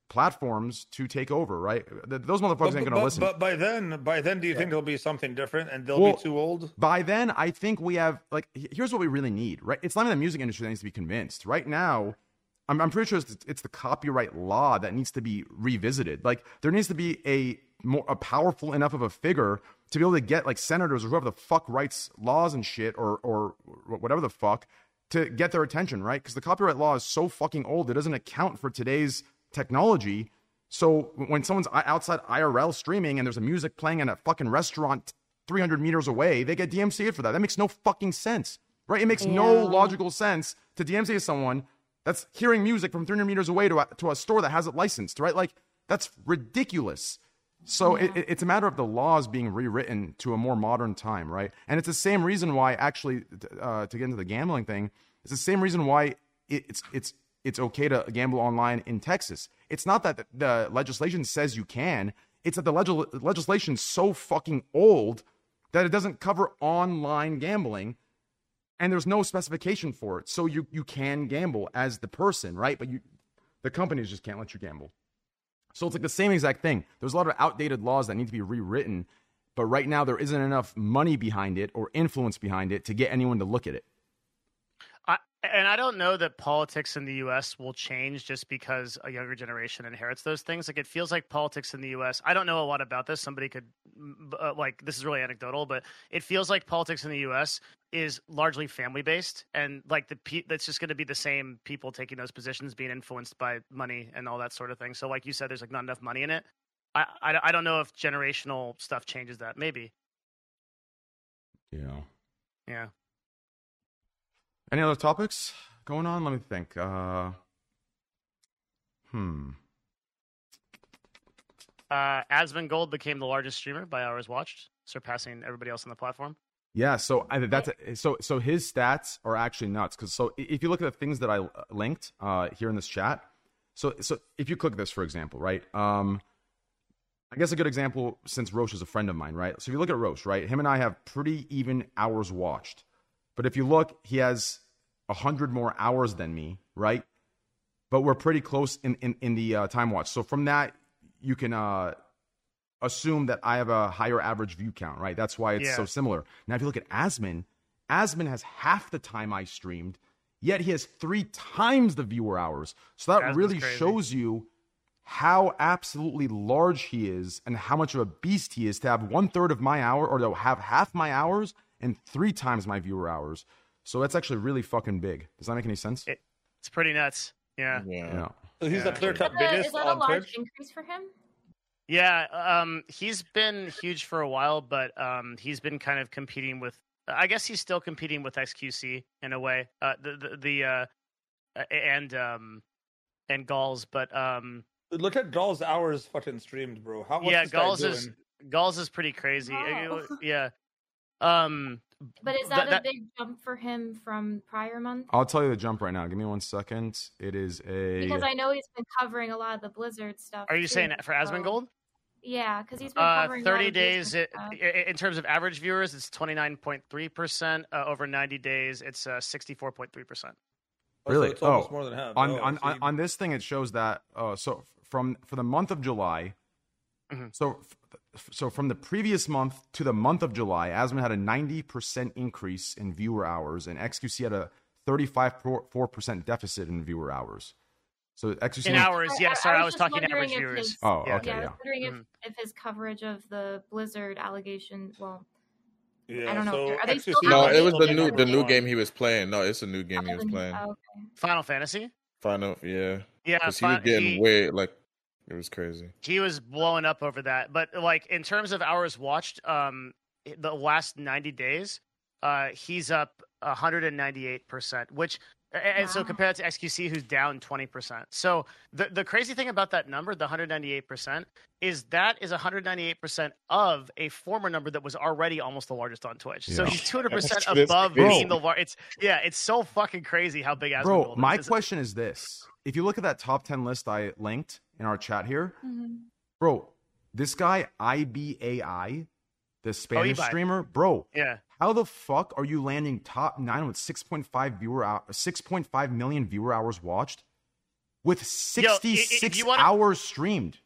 S1: platforms to take over. Right, Th- those motherfuckers ain't gonna
S18: but,
S1: listen.
S18: but by then, by then, do you think there'll be something different and they'll
S1: Well-
S18: be too old?
S1: by then i think we have like he- here's what we really need right it's not even the music industry that needs to be convinced right now i'm, I'm pretty sure it's, it's the copyright law that needs to be revisited like there needs to be a more a powerful enough of a figure to be able to get like senators or whoever the fuck writes laws and shit or or whatever the fuck to get their attention right because the copyright law is so fucking old it doesn't account for today's technology so when someone's i- outside IRL streaming and there's a music playing in a fucking restaurant 300 meters away, they get DMCA'd for that. That makes no fucking sense, right? It makes no
S9: Yeah.
S1: logical sense to DMCA someone that's hearing music from 300 meters away to a, to a store that has it licensed, right? Like that's ridiculous. So it, it- it's a matter of the laws being rewritten to a more modern time, right? And it's the same reason why, actually, t- uh, to get into the gambling thing, it's the same reason why it, it's it's it's okay to gamble online in Texas. It's not that the legislation says you can; it's that the legis- legislation's so fucking old that it doesn't cover online gambling and there's no specification for it. So you you can gamble as the person, right? But you the companies just can't let you gamble. So it's like the same exact thing. There's a lot of outdated laws that need to be rewritten, but right now there isn't enough money behind it or influence behind it to get anyone to look at it.
S8: I, and I don't know that politics in the U.S. will change just because a younger generation inherits those things. Like it feels like politics in the U.S. I don't know a lot about this. Somebody could, uh, like, this is really anecdotal, but it feels like politics in the U.S. is largely family based, and like the pe- that's just going to be the same people taking those positions being influenced by money and all that sort of thing. So, like you said, there's like not enough money in it. I I, I don't know if generational stuff changes that. Maybe.
S1: Yeah.
S8: Yeah.
S1: Any other topics going on? Let me think. Uh, hmm.
S8: Uh, Asmongold Gold became the largest streamer by hours watched, surpassing everybody else on the platform.
S1: Yeah, so I, that's so. So his stats are actually nuts because so if you look at the things that I linked uh, here in this chat, so so if you click this for example, right? Um, I guess a good example since Roche is a friend of mine, right? So if you look at Roche, right, him and I have pretty even hours watched. But if you look, he has 100 more hours than me, right? But we're pretty close in, in, in the uh, time watch. So from that, you can uh, assume that I have a higher average view count, right? That's why it's
S15: Yeah.
S1: so similar. Now, if you look at Asmin, Asmin has half the time I streamed, yet he has three times the viewer hours. So that
S15: Asmin's
S1: really
S15: crazy.
S1: shows you how absolutely large he is and how much of a beast he is to have one third of my hour or to have half my hours and three times my viewer hours. So that's actually really fucking big. Does that make any sense?
S8: It's pretty nuts. Yeah.
S1: yeah.
S18: So he's the clear cut
S3: Is that a- is
S18: biggest
S3: that a
S18: on
S3: large
S18: Twitch.
S3: increase for him?
S8: Yeah, um, he's been huge for a while, but um, he's been kind of competing with. I guess he's still competing with XQC in a way. Uh, the the, the uh, a- and um, and Gauls, but um,
S18: Look at Doll's hours fucking streamed, bro. How what's
S8: yeah,
S18: this guy
S8: Gauls is
S18: doing?
S8: Gauls is pretty crazy. I-
S3: Wow.
S8: Yeah. Um,
S3: But is
S8: That-
S3: that,
S8: that-
S3: a big jump for him from prior month?
S1: I'll tell you the jump right now. Give me one second. It is a.
S3: Because I know he's been covering a lot of the Blizzard stuff.
S8: are you
S3: too,
S8: saying for
S3: so-
S8: Asmongold?
S3: Yeah, because he's been
S8: Uh,
S3: covering a lot
S8: 30
S3: of Blizzard
S8: days it,
S3: stuff.
S8: i- i- in terms of average viewers, it's 29.3%. Uh, over 90 days, it's uh, 64.3%.
S1: Really?
S18: Oh, it's almost more than half.
S1: On,
S18: Oh,
S1: on,
S18: so
S1: on, on this thing, it shows that. Uh, so from for the month of July,
S8: Mm-hmm.
S1: so f- so from the previous month to the month of July, Asman had a ninety percent increase in viewer hours, and XQC had a thirty-five four percent deficit in viewer hours. So XQC
S8: In
S1: was-
S8: hours, yeah. Sorry, I was
S3: just
S8: talking
S3: wondering
S8: average
S3: if
S8: viewers.
S3: his-
S1: Oh, okay,
S3: I was
S1: yeah.
S3: wondering
S8: Mm.
S3: if, if his coverage of the Blizzard allegation, well,
S18: Yeah,
S3: I don't know.
S18: so
S3: if they're- are they still
S18: XQC
S11: No,
S3: out?
S11: it was the
S18: Yeah.
S11: new the new game he was playing. No, it's a new game he was playing.
S3: Oh, okay.
S8: Final Fantasy?
S11: Final, yeah,
S8: Yeah,
S11: 'Cause he was
S8: fin-
S11: getting
S8: he-
S11: weird. Like it was crazy.
S8: He was blowing up over that. But like in terms of hours watched, um, the last 90 days, uh, he's up 198%, which a- and so
S15: Wow.
S8: compared to XQC, who's down 20%. So the, the crazy thing about that number, the 198%, is that is 198% of a former number that was already almost the largest on Twitch. So
S1: Yeah.
S8: he's 200%
S11: That's
S8: above
S1: crazy.
S8: being the largest. It's, yeah, it's so fucking crazy how big Asmongold
S1: Bro,
S8: is.
S1: my
S8: It's-
S1: question is this: If you look at that top ten list I linked in our chat here, bro, this guy IBAI,
S8: Oh,
S1: the Spanish
S8: Ibai.
S1: streamer, bro,
S8: Yeah.
S1: how the fuck are you landing top nine with six point five viewer hour, six point five million viewer hours watched, with sixty six
S8: you wanna-
S1: hours streamed?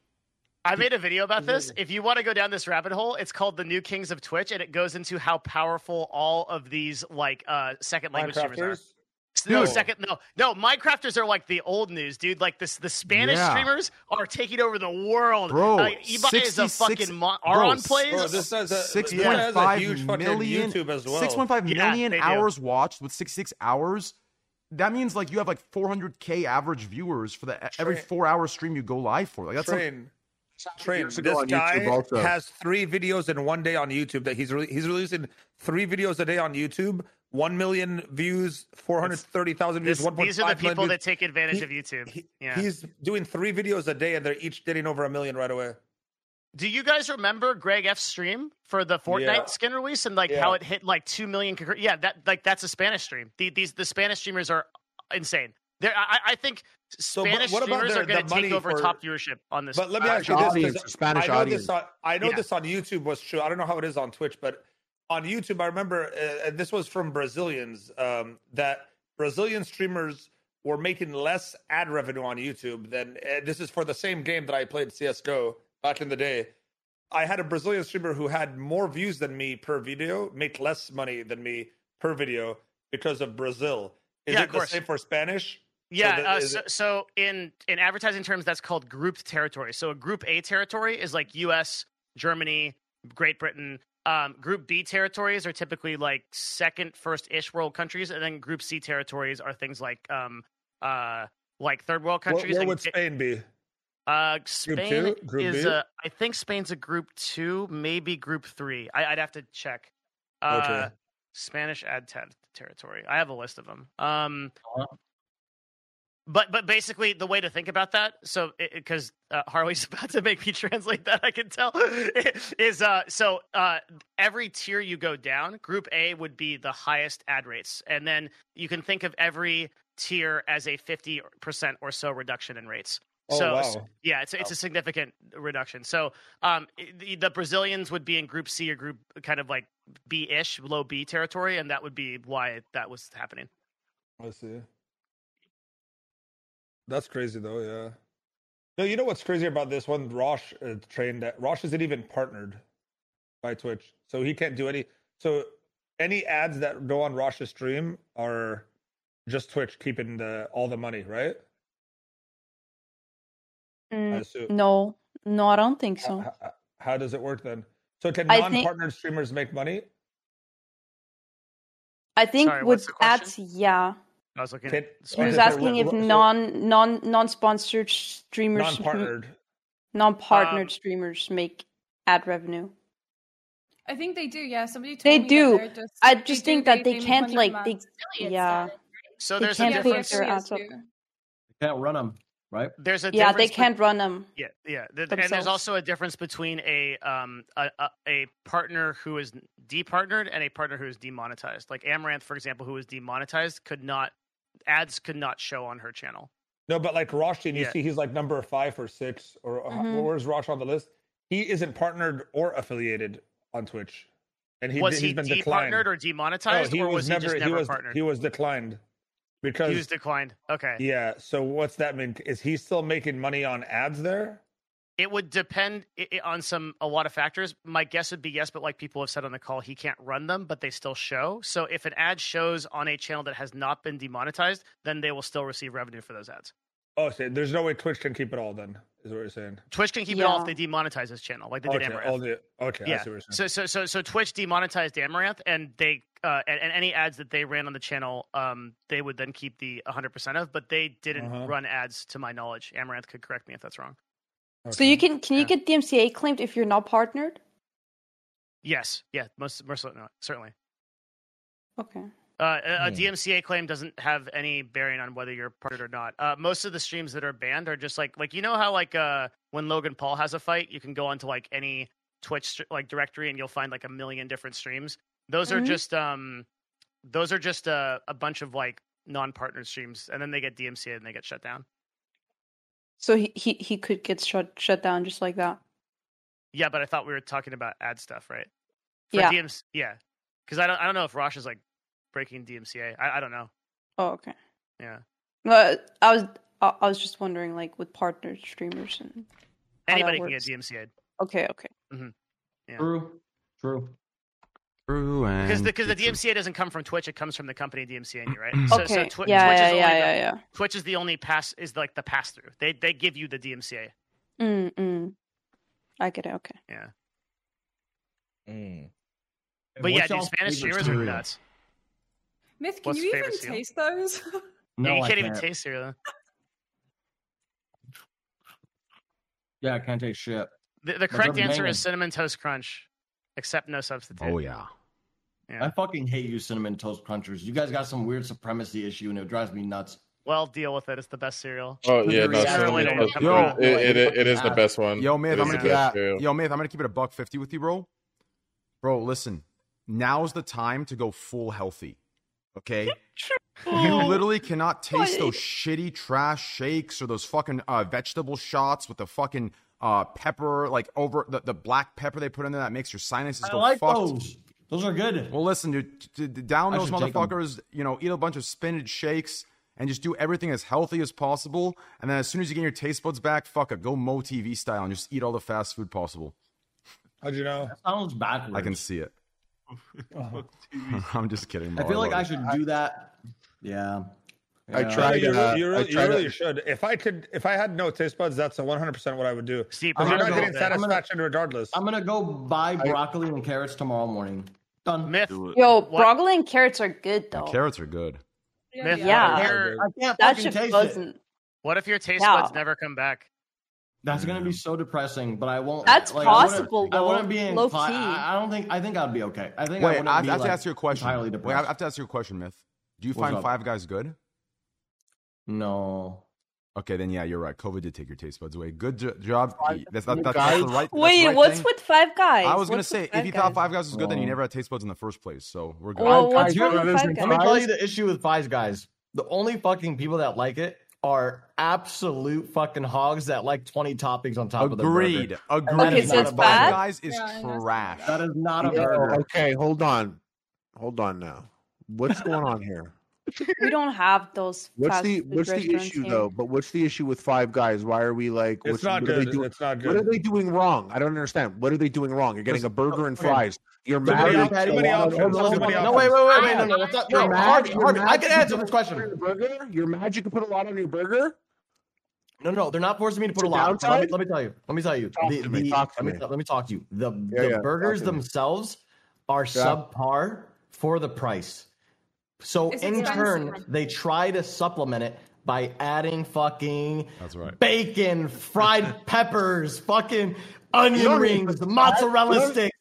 S8: I made a video about this. If you want to go down this rabbit hole, it's called the New Kings of Twitch, and it goes into how powerful all of these like uh second language streamers are.
S18: Minecrafters?
S8: S- No
S18: Dude.
S8: second, no, no. Minecrafters are like the old news, dude. Like this, the Spanish
S1: Yeah.
S8: streamers are taking over the world.
S1: Bro,
S8: like, Ibai is a
S1: 66
S8: fucking mon-
S1: bro,
S8: Aron plays.
S18: Bro, this has a,
S1: Six
S18: six
S1: point
S18: has a
S1: five
S18: huge fucking
S1: million-
S18: YouTube as well.
S1: 6.5
S8: Yeah,
S1: million
S8: they do.
S1: hours watched with 66 hours. That means like you have like 400k average viewers for the every
S18: Train.
S1: four hour stream you go live for. Like that's some-
S18: Train. Train.
S4: years ago
S18: This
S4: on YouTube
S18: guy
S4: also.
S18: has three videos in one day on YouTube that he's re- he's releasing three videos a day on YouTube. One million views, four hundred thirty thousand views.
S8: This-
S18: One point
S8: these are the
S18: five million
S8: people
S18: views.
S8: that take advantage
S18: He-
S8: of YouTube.
S18: He-
S8: yeah.
S18: He's doing three videos a day, and they're each getting over a million right away.
S8: Do you guys remember Greg F's stream for the Fortnite
S18: Yeah.
S8: skin release and like
S18: Yeah.
S8: how it hit like two million? concur- Yeah, that like that's a Spanish stream. The, these the Spanish streamers are insane. There, I, I think
S18: but
S8: Spanish
S18: what about
S8: streamers
S18: the-
S8: are going
S18: the
S8: to take
S18: money
S8: over
S18: for-
S8: top viewership on this.
S18: But let me
S8: uh,
S18: ask you
S8: show.
S18: this:
S4: audience,
S18: 'cause
S4: Spanish
S18: I know
S4: audience.
S18: this on I know
S8: Yeah.
S18: this on YouTube was true. I don't know how it is on Twitch, but
S7: on YouTube, I remember uh, this was from Brazilians um, that Brazilian streamers were making less ad revenue on YouTube than uh, this is for the same game that I played CS:GO back in the day. I had a Brazilian streamer who had more views than me per video, made less money than me per video because of Brazil. Is
S8: Yeah,
S7: it
S8: of
S7: the
S8: course.
S7: same for Spanish?
S8: Yeah.
S7: So the-
S8: uh,
S7: is
S8: so,
S7: it-
S8: so in in advertising terms, that's called grouped territory. So a group A territory is like U.S., Germany, Great Britain. Um, group B territories are typically like second, first-ish world countries, and then Group C territories are things like um, uh, like third world
S7: Where-
S8: countries.
S7: where
S8: and
S7: would
S8: ca-
S7: Spain be?
S8: Uh, Spain
S7: two? Group
S8: is.
S7: B?
S8: uh, I think Spain's a group two, maybe group three. I, I'd have to check. Uh,
S7: Okay.
S8: Spanish ad te- territory. I have a list of them. Um, but but basically the way to think about that. So because uh, Harley's about to make me translate that, I can tell is uh, so uh, every tier you go down, Group A would be the highest ad rates, and then you can think of every tier as a fifty percent or so reduction in rates.
S7: Oh,
S8: so,
S7: wow.
S8: so- yeah, it's it's a significant reduction. So um, it- the, the Brazilians would be in Group C or Group kind of like B ish, low B territory, and that would be why that was happening.
S7: I see. That's crazy though, yeah. No, you know what's crazy about this one? Rosh uh, trained that Rosh isn't even partnered by Twitch, so he can't do any. So any ads that go on Rosh's stream are just Twitch keeping the all the money, right?
S9: Mm,
S7: assume-
S9: no, no, I don't think so.
S7: How, how does it work then? So can
S9: I think-
S7: non-partnered streamers make money?
S9: I think
S8: Sorry, what's
S9: with
S8: the question?
S9: ads, yeah.
S8: I was looking.
S7: Can-
S8: at
S9: He was
S7: So-
S9: asking if
S7: so-
S9: non non non sponsored streamers
S7: Non-partnered.
S9: non
S8: Um,
S9: partnered streamers make ad revenue.
S10: I think they do. Yeah, somebody told
S9: They
S10: me that
S9: do.
S10: they're just-
S9: I
S10: they
S9: just
S10: do,
S9: think that they
S10: make
S9: can't,
S10: money
S9: like,
S10: from
S9: they-
S10: ads.
S24: Affiliates
S9: yeah.
S24: got it.
S8: So
S9: They
S8: there's
S9: can't
S8: a
S10: yeah,
S9: put
S10: the
S8: difference.
S9: their
S10: affiliates
S9: ads up.
S10: do.
S2: Can't run them, right?
S8: There's a
S9: Yeah,
S8: difference
S9: they can't run them.
S8: Yeah, yeah, th- and there's
S9: themselves.
S8: also a difference between a um a, a a partner who is departnered and a partner who is demonetized. Like Amaranth, for example, who was demonetized, could not ads could not show on her channel.
S7: No, but like Roshan, you
S8: Yeah. Mm-hmm.
S7: see, he's like number five or six, or or-
S9: Mhm.
S7: where's Rosh on the list? He isn't partnered or affiliated on Twitch, and he
S8: was
S7: has
S8: he
S7: been declined. Oh,
S8: departnered or demonetized,
S7: he
S8: or
S7: was
S8: was,
S7: never.
S8: he just
S7: he
S8: never
S7: was
S8: partnered?
S7: he was declined because
S8: He was declined. Okay.
S7: yeah. So what's that mean? Is he still making money on ads there?
S8: It would depend i- i- on some a lot of factors. My guess would be yes, but like people have said on the call, he can't run them, but they still show. So if an ad shows on a channel that has not been demonetized, then they will still receive revenue for those ads.
S7: Oh, so there's no way Twitch can keep it all. Then is what you're saying?
S8: Twitch can keep it all if
S9: Yeah.
S8: they demonetize this channel, like they did
S7: Okay,
S8: Amaranth.
S7: all the, okay, I
S8: yeah.
S7: see what you're saying.
S8: So so so so Twitch demonetized Amaranth, and they uh, and, and any ads that they ran on the channel, um, they would then keep the 100 percent of. But they didn't
S7: Uh-huh.
S8: run ads, to my knowledge. Amaranth could correct me if that's wrong.
S9: So you
S7: Okay.
S9: can can you
S8: Yeah.
S9: get DMCA claimed if you're not partnered?
S8: Yes, yeah, most, most no, certainly.
S9: Okay.
S8: Uh, a, a
S7: Hmm.
S8: DMCA claim doesn't have any bearing on whether you're partnered or not. Uh, most of the streams that are banned are just like like you know how like uh when Logan Paul has a fight, you can go onto like any Twitch str- like directory and you'll find like a million different streams. Those are
S9: Mhm.
S8: just um those are just uh, a bunch of like non-partnered streams, and then they get DMCA and they get shut down.
S9: So he he, he could get shut shut down just like that.
S8: Yeah, but I thought we were talking about ad stuff, right? For
S9: Yeah.
S8: DMC, yeah, because I don't I don't know if Rosh is like breaking DMCA. I, I don't know.
S9: Oh, okay.
S8: Yeah.
S9: No, I was I I was just wondering, like with partnered streamers and how that
S8: Anybody can get
S9: works.
S8: DMCA'd.
S9: Okay, okay.
S8: Yeah.
S2: True. True.
S8: Because the, cause the DMCA doesn't come from Twitch, it comes from the company DMCAing you, right?
S1: Mm-hmm.
S9: Okay. yeah,
S8: Twitch
S9: yeah,
S8: is only
S9: yeah,
S8: the,
S9: yeah,
S8: Twitch is the only pass is like the pass through. They they give you the DMCA.
S1: Mm-hmm.
S9: yeah. Mm, mm. I get it. Okay.
S8: Yeah,
S25: Mm.
S8: but yeah, dude, Spanish streamers are nuts.
S10: Myth, can
S8: What's
S10: you even
S8: favorite cereal?
S10: taste those?
S2: No,
S8: yeah, you
S2: I
S8: can't, even
S2: can't.
S8: taste cereal.
S2: Yeah, I can't take shit.
S8: The, the correct
S2: rubber
S8: answer
S2: band.
S8: is cinnamon toast crunch, except no substitute.
S1: Oh yeah.
S8: Yeah.
S2: I fucking hate you, cinnamon toast crunchers. You guys got some weird supremacy issue, and it drives me nuts.
S8: Well, deal with it. It's the best cereal.
S11: Oh yeah,
S2: Your
S11: no,
S2: reaction
S11: cinnamon
S8: when it
S11: toast-
S8: comes
S11: yo,
S8: out.
S11: it, it, it is the best one.
S1: Yo, Myth,
S11: It
S1: I'm
S11: is
S1: gonna
S11: the
S1: keep
S11: best,
S1: it-
S11: yeah.
S1: Yo, Myth, I'm gonna keep it a buck fifty with you, bro. Bro, listen. Now's the time to go full healthy. Okay? You literally cannot taste those shitty trash shakes or those fucking uh, vegetable shots with the fucking uh, pepper, like over the, the black pepper they put in there that makes your sinuses
S2: I
S1: go
S2: like
S1: fucked.
S2: those. Those are good.
S1: Well, listen, dude, t- t- down
S2: I
S1: those
S2: should take 'em.
S1: motherfuckers. You know, eat a bunch of spinach shakes and just do everything as healthy as possible. And then as soon as you get your taste buds back, fuck it, go Mo TV style and just eat all the fast food possible.
S18: How'd you know?
S2: That sounds backwards.
S1: I can see it. I'm just kidding. Mo,
S2: I feel like
S1: love
S2: I
S1: it.
S2: should do that. Yeah.
S18: I
S2: Yeah.
S18: tried. You,
S5: uh,
S18: you
S5: I
S18: really, you
S5: tried
S18: really
S5: to-
S18: should. If I could, if I had no taste buds, that's 100 percent what I would do.
S8: See,
S18: I'm
S2: gonna
S18: not
S2: go-
S18: getting
S2: I'm gonna-
S18: satisfaction regardless.
S2: I'm gonna go buy broccoli and carrots tomorrow morning. Done.
S8: myth.
S6: Do it.
S9: Yo,
S8: What?
S9: broccoli and carrots are good though.
S1: Carrots are good.
S8: Myth.
S9: Yeah.
S8: What if your,
S2: I
S9: that
S2: can't fucking
S9: shit
S2: taste it.
S9: wasn't.
S8: what if your taste
S9: Yeah.
S8: buds never come back?
S2: That's gonna be so depressing, but I won't.
S9: That's
S2: like,
S9: possible,
S2: I wouldn't, I wouldn't
S9: though.
S2: be in.
S9: Low
S2: fi-
S9: key.
S2: I, I don't think. I think I'd be okay. I think. I
S1: Wait,
S2: wouldn't
S1: I, I
S2: be,
S1: have
S2: like,
S1: to ask you a question.
S2: Entirely
S1: Wait, I
S2: depressed.
S1: I have to ask you a question, Myth. Do you
S2: What's
S1: find
S2: up?
S1: Five Guys good?
S2: no.
S1: Okay, then yeah, you're right. COVID did take your taste buds away. Good jo- job. That's, that's,
S5: Five
S1: that's, that's the
S5: Guys?
S1: right. that's the
S9: Wait,
S1: right
S9: what's
S1: thing.
S9: with Five Guys?
S1: I was gonna
S9: What's with
S1: say if you
S9: Guys?
S1: thought Five Guys was good, then
S5: Oh.
S1: you
S2: Well-
S1: never had taste buds in the first place. So we're good.
S9: Well,
S5: Five
S9: what's
S5: Guys-
S9: wrong with Five
S5: Let
S2: Let
S9: Guys?
S2: me tell
S5: Fries?
S2: you the issue with Five Guys. The only fucking people that like it are absolute fucking hogs that like 20 toppings on top of
S1: Agreed.
S2: the burger.
S1: Agreed.
S2: Okay, so it's bad?
S1: Five Guys is
S10: Yeah, I know it's
S1: trash.
S2: That is not a
S5: Yo,
S2: burger.
S5: okay, hold on, hold on now. What's going on here?
S9: We don't have those.
S5: What's
S9: fast
S5: the
S9: food
S5: what's the
S9: restaurants
S5: issue
S9: here.
S5: though? But what's the issue with Five Guys? Why are we like?
S18: It's
S5: what's-
S18: not
S5: what are they
S18: good.
S5: doing-
S18: It's not
S5: What are
S18: good.
S5: they doing wrong? I don't understand. What are they doing wrong? You're getting a burger and
S2: okay.
S5: fries. You're
S2: Too
S5: mad
S2: many
S5: at
S2: options,
S18: too
S5: the
S18: many
S5: one-
S18: options,
S5: hold on,
S18: too
S5: hold
S18: many
S5: on.
S2: No,
S18: options.
S2: wait, wait, wait, wait. No, no, that's not.
S5: You're
S2: No,
S5: mad-
S2: Harvey,
S5: you're
S2: Harvey,
S5: mad
S2: I can
S5: that you
S2: answer this
S5: put a
S2: question.
S5: burger? You're mad you can put a lot on your burger?
S2: No, no, they're not forcing me to put
S5: It's
S2: a
S5: a
S2: lot. Let me,
S5: downside?
S2: let me tell you. Let me tell you.
S5: Talk
S2: The-
S5: to me,
S2: the-
S5: talk to
S2: let, me,
S5: me.
S2: let me talk to you. The,
S5: Yeah,
S2: the
S5: yeah,
S2: burgers
S5: talk to me.
S2: themselves are subpar for the price. So
S10: It's
S2: in
S10: expensive.
S2: turn, they try to supplement it by adding fucking
S1: That's right.
S2: bacon, fried peppers, fucking onion
S5: You don't need
S2: rings,
S5: to-
S2: mozzarella
S5: you don't-
S2: sticks.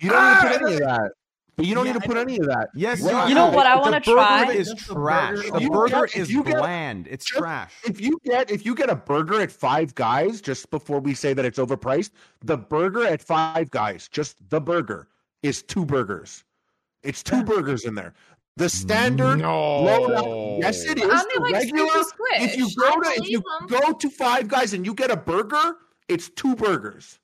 S5: You don't need to
S2: Ah!
S5: put any of that. But you don't
S2: Yeah,
S5: need to put any of that.
S1: Yes,
S5: Well,
S1: dude,
S9: You know what I
S1: the
S9: wanna
S1: burger
S9: try?
S1: Is
S2: Just the
S1: trash.
S2: burger.
S1: The
S5: You
S1: burger
S5: get-
S1: is
S5: you get-
S1: bland. It's
S5: just-
S1: trash.
S5: If you get if you get a burger at Five Guys, just before we say that it's overpriced, the burger at Five Guys, just the burger, is two burgers. It's two burgers in there. The standard low yes it is.
S10: Aren't they
S5: The
S10: like
S5: regular,
S10: Snickers Squish?
S5: if you go to
S3: I
S5: if you
S3: believe 'em.
S5: go to Five Guys and you get a burger, it's two burgers.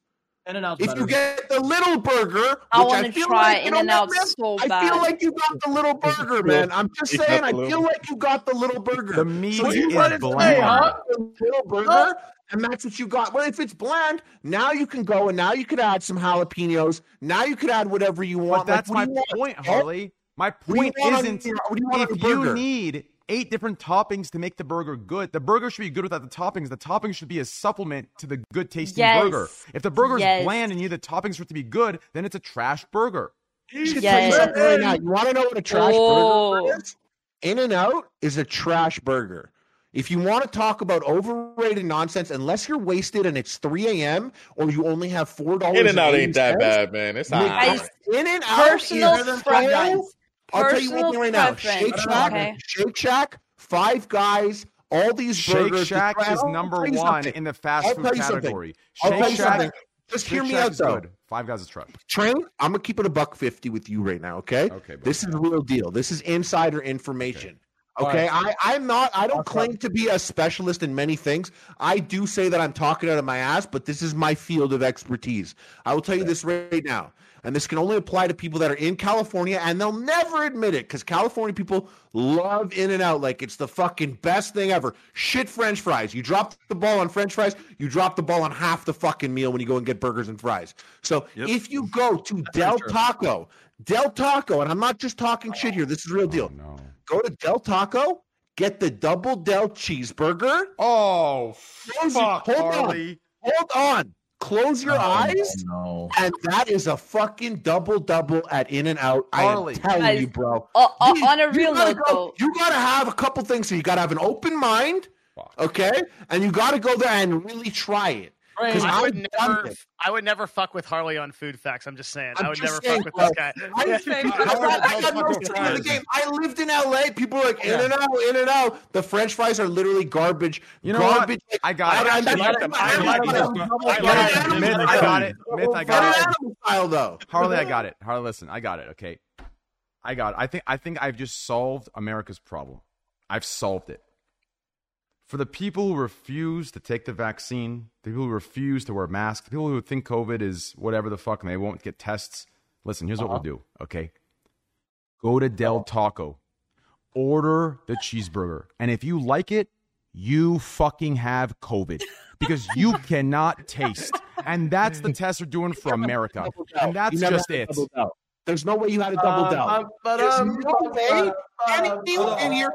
S2: In and out.
S5: If you get the little burger,
S9: I
S5: which
S9: want to
S5: feel
S9: try
S5: like, you
S9: In
S5: know
S9: and
S5: what,
S9: Out
S5: man?
S9: so
S5: I
S9: bad.
S5: feel like you got the little burger, man. I'm just
S15: You got
S5: saying,
S15: the
S5: I feel
S15: little-
S5: like you got the little burger.
S1: The meat
S5: so you
S1: is
S5: wanted to say, huh?
S1: bland.
S5: The little burger, and that's what you got. Well, if it's bland, now you can go and now you could add some jalapenos. Now you could add whatever you
S1: But
S5: want. Like,
S1: that's
S5: what
S1: my
S5: do you want?
S1: point,
S5: Huh?
S1: Harley. My
S5: What do you
S1: point
S5: want on
S1: isn't
S5: your- what do you want on
S1: if
S5: your
S1: you
S5: burger?
S1: need eight different toppings to make the burger good, the burger should be good without the toppings. The toppings should be a supplement to the good tasting
S9: Yes.
S1: burger. If the burger is
S9: Yes.
S1: bland and you need the toppings for it to be good, then it's a trash burger.
S5: You should say
S9: Yes.
S5: something right now. You want to know what a trash
S9: Oh.
S5: burger is? In and Out is a trash burger. If you want to talk about overrated nonsense, unless you're wasted and it's 3 a.m. or you only have four dollars,
S11: In and out ain't that bad, man. It's all
S9: Guys,
S11: right.
S5: In and Out
S9: personal
S5: is
S9: preference.
S5: so- I'll tell you one
S9: Personal
S5: thing right now:
S9: preference,
S5: Shake Shack,
S9: okay?
S5: Shake Shack, Five Guys, all these
S1: Shake
S5: burgers. the
S1: Shack
S5: trash-
S1: is
S5: I'll
S1: number
S5: tell you
S1: one
S5: something.
S1: in the fast
S5: I'll
S1: food
S5: tell you something.
S1: category.
S5: I'll tell
S1: Shake
S5: you
S1: Shack,
S5: something. Just
S1: Shake
S5: hear me
S1: Shack
S5: out
S1: is
S5: though.
S1: good. Five Guys is trash.
S5: Train, I'm gonna keep it a buck fifty with you right now. Okay.
S1: Okay, bro.
S5: This is real deal. This is insider information. Okay. I, I'm not. I don't claim to be a specialist in many things. I do say that I'm talking out of my ass, but this is my field of expertise. I will tell you this right now, and this can only apply to people that are in California, and they'll never admit it because California people love In and Out like it's the fucking best thing ever. Shit, French fries. You drop the ball on French fries. You drop the ball on half the fucking meal when you go and get burgers and fries. So
S6: Yep.
S5: if you go to Del Taco, Del Taco, and I'm not just talking shit here. This is real deal.
S1: Oh, No.
S5: Go to Del Taco, get the double Del cheeseburger.
S1: Oh,
S5: Close your-
S1: fuck,
S5: hold on.
S1: Harley. Oh,
S5: Hold on. Close your eyes.
S2: No.
S5: And that is a fucking double double at In and Out. I am
S1: Harley.
S5: telling
S9: Guys,
S5: you, bro.
S9: Uh, uh,
S5: You-
S9: on a
S5: you
S9: real
S5: gotta
S9: note,
S5: go-
S9: though,
S5: you gotta have a couple things. So you gotta have an open mind, okay, and you gotta go there and really try it. Because
S8: I would
S5: I've done
S8: never,
S5: it.
S8: I would never fuck with Harley on food facts. I'm just saying,
S5: I'm
S8: I would
S5: just
S8: never
S5: saying,
S8: fuck with
S5: bro.
S8: this guy.
S5: I, I got, I got no skin in the game. I lived in LA. People were like in and out, in and out. The French fries are literally garbage.
S1: You know what?
S5: garbage.
S1: I got it.
S5: I
S18: like them. I like them.
S1: I got it.
S5: Harley,
S1: Myth, I got it. Myth, I
S5: In
S1: got it.
S5: and out style though.
S1: Harley, I got it. Harley, listen, I got it. Okay, I got. It. I think. I think I've just solved America's problem. I've solved it. For the people who refuse to take the vaccine, the people who refuse to wear masks, the people who think COVID is whatever the fuck, and they won't get tests. Listen, here's what we'll do, okay? Go to Del Taco, order the cheeseburger, and if you like it, you fucking have COVID because you cannot taste. And that's the test we're doing for America. And that's
S5: You never
S1: just
S5: had a
S1: it.
S5: double doubt. There's no way you had
S1: Um,
S5: a double down. There's no way anyone in here.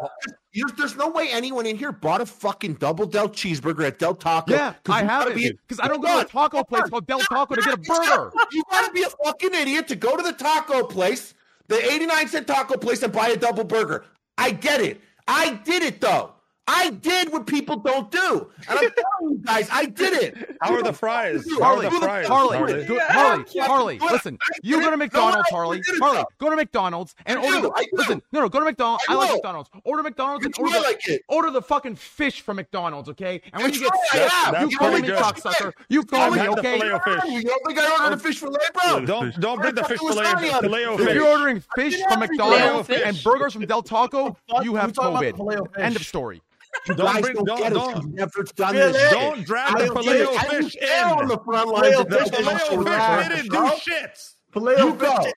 S5: There's, there's no way anyone in here bought a fucking double Del cheeseburger at Del Taco.
S1: Yeah,
S5: 'cause
S1: I
S5: you
S1: have
S5: gotta be-
S1: it because I don't go to a taco place called Del Taco to get a burger.
S5: You gotta be a fucking idiot to go to the taco place, the 89 cent taco place, and buy a double burger. I get it. I did it though. I did what people don't do. And I'm telling you guys, I did it.
S7: How are the fries? How are
S1: Harley,
S7: the fries?
S1: Harley, go, Harley, Harley, listen. You go to McDonald's,
S5: I
S1: Harley,
S5: did it,
S1: Harley, go to McDonald's and
S5: I do,
S1: order.
S5: I
S1: The,
S5: do.
S1: listen, no, no, go to McDonald's. I, like
S5: will.
S1: McDonald's. Order McDonald's and
S5: You
S1: order,
S5: try like
S1: the,
S5: it.
S1: order the fucking fish from McDonald's, okay? And when
S5: You
S1: you get
S5: try, I have.
S1: sick, you
S7: That's
S1: call
S7: pretty
S1: me
S7: good.
S1: cocksucker. You call
S5: I've
S1: me,
S5: had
S7: the
S1: okay?
S7: Filet-O-Fish.
S5: You don't think I ordered a fish fillet, bro?
S7: Don't don't bring the fish
S5: Fucking
S7: fillet.
S5: lasagna.
S7: Filet-O
S1: If
S7: fish.
S1: you're ordering fish from
S5: everything.
S1: McDonald's
S9: Filet-O-Fish.
S1: and burgers from Del Taco, you have
S2: talking about
S1: COVID.
S2: Filet-O-Fish.
S1: End of story.
S5: You
S7: Don't
S5: guys
S7: bring-
S5: don't,
S7: don't-
S5: get it.
S7: don't-
S5: You've never done this. shit.
S7: Don't drag
S5: I
S7: the
S5: don't get it. I
S7: Filet-O
S5: didn't
S7: fish
S5: care on
S7: in.
S5: the front lines of
S7: The
S5: this fucking
S7: Filet-O
S5: racket,
S7: fish didn't
S5: bro.
S7: do shit.
S5: You go.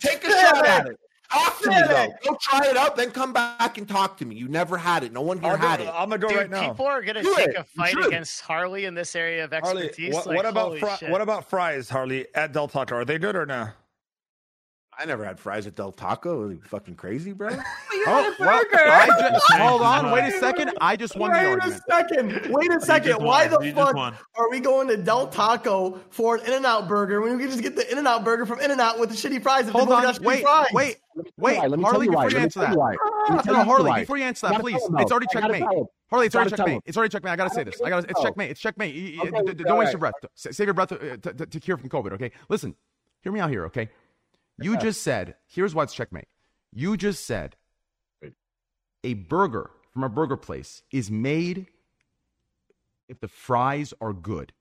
S5: Take a shot at it. After me though, go try it out, then come back and talk to me. You never had it. No one here
S7: I'm
S5: had it.
S7: gonna, I'm gonna go
S8: Dude,
S7: right now.
S8: people are gonna
S5: Do
S8: take
S5: it.
S8: a
S5: You
S8: fight
S5: should.
S8: against Harley in this area of
S7: Harley,
S8: expertise.
S7: what,
S8: like,
S7: what about
S8: holy
S7: fri-
S8: shit.
S7: what about fries, Harley, at Del Taco? Are they good or no?
S5: I never had fries at Del Taco. Are you fucking crazy, bro?
S1: Oh, well, I just, hold on, wait a second. I just won the
S2: Wait a
S1: argument.
S2: second. Wait a second.
S26: just
S2: Why
S26: won.
S2: the
S26: You just
S2: fuck
S26: won.
S2: are we going to Del Taco for an In-N-Out burger when we can just get the In-N-Out burger from In-N-Out with the shitty fries? and
S1: Hold
S2: people
S1: on,
S2: got shitty
S1: wait,
S2: fries?
S1: wait, wait.
S5: Let me tell
S1: Harley,
S5: you
S1: before
S5: why. Let
S1: you
S5: me
S1: answer
S5: tell
S1: that,
S5: you why. Let me tell
S1: No,
S5: you
S1: Harley,
S5: why.
S1: before you answer
S5: You
S1: that,
S5: gotta
S1: please.
S5: tell him,
S1: It's
S5: though.
S1: already
S5: I gotta
S1: checkmate.
S5: tell him.
S1: Harley, it's
S5: You
S1: already
S5: gotta tell
S1: checkmate.
S5: him.
S1: It's already checkmate. I gotta say this. I gotta. It's
S5: tell him.
S1: checkmate. It's checkmate. You- you-
S5: Okay,
S1: d- d-
S5: it's
S1: Don't waste
S5: alright.
S1: your breath. Sa- Save your breath uh, to, to, to cure from COVID. Okay. Listen, hear me out here. Okay.
S5: Uh-huh.
S1: You just said. Here's why it's checkmate. You just said a burger from a burger place is made if the fries are good.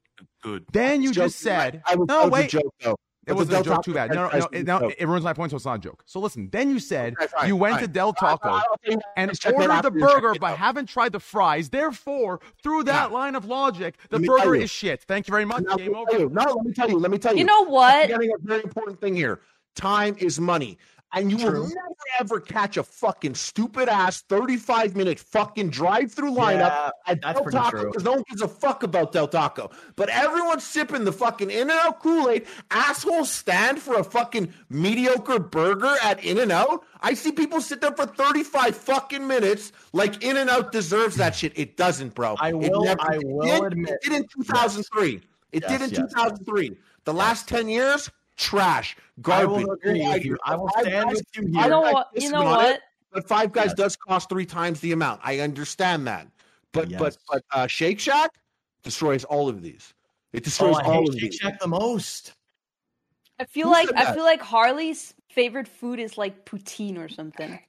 S26: Good.
S1: Then you
S5: Joke.
S1: just said.
S5: I was, that
S1: no,
S5: was
S1: wait.
S5: a joke though.
S1: It
S5: That's
S1: wasn't a
S5: Del
S1: joke. Too
S5: Taco
S1: bad. No, no, no.
S5: fries
S1: It, no,
S5: joke.
S1: it ruins my point, so it's not a joke. So listen. Then you said
S5: Okay, fine,
S1: you went to
S5: fine.
S1: Del Taco
S5: I'll- I'll tell you
S1: and
S5: after
S1: ordered
S5: checkmate
S1: the
S5: after you check
S1: burger,
S5: it
S1: but
S5: out.
S1: haven't tried the fries. Therefore, through that line of logic, the
S5: Let me tell
S1: burger
S5: you.
S1: is shit. Thank you very much.
S5: Now,
S1: Game
S5: let me
S1: over.
S5: tell you. No, let me tell you. Let me tell you.
S9: You know
S5: I'm
S9: what?
S5: forgetting a very important thing here. Time is money. And you will never ever catch a fucking stupid ass 35 minute fucking drive through lineup at
S2: that's
S5: Del
S2: pretty
S5: Taco
S2: true.
S5: because no one gives a fuck about Del Taco. But everyone's sipping the fucking In N Out Kool Aid. Assholes stand for a fucking mediocre burger at In N Out. I see people sit there for 35 fucking minutes like In N Out deserves that shit. It doesn't, bro.
S2: I
S5: It
S2: will- I
S5: did.
S2: will
S5: It
S2: admit-
S5: did in 2003. It
S2: Yes,
S5: did in
S2: yes, yes.
S5: 2003. The last 10 years, trash,
S2: I
S5: garbage.
S2: will agree with you. I will
S5: Five
S2: stand
S5: guys-
S2: with you
S5: I
S9: You
S2: here.
S9: know
S5: like
S9: what?
S5: this
S9: You know
S5: one on it,
S9: what?
S5: But Five Guys
S2: Yes.
S5: does cost three times the amount. I understand that. But but
S2: Yes.
S5: but uh, Shake Shack destroys all of these. It
S2: Oh,
S5: destroys
S2: I
S5: all
S2: hate
S5: of
S2: Shake
S5: these.
S2: Shack the most.
S9: I feel
S5: Who
S9: like
S5: said
S9: I
S5: that?
S9: feel like Harley's favorite food is like poutine or something.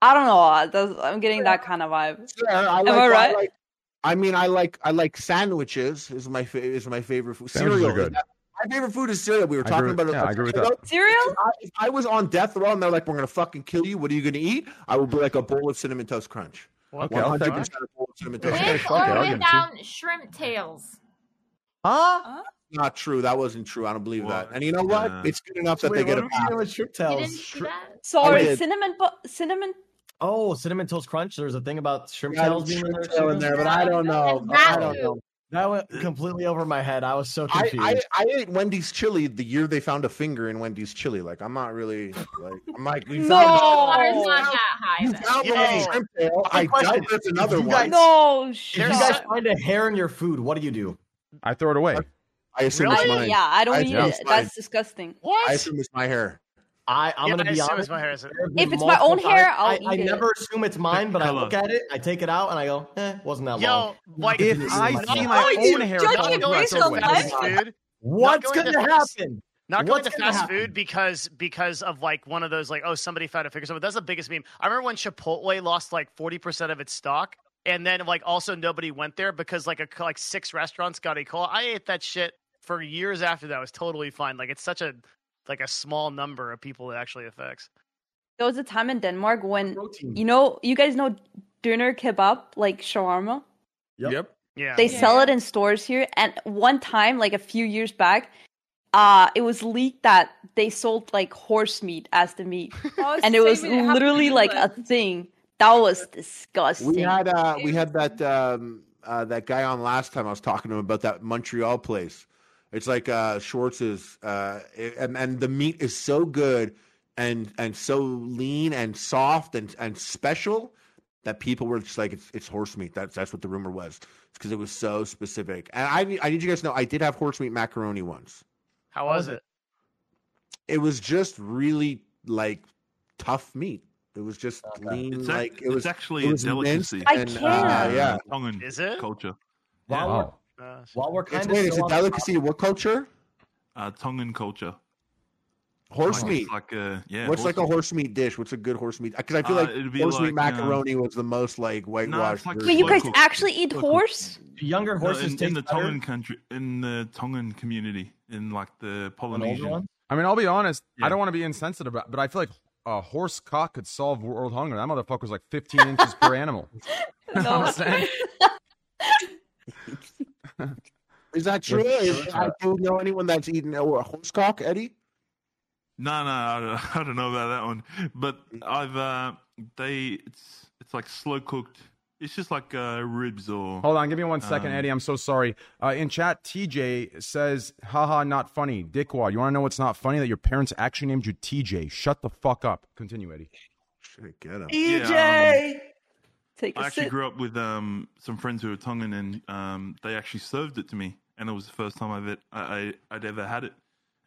S9: I don't know. I- that's- I'm getting that kind of vibe.
S5: Yeah, I like,
S9: Am I right?
S5: I like- I mean, I like I like sandwiches is my fa- is my favorite food.
S1: Sandwiches are
S5: Cereal. is
S1: good.
S5: that- my favorite food is cereal. We were
S1: I
S5: talking
S1: agree-
S5: about it.
S1: yeah, I agree with that.
S9: Cereal?
S5: If I, if I was on death row and they're like, "We're gonna fucking kill you. What are you gonna eat?" I would be like a bowl of cinnamon toast crunch.
S8: What
S1: Okay,
S5: One
S1: I'll take
S5: hundred
S1: it.
S5: percent a bowl of cinnamon toast crunch.
S3: With
S1: fuck it, I'll
S3: or
S1: give it to
S3: without shrimp tails.
S2: Huh?
S5: Not true. That wasn't true. I don't believe that.
S26: What?
S5: And you know what?
S26: Yeah.
S5: It's good enough that
S2: Wait,
S5: they get
S2: what
S5: a
S2: are we
S5: pass.
S2: doing with strip
S3: You didn't
S2: tails?
S3: see that?
S5: I
S9: Sorry,
S5: did.
S9: cinnamon. Bu- cinnamon.
S2: Oh, cinnamon toast crunch. There's a thing about shrimp
S5: Yeah,
S2: tails
S5: there's
S2: being in
S5: shrimp
S2: there.
S5: tail in
S2: too?
S5: there, but I don't know. I
S3: That
S5: don't
S3: too.
S5: know.
S2: That went completely over my head. I was so
S5: I,
S2: confused.
S5: I, I ate Wendy's chili the year they found a finger in Wendy's chili. Like I'm not really like I'm like you
S9: No.
S5: found,
S3: The water's
S9: Oh.
S3: not that high.
S5: you
S3: then.
S5: found the
S8: Yo.
S5: shrimp tail. I
S2: question.
S5: doubt there's another
S2: You
S5: one.
S2: guys-
S9: No
S2: if you
S9: shit.
S8: There's
S2: guys
S8: some-
S2: find a hair in your food, what do you do?
S1: I throw it away.
S5: I assume it's
S9: I,
S5: mine.
S9: yeah, I don't
S5: I
S9: eat
S5: think
S9: it.
S5: it's mine.
S9: That's disgusting.
S5: I
S8: What?
S5: assume it's my hair.
S2: I, I'm
S8: Yeah,
S2: gonna
S8: I
S2: be
S8: assume
S2: honest.
S8: it's my hair. Is it-
S2: There have been
S9: If it's my
S2: multiple
S9: own hair,
S2: times-
S9: I'll
S2: I, I
S9: eat it.
S2: never assume it's mine, but I
S26: Hello.
S2: look at it, I take it out, and I go, eh, wasn't that long.
S8: Yo, like
S1: If
S8: not
S1: I
S8: going
S1: see
S8: to-
S1: my
S9: Oh, you
S1: own hair,
S9: judging
S1: I'll
S8: not
S1: throw
S8: going
S1: it
S9: based on
S8: to
S1: away.
S9: that?
S8: fast food,
S2: What's
S8: going
S2: gonna
S8: to fast-
S2: happen?
S8: not going
S2: What's
S8: to
S2: gonna
S8: fast
S2: happen?
S8: food because because of like one of those like oh somebody found a figure something. That's the biggest meme. I remember when Chipotle lost like forty percent of its stock, and then like also nobody went there because like a like six restaurants got a call. I ate that shit for years after that. It was totally fine. Like it's such a like a small number of people it actually affects.
S9: There was a time in Denmark when
S2: Protein.
S9: you know you guys know doner kebab like shawarma.
S2: Yep.
S8: Yeah.
S9: They
S27: Yeah.
S9: sell it in stores here. And one time, like a few years back, uh it was leaked that they sold like horse meat as the meat.
S10: Oh, it's
S9: and
S10: the
S9: it was
S10: same thing that happened
S9: literally
S10: in
S9: like a thing. That was disgusting.
S5: We had uh, we had that um, uh, that guy on last time. I was talking to him about that Montreal place. It's like uh, Schwartz's, uh, it- and, and the meat is so good and and so lean and soft and and special that people were just like, it's, it's horse meat. That's that's what the rumor was because it was so specific. And I need- I need you guys to know I did have horse meat macaroni once.
S8: How was it?
S5: It was just really like tough meat. It was just lean,
S6: It's, ac-
S5: Mm, like it
S6: it's
S5: was
S6: actually
S5: it
S6: a
S5: was minced
S6: delicacy.
S9: I
S5: and, uh,
S9: can't.
S5: yeah.
S6: Tongan
S8: Is it?
S6: culture.
S2: While
S6: Yeah.
S2: we're-
S28: Oh,
S8: Uh,
S2: While we're kind
S5: It's,
S2: of
S5: wait, it's
S2: still
S5: a
S2: on the
S5: delicacy. What culture?
S6: Uh, Tongan culture.
S5: Horse
S6: Like,
S5: meat.
S6: it's like a, yeah.
S5: What's like a
S6: meat.
S5: horse meat dish? What's a good horse meat? Because I feel
S6: Uh,
S5: like
S6: it'd be
S5: horse meat
S6: like, uh,
S5: macaroni was the most like whitewashed.
S6: like
S9: Wait, you guys
S6: Local-
S9: actually eat
S6: local.
S9: horse?
S2: younger
S6: No,
S2: horses
S6: in, in the
S2: taste better
S6: Tongan country, in the Tongan community, in like the
S2: than older
S6: Polynesian.
S2: ones.
S1: I mean, I'll be honest.
S6: Yeah.
S1: I don't want to be insensitive, but, but I feel like a horse cock could solve world hunger. That motherfucker was like 15 inches per animal. You know what I'm saying?
S5: Is that true? Is- I do know anyone that's eaten a horse cock, Eddie.
S6: No, no, I don't, I don't know about that one. But I've uh, they it's it's like slow cooked. It's just like uh, ribs or
S1: Hold on, give me one second,
S6: Um,
S1: Eddie. I'm so sorry. Uh, in chat, TJ says, haha, not funny. Dickwad, you want to know what's not funny? That your parents actually named you TJ. Shut the fuck up. Continue, Eddie.
S5: Should get him.
S6: Yeah,
S9: EJ! Take
S6: I
S9: a
S6: actually
S9: sip.
S6: grew up with um, some friends who were Tongan, and um, they actually served it to me, and it was the first time I've it, I, I I'd ever had it,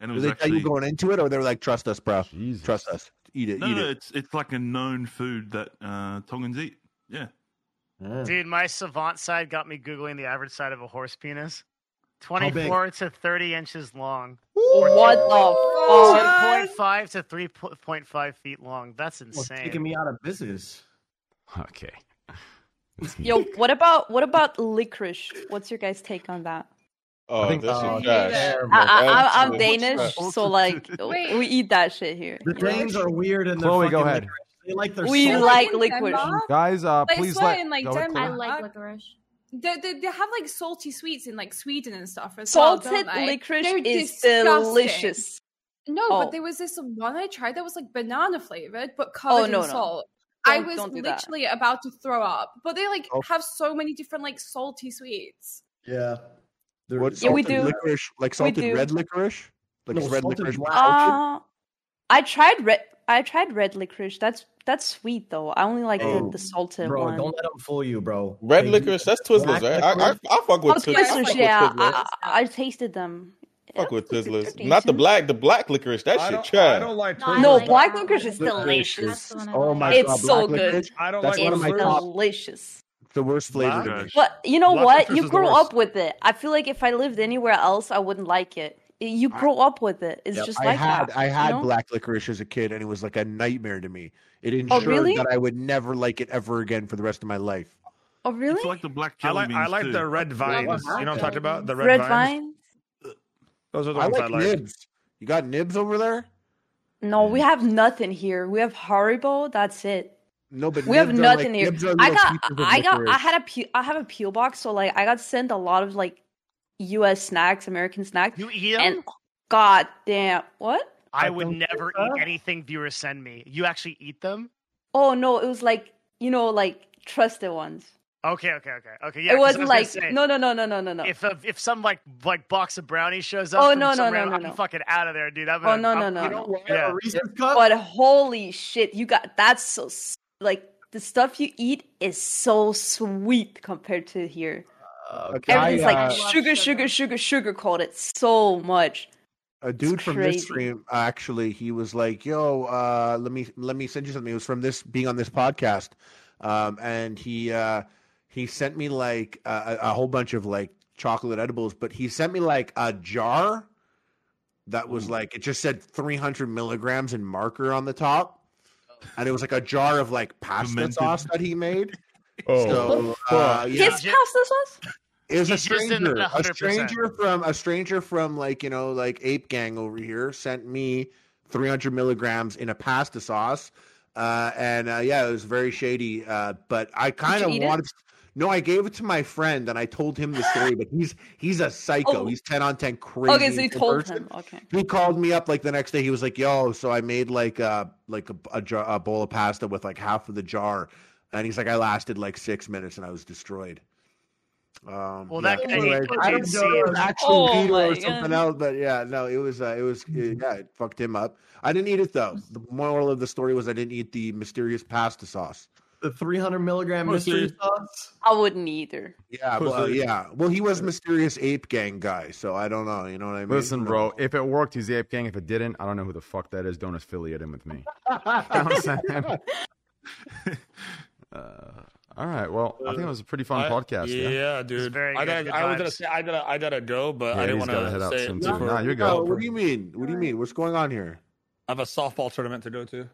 S6: and it
S5: Did
S6: was
S5: they tell
S6: actually
S5: you going into it, or they were like, "Trust us, bro.
S1: Jesus.
S5: Trust us. Eat it.
S6: no,
S5: eat
S6: no,
S5: it."
S6: it's it's like a known food that uh, Tongans eat. Yeah,
S2: Yeah.
S8: Dude, my savant side got me googling the average side of a horse penis. 24 to 30 inches long.
S9: What the fuck?
S8: 2.5 to 3.5 feet long. That's
S2: Well, it's taking
S8: insane.
S2: me out of business.
S1: Okay.
S9: Yo, what about what about licorice? What's your guys' take on that?
S11: Oh,
S1: think- uh,
S11: this
S2: Oh,
S11: is trash.
S10: Terrible.
S9: I, I, I'm
S11: Absolutely.
S9: Danish, so like
S10: Wait.
S9: we eat that shit here.
S2: The
S9: you know?
S2: Danes are weird and they're
S1: Chloe, go
S2: fucking
S1: ahead.
S2: licorice. They like their
S9: We
S10: Is
S2: salt.
S10: it
S9: like
S10: in
S9: liquid.
S10: Denmark?
S1: Guys, uh,
S10: Like,
S1: please
S10: swear
S1: let.
S10: in, like,
S1: go ahead,
S10: Denmark.
S29: I
S1: Chloe.
S29: like
S10: Uh,
S29: licorice.
S10: They, they, they have like salty sweets in like Sweden and stuff as well.
S9: Salted
S10: don't they?
S9: licorice
S10: They're
S9: is
S10: disgusting.
S9: delicious.
S10: No,
S9: Oh.
S10: but there was this one I tried that was like banana flavored but
S9: Oh,
S10: covered
S9: no, no.
S10: in salt. I
S9: Don't-
S10: was
S9: don't do that.
S10: literally about to throw up. But they like
S5: Oh.
S10: have so many different like salty sweets.
S2: Yeah. They're-
S5: What
S9: Yeah, we
S5: salted
S9: do.
S5: Licorice, like salted
S9: do.
S5: red licorice, like
S2: No,
S5: red
S2: salted
S5: licorice.
S2: black.
S5: salted?
S9: Uh, I tried red. I tried red licorice. That's that's sweet though. I only like
S2: Oh,
S9: the, the salted
S2: Bro,
S9: one.
S2: don't let them fool you, bro.
S11: Red
S2: They-
S11: licorice, that's Twizzlers,
S2: Black
S11: right? I, I,
S2: licorice.
S11: I fuck
S9: Oh,
S11: with Twizzlers. I
S9: Twizzlers,
S11: fuck
S9: yeah.
S11: with Twizzlers.
S9: I, I, I tasted them. Yeah,
S11: Fuck with
S9: they're- they're
S11: Twizzlers. Not the
S9: decent.
S11: black, the black licorice. That
S7: I
S11: shit
S7: don't,
S11: trash.
S7: I don't like
S29: No, I
S7: Twizzlers.
S9: No,
S29: like
S9: black
S29: that
S9: licorice
S29: one.
S9: is
S29: That's
S9: delicious.
S29: the one I
S5: Oh
S29: like.
S5: my
S9: It's
S5: god,
S9: so
S5: black
S9: good.
S5: licorice.
S7: I don't
S5: That's
S7: like
S5: one of
S9: It's
S5: my
S6: first-
S5: top,
S9: delicious.
S5: the worst flavor to
S7: Black?
S5: me.
S9: But you know
S7: Black
S9: what?
S7: licorice
S9: You
S7: is the
S9: grow
S7: worst.
S9: up with it. I feel like if I lived anywhere else, I wouldn't like it. You grow up with it. It's just
S5: I
S9: like
S5: had
S9: that.
S5: I
S9: you
S5: had
S9: know?
S5: black licorice as a kid, and it was like a nightmare to me. It ensured
S9: Oh, really?
S5: that I would never like it ever again for the rest of my life.
S9: Oh, really?
S6: it's like the black
S7: I
S6: jelly
S7: like
S6: beans
S7: I like
S6: too.
S7: the red vines. You know what I'm talking about? The red,
S9: red
S7: vines.
S9: vine?
S7: Those are the
S5: I
S7: ones
S5: like,
S7: I like.
S5: nibs. You got nibs over there?
S9: No, we have nothing here. We have Haribo. That's it.
S5: No, but
S9: We have
S5: nibs are like-
S9: nothing here.
S5: nibs are
S9: I
S5: little
S9: got,
S5: pieces of
S9: I got, I
S5: licorice.
S9: had a, pu- I have a peel box. So like, I got sent a lot of like U.S. snacks, American snacks,
S8: You eat 'em?
S9: and god damn, what?
S8: I
S2: I
S8: would
S2: don't think
S8: never
S2: so.
S8: eat anything viewers send me. You actually eat them?
S9: Oh no, it was like you know, like trusted ones.
S8: Okay, okay, okay, okay. Yeah, 'cause
S9: it
S8: I
S9: wasn't
S8: was gonna
S9: like
S8: say,
S9: no, no, no, no, no, no, no.
S8: If a, if some like like box of brownies shows up,
S9: Oh,
S8: from
S9: no, no,
S8: somewhere,
S9: no, no,
S8: I'm
S9: no.
S8: fucking out of there, dude. I'm
S9: Oh
S8: gonna,
S9: no, no,
S8: I'm-
S9: no,
S8: you
S9: no.
S8: know- Yeah.
S2: Reese's cup.
S9: But holy shit, you got that's so s- like the stuff you eat is so sweet compared to here.
S5: Okay,
S9: Everything's
S5: I,
S9: like
S5: uh,
S9: sugar, sugar, sugar, sugar coated so much.
S5: a dude from
S9: crazy.
S5: this stream actually he was like yo uh let me let me send you something it was from this being on this podcast um and he uh he sent me like a, a a whole bunch of like chocolate edibles but he sent me like a jar that was like it just said 300 milligrams in marker on the top
S9: Oh.
S5: and it was like a jar of like pasta
S6: Fermented.
S5: sauce that he made
S11: Oh,
S5: so uh,
S11: fuck.
S5: yeah.
S9: His
S8: Yeah.
S9: house, this was?
S5: It was a
S8: He's just in
S5: stranger,
S8: at
S5: a
S8: 100%.
S5: stranger from a stranger from like you know like ape gang over here sent me 300 milligrams in a pasta sauce, uh, and uh, yeah, it was very shady. Uh, but I kind of
S9: you eat it?
S5: wanted. No, I gave it to my friend and I told him the story, but he's he's a psycho.
S9: Oh.
S5: He's ten on ten crazy.
S9: okay, so you told
S5: person.
S9: him. Okay.
S5: He called me up like the next day. He was like, "Yo, so I made like a like a, a, jar, a bowl of pasta with like half of the jar," and he's like, "I lasted like six minutes and I was destroyed." Um,
S8: Well,
S5: yeah,
S8: that-
S5: anyway,
S8: I mean,
S5: I don't know if it was
S8: insane.
S5: actually
S9: Oh
S5: keto
S9: my
S5: or something
S9: God.
S5: else, but yeah, no, it was uh, it was yeah, it fucked him up. I didn't eat it though. The moral of the story was I didn't eat the mysterious pasta sauce.
S2: The 300 milligram
S11: Oh,
S2: mystery
S11: serious?
S2: sauce.
S9: I wouldn't either.
S5: Yeah, well,
S11: Pussy.
S5: yeah. Well, he was mysterious ape gang guy, so I don't know. You know what I mean?
S1: Listen, bro, if it worked, he's the ape gang. If it didn't, I don't know who the fuck that is. Don't affiliate him with me. You know what I'm saying? Uh, all right. Well, I think it was a pretty fun
S7: I-
S1: podcast. Yeah.
S7: dude.
S8: very
S7: I
S8: good,
S7: gotta,
S8: good
S7: I was gonna
S8: vibes.
S7: say I gotta, I gotta go, but
S1: Yeah,
S7: I didn't
S1: he's
S7: want
S1: gotta head
S7: to
S1: out
S7: say.
S1: soon,
S7: it
S1: too.
S7: for-
S1: Nah, you're good.
S5: No, what do you mean? What do you mean? What's going on here?
S7: I have a softball tournament to go to.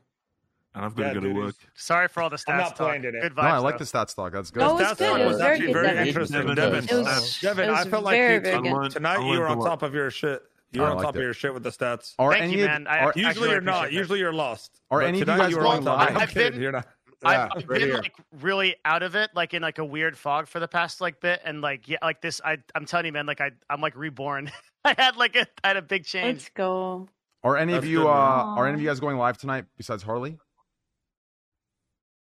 S6: And I've got
S7: Yeah,
S6: to go
S7: dude,
S6: to work.
S8: Sorry for all the
S7: I'm
S8: stats.
S7: not
S8: talk.
S7: playing today.
S8: Good vibes.
S1: No, I like
S8: though.
S1: the stat stock. That's good.
S9: No, it was
S7: That's
S9: good. It was very
S7: actually
S9: good.
S7: very
S9: Devin.
S7: interesting.
S6: Devin,
S7: Devin,
S9: It was,
S6: Stats.
S7: Devin,
S9: it was
S7: I felt like
S9: very,
S7: you
S9: very
S6: I
S9: good.
S6: learned- I
S7: tonight you
S6: learned
S7: were
S6: a
S7: on
S6: lot.
S7: top of your shit. You were
S1: I
S7: on
S1: liked
S7: top
S1: it.
S7: of your shit with the stats.
S1: Are
S8: Thank
S1: any
S8: you,
S1: of-
S8: man. I-
S1: are-
S8: I
S7: Usually
S8: really
S7: you're not.
S8: appreciate that.
S7: Usually you're lost.
S1: Are
S7: But
S1: any of you
S7: tonight
S1: guys
S7: were on
S1: going
S7: top of
S1: live?
S7: it.
S8: I've been-
S7: You're not.
S5: Yeah,
S8: I've
S5: right
S8: been
S5: here.
S8: like really out of it, like in like a weird fog for the past like bit, and like yeah, like this. I I'm telling you, man, like I I'm like reborn. I had like a I had a big change.
S9: Let's go.
S1: Are any of
S7: That's
S1: you?
S7: good,
S1: Uh,
S7: man.
S1: are any of you guys going live tonight besides Harley?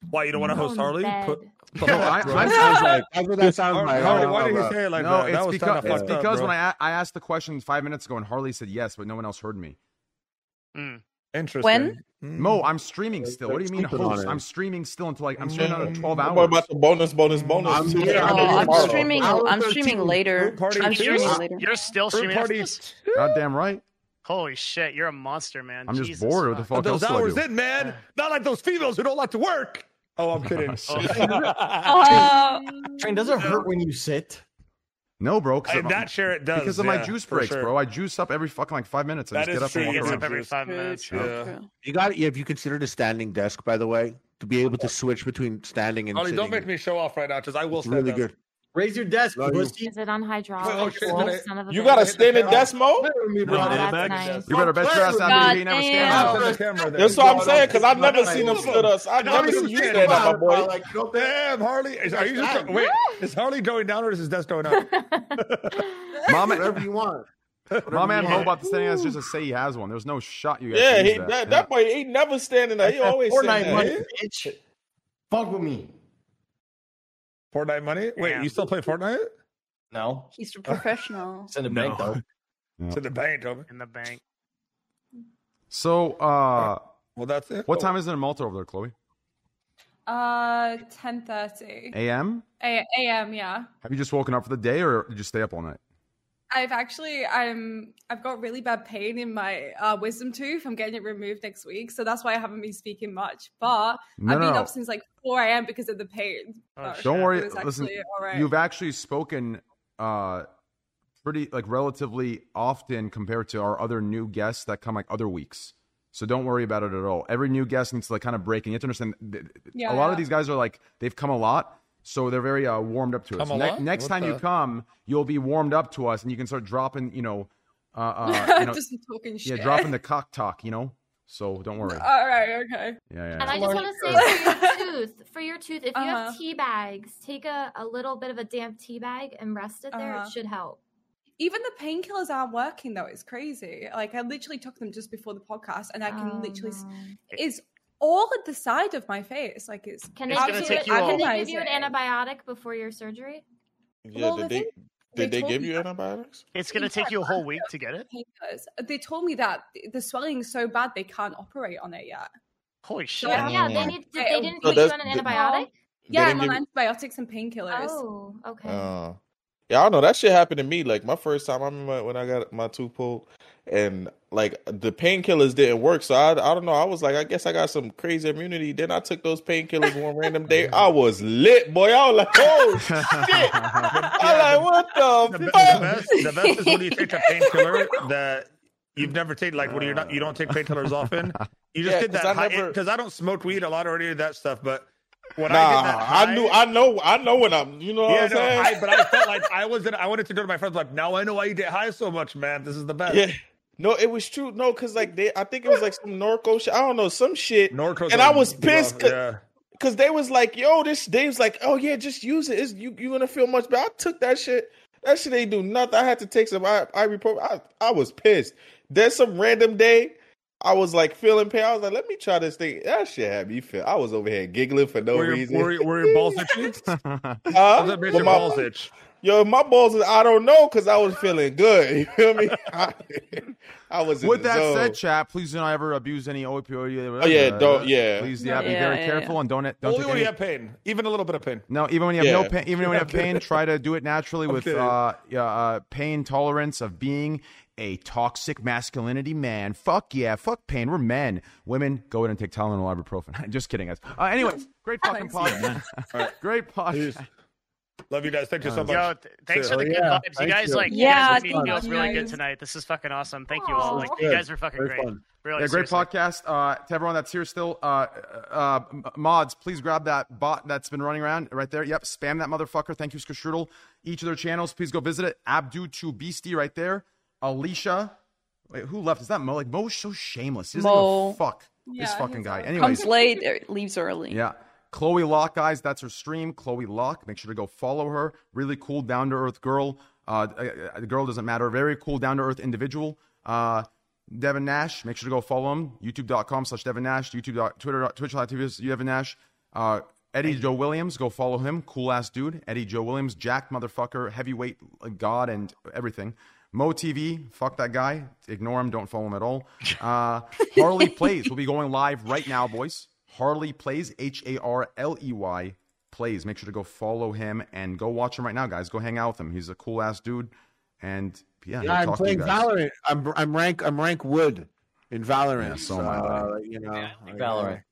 S7: Why you don't want to host Harley? Put-
S1: No, I, I'm-
S5: sounds like. That's what that sounds
S7: Harley,
S5: like.
S7: Harley,
S5: I
S7: why
S5: don't
S7: did
S5: know,
S7: you
S5: bro.
S7: say it like
S1: uh, no,
S7: that?
S1: it's
S7: that was
S1: because
S7: kinda
S1: it's
S7: fucked up,
S1: because
S7: bro.
S1: when I, a- I asked the question five minutes ago and Harley said yes, but no one else heard me.
S7: Interesting. Mm.
S1: Mo, I'm streaming still. What do you mean
S5: Sleeping on
S1: host?
S5: it.
S1: I'm streaming still until like I'm streaming out of twelve
S11: What
S1: hours. Mm.
S11: about the bonus, bonus, bonus?
S5: I'm here.
S11: Yeah,
S5: I'm
S11: gonna do
S9: Oh,
S11: it
S9: I'm
S11: tomorrow.
S9: streaming.
S7: Hour
S9: I'm streaming
S7: 13.
S9: later.
S7: Group party
S9: I'm
S7: two.
S9: streaming
S7: Ah.
S9: later.
S8: You're still
S7: Third
S8: streaming.
S7: party.
S8: That's-
S1: Goddamn right.
S8: Holy shit, you're a monster, man.
S1: I'm just
S8: Jesus
S1: bored. What the
S8: fuck.
S1: fuck
S7: Those
S1: else do I
S7: hours
S1: do?
S7: in, man. Not like those females who don't like to work. Oh, I'm kidding.
S9: Oh,
S2: Train, does it hurt when you sit?
S1: No, bro. 'cause
S7: And
S1: I'm-
S7: that share it does
S1: because of
S7: yeah,
S1: my juice
S7: for
S1: breaks,
S7: sure.
S1: bro. I juice up every fucking like five minutes. I
S7: That
S1: just
S7: is
S1: get up
S7: true.
S1: and
S8: He
S1: walk
S7: Yes,
S8: gets up
S1: around.
S8: every five
S9: true,
S8: minutes.
S9: true,
S7: Yeah.
S9: true.
S5: You got it. Yeah, if you considered a standing desk, by the way, to be able to switch between standing and
S7: Harley,
S5: sitting.
S7: don't make me show off right now because I will
S5: It's really
S7: stand up.
S5: good.
S2: Raise your desk,
S5: No, you-
S2: pussy.
S3: Is it on hydraulic?
S7: Oh, shit,
S3: Oh,
S7: did I-
S3: son of a
S11: You
S3: bitch.
S11: got a standing desk, Mo?
S2: Play with me,
S6: No,
S2: bro.
S6: they
S3: that's
S6: back-
S3: nice.
S1: You better bet your ass out
S9: God
S1: there. You never stand
S9: damn.
S1: up.
S7: Open the camera there.
S11: That's
S7: No,
S11: what I'm
S7: don't
S11: saying, because I've
S7: stand
S11: never
S7: up.
S11: seen him split us. I've never seen you stand up, my boy.
S2: Like, you don't think-
S7: Damn, Harley. Is, are you just, wait, is Harley going down or is his desk going up?
S1: Mom,
S2: Whatever you want.
S1: my man Mo about the standing ass just to say he has one. There's no shot you guys.
S11: Yeah,
S1: can use
S11: he, that,
S1: that.
S11: that boy, he never standing up. He always
S2: Fortnite
S11: standing up.
S2: money, bitch. Fuck with me.
S7: Fortnite money? Wait,
S8: Damn.
S7: you still play Fortnite?
S2: No.
S9: He's a professional.
S2: It's in the
S6: No.
S2: bank, though.
S1: Yeah.
S7: To the bank, Toby.
S8: In the bank.
S1: So, uh,
S7: Well, that's it.
S1: what time is it in Malta over there, Chloe?
S10: Uh, ten thirty
S1: A.M.
S10: a.m. Yeah,
S1: Have you just woken up for the day, or did you stay up all night?
S10: I've actually I'm I've got really bad pain in my uh, wisdom tooth. I'm getting it removed next week, so that's why I haven't been speaking much. But
S1: No,
S10: I've
S1: no,
S10: been
S1: no.
S10: up since like four a.m. because of the pain.
S8: Oh,
S10: So
S1: Don't
S8: shit.
S10: it
S1: worry.
S10: was
S1: Listen,
S10: actually all right.
S1: you've actually spoken uh, pretty like relatively often compared to our other new guests that come like other weeks. So don't worry about it at all. Every new guest needs to like kind of break, and you have to understand. th-
S10: Yeah,
S1: a lot
S10: yeah.
S1: of these guys are like they've come a lot, so they're very uh, warmed up to us.
S7: Come a
S1: Ne-
S7: lot?
S1: next
S7: What
S1: time you
S7: the-
S1: come, you'll be warmed up to us, and you can start dropping, you know, uh, uh, you know
S10: just talking
S1: yeah,
S10: shit.
S1: dropping the cock talk, you know. So don't worry.
S10: All right, okay.
S1: yeah, yeah.
S3: And I
S1: yeah.
S3: just want to say for your tooth, for your tooth, if you
S10: Uh-huh.
S3: have tea bags, take a, a little bit of a damp tea bag and rest it there.
S10: Uh-huh.
S3: It should help.
S10: Even the painkillers aren't working though. It's crazy. Like I literally took them just before the podcast, and I can
S3: Oh,
S10: literally. s
S3: no.
S10: It's all at the side of my face. Like it's.
S3: Can they,
S8: It's gonna
S3: give you,
S8: take you all-
S3: can they give you an
S10: agonizing.
S3: antibiotic before your surgery?
S11: Yeah,
S10: Well,
S11: did
S10: the
S11: they,
S10: thing-
S11: did
S10: they
S11: they
S10: told
S11: give
S10: me
S11: you
S10: that.
S11: antibiotics?
S8: It's gonna take you a whole week to get it.
S10: painkillers. They told me that th- the swelling is so bad they can't operate on it yet.
S8: Holy shit.
S10: Yeah.
S3: Yeah, they
S11: Mm.
S3: need. Did, they didn't
S11: So
S3: put you
S11: that's-
S3: on an
S11: th-
S3: antibiotic.
S10: Yeah,
S11: They
S10: I'm
S11: didn't
S10: on
S11: give-
S10: antibiotics and painkillers.
S3: Oh, okay.
S11: Oh. Yeah, I don't know. That shit happened to me. Like my first time, I remember when I got my tooth pulled, and like the painkillers didn't work. So I, I don't know. I was like, I guess I got some crazy immunity. Then I took those painkillers one random day. I was lit, boy. I was like, oh shit. I like what
S7: The,
S11: the
S7: be- the
S11: fuck.
S7: best, the best is when you take a painkiller that you've never taken, like when you're not, you don't take painkillers often. You just
S11: Yeah,
S7: get
S11: 'cause
S7: that
S11: I
S7: high
S11: never-
S7: because I don't smoke weed a lot already, that stuff. But when I get
S11: Nah,
S7: that high,
S11: I knew. I know. I know when I'm. You know
S2: Oh,
S11: what
S7: yeah,
S11: I'm
S7: no,
S11: saying?
S7: I, but I felt like I wasn't. I wanted to go to my friends. Like now I know why you get high so much, man. This is the best.
S11: Yeah. No, it was true. No, because like they, I think it was like some Norco shit. I don't know some shit.
S7: Norco's
S11: and I was pissed. 'cause-
S7: Yeah.
S11: because they was like, yo, this they was like, oh yeah, just use it. It's, you you gonna feel much better. I took that shit. That shit ain't do nothing. I had to take some I I report. I, I was pissed. There's some random day. I was like feeling pain. I was like, let me try this thing. That shit had me feel. I was over here giggling for no
S18: were, your,
S11: reason.
S18: were, your- were your balls itching?
S11: Oh, Huh?
S18: Does that make
S11: Well,
S18: your
S11: my-
S18: balls itch?
S11: Yo, my balls. is- I don't know because I was feeling good. You feel me? I, I was. in
S1: With
S11: the
S1: that
S11: zone.
S1: said, chat, please do not ever abuse any opioid. Uh,
S11: Oh, yeah, don't- yeah.
S1: Please, yeah, be
S9: Yeah,
S1: very
S9: yeah,
S1: careful and don't don't
S18: Only
S1: take
S18: when
S1: any
S18: you have pain, even a little bit of pain.
S1: No, even when you have no
S11: Yeah.
S1: pain, even when you have
S18: Okay.
S1: pain, try to do it naturally with
S18: Okay.
S1: uh, yeah, uh, pain tolerance of being a toxic masculinity man. Fuck yeah, fuck pain. We're men. Women, go in and take Tylenol, ibuprofen. Just kidding, guys. Uh, anyways, great fucking podcast. great podcast.
S18: Love you guys. Thank you so much.
S8: Yo, th- thanks
S18: So-
S8: for the
S2: Oh,
S8: good
S2: yeah.
S8: vibes. You
S2: Thank
S8: guys
S2: you.
S8: like
S9: Yeah,
S8: you guys made me
S9: thank
S8: feel
S9: you
S8: really good
S9: guys.
S8: tonight. This is fucking awesome. Thank you.
S3: Aw.
S8: Like you
S2: Good.
S8: guys are fucking
S2: Very
S8: great.
S2: fun.
S8: Really,
S1: Yeah, great
S8: seriously.
S1: podcast. Uh, to everyone that's here still, uh, uh, m- mods, please grab that bot that's been running around right there. Yep, spam that motherfucker. Thank you, Skashrudel. Each of their channels, please go visit it. Abdu to Beastie right there. Alicia. Wait, who left? Is that Mo? Like, Mo's so shameless. He doesn't
S9: Mo.
S1: give a fuck. this
S10: Yeah,
S1: fucking
S10: he's
S1: guy.
S10: out.
S1: Anyways.
S9: Comes late, er, leaves early.
S1: Yeah. Chloe Locke, guys, that's her stream. Chloe Locke. Make sure to go follow her. Really cool, down to earth girl. Uh, uh, uh, the girl doesn't matter. Very cool, down to earth individual. Uh, Devin Nash. Make sure to go follow him. YouTube.com slash Devin Nash. YouTube. dot- Twitter. uh, dot- Twitch.tv slash Devin Nash. Uh, Eddie Joe Williams. Go follow him. Cool ass dude. Eddie Joe Williams. Jack motherfucker. Heavyweight uh, god and everything. Mo TV, fuck that guy. Ignore him. Don't follow him at all. Uh, Harley Plays will be going live right now, boys. Harley Plays, H A R L E Y Plays. Make sure to go follow him and go watch him right now, guys. Go hang out with him. He's a cool ass dude. And yeah, he'll
S4: I'm
S1: talk to you
S4: playing
S1: guys.
S4: Valorant. I'm I'm rank I'm rank wood in Valorant.
S1: Yeah, so am I, buddy.
S4: uh, you know, I-
S2: Valorant.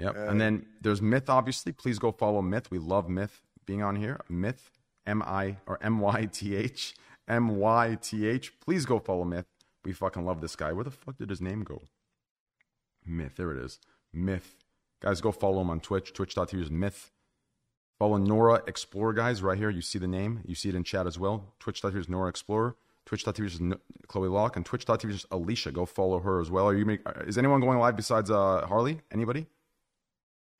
S1: Yep. and then there's Myth, obviously. Please go follow Myth. We love Myth being on here. Myth, M I or M Y T H, M Y T H. Please go follow Myth. We fucking love this guy. Where the fuck did his name go? Myth. There it is. Myth. Guys, go follow him on Twitch. Twitch.tv is Myth. Follow Nora Explorer, guys, right here. You see the name. You see it in chat as well. Twitch.tv is Nora Explorer. Twitch.tv is N- Chloe Locke. And Twitch.tv is Alicia. Go follow her as well. Are you make, is anyone going live besides uh, Harley? Anybody?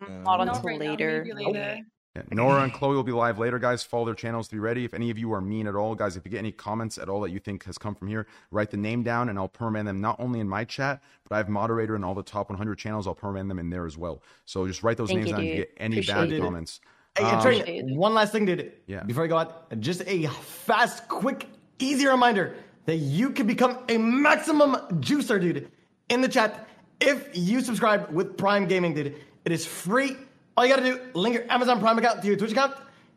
S9: Not
S10: Not
S9: until
S10: right now,
S9: later.
S10: maybe later.
S1: Yeah, Nora and Chloe will be live later, guys. Follow their channels to be ready. If any of you are mean at all, guys, if you get any comments at all that you think has come from here, write the name down and I'll perman them not only in my chat, but I have moderator in all the top 100 channels. I'll perman them in there as well. So just write those
S9: Thank
S1: names
S9: you,
S1: down if you
S9: dude.
S1: get any
S9: Appreciate
S1: bad
S2: it.
S1: comments.
S2: Hey,
S1: Um,
S2: Trey, one last thing, dude.
S1: Yeah.
S2: Before I go out, just a fast, quick, easy reminder that you can become a maximum juicer, dude, in the chat if you subscribe with Prime Gaming, dude. It is free. All you gotta do, link your Amazon Prime account to your Twitch account,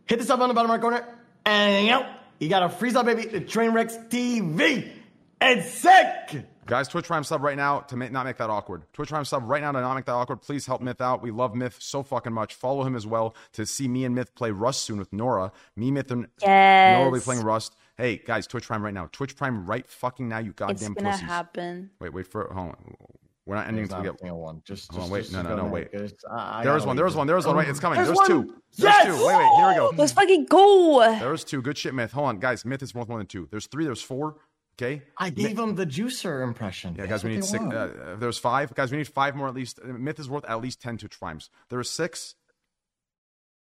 S2: hit this up on the bottom right corner, and yo, you got a free sub, baby, to Trainwrecks TV. It's sick!
S1: Guys, Twitch Prime sub right now to ma- not make that awkward. Twitch Prime sub right now to not make that awkward. Please help Myth out. We love Myth so fucking much. Follow him as well to see me and Myth play Rust soon with Nora. Me, Myth, and Nora will be
S9: Yes.
S1: playing Rust. Hey, guys, Twitch Prime right now. Twitch Prime right fucking now, you
S9: It's
S1: goddamn
S9: gonna
S1: pussies.
S9: happen.
S1: Wait, wait for hold on. We're not ending until we get.
S2: Not a one. Just,
S1: Hold on,
S2: just-
S1: wait.
S2: just
S1: No, no,
S2: go
S1: no,
S2: there,
S1: wait.
S2: because I- I
S1: There
S2: gotta
S1: was one.
S2: wait
S1: There was
S2: for-
S1: one. There was one. Right, it's coming.
S2: There's
S1: There's,
S2: one!
S1: two. There's
S2: Yes!
S1: two. Wait, wait. Here we go.
S9: Let's fucking go.
S1: There's two. Good shit, myth. Hold on, guys. Myth is worth more than two. There's three. There's four. Okay.
S2: I gave him the juicer impression.
S1: Yeah, guys, we need six. Uh, uh, there's five. Guys, we need five more at least. Uh, Myth is worth at least ten Twitch primes. There are six.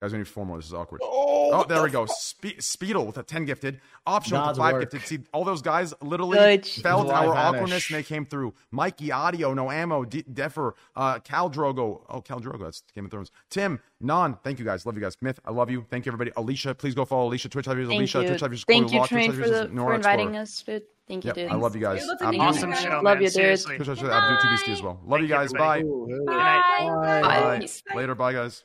S1: Guys, we need four more. This is awkward. Oh, there we go. Spe- Speedle with a 10 gifted. Optional with
S2: God's
S1: a 5
S2: work.
S1: gifted. See, all those guys literally
S9: Good.
S1: felt
S2: Live
S1: our
S2: vanish.
S1: awkwardness and they came through. Mikey, Audio, No Ammo, D- Defer, uh, Cal Drogo. Oh, Cal Drogo. That's Game of Thrones. Tim, Non. Thank you guys. Love you guys. Myth, I love you. Thank you, everybody. Alicia, please go follow Alicia. Twitch live is
S9: Thank
S1: Alicia.
S9: you.
S1: Twitch live is
S9: Thank
S1: Chloe
S9: you,
S1: Lock, Twitch
S9: Train,
S1: live
S9: for, the,
S1: is Nora
S9: for inviting
S1: Explorer.
S9: us, dude. Thank you,
S1: Yep,
S9: dude.
S1: I love you guys.
S10: It was
S1: Abdu-
S8: Awesome
S10: Thank you.
S8: show,
S9: Love
S8: man.
S9: you, dude.
S8: Seriously.
S1: Twitch live is Abdu
S3: Bye.
S1: 2BST as well. Love
S8: Thank you,
S1: you guys. Bye.
S8: everybody. Good
S3: Bye.
S8: night.
S3: Bye.
S9: Bye.
S1: Bye. Later. Bye, guys.